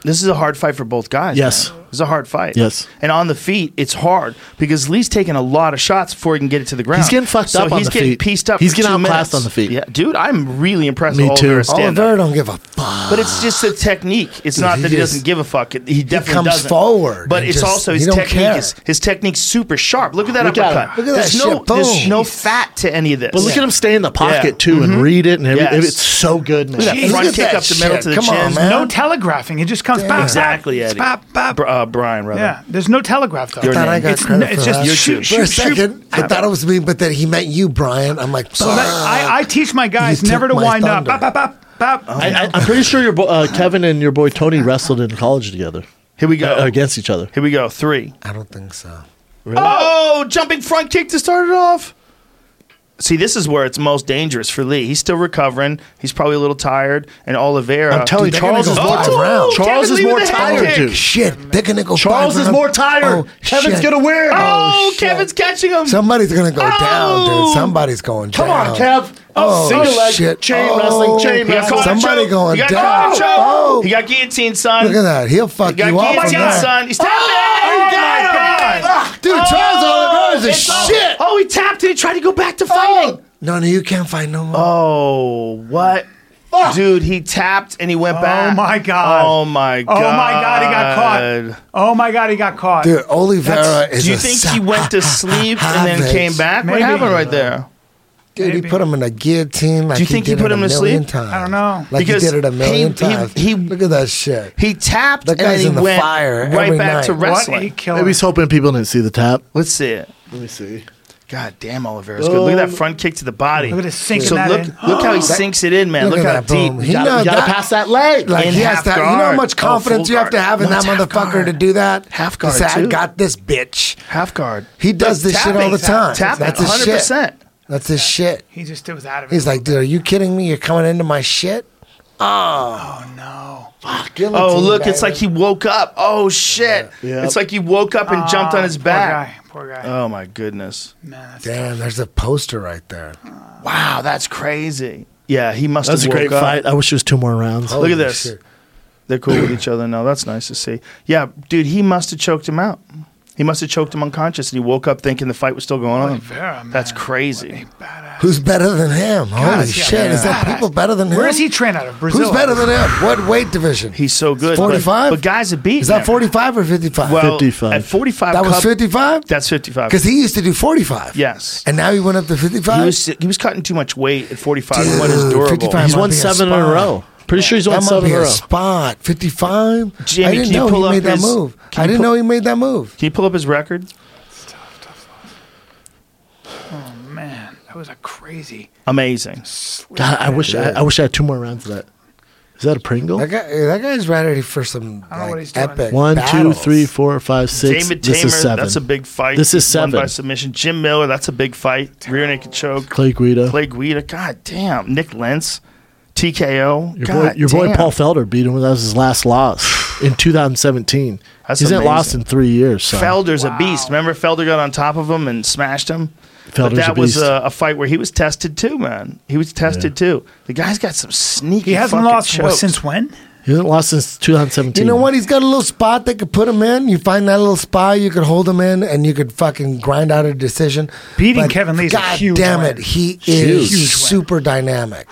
A: This is a hard fight for both guys.
C: Yes.
A: man. It's a hard fight.
C: Yes.
A: And on the feet, it's hard because Lee's taking a lot of shots before he can get it to the ground.
C: He's getting fucked
A: so
C: up on
A: he's
C: the
A: getting
C: feet.
A: pieced up.
C: He's
A: for
C: getting
A: two
C: outclassed
A: minutes.
C: on the feet.
A: Yeah, dude, I'm really impressed
C: Me
A: with
C: too.
A: Oliveira's stand
B: Oliveira Oh, don't give a fuck.
A: But it's just the technique. It's not
B: he
A: that he
B: just-
A: doesn't give a fuck. It- He definitely
B: comes
A: doesn't.
B: forward
A: But
B: and
A: it's
B: just-
A: also
B: he
A: his
B: don't
A: technique
B: care.
A: is his technique's super sharp. Look at that
C: Look at
A: uppercut.
C: him.
B: Look at that
A: there's no
B: shit.
A: there's
B: Boom.
A: no fat to any of this.
C: But look at him stay in the pocket
A: Yeah.
C: too and read it and everything.
A: Yes.
C: It's so good, man.
A: Look at that
D: Jesus.
A: front
B: Look at
A: kick
B: that
A: up the middle
B: shit.
A: to the
B: Come on,
A: chin.
B: man.
D: No telegraphing. It just comes
B: Damn.
D: back.
A: Exactly, Eddie.
D: Bop, bop.
A: Br- uh, Brian, rather.
D: Yeah, there's no telegraph though.
A: Your
B: I thought I
A: name.
B: got
D: it's
B: credit
D: n- it's
B: for
D: just
B: that.
D: shoot,
A: For
B: For a
D: shoot, shoot.
B: second, I thought it was me, but then he meant you, Brian. I'm like,
D: So that, I, I teach my guys
B: You
D: never
B: took
D: to
B: my
D: wind up.
B: thunder.
D: Bop, bop, bop, bop.
C: I, I, I'm pretty sure your bo- uh, Kevin and your boy Tony wrestled in college together
A: Here we go.
C: uh, against each other.
A: Here we go. Three.
B: I don't think so.
A: Oh, jumping front kick to start it off. See, this is where it's most dangerous for Lee. He's still recovering. He's probably a little tired. And Oliveira.
C: I'm telling
B: Uh, Dude, they're
C: you,
B: gonna
C: Charles is
B: go
C: more
B: five rounds.
C: Charles
A: Kevin
C: is
A: Lee
C: more
A: with a head
C: tired,
A: kick.
C: dude.
B: Shit, they're gonna go.
C: Charles
B: five
C: is
B: rounds.
C: more tired.
B: Oh, shit.
C: Kevin's gonna win.
A: Oh,
B: Oh,
A: Kevin's catching him.
B: Somebody's gonna go
A: Oh.
B: down, dude. Somebody's going
C: Come
B: down.
C: on, Kev.
B: Oh,
C: single leg,
B: shit.
C: chain
B: Oh.
C: wrestling, chain
A: he got
C: wrestling.
A: caught in a
B: Somebody
A: choke.
B: going
A: he got
B: down.
A: Caught in a choke.
B: Oh.
A: He got guillotine, son.
B: Look at that. He'll
A: He
B: fuck
A: got
B: you up. from
A: guillotine,
B: that.
A: son. He's tapping. Oh, my God.
B: Dude, Charles Oliveira's a
A: it's all-
B: Ah, shit. Oh.
A: Oh, he tapped and he tried to go back to fighting.
B: No, no, you can't fight no more.
A: Oh, what?
B: Ah.
A: Dude, he tapped and he went back.
D: my God.
A: Oh my
D: Oh
A: Oh god.
D: my God, he got caught. Oh my God, he got caught.
B: Dude, Oliveira is
A: Do you
B: Uh, a
A: think
B: sa-
A: he went to sleep and then
B: savage.
A: came back?
D: Maybe.
A: What happened right there?
B: Dude, he
D: Maybe.
B: put him in a guillotine. Like
A: you think he
B: did
A: put
B: it
A: him
B: a
A: to
B: million
A: sleep?
B: Times.
D: I don't know.
B: Like
A: Because
B: he did it a
A: he-
B: million
A: he-
B: times.
A: he-
B: Look at that shit.
A: He tapped
B: That
A: and
B: guy's
A: then he
B: in the
A: went
B: fire
A: right
B: every
A: back to
B: night.
D: what
A: wrestling.
D: a killer!
C: Maybe he's hoping people didn't see the tap.
A: Let's see it.
C: Let me see. Um,
A: God damn, Oliveira's good. Look at that front kick to the body.
D: Look at it sinking
A: So
D: that
A: look,
D: in.
A: look how he sinks it in, man. Look,
B: Look
A: how
B: at that
A: deep.
B: boom.
A: You
B: He
A: gotta-
B: knows
C: You gotta
B: that-
C: pass that leg.
B: Like
A: In
B: he has
A: half
B: that. You know how
A: guard.
B: much
A: Oh, full
B: confidence you have to
A: guard.
B: have in
A: What's
B: that
A: half
B: motherfucker
A: guard?
B: to do that.
A: Half
B: He
A: guard,
B: said, I
A: too.
B: got this bitch.
A: half guard.
B: He does
A: Look,
B: this shit all
A: tapping,
B: the time.
A: Tapping,
B: That's his shit.
A: 100%.
B: That's his shit.
D: he just it was out of it.
B: He's like, dude, are you kidding me? You're coming into my shit.
D: no.
A: Oh, look, it's like he woke up. Oh, shit.
C: Yeah.
A: It's like he woke up and jumped on his
D: Oh, Ah, Poor
A: back.
D: guy. Poor guy.
A: Oh, my goodness.
D: Man, that's
B: Damn, there's a poster right there.
A: Wow, that's crazy. Yeah, he must
C: That was a
A: have woke
C: great
A: up.
C: fight. I wish it was two more rounds.
A: Look
B: Holy
A: at this.
B: shit.
A: They're cool with each other now. That's nice to see. Yeah, dude, he must have choked him out. He must have choked him unconscious, and he woke up thinking the fight was still going on.
D: Oliveira, man.
A: That's crazy.
D: badass.
B: Who's better than him? Holy
D: is he a
B: shit! Is there
D: badass.
B: people better than him?
D: Where is he trained out of? Brazil.
B: Who's better than him? What weight division?
A: He's so good. but-
B: Forty-five.
A: But, guys have beaten
B: Is that
A: him.
B: forty-five or fifty-five?
A: Well,
C: 55.
A: At 45.
B: that was
A: Cup-
B: fifty-five.
A: That's 55.
B: Because he used to do forty-five.
A: Yes.
B: And now he went up to
A: he,
B: fifty-five.
A: was, he was cutting too much weight at 45.
B: Dude,
A: what is durable?
B: 55
C: He's
B: might
C: won
B: be a
C: seven in a
B: spy.
C: row. Pretty sure he's won
B: that might
C: seven
B: be
C: in a
B: a
C: row.
B: spot. Fifty-five.
A: Jamie,
B: I didn't
A: can you
B: know
A: pull
B: he
A: up
B: made
A: his-
B: that move.
A: can
B: I
A: you
B: didn't
A: pull-
B: know he made that move.
A: Can you pull up his record?
D: Oh, Man, that was a crazy.
A: Amazing.
C: God, I wish I, I wish I had two more rounds of that. Is that a Pringle?
B: That guy, that guy's ready for some
D: I don't know what he's
B: like,
D: doing.
B: epic
C: One, two,
B: battles.
C: three, four, five, six.
A: David
C: this
A: Tamer,
C: is seven.
A: that's a big fight.
C: This is
A: He won
C: seven.
A: by submission. Jim Miller, that's a big fight. Rear naked choke.
C: Clay Guida.
A: Clay Guida, god damn. Nick Lentz, TKO.
C: your boy,
A: God
C: your boy
A: damn.
C: Paul Felder beat him. That was his last loss in 2017.
A: That's
C: he hasn't lost
A: amazing.
C: in three years. So.
A: Felder's a beast. Remember, Felder got on top of him and smashed him. but
C: Felder's
A: that
C: a
A: was
C: beast.
A: a, a fight where he was tested too, man. He was tested too. The guy's got some sneaky.
D: He hasn't
A: fucking
D: lost well,
A: chokes.
D: since when?
C: He hasn't lost since 2017.
B: You know what? He's got a little spot they could put him in. You find that little spot, you could hold him in, and you could fucking grind out a decision.
D: Beating Kevin Lee's a
B: God
D: huge
B: damn
D: win.
B: it, he
C: Huge.
B: is
C: Huge
B: super dynamic.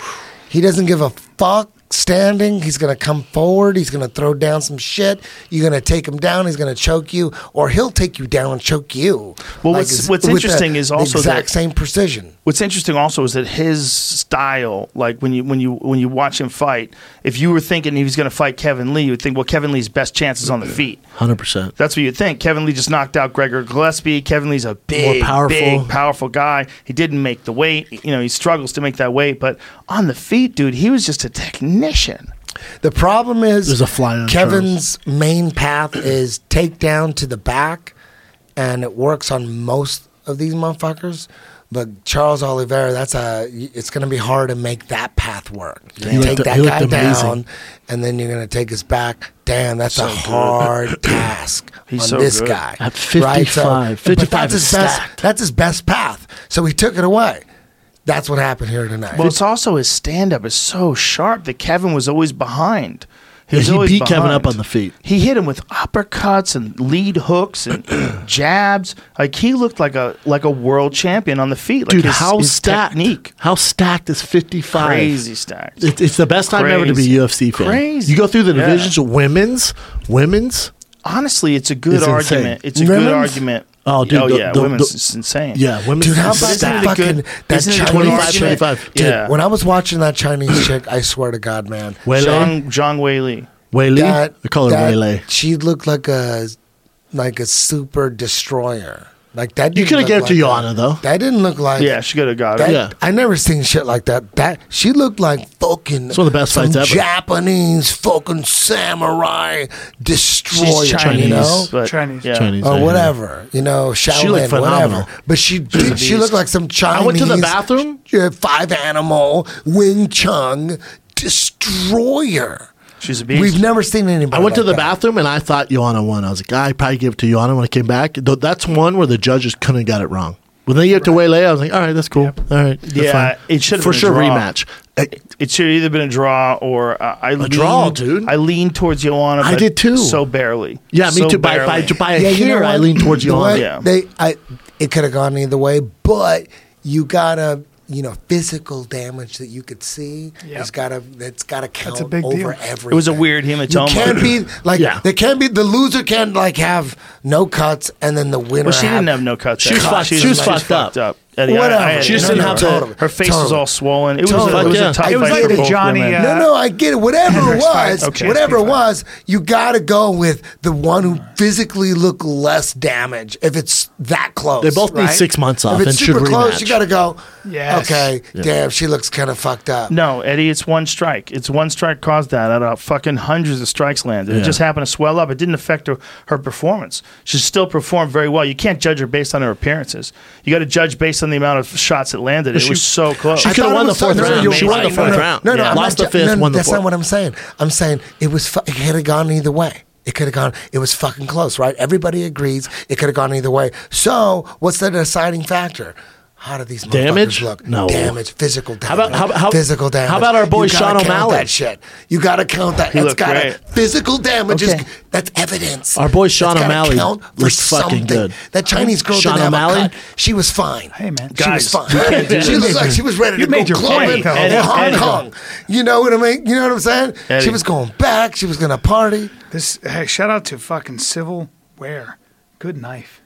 B: He doesn't give a fuck standing. He's gonna come forward. He's gonna throw down some shit. You're gonna take him down. He's gonna choke you, or he'll take you down and choke you.
A: Well, what's-
B: it's-
A: what's
B: with the-
A: interesting is
B: the
A: also
B: exact
A: that-
B: same precision.
A: What's interesting also is that his style, like when you when you when you watch him fight, if you were thinking he was going to fight Kevin Lee, you'd think, well, Kevin Lee's best chance is on the feet.
C: 100%.
A: That's what you'd think. Kevin Lee just knocked out Gregor Gillespie. Kevin Lee's a big,
C: powerful.
A: big, powerful guy. He didn't make the weight. You know, he struggles to make that weight, but on the feet, dude, he was just a technician.
B: The problem is
C: There's a fly on
B: Kevin's main path is takedown to the back, and it works on most of these motherfuckers. But Charles Oliveira, that's a it's going to be hard to make that path work. You
C: He
B: take
C: looked-
B: that
C: he
B: guy
C: looked amazing.
B: down, and then you're going to take his back. Damn, that's a hard task
A: He's
B: on
A: so
B: this
A: good.
B: guy.
C: At 55,
B: but
C: 55
B: that's
C: is
B: his best.
C: stacked.
B: That's his best path. So he took it away. That's what happened here tonight.
A: Well, it's also his stand up is so sharp that Kevin was always behind.
C: Yeah,
A: was
C: he
A: always
C: beat Kevin up on the feet.
A: He hit him with uppercuts and lead hooks and jabs. Like he looked like a like a world champion on the feet. Like
C: Dude,
A: his-
C: how
A: his
C: stacked?
A: technique,
C: How stacked is 55?
A: crazy stacked.
C: It, it's the best time ever to be
A: Crazy.
C: a UFC fan.
A: Crazy.
C: You go through the
A: Yeah.
C: divisions, women's, women's.
A: Honestly, it's a good
C: It's insane.
A: argument. It's a
C: Women's?
A: good argument.
C: Oh, dude,
A: oh
C: the-
A: yeah,
C: the-
A: women's
C: the-
A: is insane.
C: Yeah, women's.
B: Dude, how
C: is
B: about that
C: stacked.
A: it
B: fucking
A: good?
B: that
A: Isn't it
B: Chinese
A: 25,
B: chick?
C: 25?
B: Dude,
A: Yeah.
B: when I was watching that Chinese chick, I swear to God, man,
C: Wele?
A: Zhang Zhang Wei Li.
C: Whaley?
B: that
C: I call her
B: that-
C: Whaley.
B: She looked like a like a super destroyer. Like that.
C: You
B: didn't
C: coulda
B: look
C: gave it to
B: like
C: Joanna,
B: that.
C: though.
B: That didn't look like.
A: Yeah, she could have got
B: That,
A: it.
C: Yeah.
B: I never seen shit like that. That she looked like fucking.
C: It's one of the best
B: some
C: fights ever.
B: Japanese fucking samurai destroyer.
A: She's Chinese,
B: You know?
A: but
D: Chinese.
A: Yeah.
C: Chinese. I
B: or
C: hear.
B: whatever, you know, Shaolin,
C: uh, She looked phenomenal.
B: whatever. But she dude, she looked like some Chinese.
C: I went to the bathroom.
B: uh, Five animal Wing Chun destroyer.
A: She's a beast.
B: We've never seen anybody.
C: I went to
B: like
C: the
B: that.
C: bathroom and I thought Joanna won. I was like, I probably give it to Joanna when I came back. Th- That's one where the judges couldn't have got it wrong. When they gave it to Waylay, I was like, all right, that's cool. All right. that's
A: Yeah,
C: fine.
A: it should've
C: For
A: been a
C: sure,
A: draw.
C: rematch. Uh, I-
A: It should have either been a draw or uh, I lean,
C: draw, dude.
A: I leaned towards Joanna.
C: I
A: but
C: did too.
A: So barely.
C: yeah, me
A: So
C: too. By, by,
A: barely.
C: by a
B: Yeah, you know
C: hair, I
B: what?
C: lean towards
B: You know
C: Joanna.
B: what?
A: Yeah.
B: They, I, it could have gone either way, but you gotta, you know, physical damage that you could see.
D: Yeah.
B: It's gotta, it's gotta count
D: a big
B: over
D: deal.
B: everything.
A: It was a weird hematoma.
B: You can't be like
C: Yeah.
B: they can't be the loser can't like have no cuts and then the winner.
A: Well, she didn't have
B: have
A: no cuts.
C: She was
A: Cut.
C: fucked- she was fucked up.
A: Yeah, the-
B: Whatever.
A: I- I had
B: She
A: it. No,
C: just didn't
A: no,
C: have
A: her-
B: to-
A: Her face was
B: Totally.
A: all swollen. It was,
B: Totally.
A: a, it was
C: Yeah.
A: a tough
B: It was
A: fight
B: like
A: for
B: a
A: both
D: Johnny,
A: women.
D: uh,
B: No, no, I get it. Whatever it
D: Hendricks
B: was,
D: fight. Okay.
B: whatever it
D: Hendricks
B: was, you got to go with the one who physically looked less damaged. If it's that close,
C: They both need
B: right?
C: six months off
B: If it's
C: and should
B: super close,
C: rematch.
B: you got to go.
D: Yes.
B: Okay, damn, she looks kind of fucked up.
A: No, Eddie, it's one strike. It's one strike caused that out of fucking hundreds of strikes landed.
C: Yeah.
A: It just happened to swell up. It didn't affect her, her performance. She still performed very well. You can't judge her based on her appearances. You got to judge based on the amount of shots that landed. It
C: she-
A: was so close.
C: she
B: I
C: could have
B: thought
C: won
B: it
C: the
B: was so-
C: fourth
B: no, no,
C: round.
B: you're
C: She won
B: right.
C: the fourth
B: no, no,
C: round.
B: No, no,
A: Yeah.
B: I'm
C: lost
B: not,
C: the fifth,
B: no,
C: won the
B: That's
C: fourth.
B: not what I'm saying. I'm saying it was. Fu- it could have gone either way. It could have gone. It was fucking close, right? Everybody agrees. It could have gone either way. So, what's the deciding factor? How do these
C: Damage?
B: motherfuckers look?
C: No.
B: damage, physical damage.
C: about- how- how-
B: physical damage?
C: how about our boy
B: You gotta
C: Sean
B: count
C: O'Malley?
B: That shit. You got to count that.
A: He
B: That's
A: looked
B: got
A: great.
B: physical damage. Is,
A: Okay.
B: that's evidence.
C: Our boy
B: That's
C: Sean
B: gotta
C: O'Malley
B: count for
C: looked fucking
B: something.
C: good.
B: That Chinese girl
C: Sean
B: didn't
C: O'Malley?
B: have a cut. She was fine.
D: Hey, man.
B: she was
A: Guys,
B: fine.
A: you can't do
B: she
A: that.
B: looked like she was ready
D: You
B: to
D: made
B: go
D: your
B: clubbing
D: point,
B: in
D: pal. Eddie,
B: Hong
D: Eddie.
B: Kong. You know what I mean? You know what I'm saying?
A: Eddie.
B: She was going back. She was going to party.
D: This hey, shout out to fucking Civil Ware. Good knife.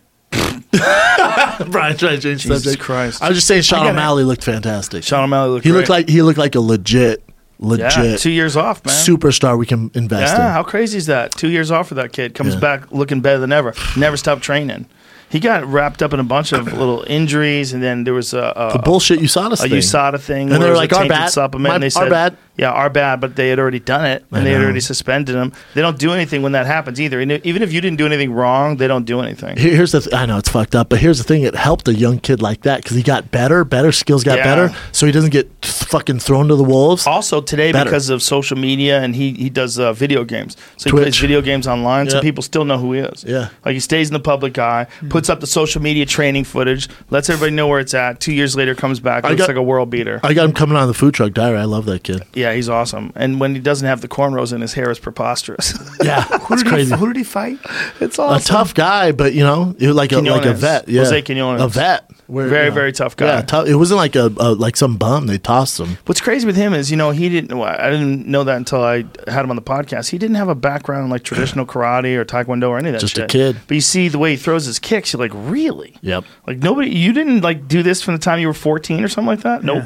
C: Brian tried to change
A: Jesus
C: subject.
A: Christ.
C: I was just saying, Sean
D: gotta-
C: O'Malley looked fantastic.
A: Sean O'Malley looked
C: he looked
A: great.
C: like he looked like a legit, legit
A: yeah, two years off, man.
C: superstar we can invest
A: Yeah, how
C: in.
A: crazy is that? Two years off for that kid comes
C: Yeah.
A: back looking better than ever. Never stopped training. He got wrapped up in a bunch of little injuries, and then there was a, a
C: The bullshit USADA
A: a
C: thing.
A: USADA thing.
C: And
A: where
C: they're
A: it was
C: like,
A: a
C: "Our
A: tainted
C: bad.
A: Supplement.
C: My-
A: and they
C: our
A: said,
C: bad."
A: Yeah, our bad, but they had already done it,
C: I
A: and they had
C: know.
A: already suspended him. They don't do anything when that happens either. And even if you didn't do anything wrong, they don't do anything.
C: Here- Here's the th- I know it's fucked up, but here's the thing: it helped a young kid like that because he got better, better skills got
A: Yeah.
C: better, so he doesn't get th- fucking thrown to the wolves.
A: Also today,
C: Better.
A: because of social media, and he he does uh, video games, so he
C: Twitch.
A: plays video games online, so
C: Yep.
A: people still know who he is.
C: Yeah.
A: like he stays in the public eye, puts up the social media training footage, lets everybody know where it's at. Two years later, comes back,
C: I
A: looks
C: got-
A: like a world beater.
C: I got him coming on the food truck diary. I love that kid.
A: yeah, Yeah, he's awesome. And when he doesn't have the cornrows in his hair, is preposterous.
C: Yeah,
D: Who
C: it's
D: did,
C: crazy.
D: He, who did he fight?
A: it's
C: a
A: awesome.
C: tough guy, but you know, it was like a like
A: Quiñones.
C: a vet. Yeah,
A: Jose Quiñones.
C: a vet. Where,
A: Very,
C: you know,
A: very tough guy.
C: Yeah, tou- it wasn't like a, a like some bum. They tossed him.
A: What's crazy with him is, you know, he didn't. Well, I didn't know that until I had him on the podcast. He didn't have a background in like traditional karate or taekwondo or any of that.
C: Just a
A: shit.
C: kid.
A: But you see the way he throws his kicks. You're like, really?
C: Yep.
A: Like nobody. You didn't like do this from the time you were 14 or something like that. Nope.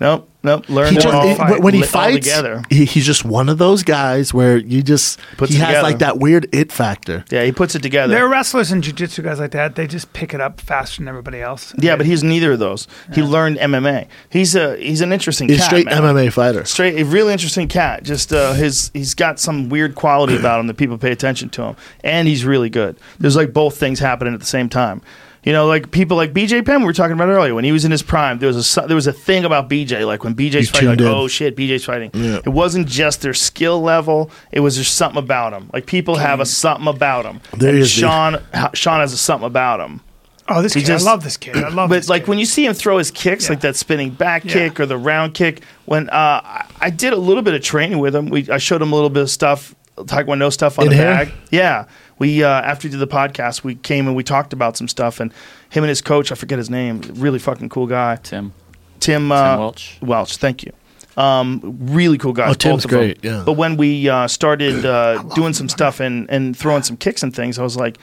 A: Nope. Nope. Learn
C: He
A: it
C: just,
A: all
C: it-
A: fight-
C: when he
A: li- all
C: fights,
A: together.
C: he, he's just one of those guys where you just
A: Puts
C: he
A: it
C: has
A: together.
C: like that weird it factor.
A: Yeah, he puts it together.
D: There are wrestlers and jujitsu guys like that. They just pick it up faster than everybody else.
A: yeah, but he's neither of those. He learned MMA. He's a he's an interesting.
C: He's
A: cat,
C: straight
A: man.
C: MMA fighter.
A: straight, a really interesting cat. Just uh, his, he's got some weird quality about him that people pay attention to him, and he's really good. There's like both things happening at the same time. You know, like people like BJ Penn we were talking about earlier when he was in his prime. There was a su- there was a thing about BJ, like when BJ's
C: You
A: fighting, like
C: tuned in.
A: oh shit, BJ's fighting.
C: Yeah.
A: It wasn't just their skill level; it was just something about him. Like people have a something about him.
C: There
A: and
C: is the-
A: Sean. ha- Sean has a something about him.
D: Oh, this
A: He
D: kid!
A: just-
D: I love this kid. I love.
A: But
D: this
A: like
D: kid.
A: when you see him throw his kicks,
D: Yeah.
A: like that spinning back
D: Yeah.
A: kick or the round kick, when uh, I I did a little bit of training with him, we I showed him a little bit of stuff, taekwondo stuff on
C: In
A: the
C: here?
A: bag. Yeah, we uh, after we did the podcast, we came and we talked about some stuff, and him and his coach, I forget his name, really fucking cool guy,
E: Tim.
A: Tim, uh,
E: Welch.
A: Welch, thank you. Um, really cool guys.
C: Oh,
A: both
C: Tim's
A: of them.
C: great, yeah.
A: But when we uh, started uh, doing some stuff and, and throwing some kicks and things, I was like,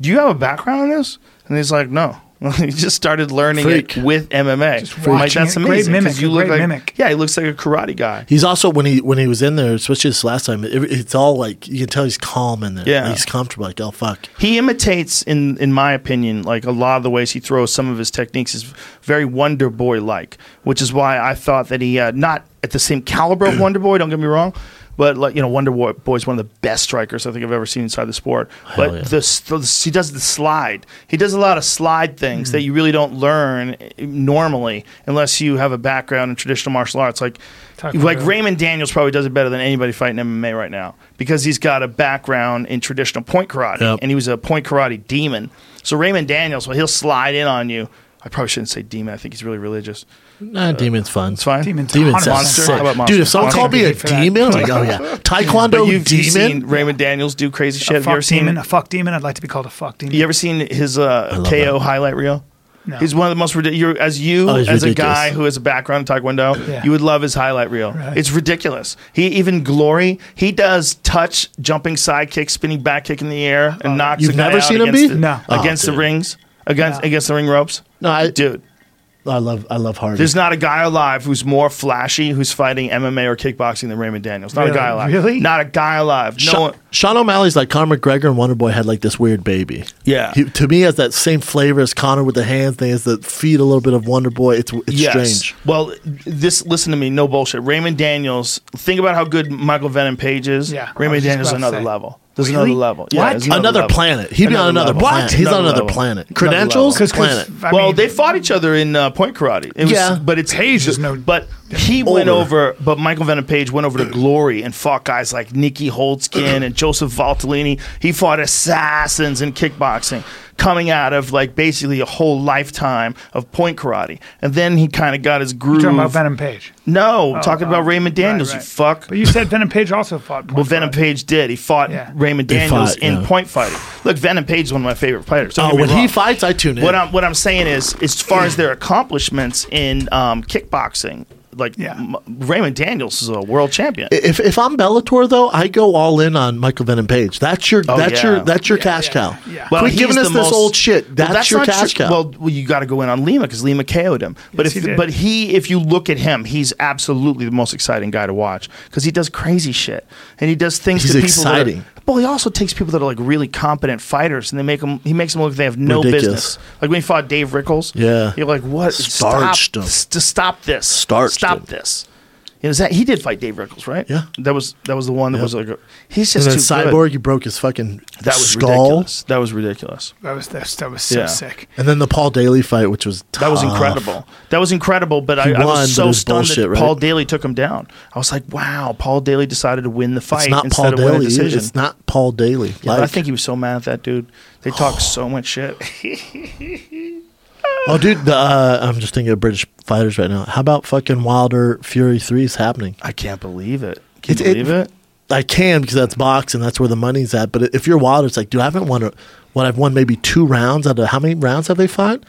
A: "Do you have a background in this?" And he's like, "No." he just started learning
C: Freak.
A: it with MMA.
D: Just
A: I'm like,
D: watching
A: that's
D: it. Great
A: amazing. 'cause
D: mimic,
A: You look
D: great
A: like,
D: mimic.
A: yeah, he looks like a karate guy.
C: He's also when he when he was in there, especially this last time, it, it's all like you can tell he's calm in there.
A: Yeah.
C: he's comfortable. Like oh fuck,
A: He imitates, in in my opinion, like a lot of the ways he throws some of his techniques is very Wonder Boy like, which is why I thought that he uh, not at the same caliber of Wonder Boy. Don't get me wrong, but like you know, Wonder Boy is one of the best strikers I think I've ever seen inside the sport. but
C: yeah.
A: the, s- the s- he does the slide. He does a lot of slide things that you really don't learn eh, normally unless you have a background in traditional martial arts, like.
D: Taekwondo.
A: Like Raymond Daniels probably does it better than anybody fighting MMA right now because he's got a background in traditional point karate
C: Yep.
A: and he was a point karate demon. So Raymond Daniels, well, he'll slide in on you. I probably shouldn't say demon. I think he's really religious.
C: nah, demon's Uh, fun.
A: It's fine.
D: Demon's
C: Demon's
D: Hunter
C: monster.
A: Monster. How about
C: Dude,
A: monster?
C: if someone
A: I'll
C: called
D: take
C: me
D: a
C: a
D: beat for that.
C: demon, I'm like oh yeah,
A: But
C: taekwondo
A: you've
C: demon.
A: seen Raymond Daniels do crazy shit.
D: a
A: Have
D: fuck
A: you ever seen?
D: demon, a fuck demon. I'd like to be called a fuck demon.
A: You ever seen his uh,
C: love
A: KO
C: that.
A: highlight reel?
D: No.
A: He's one of the most ridiculous. You're, as you,
C: Oh,
A: as
C: he's
A: a
C: ridiculous.
A: guy who has a background in Taekwondo,
D: Yeah.
A: you would love his highlight reel.
D: Right.
A: It's ridiculous. He even glory. He does touch, jumping side kick, spinning back kick in the air, and knocks.
C: You've
A: a guy
C: never
A: out
C: seen him
A: against
C: beat?
A: the-
D: Oh. No.
C: Oh,
A: against the
C: dude.
A: rings, against
D: No.
A: against the ring ropes.
C: No, I do.
A: Dude,
C: I love I love Hardy.
A: there's not a guy alive who's more flashy who's fighting MMA or kickboxing than Raymond Daniels. Not
D: Really?
A: a guy alive.
D: Really?
A: Not a guy alive. No
C: Sha-
A: one.
C: Sean O'Malley's like Conor McGregor and Wonderboy had like this weird baby.
A: Yeah.
C: He, to me, has that same flavor as Conor with the hands. They has the feet a little bit of Wonderboy. It's it's strange.
A: Well, this listen to me, no bullshit. Raymond Daniels, think about how good Michael Venom Page is.
D: Yeah, I was
A: Raymond
D: just
A: Daniels is
D: about to
A: another
D: say.
A: level. There's
D: Really?
A: another level. Yeah,
D: What?
A: there's
C: Another
A: level.
C: planet. He'd be on another
A: level.
C: planet. He's on another
A: level.
C: planet.
A: Another
C: Credentials?
A: level.
D: Because, 'cause,
C: planet.
D: I
A: well,
D: mean,
A: they fought each other in uh, point karate. It was,
C: Yeah.
A: but it's
D: Page is no-
A: But he went
C: Older.
A: over. But Michael Venom Page went over to Glory and fought guys like Nikki Holdskin and Joseph Valtellini. He fought assassins in kickboxing, coming out of like basically a whole lifetime of point karate. And then he kind of got his groove.
D: you're talking about Venom Page.
A: No, I'm talking
D: oh,
A: about Raymond Daniels.
D: right, right.
A: You fuck.
D: But you said Venom Page also fought.
A: Well, Venom Page did. He fought
D: Yeah.
A: Raymond
C: He
A: Daniels
C: fought,
A: in
C: yeah.
A: point fighting. Look, Venom Page is one of my favorite fighters. Don't
C: Oh,
A: get me
C: when
A: wrong.
C: he fights, I tune in.
A: What I'm what I'm saying is, as far as their accomplishments in um, kickboxing, like
D: Yeah.
A: M- Raymond Daniels is a world champion.
C: if if I'm Bellator though, I go all in on Michael Venom Page. That's your
A: Oh,
C: that's
A: yeah.
C: your that's your cash
D: yeah,
C: cow.
D: yeah.
A: Well,
C: Quit
A: he's
C: giving us
A: the
C: this
A: most-
C: old shit.
A: Well,
C: That's, your
A: not
C: cash
A: true.
C: cow.
A: Well, well, you got to go in on Lima because Lima KO'd him. But
D: Yes,
A: if
D: he did.
A: but he, if you look at him, he's absolutely the most exciting guy to watch because he does crazy shit and he does things.
C: He's
A: to people
C: exciting.
A: That are, well, he also takes people that are like really competent fighters and they make them. He makes them look like they have no
C: Ridiculous.
A: business. Like when he fought Dave Rickles.
C: Yeah.
A: you're like, what?
C: Starched
A: stop,
C: him.
A: s- to stop this.
C: Starched
A: Stop
C: him.
A: this. You know, is that, he did fight Dave Rickles, right?
C: Yeah.
A: that was that was the one that was like. a- He's just
C: and then
A: too
C: Cyborg,
A: good.
C: he broke his fucking
A: That was
C: skull.
A: ridiculous. That was ridiculous.
D: That was that, that was so
A: Yeah.
D: sick.
C: And then the Paul Daly fight, which was
A: That was
C: tough.
A: incredible. That was incredible, but I, I
C: Oh. won, but
A: was
C: it
A: so
C: was
A: stunned that
C: bullshit, right?
A: Paul Daly took him down. I was like, wow, Paul Daly decided to win the fight
C: It's not
A: instead
C: Paul
A: of winning a
C: Daly.
A: decision.
C: It's not Paul Daly.
A: Yeah, but I
C: Like-
A: think he was so mad at that dude. They talked so much shit.
C: Oh, dude, the, uh, I'm just thinking of British fighters right now. How about fucking Wilder Fury Three is happening?
A: I can't believe it. Can you
C: It- it-
A: believe it?
C: I can because that's boxing. That's where the money's at. But if you're Wilder, it's like, dude, I haven't won. A, what I've won maybe two rounds out of how many rounds have they fought?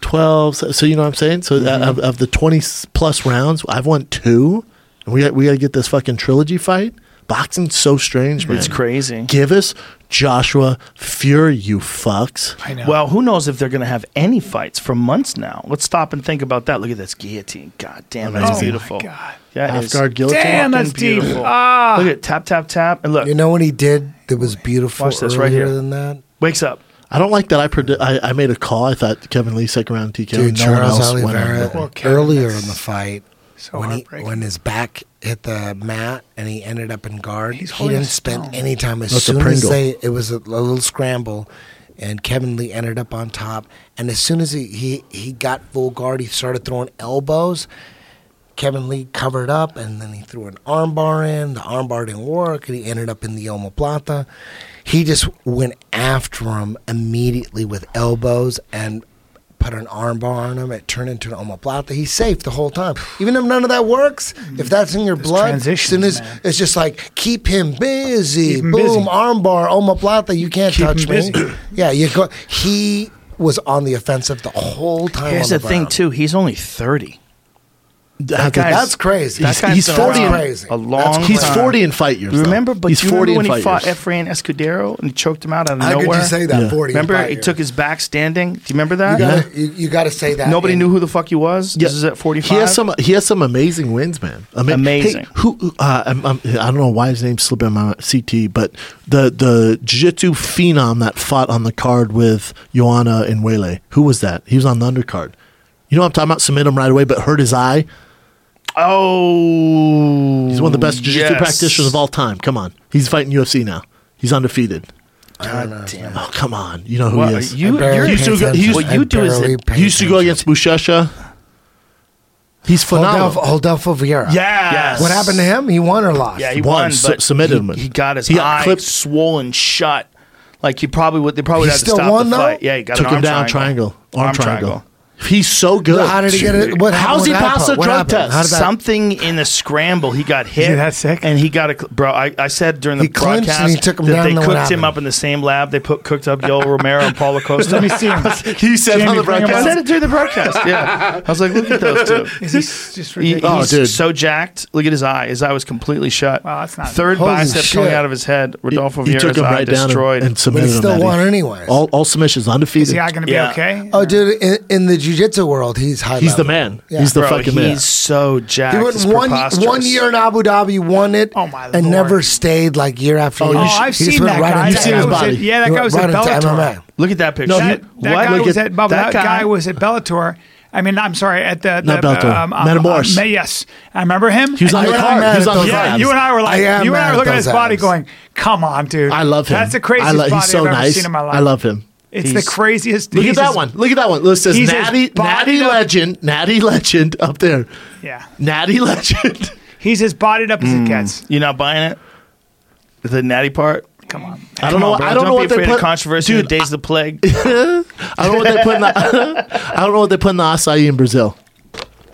C: Twelve. So, so you know what I'm saying. So out
A: Mm-hmm.
C: of, of the twenty s- plus rounds, I've won two, and we got, we got to get this fucking trilogy fight. Boxing's so strange, man.
A: It's crazy.
C: Give us Joshua Fury, you fucks.
D: I know.
A: Well, who knows if they're going to have any fights for months now? Let's stop and think about that. Look at this guillotine. God damn, that's
D: Oh my
A: beautiful.
D: God.
A: That
C: Half
A: is
C: guard guillotine.
D: Damn,
A: fucking
D: that's deep.
A: beautiful.
D: Ah.
A: Look at tap tap tap and look.
B: You know what he did that was beautiful
A: Watch this
B: earlier
A: right here.
B: than that?
A: wakes up.
C: I don't like that. I predi- I, I made a call. I thought Kevin Lee second round TKO.
B: Dude,
C: no
B: Charles
C: one else went on
B: Oliveira
C: that.
D: Poor Kevin,
B: earlier
D: that's
B: in the fight,
D: so
B: when, he,
D: heartbreaking.
B: when his back hit the mat and he ended up in guard,
D: He's
B: he
D: holding
B: didn't
D: a
B: spend
D: stone.
B: any time. As
C: That's a
B: soon as
C: Pringle.
B: they, it was a, little scramble, and Kevin Lee ended up on top. And as soon as he, he, he got full guard, he started throwing elbows. Kevin Lee covered up, and then he threw an armbar in. The armbar didn't work, and he ended up in the omoplata. He just went after him immediately with elbows and put an armbar on him. It turned into an omoplata. He's safe the whole time. Even if none of that works, if that's in your blood, as
D: transitions,
B: soon as
D: man.
B: it's just like keep him busy.
D: Keep him
B: Boom,
D: busy.
B: armbar, omoplata. You can't
D: Keep
B: touch
D: him
B: me.
D: busy.
B: yeah, you go. He was on the offensive the whole time.
A: Here's
B: on
A: the thing,
B: ground.
A: too. He's only 30.
C: That-
A: guy's-
B: That's crazy.
A: That guy's
C: he's
A: been
C: 40
A: around
B: crazy.
A: A
B: That's
A: long
C: He's
A: time.
C: 40 in fight years. though.
A: Remember, but
C: he's
A: you remember when
C: in
A: he fought
C: years.
A: Efrain Escudero and he choked him out out of
B: How
A: nowhere?
B: could you say that?
C: Yeah.
B: Forty.
A: Remember,
B: five
A: he
B: years.
A: took his back standing. Do you remember
B: You
A: that?
B: gotta, you, you gotta say that.
A: Nobody
B: in-
A: knew who the fuck he was.
C: Yeah.
A: This is at 45.
C: He has some. He has some amazing wins, man. Ama-
A: Amazing.
C: Hey, who? who- Uh, I'm, I'm, I don't know why his name's slipping my CT, but the the jiu-jitsu phenom that fought on the card with Joanna and Wele. Who was that? He was on the undercard. You know what I'm talking about? Submit him right away, but hurt his eye.
A: Oh.
C: He's one of the best jiu-jitsu
A: yes.
C: practitioners of all time. Come on, he's fighting UFC now. He's undefeated.
A: God damn it.
C: Oh come on, you know who
A: Well,
C: he is.
A: you,
B: I barely
A: you're,
B: pay
A: so good.
B: attention.
A: what
B: I
A: you do is
B: barely
A: it-
B: pay
C: he used to go
B: attention.
C: against Bushesha. He's phenomenal.
B: Rodolfo, Rodolfo Vieira.
A: Yes.
B: What happened to him? He won or lost?
A: Yeah, he
C: Won,
A: won,
C: su-
A: but
C: submitted
A: he,
C: him.
A: He got his
C: He got
A: eye
C: clipped.
A: swollen shut. Like he probably would. They probably
B: He
A: would have
B: still
A: to stop
B: won,
A: the
B: though?
A: fight. Yeah, he got
C: took
A: an
C: him down.
A: arm
C: Triangle. Arm, triangle.
A: triangle.
C: He's so good.
B: How did he get it? What happened
C: How's he
B: with that
C: pass
B: part?
C: a
B: What
C: drug
B: happened?
C: test?
B: How did that-
A: Something in the scramble, he got hit.
D: he that sick?
A: And he got a cl- bro. I, I said during the
B: He clinched and
A: broadcast
B: he took him
A: that
B: down,
A: they
B: then what
A: cooked him
B: happened?
A: up in the same lab. They put cooked up Yo Romero and Paulo Costa.
D: Let me see him.
C: he said
D: Jamie,
C: on the
D: bring him
A: I said
D: up.
C: broadcast.
A: it during the broadcast. Yeah, I was like, look at those two.
D: Is he s- just
A: He-
D: ridiculous?
C: Oh,
A: he's
C: dude.
A: so jacked. Look at his eye. His eye was completely shut.
D: Wow, that's not-
A: Third
B: Holy
A: bicep
B: shit.
A: coming out of his head. Rodolfo
C: He took
A: Vieira's
C: him
A: eye
C: right down
A: destroyed.
C: and, and
B: But he
C: submitted him.
B: still
C: that
B: won
C: day.
B: anyway.
C: All, all submissions
D: Is
C: undefeated.
D: the eye going to be
A: Yeah.
D: okay?
B: oh, dude, in, in the jiu-jitsu world, he's high
C: he's the
B: level.
C: man.
B: Yeah.
C: He's the
A: Bro,
C: fucking
A: he's
C: man.
A: so jacked.
B: He went
A: It's
B: one,
A: preposterous.
B: one year in Abu Dhabi, won it,
D: Oh, my
B: and
D: Lord.
B: never stayed like year after
C: Oh,
B: year.
D: Oh,
C: you should-
D: I've
B: He just
D: seen
B: went
D: that
B: right
D: guy.
B: into
C: You've seen
D: That
C: his
D: guy was
C: body.
D: at- Yeah, that
B: He
D: guy
B: went
D: was
B: right
D: at
B: into MMA.
D: Bellator.
A: Look at that picture.
D: that, that
A: What?
D: guy
A: Look
D: was
A: at-
D: at Bellator. That, guy was at Bellator. I mean, I'm sorry, at the, the
C: Not Bellator. Metamorphs.
D: Um, yes, I remember him.
C: He was on
D: And
C: the
D: you and I
C: card.
D: were-
C: He was on the
B: those
D: yeah,
C: card.
B: abs.
D: you and I were
B: I
D: like,
B: am mad
D: you and I were
B: at
D: looking at his
B: those
D: body,
B: abs.
D: going, "Come on, dude!
C: I love him.
D: That's the
C: I
D: craziest
C: lo-
D: body
C: He's so
D: I've ever
C: nice.
D: seen in my life.
C: I love him.
D: It's the
A: He's-
D: craziest.
C: Look at
D: he's
C: that
D: as-
C: one. Look at that one. Look, it says
D: he's as
C: Natty, Natty
D: bodied up-
C: Legend, Natty Legend up there.
D: Yeah,
C: Natty Legend.
D: he's as bodied up as it gets.
A: You're not buying it? The natty part? Come on.
C: I don't know.
A: bro.
C: I don't know
A: be
C: what they
A: afraid of
C: put.
A: controversy in
C: Dude,
A: the days of the plague.
C: I don't know what they put in the. I don't know what they put in the acai in Brazil.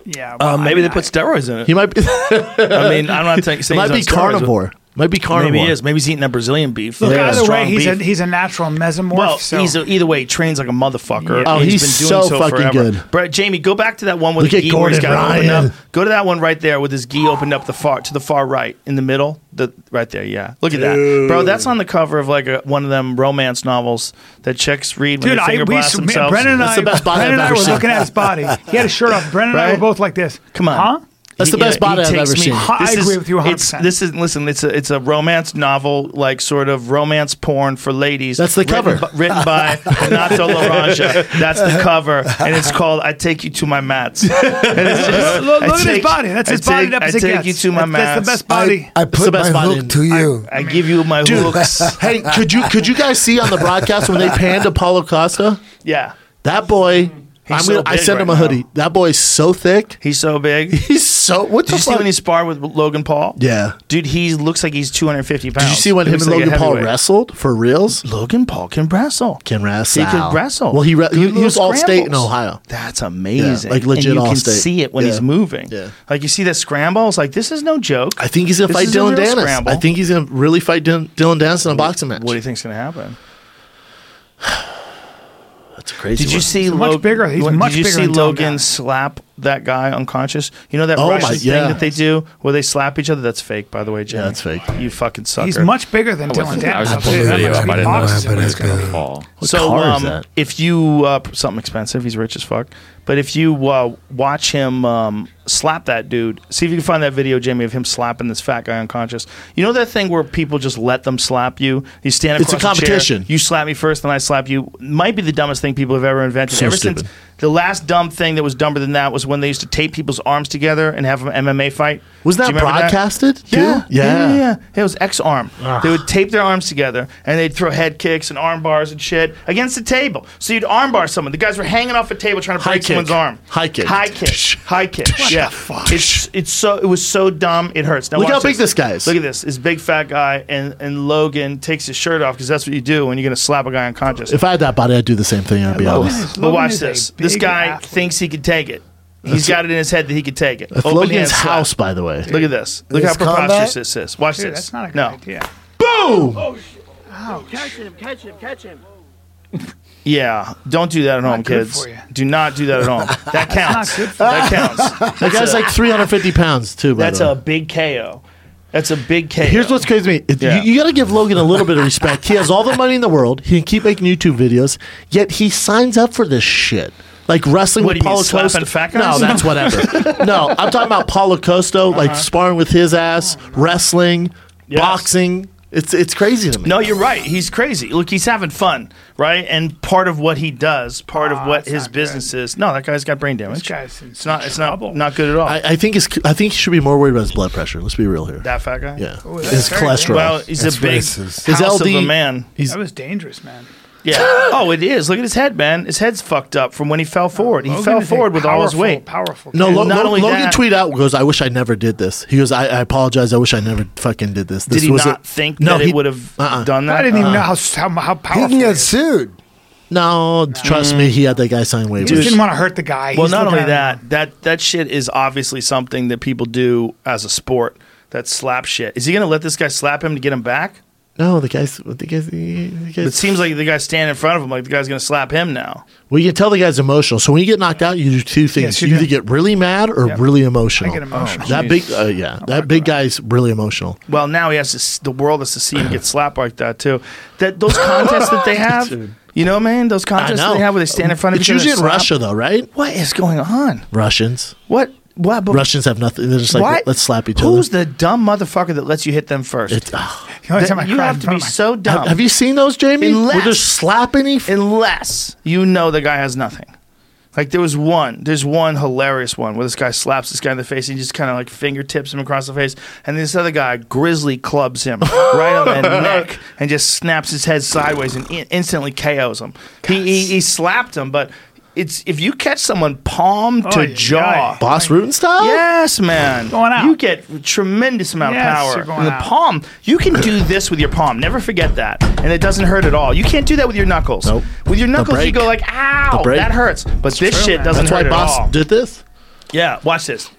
D: Yeah, well,
A: Um,
D: I
A: maybe
D: mean,
A: they put steroids in it.
C: He might be.
A: I mean, I'm not saying
C: It
A: saying
C: might be
A: he's on steroids,
C: carnivore. Might be
A: but
C: carnivore.
A: Maybe he is. Maybe he's eating that Brazilian beef.
D: Look,
A: Yeah.
D: either way,
A: Strong
D: he's a,
A: beef.
D: he's a natural mesomorph.
A: well,
D: so.
A: he's a, either way, he trains like a motherfucker.
C: Oh,
A: and
C: he's
A: been doing
C: so
A: so,
C: fucking
A: forever.
C: good.
A: Brett, Jamie, go back to that one with
C: Look
A: the
C: at
A: gi where he's
C: Gordon
A: got it
C: Ryan.
A: opened up. Go to that one right there with his gi opened up the far to the far right in the middle. The right there, yeah. Look at that, bro. That's on the cover of like a, one of them romance novels that chicks read when
D: Dude,
A: they
D: I
A: finger
D: we
A: blast
D: submit-
A: themselves.
D: Brennan and I,
C: That's the best body
D: Brennan and
C: I've
D: I
C: ever
D: were
C: seen.
D: looking at his body. He had a shirt off. Brennan and I
A: Right?
D: were both like this.
A: Come on.
D: huh?
C: That's the best body I've
A: takes
C: ever seen.
D: I
A: this
D: agree
A: is-
D: with you
A: It's,
D: 100%.
A: this is listen. It's a it's a romance novel, like sort of romance porn for ladies.
C: That's the
A: written
C: cover.
A: b- written by Renato Laranja. That's the cover, and it's called "I Take You to My Mats." And it's just-
D: Look,
A: I
D: look at his
A: take-
D: body. That's
A: I
D: his body
A: take-
D: up
A: I
D: as it
A: take
D: gets.
A: you to my
D: That's- That's the
A: mats.
D: best body.
B: I
C: the
B: put my
C: best body
B: hook
C: in-
B: to you.
A: I give you my
C: Dude,
A: hooks.
C: hey, could you could you guys see on the broadcast when they panned Apollo Costa?
A: Yeah.
C: That boy
A: He's
C: I'm
A: so
C: gonna, I
A: big
C: sent him
A: right
C: a hoodie.
A: now.
C: That boy's so thick.
A: He's so big. Did
C: He's so. What the
A: you see
C: fuck?
A: when he sparred with Logan Paul?
C: Yeah.
A: Dude, he looks like he's 250 pounds.
C: Did you see when
A: He
C: him
A: looks
C: and
A: like a
C: Logan Paul
A: heavyweight.
C: wrestled for reals?
A: Logan Paul can wrestle.
C: Can wrestle.
A: He can wrestle.
C: Well, he, re- he,
A: Good
C: he was
A: little
C: all state in
A: scrambles.
C: Ohio.
A: That's amazing.
C: like legit
A: And you can
C: All-State.
A: see it when
C: Yeah.
A: he's moving.
C: Yeah.
A: Like you see that scramble. It's like this is no joke.
C: I think he's gonna
A: This
C: fight
A: is a
C: Dylan
A: real
C: Dennis.
A: scramble.
C: I think he's gonna really fight Dylan, Dylan Dennis in a boxing match.
A: What do you think's gonna happen?
C: That's a crazy.
A: Did you
C: one.
A: see
D: much
A: Log-
D: bigger- he's
A: when-
D: much
A: Did you
D: bigger
A: see
D: than Tom
A: Logan
D: now.
A: slap that guy unconscious? You know that
C: Oh
A: Russian
C: my-
A: thing
C: yeah.
A: that they do where they slap each other. That's fake, by the way, Jimmy.
C: that's fake.
A: You fucking sucker.
D: He's much bigger than Dylan
E: wasn't- I was
D: Dennis.
E: just watching
B: That
E: a video.
B: much
E: I
B: he
E: didn't know
B: boxes
E: it
B: him,
E: was
B: it's gonna
E: going
B: be-
E: to fall.
C: What
A: so
C: car is
A: um,
C: that?
A: if you uh, something expensive, he's rich as fuck. But if you uh, watch him um, slap that dude, see if you can find that video, Jamie, of him slapping this fat guy unconscious. You know that thing where people just let them slap you? You stand
C: It's
A: across
C: a
A: the chair,
C: competition.
A: you slap me first, then I slap you. Might be the dumbest thing people have ever invented.
C: So
A: ever
C: stupid.
A: since the last dumb thing that was dumber than that was when they used to tape people's arms together and have an MMA fight.
C: Was
A: Do
C: that
A: you remember
C: broadcasted? too?
A: yeah,
C: yeah,
A: yeah, yeah, yeah. It was X arm. They would tape their arms together and they'd throw head kicks and arm bars and shit against the table. So you'd arm bar someone. The guys were hanging off a table trying to
C: High
A: break
C: kick.
A: someone's arm.
C: High kick.
A: High kick. High kick. yeah.
C: fuck?
A: It's it's so it was so dumb it hurts. Now
C: Look
A: watch
C: how big this guy is.
A: Look at this. This big fat guy and and Logan takes his shirt off because that's what you do when you're gonna slap a guy unconscious.
C: If I had that body, I'd do the same thing. I'd be
D: Logan
C: honest.
D: is-
A: but watch
D: is a
A: this. This
D: big
A: guy
D: athlete.
A: thinks he can take it. He's got it in his head that he could take it.
C: That's
A: Open hand
C: Logan's
A: slap.
C: house, by the way.
A: Look at this. Look
B: This
A: how preposterous
B: combat?
A: this is. Watch
D: Dude,
A: this.
D: that's not a good
A: no.
D: idea.
C: Boom!
F: Catch him, catch him, catch him.
A: Yeah, don't do that at home,
D: good
A: kids.
D: for you.
A: Do not do that at home. That counts.
D: good for
A: that counts.
C: That guy's like 350 pounds too. By
A: That's
C: the way.
A: a big KO. That's a big KO.
C: Here's what's crazy to me. It-
A: Yeah.
C: You, got to give Logan a little bit of respect. He has all the money in the world. He can keep making YouTube videos, yet he signs up for this shit. Like wrestling
A: What,
C: with
A: do you mean,
C: Paulo
A: slapping
C: Costa.
A: fat
C: no,
A: guys? Uh-huh.
C: that's whatever. no, I'm talking about Paulo Costa, like sparring with his ass, wrestling,
A: Yes.
C: boxing. It's it's crazy to me.
A: No, you're right. He's crazy. Look, he's having fun, right? And part of what he does, part of what
D: that's
A: his
D: Ah, not
A: business is. No, that guy's got brain damage.
D: This guy's in
A: it's not. It's not. Not good at all.
C: I, I think it's, I think he should be more worried about his blood pressure. Let's be real here.
A: that fat guy.
C: yeah,
D: that's
C: his
D: very dangerous.
C: cholesterol.
A: Well, he's
B: That's
A: a big
B: racist.
C: His
A: house
C: LD
A: of a man.
D: That was dangerous, man.
A: Yeah. oh, it is. Look at his head, man. His head's fucked up from when he fell forward. He
D: Logan
A: fell
D: is a
A: forward with all his
D: powerful-
A: weight.
D: Powerful.
C: No,
D: kid.
C: Lo-
A: not
C: Lo-
A: only
C: Logan
A: that-
C: tweeted out goes, "I wish I never did this." He goes, "I, I apologize. I wish I never fucking did this." this
A: Did he
C: was
A: not
C: a-
A: think
C: No,
A: that
C: he-
A: it would have
C: uh-uh.
A: done that? Uh-huh.
D: I didn't even know how how, how powerful.
B: He can
D: he
B: get
D: is.
B: sued.
C: No, trust me, he had that guy sign
D: He
C: waivers.
D: just didn't want to hurt the guy.
A: Well,
D: He's
A: not
D: looking
A: only
D: at him.
A: that, that that shit is obviously something that people do as a sport. That slap shit. Is he going to let this guy slap him to get him back?
C: no, the guy's the guy's. The
A: It
C: guy's
A: seems like the guy standing in front of him, like the guy's going to slap him now.
C: well, you can tell the guy's emotional. So when you get knocked out, you do two things:
D: Yes, you
C: you, either
D: do.
C: get really mad or
D: Yep.
C: really emotional.
D: I get emotional.
C: That big, uh, yeah,
A: Oh
C: that big guy's really emotional.
A: Well, now he has to. s- The world has to see him get slapped like that too. That those contests that they have, you know, man, those contests that they have where they stand in front of
C: it's
A: each
C: usually in
A: other. and slap.
C: Russia, though, right?
A: What is going on?
C: Russians,
A: What? What? But
C: Russians have nothing. They're just like,
A: what?
C: let's slap each
A: Who's
C: other.
A: the dumb motherfucker that lets you hit them first?
C: It's- ah.
D: The only time I
A: That- you
D: cried
A: have
D: in
A: to
D: front
A: be
D: of my-
A: so dumb.
C: have you seen those, Jamie? Where they're
A: Unless-
C: slapping each
A: unless you know the guy has nothing. Like there was one, there's one hilarious one where this guy slaps this guy in the face and he just kind of like fingertips him across the face, and this other guy grizzly clubs him right on the neck and just snaps his head sideways and in- instantly KOs him. He, he he slapped him, but it's if you catch someone palm to
D: Oy,
A: jaw,
D: oy.
C: Boss Rutan style?
A: Yes, man.
D: Oh. Going out.
A: You get a tremendous amount
D: Yes,
A: of power.
D: you're going
A: And the
D: out.
A: palm, you can do this with your palm. Never forget that. And it doesn't hurt at all. You can't do that with your knuckles.
C: Nope.
A: With your
C: The
A: knuckles, you
C: break.
A: go like, ow,
C: The break.
A: that hurts. But this
D: true,
A: shit
D: man.
A: doesn't
C: That's
A: hurt
C: why
A: at all.
C: Boss did this.
A: yeah, watch this.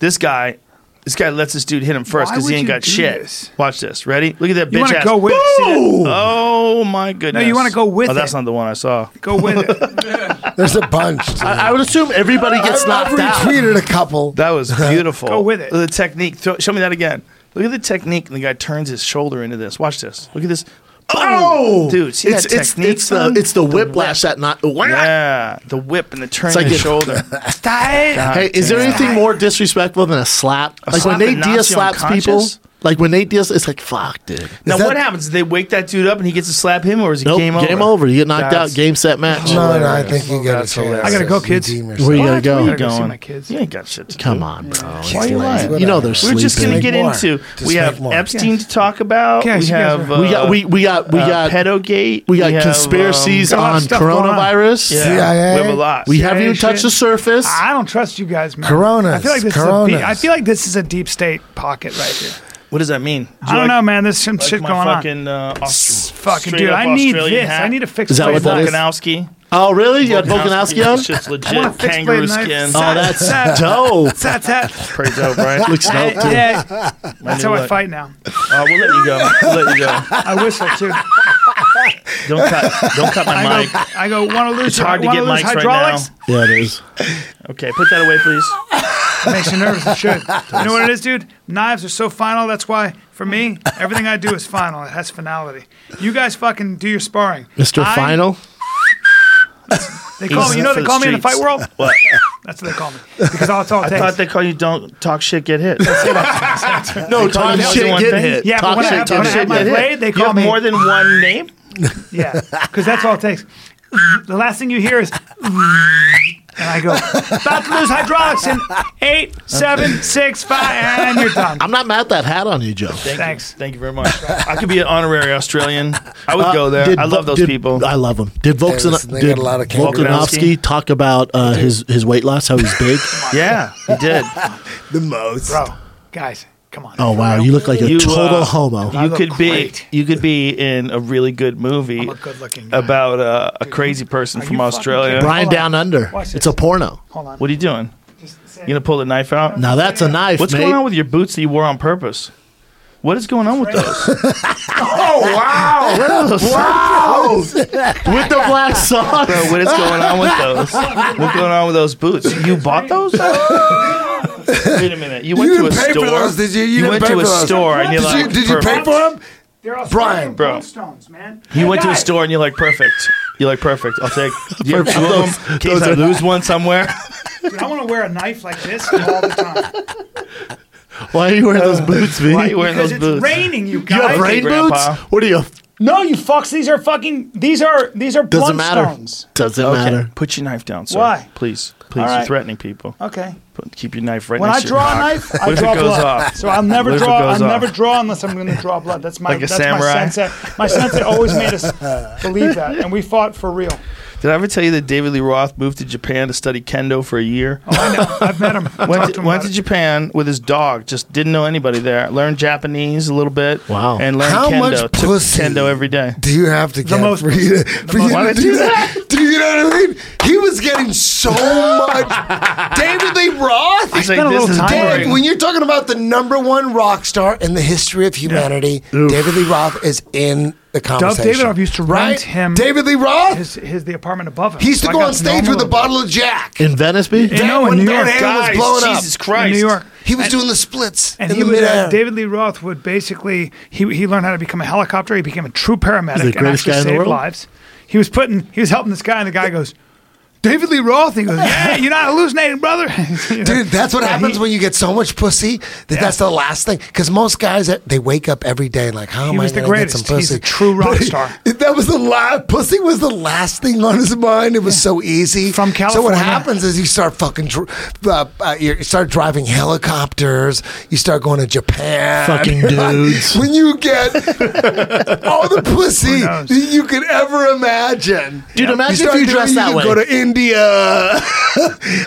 A: This guy, this guy lets this dude hit him first
D: Why
A: because
D: would
A: he ain't
D: you
A: got
D: do
A: shit.
D: this?
A: Watch this. Ready? Look at that
D: You
A: bitch
D: wanna
A: ass.
D: go with it.
A: Boom!
D: See that-
A: Oh my goodness.
D: wanna go with
A: Oh, that's
D: it.
A: not the one I saw.
D: Go with it.
B: There's a bunch. dude.
C: I, I would assume everybody gets
B: I've
C: knocked out.
B: retweeted a couple.
A: That was beautiful.
D: Go with it.
A: Look at The technique. Throw, show me that again. Look at the technique, and the guy turns his shoulder into this. Watch this. Look at this.
C: Oh,
A: dude, see
C: it's
A: that
C: it's,
A: technique,
C: it's the
A: son?
C: it's the whiplash that not.
A: Yeah, the whip and the turn
C: like
A: of the
C: it-
A: shoulder.
D: Stop it.
C: Hey, is there
A: Damn.
C: anything more disrespectful than a slap? like
A: slap
C: when
A: that
C: Nate Diaz
A: knocks you
C: slaps people,
A: unconscious?
C: Like when Nate deals, it's like fuck, dude.
A: Now
B: that-
A: what happens? Did they wake that dude up and he gets to slap him, or is it
C: Nope,
A: game over?
C: You get knocked
A: That's-
C: out. Game set match.
B: No, no, I
A: Hilarious.
B: think you
A: Oh,
B: got a
A: that's
B: chance.
A: hilarious.
D: I gotta go, kids.
B: Redeem
C: Where
B: yourself.
C: you
A: What?
C: gotta go.
A: Where you
D: I gotta go see
A: going?
D: my kids.
A: You ain't got shit to do.
C: Come on, bro.
B: Why
A: you lying?
C: You know they're
A: We're just
C: sleeping.
A: going to get
B: Make more.
A: into.
B: Just
A: we
B: make
A: have
B: more.
A: Epstein to talk about.
D: Yes,
A: we
D: yes,
A: have.
D: right.
A: Uh,
C: we got we we got we
A: uh,
C: got
A: pedogate.
C: we got
A: have, um,
C: conspiracies
D: got a lot
C: on
D: of stuff going on.
C: coronavirus.
A: yeah,
B: CIA.
A: We have a lot.
C: We haven't even touched
D: shit.
C: the surface.
D: I don't trust you guys, man.
B: Coronas,
D: I feel like this is a
B: coronas.
D: deep, I feel like this is a deep state pocket right here.
A: what does that mean? Do
D: I don't know, man. There's some shit
A: my
D: going on.
A: fucking, Uh, Aust-
D: Fucking
A: straight
D: dude,
A: up
D: I need
A: Australian
D: this.
A: Hat?
D: I need a fixed
C: Is that
D: blade
C: what that
D: knife.
C: is?
A: Volkanowski.
C: oh really? You got Volkanovski on? Oh,
A: That Shit's
D: I want a
A: legit.
D: fixed
A: Kangaroo
D: blade knife.
A: skin.
D: Sat-
C: that's
D: sat-
C: Dope.
D: Sat, sat.
A: Pretty dope, right?
C: Looks dope.
D: Yeah, yeah. That's how I fight now.
A: Uh, we'll let you go. We'll let you go.
D: I whistle too.
A: Don't cut. Don't cut my
D: I
A: mic.
D: go, I go. Want to lose?
A: It's hard to
D: wanna
A: get
D: lose
A: mics right
D: hydraulics?
A: now.
C: Yeah, it is.
A: Okay, put that away, please.
D: Makes you nervous. It should. You know what it is, dude? Knives are so final. That's why, for me, everything I do is final. It has finality. You guys fucking do your sparring.
C: Mr.
D: I-
C: Final.
D: They call me. You know what
A: For
D: they
A: the
D: call me in the
A: streets.
D: fight world.
A: What?
D: That's what they call me because that's all it
A: I
D: takes.
A: thought they call you "Don't talk shit, get hit."
C: No,
A: talk
C: talk
A: shit,
C: shit,
A: one
C: get
A: thing.
C: hit.
D: yeah, but
C: Talk
D: when I
C: shit,
D: have,
C: talk
D: when I
C: shit,
D: have my
C: get hit.
D: blade, they
A: you
D: call
A: have
D: me.
A: more than one name.
D: yeah, because that's all it takes. The last thing you hear is. And I go, about to lose hydraulics in eight, seven, six, five, and you're done.
C: I'm not mad at that hat on you, Joe.
D: Thanks.
A: Thank you very much. I could be an honorary Australian. I would
C: Uh,
A: go there.
C: did
A: I love
C: Vol-
A: those
C: did-
A: people.
C: I love them. Did
B: listen, they
C: Volkan, did
B: got a lot of
A: kangaroos.
C: Volkanovski talk about uh, his his weight loss? How he's big?
A: yeah, he did.
B: The most.
D: Bro, guys, come on.
C: oh wow, you look like a
A: You, uh,
C: total homo.
A: You
D: look
A: could
D: great.
A: be you could be in a really good movie
D: I'm a good-looking guy.
A: about uh, a crazy person
D: Are
A: from
D: you fucking
A: Australia.
D: kidding me?
C: Brian
D: Hold on.
C: Down Under.
D: Watch
C: It's
D: this.
C: a porno.
D: Hold on.
A: What are you doing?
D: Just say-
A: You gonna pull the knife out?
C: Now that's a knife,
A: What's
C: mate.
A: going on with your boots that you wore on purpose? What is going on with those?
C: with the black socks?
A: Bro, what is going on with those? What's going on with those boots? You bought those? Wait a minute. You went
B: You
A: to a
B: didn't pay
A: store.
B: for those, did you? You didn't
A: went
B: pay
A: to
B: for
A: a
B: those.
A: store and you're
B: Did you,
A: like,
B: did you pay
A: perfect.
B: for them?
D: They're
B: Brian,
D: Australian
A: bro.
D: Stones, man.
A: You
D: Hey,
A: went to a
D: guys,
A: store and you're like, perfect. You're like, perfect. I'll take you have two of them in case
C: those
A: I
C: are-
A: lose one somewhere.
D: dude, I want to wear a knife like this all the time.
C: Why are you wearing those boots,
A: uh, Why are
C: man?
A: you wearing
D: Because
A: those
D: it's
A: boots?
D: raining, you
C: You
D: guys.
C: have rain
A: Grandpa.
C: boots? What are you?
D: no, you fucks. These are fucking. These are these are
C: Doesn't matter.
D: Blundstones.
C: Doesn't
A: Okay,
C: matter.
A: put your knife down, sir.
D: Why?
A: Please, please,
D: All
A: you're
D: right.
A: threatening people.
D: Okay.
A: Put, keep your knife right
D: When I
A: next to your
D: draw a
A: cock.
D: knife, I
A: What if
D: draw
A: it goes
D: blood.
A: off?
D: So I'll never
A: What if it
D: draw.
A: goes
D: I'll
A: off?
D: never draw unless I'm going to draw blood. That's my
A: Like a
D: that's
A: samurai?
D: my sensei. My sensei always made us believe that, and we fought for real.
A: Did I ever tell you that David Lee Roth moved to Japan to study kendo for a year?
D: Oh, I know. I've met him. I
A: went
D: talked
A: to,
D: him
A: went
D: about
A: to
D: it.
A: Japan with his dog. Just didn't know anybody there. Learned Japanese a little bit.
C: Wow.
A: And learned
B: How
A: kendo.
B: much
A: Took
B: pussy
A: kendo every day.
B: Do you have to get
D: most-
B: for you to, for you
D: most-
A: Why
B: to
A: would I
B: do
A: do
B: that? Do you know what I mean? He was getting so much. David Lee Roth.
A: It's like,
D: spent a
A: this
D: little
A: is
D: time
A: boring.
B: Dave, when you're talking about the number one rock star in the history of humanity, David Lee Roth is in the conversation.
D: Davidoff used to rent him-
B: David Lee Roth.
D: His, his the apartment above him.
B: he used to
D: So I
B: go
D: got
B: on
D: to
B: stage
D: know him
B: with a
D: little
B: bottle of Jack.
C: In Venice, B?
D: bit. You know,
B: when
D: in New
B: Dan
D: York,
B: Hanlon was
A: Guys,
B: blowing up.
A: Jesus Christ.
D: in New York.
B: He was doing the splits
D: And
B: in
D: he
B: the
D: was,
B: midair.
D: uh, David Lee Roth would basically he, he learned how to become a helicopter. He became a true paramedic
C: the
D: and
C: greatest
D: actually
C: guy in the
D: saved
C: world.
D: lives. He was putting he was helping this guy, and the guy goes, "David Lee Roth." He goes, "Yeah, you're not hallucinating, brother." You know?
B: Dude, that's what
D: And
B: happens
D: he-
B: when you get so much pussy that that's the last thing. Because most guys, that- they wake up every day like, how
D: He
B: am I
D: was the
B: going to get some
D: greatest.
B: pussy?
D: He's a true rock
B: But
D: star.
B: That was the last, pussy was the last thing on his mind. It was so easy.
D: From
B: So what
D: California.
B: happens is you start fucking, dr- uh, uh, you start driving helicopters. You start going to Japan.
C: Fucking dudes.
B: when you get all the pussy
D: knows?
B: that you could ever imagine.
C: Dude, imagine
B: start
C: if you
B: doing-
C: dress that
B: can
C: way.
B: go to India.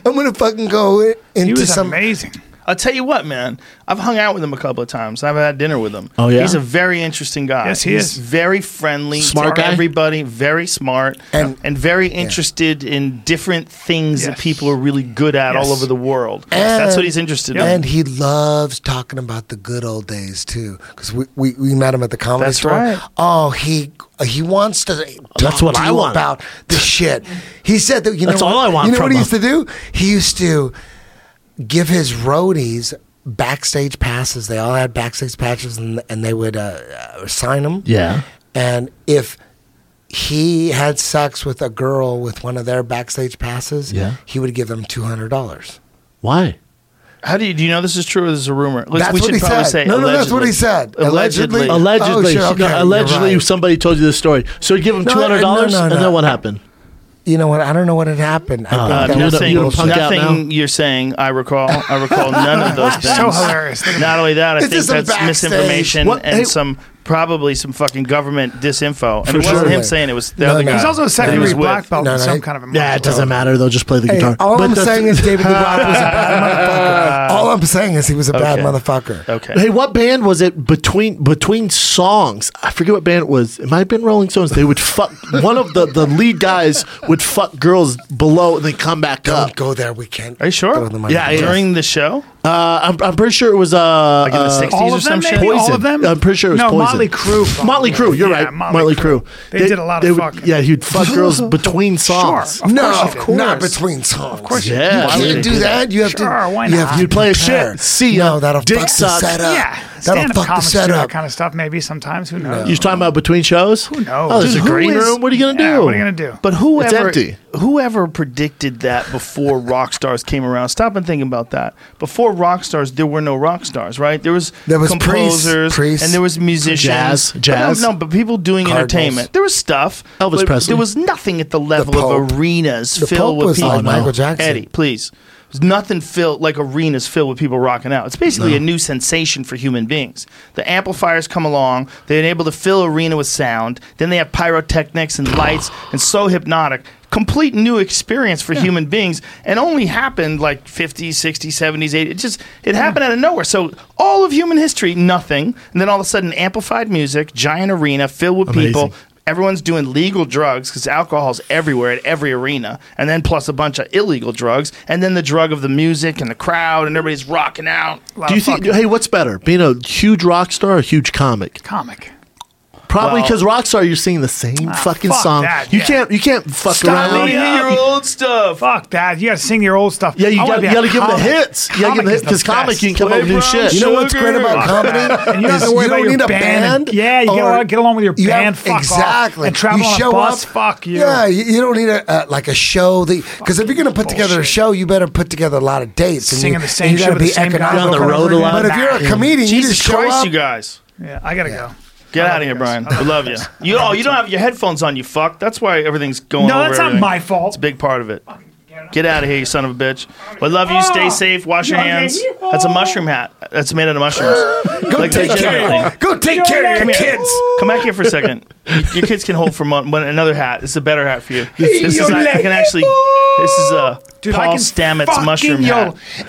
B: I'm gonna fucking go
D: he
B: into
D: was
B: some.
D: amazing.
A: I'll tell you what, man. I've hung out with him a couple of times. I've had dinner with him.
C: Oh, yeah?
A: He's a very interesting guy.
D: Yes, he
A: He's
D: is.
A: Very friendly.
C: Smart
A: to
C: guy?
A: Everybody. Very smart.
B: And-
A: And, very interested in different things that
D: Yes.
A: people are really good at
D: Yes.
A: all over the world.
B: And-
A: That's what he's interested in.
B: And he loves talking about the good old days too, because we, we, we met him at the comedy
A: That's
B: store.
A: right.
B: Oh, he he wants to talk
C: That's what
B: to
C: I
B: you
C: wanted.
B: about the shit. He said that you
C: That's
B: know
C: all
B: what,
C: I want
B: You know
C: from
B: what he used to
C: him.
B: do? He used to give his roadies backstage passes. They all had backstage passes, and and they would uh, uh, sign them.
C: Yeah.
B: And if he had sex with a girl with one of their backstage passes,
C: Yeah.
B: he would give them two hundred dollars
C: Why?
A: How do you do you know this is true or this is a rumor? Let's-
B: That's
A: we
B: what
A: should
B: he
A: probably
B: said.
A: say
B: No, no, that's
A: allegedly.
B: what he said.
A: Allegedly.
B: Allegedly.
C: Allegedly,
B: Oh, sure,
C: she got-
B: okay, you're
C: allegedly,
B: right.
C: somebody told you this story. So you give him
B: No,
C: two hundred dollars,
B: no, no, no.
C: and then what happened?
B: You know what? I don't know what had happened. I
A: Uh,
B: think that
C: you're
B: was
C: the-
B: some
A: nothing
C: you're the
B: bullshit.
C: punk out
A: nothing you're saying, I recall. I recall none of those things.
D: So hilarious. Look at
A: Not only that, I
B: This
A: think
B: is some
A: that's
B: backstage.
A: misinformation
C: What-
A: and
C: hey-
A: some probably some fucking government disinfo. And
C: For
A: it wasn't
C: sure.
A: him saying it was the
B: No,
A: other
B: no.
A: guy.
D: He's also a secondary
A: was with-
D: black belt
B: No,
D: in
B: no,
D: some
B: he-
D: kind of a
C: Yeah, it doesn't matter. They'll just play the
B: Hey,
C: guitar.
B: all
C: But
B: I'm
C: the-
B: saying is David DeBrock was a bad motherfucker. All I'm saying is he was a bad
A: Okay.
B: motherfucker.
A: Okay.
C: Hey, what band was it between between songs? I forget what band it was. It might have been Rolling Stones. They would fuck one of the, the lead guys would fuck girls below and then come back
B: Don't
C: up.
B: go there. We can't.
A: Are you sure?
B: Throw them under
A: Yeah,
B: the bus.
A: during the show?
C: Uh, I'm, I'm pretty sure it was uh,
A: Like in the
C: uh,
A: 60s
D: All
A: or
D: of
A: some
D: them,
A: shit?
D: maybe? All
C: Poison.
D: of them?
C: I'm pretty sure it was
D: no,
C: Poison.
D: Motley Crue.
C: Motley Crue. You're
D: Yeah,
C: right. Motley, Crue.
D: They, did a lot
C: they
D: of
C: would-
D: fucking.
C: Yeah, he'd fuck girls between songs.
D: Sure. Of
B: no,
D: course you did.
B: not between songs. Of course,
C: you did. Yeah,
B: you
C: why would
B: can't
C: they
B: do
C: do
B: that. You have
D: Sure,
B: to.
D: why
B: You have
D: not?
B: to
C: You'd play a
B: prepare.
C: shit. See ya.
B: no, that'll
C: Dick
B: fuck
C: sucks.
B: the setup.
D: Yeah,
B: that'll
D: stand-up
B: fuck the
D: comics do that
B: setup.
D: kind of stuff. Maybe sometimes who knows?
C: You're talking about between shows? Who
D: knows?
C: Oh, there's
D: Dude,
C: a
D: who
C: green
A: is-
C: room. What are you gonna do?
D: Yeah, what are you gonna do?
A: But whoever
C: empty.
A: whoever predicted that before rock stars came around, stop and think about that. Before rock stars, there were no rock stars, right? There was
B: There was priests,
A: composers
B: priests,
A: and there was musicians,
C: jazz,
A: But
C: jazz.
A: No, no, but people doing
B: Cardinals.
A: entertainment. There was stuff.
C: Elvis
A: but
C: Presley.
A: There was nothing at the level
B: Pope.
A: of arenas
B: The
A: filled
B: Pope
A: with
B: was
A: people.
B: on Michael Jackson.
A: Eddie, please. There's nothing filled like arenas filled with people rocking out. It's basically a new sensation for human beings. The amplifiers come along, they're able to fill arena with sound, then they have pyrotechnics and lights and so hypnotic. Complete new experience for human beings and only happened like 50s, 60s, 70s, 80s. It just it happened out of nowhere. So all of human history, nothing. And then all of a sudden amplified music, giant arena filled with people,
C: Amazing.
A: everyone's doing legal drugs because alcohol's everywhere at every arena, and then plus a bunch of illegal drugs, and then the drug of the music and the crowd, and everybody's rocking out.
C: Do you
D: Oh,
C: think? Hey, what's better, being a huge rock star or a huge comic?
D: comic?
C: Probably
A: Well-
C: because rock star, you're singing the same fucking
D: Ah, fuck
C: song.
D: that,
C: you
D: yeah.
C: can't. You can't fuck
D: Stop
C: around.
D: me.
A: Hear
D: Yeah.
A: old stuff.
D: Fuck that! You got to sing your old stuff.
C: Yeah, you
D: I wanna
C: gotta-
D: be
C: you
D: a
C: gotta give 'em the
D: comic.
C: hits. You gotta give 'em the
D: is
C: hits, 'cause comic,
D: best.
C: you can come up with new
A: Brown
C: shit.
B: You know what's
A: sugar.
B: great about
A: Fuck
B: comedy?
D: And you don't
B: Is
D: have to worry
B: you
D: about
B: don't
D: your
B: need a
D: band.
B: band.
D: Yeah, you get
B: or-
D: along- get along with your
B: you
D: band, fuck off.
B: exactly.
D: And travel
B: you
D: on a
B: show
D: bus,
B: up,
D: fuck you.
B: Yeah, you, you don't need a uh, like a show that because if you're gonna put together a
D: Bullshit.
B: show, you better put together a lot of dates. and
D: Singing
B: you,
D: the
B: and
D: same
B: you
D: shit
B: gotta
D: with the
B: be
D: same guy
B: economical.
C: over and over again.
B: But if you're a
D: Yeah.
B: comedian, you
A: Jesus
B: just show
A: Christ,
B: up.
A: you guys.
D: Yeah, I gotta go.
A: Get
D: I
A: out
D: love
A: of here,
D: this.
A: Brian.
D: I
A: We love you. You oh, you don't have your headphones on, you fuck. That's why everything's going
D: No,
A: over
D: that's not
A: everything.
D: my fault.
A: It's a big part of it. Get out of here, you son of a bitch. We love you. Stay safe. Wash your
D: Okay.
A: hands. That's a mushroom hat. That's made out of mushrooms.
B: Go
A: Like they
B: take
A: did
B: care.
A: everything.
B: of Go take care of your kids.
A: Come back here for a second. Y- Your kids can hold for mon- one, another hat. This is a better hat for you. This, this is I, I can actually. This is a
D: Dude, I
A: Paul
D: can
A: Stamets
D: fucking
A: mushroom
D: yodel.
A: hat.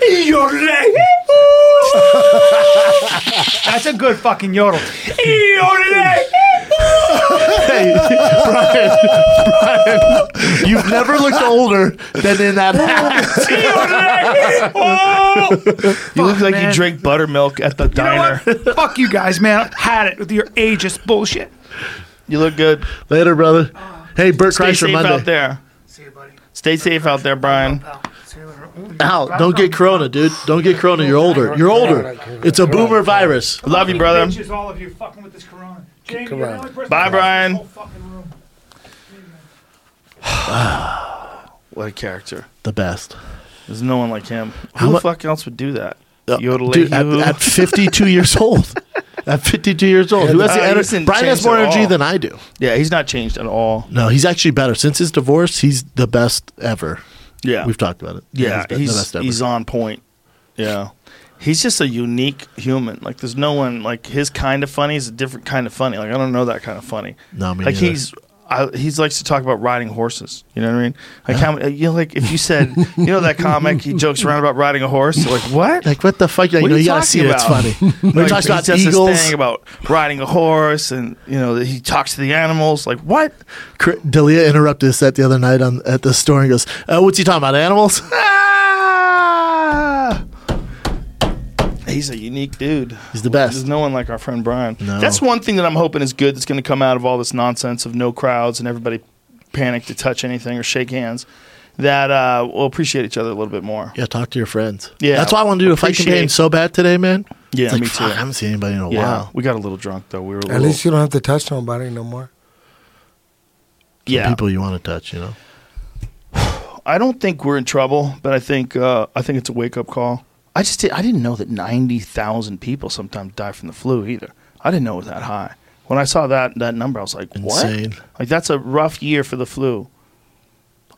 D: That's a good fucking yodel.
C: Hey, Brian, Brian, you've never looked older than in that hat.
A: You look like
D: man.
A: you drink buttermilk at the
D: You know
A: diner.
D: what? Fuck you guys, man. Had it with your ageist bullshit.
A: You look good.
C: Later, brother. Hey, Bert
A: Stay
C: Kreischer
A: safe
C: Monday.
A: out there.
D: See you, buddy.
A: Stay safe out there, Brian.
C: Al, don't get corona, dude. Don't get corona. You're older. You're older. It's a boomer virus.
A: Love you, brother.
D: Bitches, all of you fucking with this corona. Jamie,
B: Come
D: you're
B: on.
D: the only person
A: Bye,
D: in this
A: Brian.
D: whole fucking room.
A: What a character.
C: The best.
A: There's no one like him. Who the
C: mu-
A: fuck else would do that?
C: Uh,
A: Yodeling
C: Dude, at,
A: you.
C: at 52 years old. At 52 years old. Who has
A: Uh,
C: the
A: he
C: energy?
A: doesn't
C: Brian has
A: change at
C: more energy
A: all.
C: than I do.
A: yeah, he's not changed at all.
C: No, he's actually better. Since his divorce, he's the best ever.
A: Yeah.
C: We've talked about it.
A: Yeah,
C: be-
A: he's he's on point. Yeah, he's just a unique human. Like there's no one like his kind of funny is a different kind of funny. Like I don't know that kind of funny.
C: No, me
A: like
C: neither.
A: he's. I, he likes to talk about riding horses. You know what I mean? Like how many- you know, like if you said you know that comic he jokes around about riding a horse. Like what?
C: Like, what the fuck? Like,
A: What
C: you
A: are
C: know,
A: you
C: you gotta
A: talking
C: see it. It's
A: about?
C: funny. When he talks
A: he
C: about
A: does this
C: eagles,
A: thing about riding a horse, and you know he talks to the animals. Like what?
C: Cr- Dalia interrupted us that the other night on at the store and goes, uh, "What's he talking about? Animals?"
A: Ah! He's a unique dude.
C: He's the best.
A: There's no one like our friend Brian.
C: No.
A: That's one thing that I'm hoping is good that's going to come out of all this nonsense of no crowds and everybody panic to touch anything or shake hands. That uh, we'll appreciate each other a little bit more.
C: yeah, talk to your friends.
A: Yeah,
C: that's why I want to do a fight
A: appreciate-
C: campaign so bad today, man.
A: Yeah,
C: It's like,
A: me
C: fuck,
A: too.
C: I haven't seen anybody in a
A: Yeah,
C: while.
A: we got a little drunk though. We were a
B: At
A: little,
B: least you don't have to touch nobody no more.
A: yeah.
C: People you want to touch, you know.
A: I don't think we're in trouble, but I think uh, I think it's a wake up call. I just did, I didn't know that ninety thousand people sometimes die from the flu either. I didn't know it was that high. When I saw that that number, I was like, what?
C: Insane.
A: Like that's a rough year for the flu.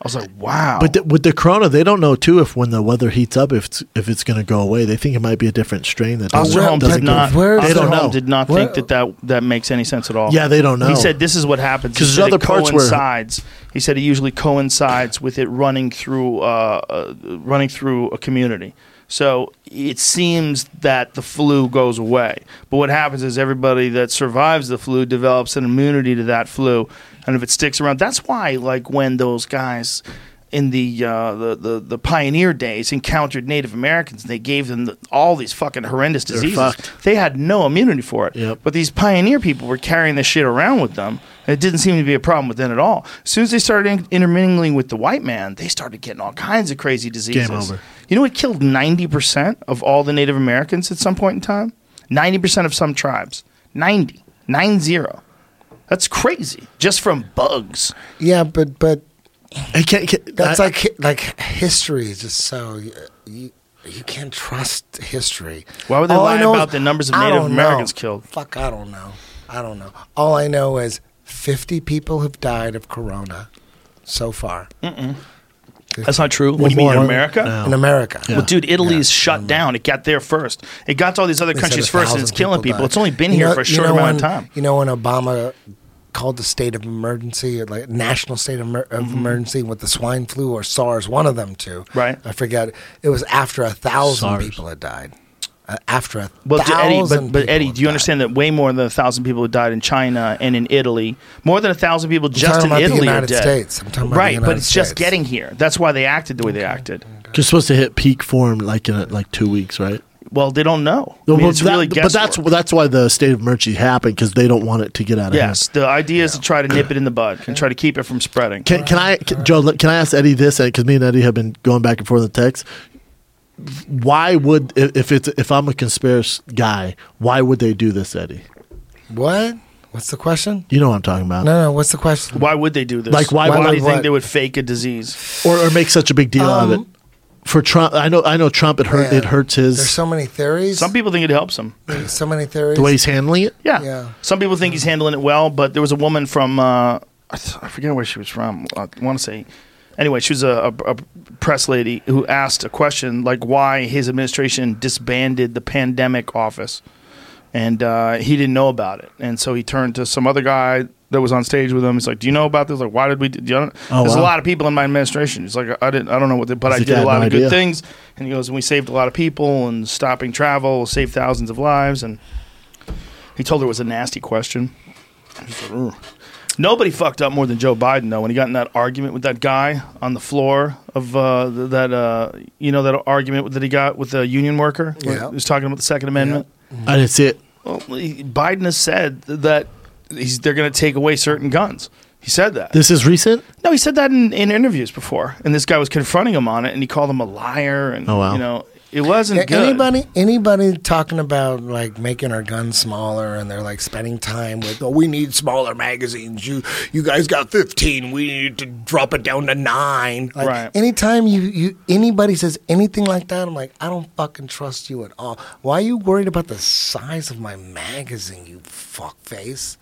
A: I was like, wow.
C: But th- with the corona, they don't know too if when the weather heats up, if it's, if it's going to go away. They think it might be a different strain that doesn't,
A: Osterholm
C: doesn't
A: did not.
C: go-
B: Where is
C: They don't
A: Osterholm
C: know.
A: did not
B: Where-
A: think that, that that makes any sense at all.
C: Yeah, they don't know.
A: He said this is what happens
C: 'Cause
A: He
C: there's
A: said
C: other
A: it
C: parts where-
A: coincides. He said it usually coincides with it running through uh, uh, running through a community. So it seems that the flu goes away, but what happens is everybody that survives the flu develops an immunity to that flu, and if it sticks around, that's why like when those guys in the, uh, the the the pioneer days encountered Native Americans, they gave them the, all these fucking horrendous diseases
C: fucked.
A: they had no immunity for it.
C: Yep.
A: But these pioneer people were carrying this shit around with them. And it didn't seem to be a problem with them at all. As soon as they started in- intermingling with the white man, they started getting all kinds of crazy diseases.
C: over.
A: You know what killed 90% of all the Native Americans at some point in time? 90% of some tribes. 90. 9 0. That's crazy. Just from bugs.
B: Yeah, but but
C: I can't- can't-
B: that's
C: I-
B: like hi- like history is just so you you can't trust history.
A: Why would they
B: All I
A: lie
B: know is-
A: about the numbers of
B: I
A: Native
B: don't
A: Americans
B: know.
A: killed?
B: Fuck, I don't know. I don't know. All I know is fifty people have died of corona so far
A: That's not true. What do you mean in
B: More-
A: America?
B: in America.
A: Well, dude, Italy's shut down. It got there first. It got to all these other
B: They said
A: countries
B: a
A: first, and it's
B: thousand
A: killing people.
B: died.
A: It's only been
B: You
A: here
B: know-
A: for a
B: you
A: short
B: know
A: amount of
B: when-
A: time.
B: You know when Obama called the state of emergency, like national state of, emer- of
A: Mm-hmm.
B: emergency, with the swine flu or SARS, one of them two.
A: Right.
B: I forget. It was after a thousand
C: SARS.
B: people had died. Uh, after a
A: Well, to Eddie,
B: thousand.
A: but, but
B: people
A: Eddie,
B: had
A: do you
B: died.
A: understand that way more than a thousand people have died in China and in Italy? More than a thousand people just
B: talking
A: in
B: about the
A: Italy
B: United
A: are dead.
B: States. I'm talking about the
A: right, but
B: United
A: it's just
B: States.
A: getting here. That's why they acted the way they acted.
C: You're supposed to hit peak form like in uh, like two weeks, right?
A: Well, they don't know. I mean,
C: Well,
A: it's
C: that-
A: really
C: but that's
A: guesswork.
C: that's why the state of emergency happened because they don't want it to get out of hand.
A: yes. The idea is to try to nip it in the bud and try to keep it from spreading.
C: Can, can I, can, Joe? let- Can I ask Eddie this? Because me and Eddie have been going back and forth in text. Why would if if it's if I'm a conspiracy guy, why would they do this, Eddie?
B: What? What's the question?
C: You know what I'm talking about,
B: No, no. What's the question?
A: Why would they do this?
C: Like, why
A: why,
C: would-
A: do you think
B: what?
A: they would fake a disease?
C: or, or make such a big deal out of it? For Trump, I know I know Trump. It hurt.
B: Man,
C: It hurts
B: There's
C: his
B: so many theories.
A: Some people think it helps them.
B: There's so many theories.
C: the way he's handling it.
A: Yeah.
B: Yeah.
A: Some people think he's handling it well, but there was a woman from uh, I th- I forget where she was from. I want to say, anyway, she was a, a, a press lady who asked a question like why his administration disbanded the pandemic office, and uh, he didn't know about it, and so he turned to some other guy that was on stage with him. He's like, "Do you know about this? Like, why did we? Do do you don't-"
C: Oh,
A: There's
C: wow.
A: a lot of people in my administration. He's like, I didn't, I don't know what, they, but
C: He's
A: I
C: like,
A: did
C: "I
A: a
C: had
A: lot
C: no
A: of good
C: idea."
A: things." And he goes, "And we saved a lot of people, and stopping travel saved thousands of lives, and." He told her it was a nasty question. She's like, "Ugh." Nobody fucked up more than Joe Biden though when he got in that argument with that guy on the floor of uh, th- that uh, you know that argument that he got with the union worker. where
B: Yeah.
A: he was talking about the Second Amendment.
C: I didn't see it.
A: Well, he- Biden has said that he's, they're going to take away certain guns. He said that.
C: This is recent.
A: No, he said that in, in interviews before, and this guy was confronting him on it, and he called him a liar, and
C: Oh, wow.
A: you know it wasn't
B: Yeah,
A: good.
B: Anybody, anybody talking about like making our guns smaller, and they're like spending time with, oh, we need smaller magazines. You, you guys got fifteen. We need to drop it down to nine. Like,
A: Right.
B: Anytime you, you, anybody says anything like that, I'm like, I don't fucking trust you at all. Why are you worried about the size of my magazine? You fuckface.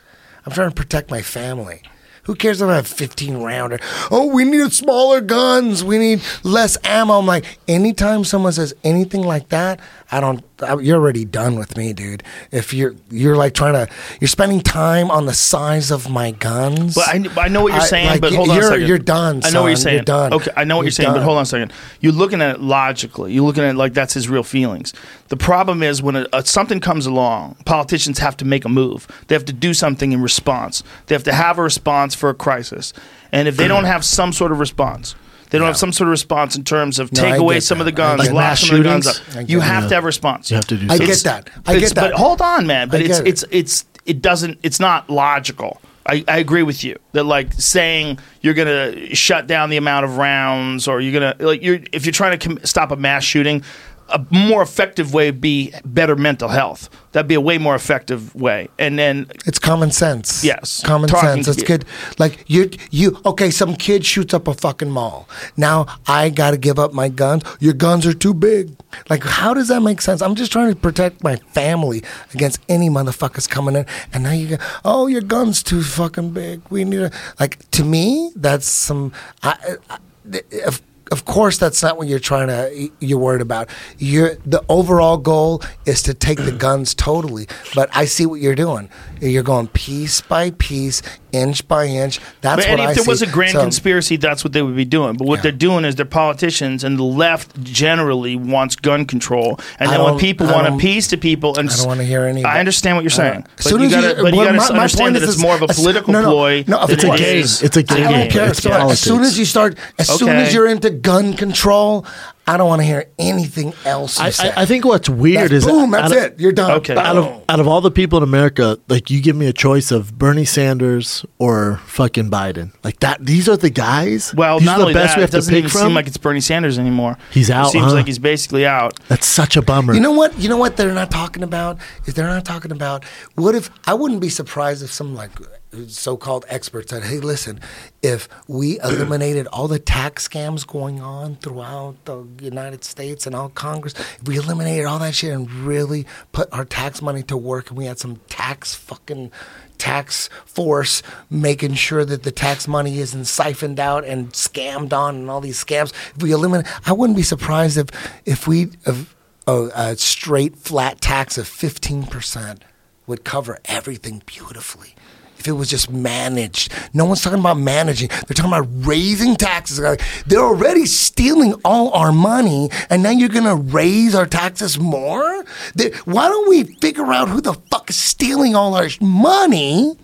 B: I'm trying to protect my family. Who cares if I have 15 rounder? Oh, we need smaller guns. We need less ammo. I'm like, anytime someone says anything like that, I don't. I, you're already done with me, dude. If you're you're like trying to, you're spending time on the size of my guns.
A: But I, but I know what you're
B: I-
A: saying.
B: like,
A: but
B: y-
A: hold on
B: you're,
A: a second.
B: You're done.
A: I know what you're
B: son.
A: saying.
B: You're done.
A: Okay, I know what you're, saying. But
B: done.
A: hold on a second. You're looking at it logically. You're looking at it like that's his real feelings. The problem is when a, a, something comes along, politicians have to make a move. They have to do something in response. They have to have a response for a crisis. And if they don't have some sort of response. They don't have some sort of response in terms of
B: No,
A: take
B: I
A: away
B: get
A: some of
B: that.
A: the guns,
B: I get
A: lock
C: that.
A: some of the guns up.
C: Mass
B: shootings?
A: You
B: I get
A: have
C: that.
A: to have a response.
C: You have to do
B: I
C: something.
B: get that. I
A: It's-
B: get that.
A: But hold on, man. But
B: I
A: it's
B: get it.
A: it's it's it doesn't. It's not logical. I, I agree with you that like saying you're gonna shut down the amount of rounds or you're gonna like you're if you're trying to com- stop a mass shooting. a more effective way would be better mental health. That'd be a way more effective way. And then
B: It's common sense.
A: Yes.
B: Common
A: Talking
B: sense. It's
A: to you.
B: good. Like you you okay, some kid shoots up a fucking mall. Now I gotta give up my guns. Your guns are too big. Like how does that make sense? I'm just trying to protect my family against any motherfuckers coming in and now you go, Oh, your gun's too fucking big. We need a like to me, that's some I, I of, of course that's not what you're trying to you're worried about you're, the overall goal is to take the guns totally but i see what you're doing you're going piece by piece inch by inch that's
A: But, and
B: what
A: if
B: I
A: there was
B: see.
A: a grand
B: So-
A: conspiracy, that's what they would be doing. But what they're doing is they're politicians, and the left generally wants gun control. And
B: I
A: then when
B: don't-
A: people
B: I
A: want
B: don't-
A: appease to people, and
B: I don't wanna hear any of
A: I
B: that.
A: understand what you're
B: I don't-
A: saying,
B: As
A: but
B: soon
A: you
B: as you-
A: gotta, but you
B: well,
A: gotta
B: my- my point
A: understand that
B: is
A: it's
B: this-
A: more of a
B: as-
A: political
B: no, no,
A: ploy.
B: no, of
A: than
C: It's a
A: it
B: course.
C: game.
A: is-
C: It's a game.
B: I don't care.
C: It's
B: So as soon
C: politics.
B: as you start, as soon
A: Okay.
B: as you're into gun control, I don't want to hear anything else. You
C: I,
B: say.
C: I, I think what's weird
B: that's,
C: is
B: boom.
C: out
B: That's
C: of-
B: it. You're done.
A: Okay.
C: out of out of all the people in America, like you give me a choice of Bernie Sanders or fucking Biden. Like that, these are the guys.
A: Well,
C: these
A: not
C: are the
A: only
C: best
A: that,
C: we
A: it
C: have to
A: doesn't
C: pick
A: even
C: from.
A: seem like it's Bernie Sanders anymore.
C: He's
A: It
C: out,
A: seems
C: huh?
A: like he's basically out.
C: That's such a bummer.
B: You know what? You know what they're not talking about is they're not talking about what if I wouldn't be surprised if some like so-called experts said, "Hey, listen, if we eliminated all the tax scams going on throughout the United States and all Congress, if we eliminated all that shit and really put our tax money to work, and we had some tax fucking." Tax force making sure that the tax money isn't siphoned out and scammed on, and all these scams. If we eliminate, I wouldn't be surprised if if we if a, a straight flat tax of 15% would cover everything beautifully if it was just managed. No one's talking about managing. They're talking about raising taxes. Like, They're already stealing all our money, and now you're going to raise our taxes more? They- why don't we figure out who the fuck is stealing all our sh- money?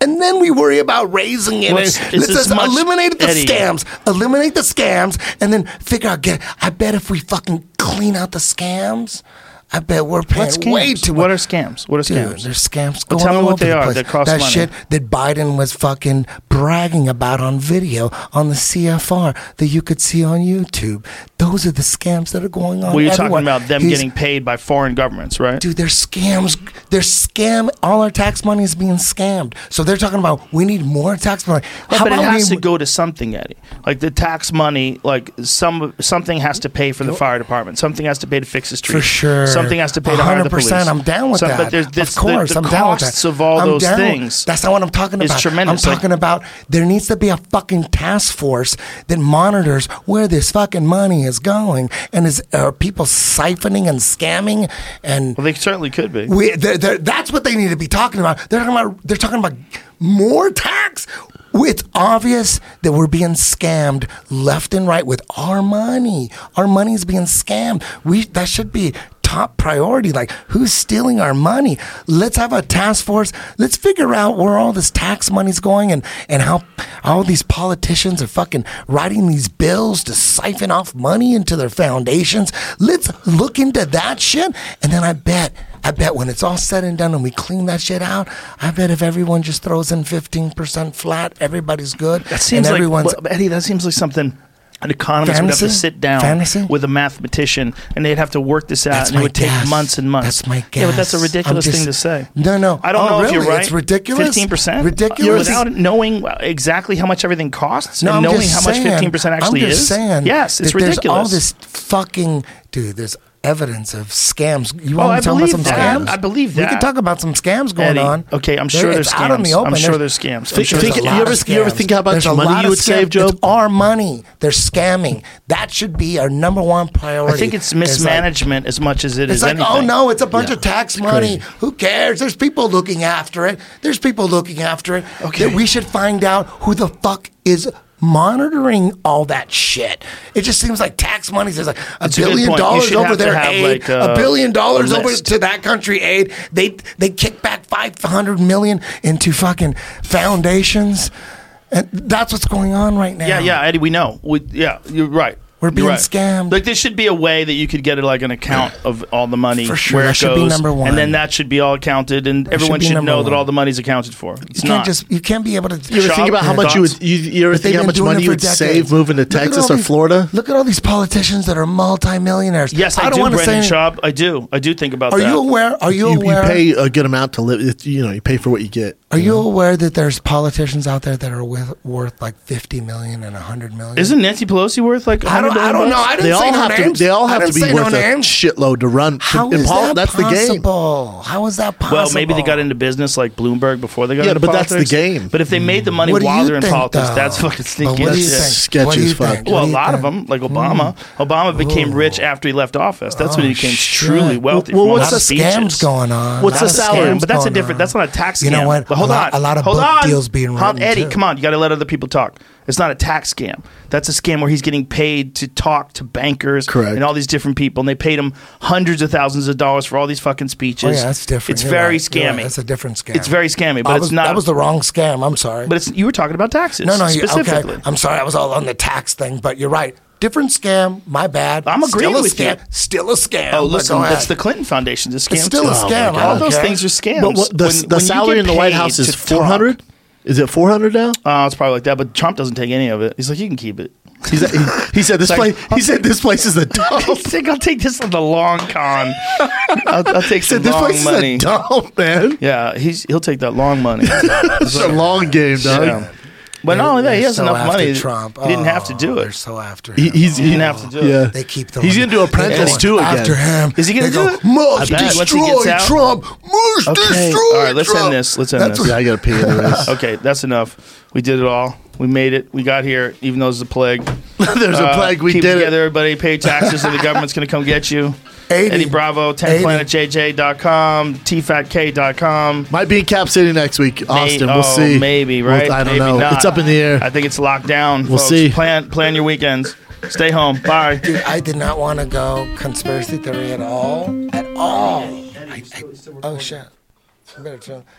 B: And then we worry about raising it.
A: Well,
B: and
A: it's- it's
B: let's
A: as
B: just
A: much-
B: eliminate the
A: Eddie.
B: scams, eliminate the scams, and then figure out. Get. I bet if we fucking clean out the scams, I bet we're paying
A: What
B: way
A: scams?
B: too much.
A: What are scams? What are
B: Dude,
A: scams?
B: there's scams
A: Well,
B: going
A: tell me
B: all
A: what
B: over
A: they
B: the
A: are
B: place.
A: that cost
B: that
A: money.
B: shit that Biden was fucking bragging about on video on the CFR that you could see on YouTube. Those are the scams that are going on.
A: Well, you're
B: everywhere.
A: talking about them
B: He's-
A: getting paid by foreign governments, right?
B: Dude, they're scams. They're scam. All our tax money is being scammed. So they're talking about we need more tax money.
A: Yeah,
B: How
A: but it
B: about
A: has
B: we-
A: to go to something, Eddie. Like the tax money, like some something has to pay for the fire department. Something has to pay to fix the street.
B: For sure.
A: Something has to pay to hire the police.
B: 100%, I'm down with
A: Some-
B: that.
A: But there's, there's
B: of course,
A: the, the
B: I'm down with that.
A: costs of all
B: I'm
A: those
B: down.
A: things.
B: That's not what I'm talking
A: is
B: about.
A: tremendous.
B: I'm
A: Like-
B: talking about there needs to be a fucking task force that monitors where this fucking money is going and is are people siphoning and scamming and
A: well, they certainly could be.
B: we, they're, they're, that's what they need to be talking about. They're talking about they're talking about more tax. It's obvious that we're being scammed left and right with our money. Our money's being scammed. We that should be top priority. Like who's stealing our money? Let's have a task force. Let's figure out where all this tax money's going and and how all these politicians are fucking writing these bills to siphon off money into their foundations. Let's look into that shit. And then I bet, I bet when it's all said and done and we clean that shit out, I bet if everyone just throws in 15% flat, everybody's good.
A: That seems
B: and
A: like
B: everyone's.
A: well, Eddie. That seems like something an economist would have to
B: Fantasy?
A: sit down
B: Fantasy?
A: with a mathematician, and they'd have to work this out,
B: That's
A: and it
B: my
A: would
B: guess.
A: take months and months.
B: That's my guess.
A: Yeah, but that's a
B: I'm
A: ridiculous
B: just-
A: thing to say.
B: No, no.
A: I don't
B: Oh,
A: know if you're
B: really?
A: right.
B: It's ridiculous?
A: Fifteen percent.
B: Ridiculous?
A: Without knowing exactly how much everything costs
B: No,
A: and
B: I'm
A: knowing
B: just
A: how much
B: saying-
A: fifteen percent actually
B: I'm just
A: is.
B: Saying
A: yes, it's
B: that
A: ridiculous.
B: There's all this fucking dude. There's evidence of scams. You
A: Oh,
B: want
A: I
B: to talk about
A: believe
B: some
A: that.
B: scams?
A: I believe
B: We
A: that.
B: could talk about some scams going
A: Eddie,
B: on.
A: okay, I'm
B: There-
A: sure there's
B: it's out in the
A: scams. I'm
B: open.
A: sure there's scams. I'm
B: there's
A: sure there's
B: a
C: Think-
B: lot
C: you
B: of
C: ever- you ever
B: scams.
C: think how much
B: There's a
C: money
B: lot
C: you
B: of
C: would save,
B: scams.
C: Joe?
B: It's our money. They're scamming. That should be our number one priority.
A: I think it's
B: like-
A: mismanagement as much as it
B: it's
A: is
B: like,
A: anything.
B: oh no, it's a bunch of tax money.
C: crazy.
B: Who cares? There's people looking after it. There's people looking after it.
A: Okay.
B: That we should find out who the fuck is monitoring all that shit. It just seems like tax money is like a
A: a good
B: billion
A: point. You
B: dollars
A: should
B: over
A: have to
B: their
A: have,
B: aid,
A: like, uh,
B: a billion dollars
A: a
B: over
A: list.
B: to that country aid. They they kick back five hundred million into fucking foundations. And that's what's going on right now.
A: Yeah, yeah, Eddie, we know. We, yeah, you're right.
B: We're being
A: You're right.
B: scammed.
A: Like there should be a way that you could get like an account of all the money
B: For sure,
A: where
B: that
A: it
B: should be
A: goes,
B: number one.
A: and then that should be all accounted, and everyone
B: should be
A: should,
B: number
A: know that
B: one.
A: all the money's accounted for. It's
B: you can't
A: not
B: just you can't be able to.
C: You ever think about how much you would
A: Thoughts?
C: you, you ever
B: But they've
C: think how
B: been
C: much
B: doing it
C: money you
B: for
C: would
B: decades.
C: save moving to
B: Look at
C: Texas
B: all
C: or
B: these-
C: Florida?
B: Look at all these politicians that are multimillionaires.
A: Yes, I,
B: don't
A: do,
B: want to say.
A: Brendan
B: any-
A: Schaub. I do. I do think about
B: Are
A: that.
B: you aware? Are you
C: You, you
B: aware?
C: pay a good amount to live. It's, you know, you pay for what you get.
B: Are you aware that there's politicians out there that are with, worth like 50 million and 100 million?
A: Isn't Nancy Pelosi worth like?
B: I don't-
A: 100 million
B: I don't know.
A: bucks?
B: I didn't
C: They
B: say
C: all
B: no
C: have to.
B: names.
C: They all
B: I
C: have to
B: didn't
C: be
B: say no
C: worth a
B: names.
C: shitload to run. to-
B: How
C: in
B: is
C: pol-
B: that
C: that's the game.
B: possible? How is that possible?
A: Well, maybe they got into business like Bloomberg before they got
C: Yeah,
A: into
C: but that's
A: politics.
C: the game.
A: But if they made the money
B: What do
A: while
B: you
A: they're in
B: think,
A: politics,
B: though?
A: that's fucking
B: But
A: sneaky
B: what do
A: as
B: you
A: shit.
B: think?
C: sketchy
B: What do
C: as
B: you
C: fuck.
B: think?
A: Well,
B: What
A: a
B: do you
A: lot of
B: think? Hmm.
A: them, like Obama. Obama became rich after he left office. That's when he
B: Oh,
A: became
B: shit.
A: truly wealthy.
C: Well,
A: from all
C: what's
A: his
C: the
B: scams
A: speeches.
B: going on.
C: What's
B: A lot
C: the
B: of
C: salary?
B: scams
A: But that's a
B: going
A: different.
B: on.
A: That's not a tax. Scam.
B: You know what?
A: But hold
B: a lot,
A: on.
B: A lot of
A: hold
B: book
A: on.
B: deals being
A: Hold on,
B: written.
A: Eddie,
B: too.
A: come on. You got to let other people talk. It's not a tax scam. That's a scam where he's getting paid to talk to bankers
C: Correct.
A: and all these different people, and they paid him hundreds of thousands of dollars for all these fucking
B: Oh
A: speeches.
B: yeah, that's different.
A: It's
B: You're
A: very
B: right. You're
A: scammy.
B: right. That's a different scam.
A: It's very scammy,
B: I
A: but
B: was-
A: it's not.
B: That was the wrong scam. I'm sorry.
A: but it's you were talking about taxes.
B: no, no, you-
A: specifically.
B: okay. I'm sorry. I was all on the tax thing, but you're right. Different scam. My bad.
A: I'm agreeing
B: Still a
A: with
B: scam.
A: you.
B: Still a scam.
A: Oh,
B: but
A: listen,
B: go
A: that's the
B: ahead.
A: Clinton Foundation's a scam.
B: It's still a
A: too.
B: scam. I
A: All
B: don't
A: those
B: care.
A: things are scams.
C: But what, the,
A: When-
C: the
A: when you
C: salary
A: get
C: in the White
A: paid
C: House
A: to
C: is
A: talk-
C: four hundred. Is it four hundred now?
A: Uh, it's probably like that, but Trump doesn't take any of it. He's like, you can keep it.
C: He's, he, he said this
A: Like-
C: place. He said this place is a dump.
A: I'll take, I'll take this on the long con. I'll, I'll take
C: He
A: some
C: said this
A: long
C: place
A: money.
C: is a dump, man.
A: Yeah, he's he'll take that long money.
C: It's a long game, dog.
A: Yeah. But not only that, he
B: They're
A: has
B: so
A: enough
B: after
A: money. that
B: Trump.
A: He didn't have to
B: Oh,
A: do
B: They're
A: it.
B: so after
C: He,
B: him.
C: he's
A: He didn't have to do it.
C: yeah.
B: They keep throwing.
C: He's gonna do
B: they
C: Apprentice
B: going
C: too again.
B: After him,
A: Is he gonna
B: They
A: do
B: go,
A: it? I
B: Must
A: bet. Once he
B: destroy
A: gets out-
B: Trump. Must
A: Okay.
B: destroy
A: All right, let's
B: Trump.
A: end this. Let's end
B: That's
A: this.
C: Yeah, I gotta pee anyways.
A: Okay, that's enough. We did it all. We made it. We got here, even though it's a plague.
C: There's a
A: Uh,
C: plague. We
A: keep
C: did
A: together,
C: it.
A: everybody. Pay taxes, or the government's going to come get you.
B: 80.
A: Eddie Bravo, 10planetjj.com, tfatk.com.
C: Might be in Cap City next week, Austin.
A: May-
C: we'll
A: oh,
C: see.
A: Maybe,
C: We'll-
A: right?
C: I
A: Maybe
C: don't know.
A: not.
C: It's up in the air.
A: I think it's locked down.
C: We'll
A: folks.
C: see.
A: Plan plan your weekends. Stay home. Bye.
B: Dude, I did not want to go conspiracy theory at all. At all. I- I- oh, shit. I better turn.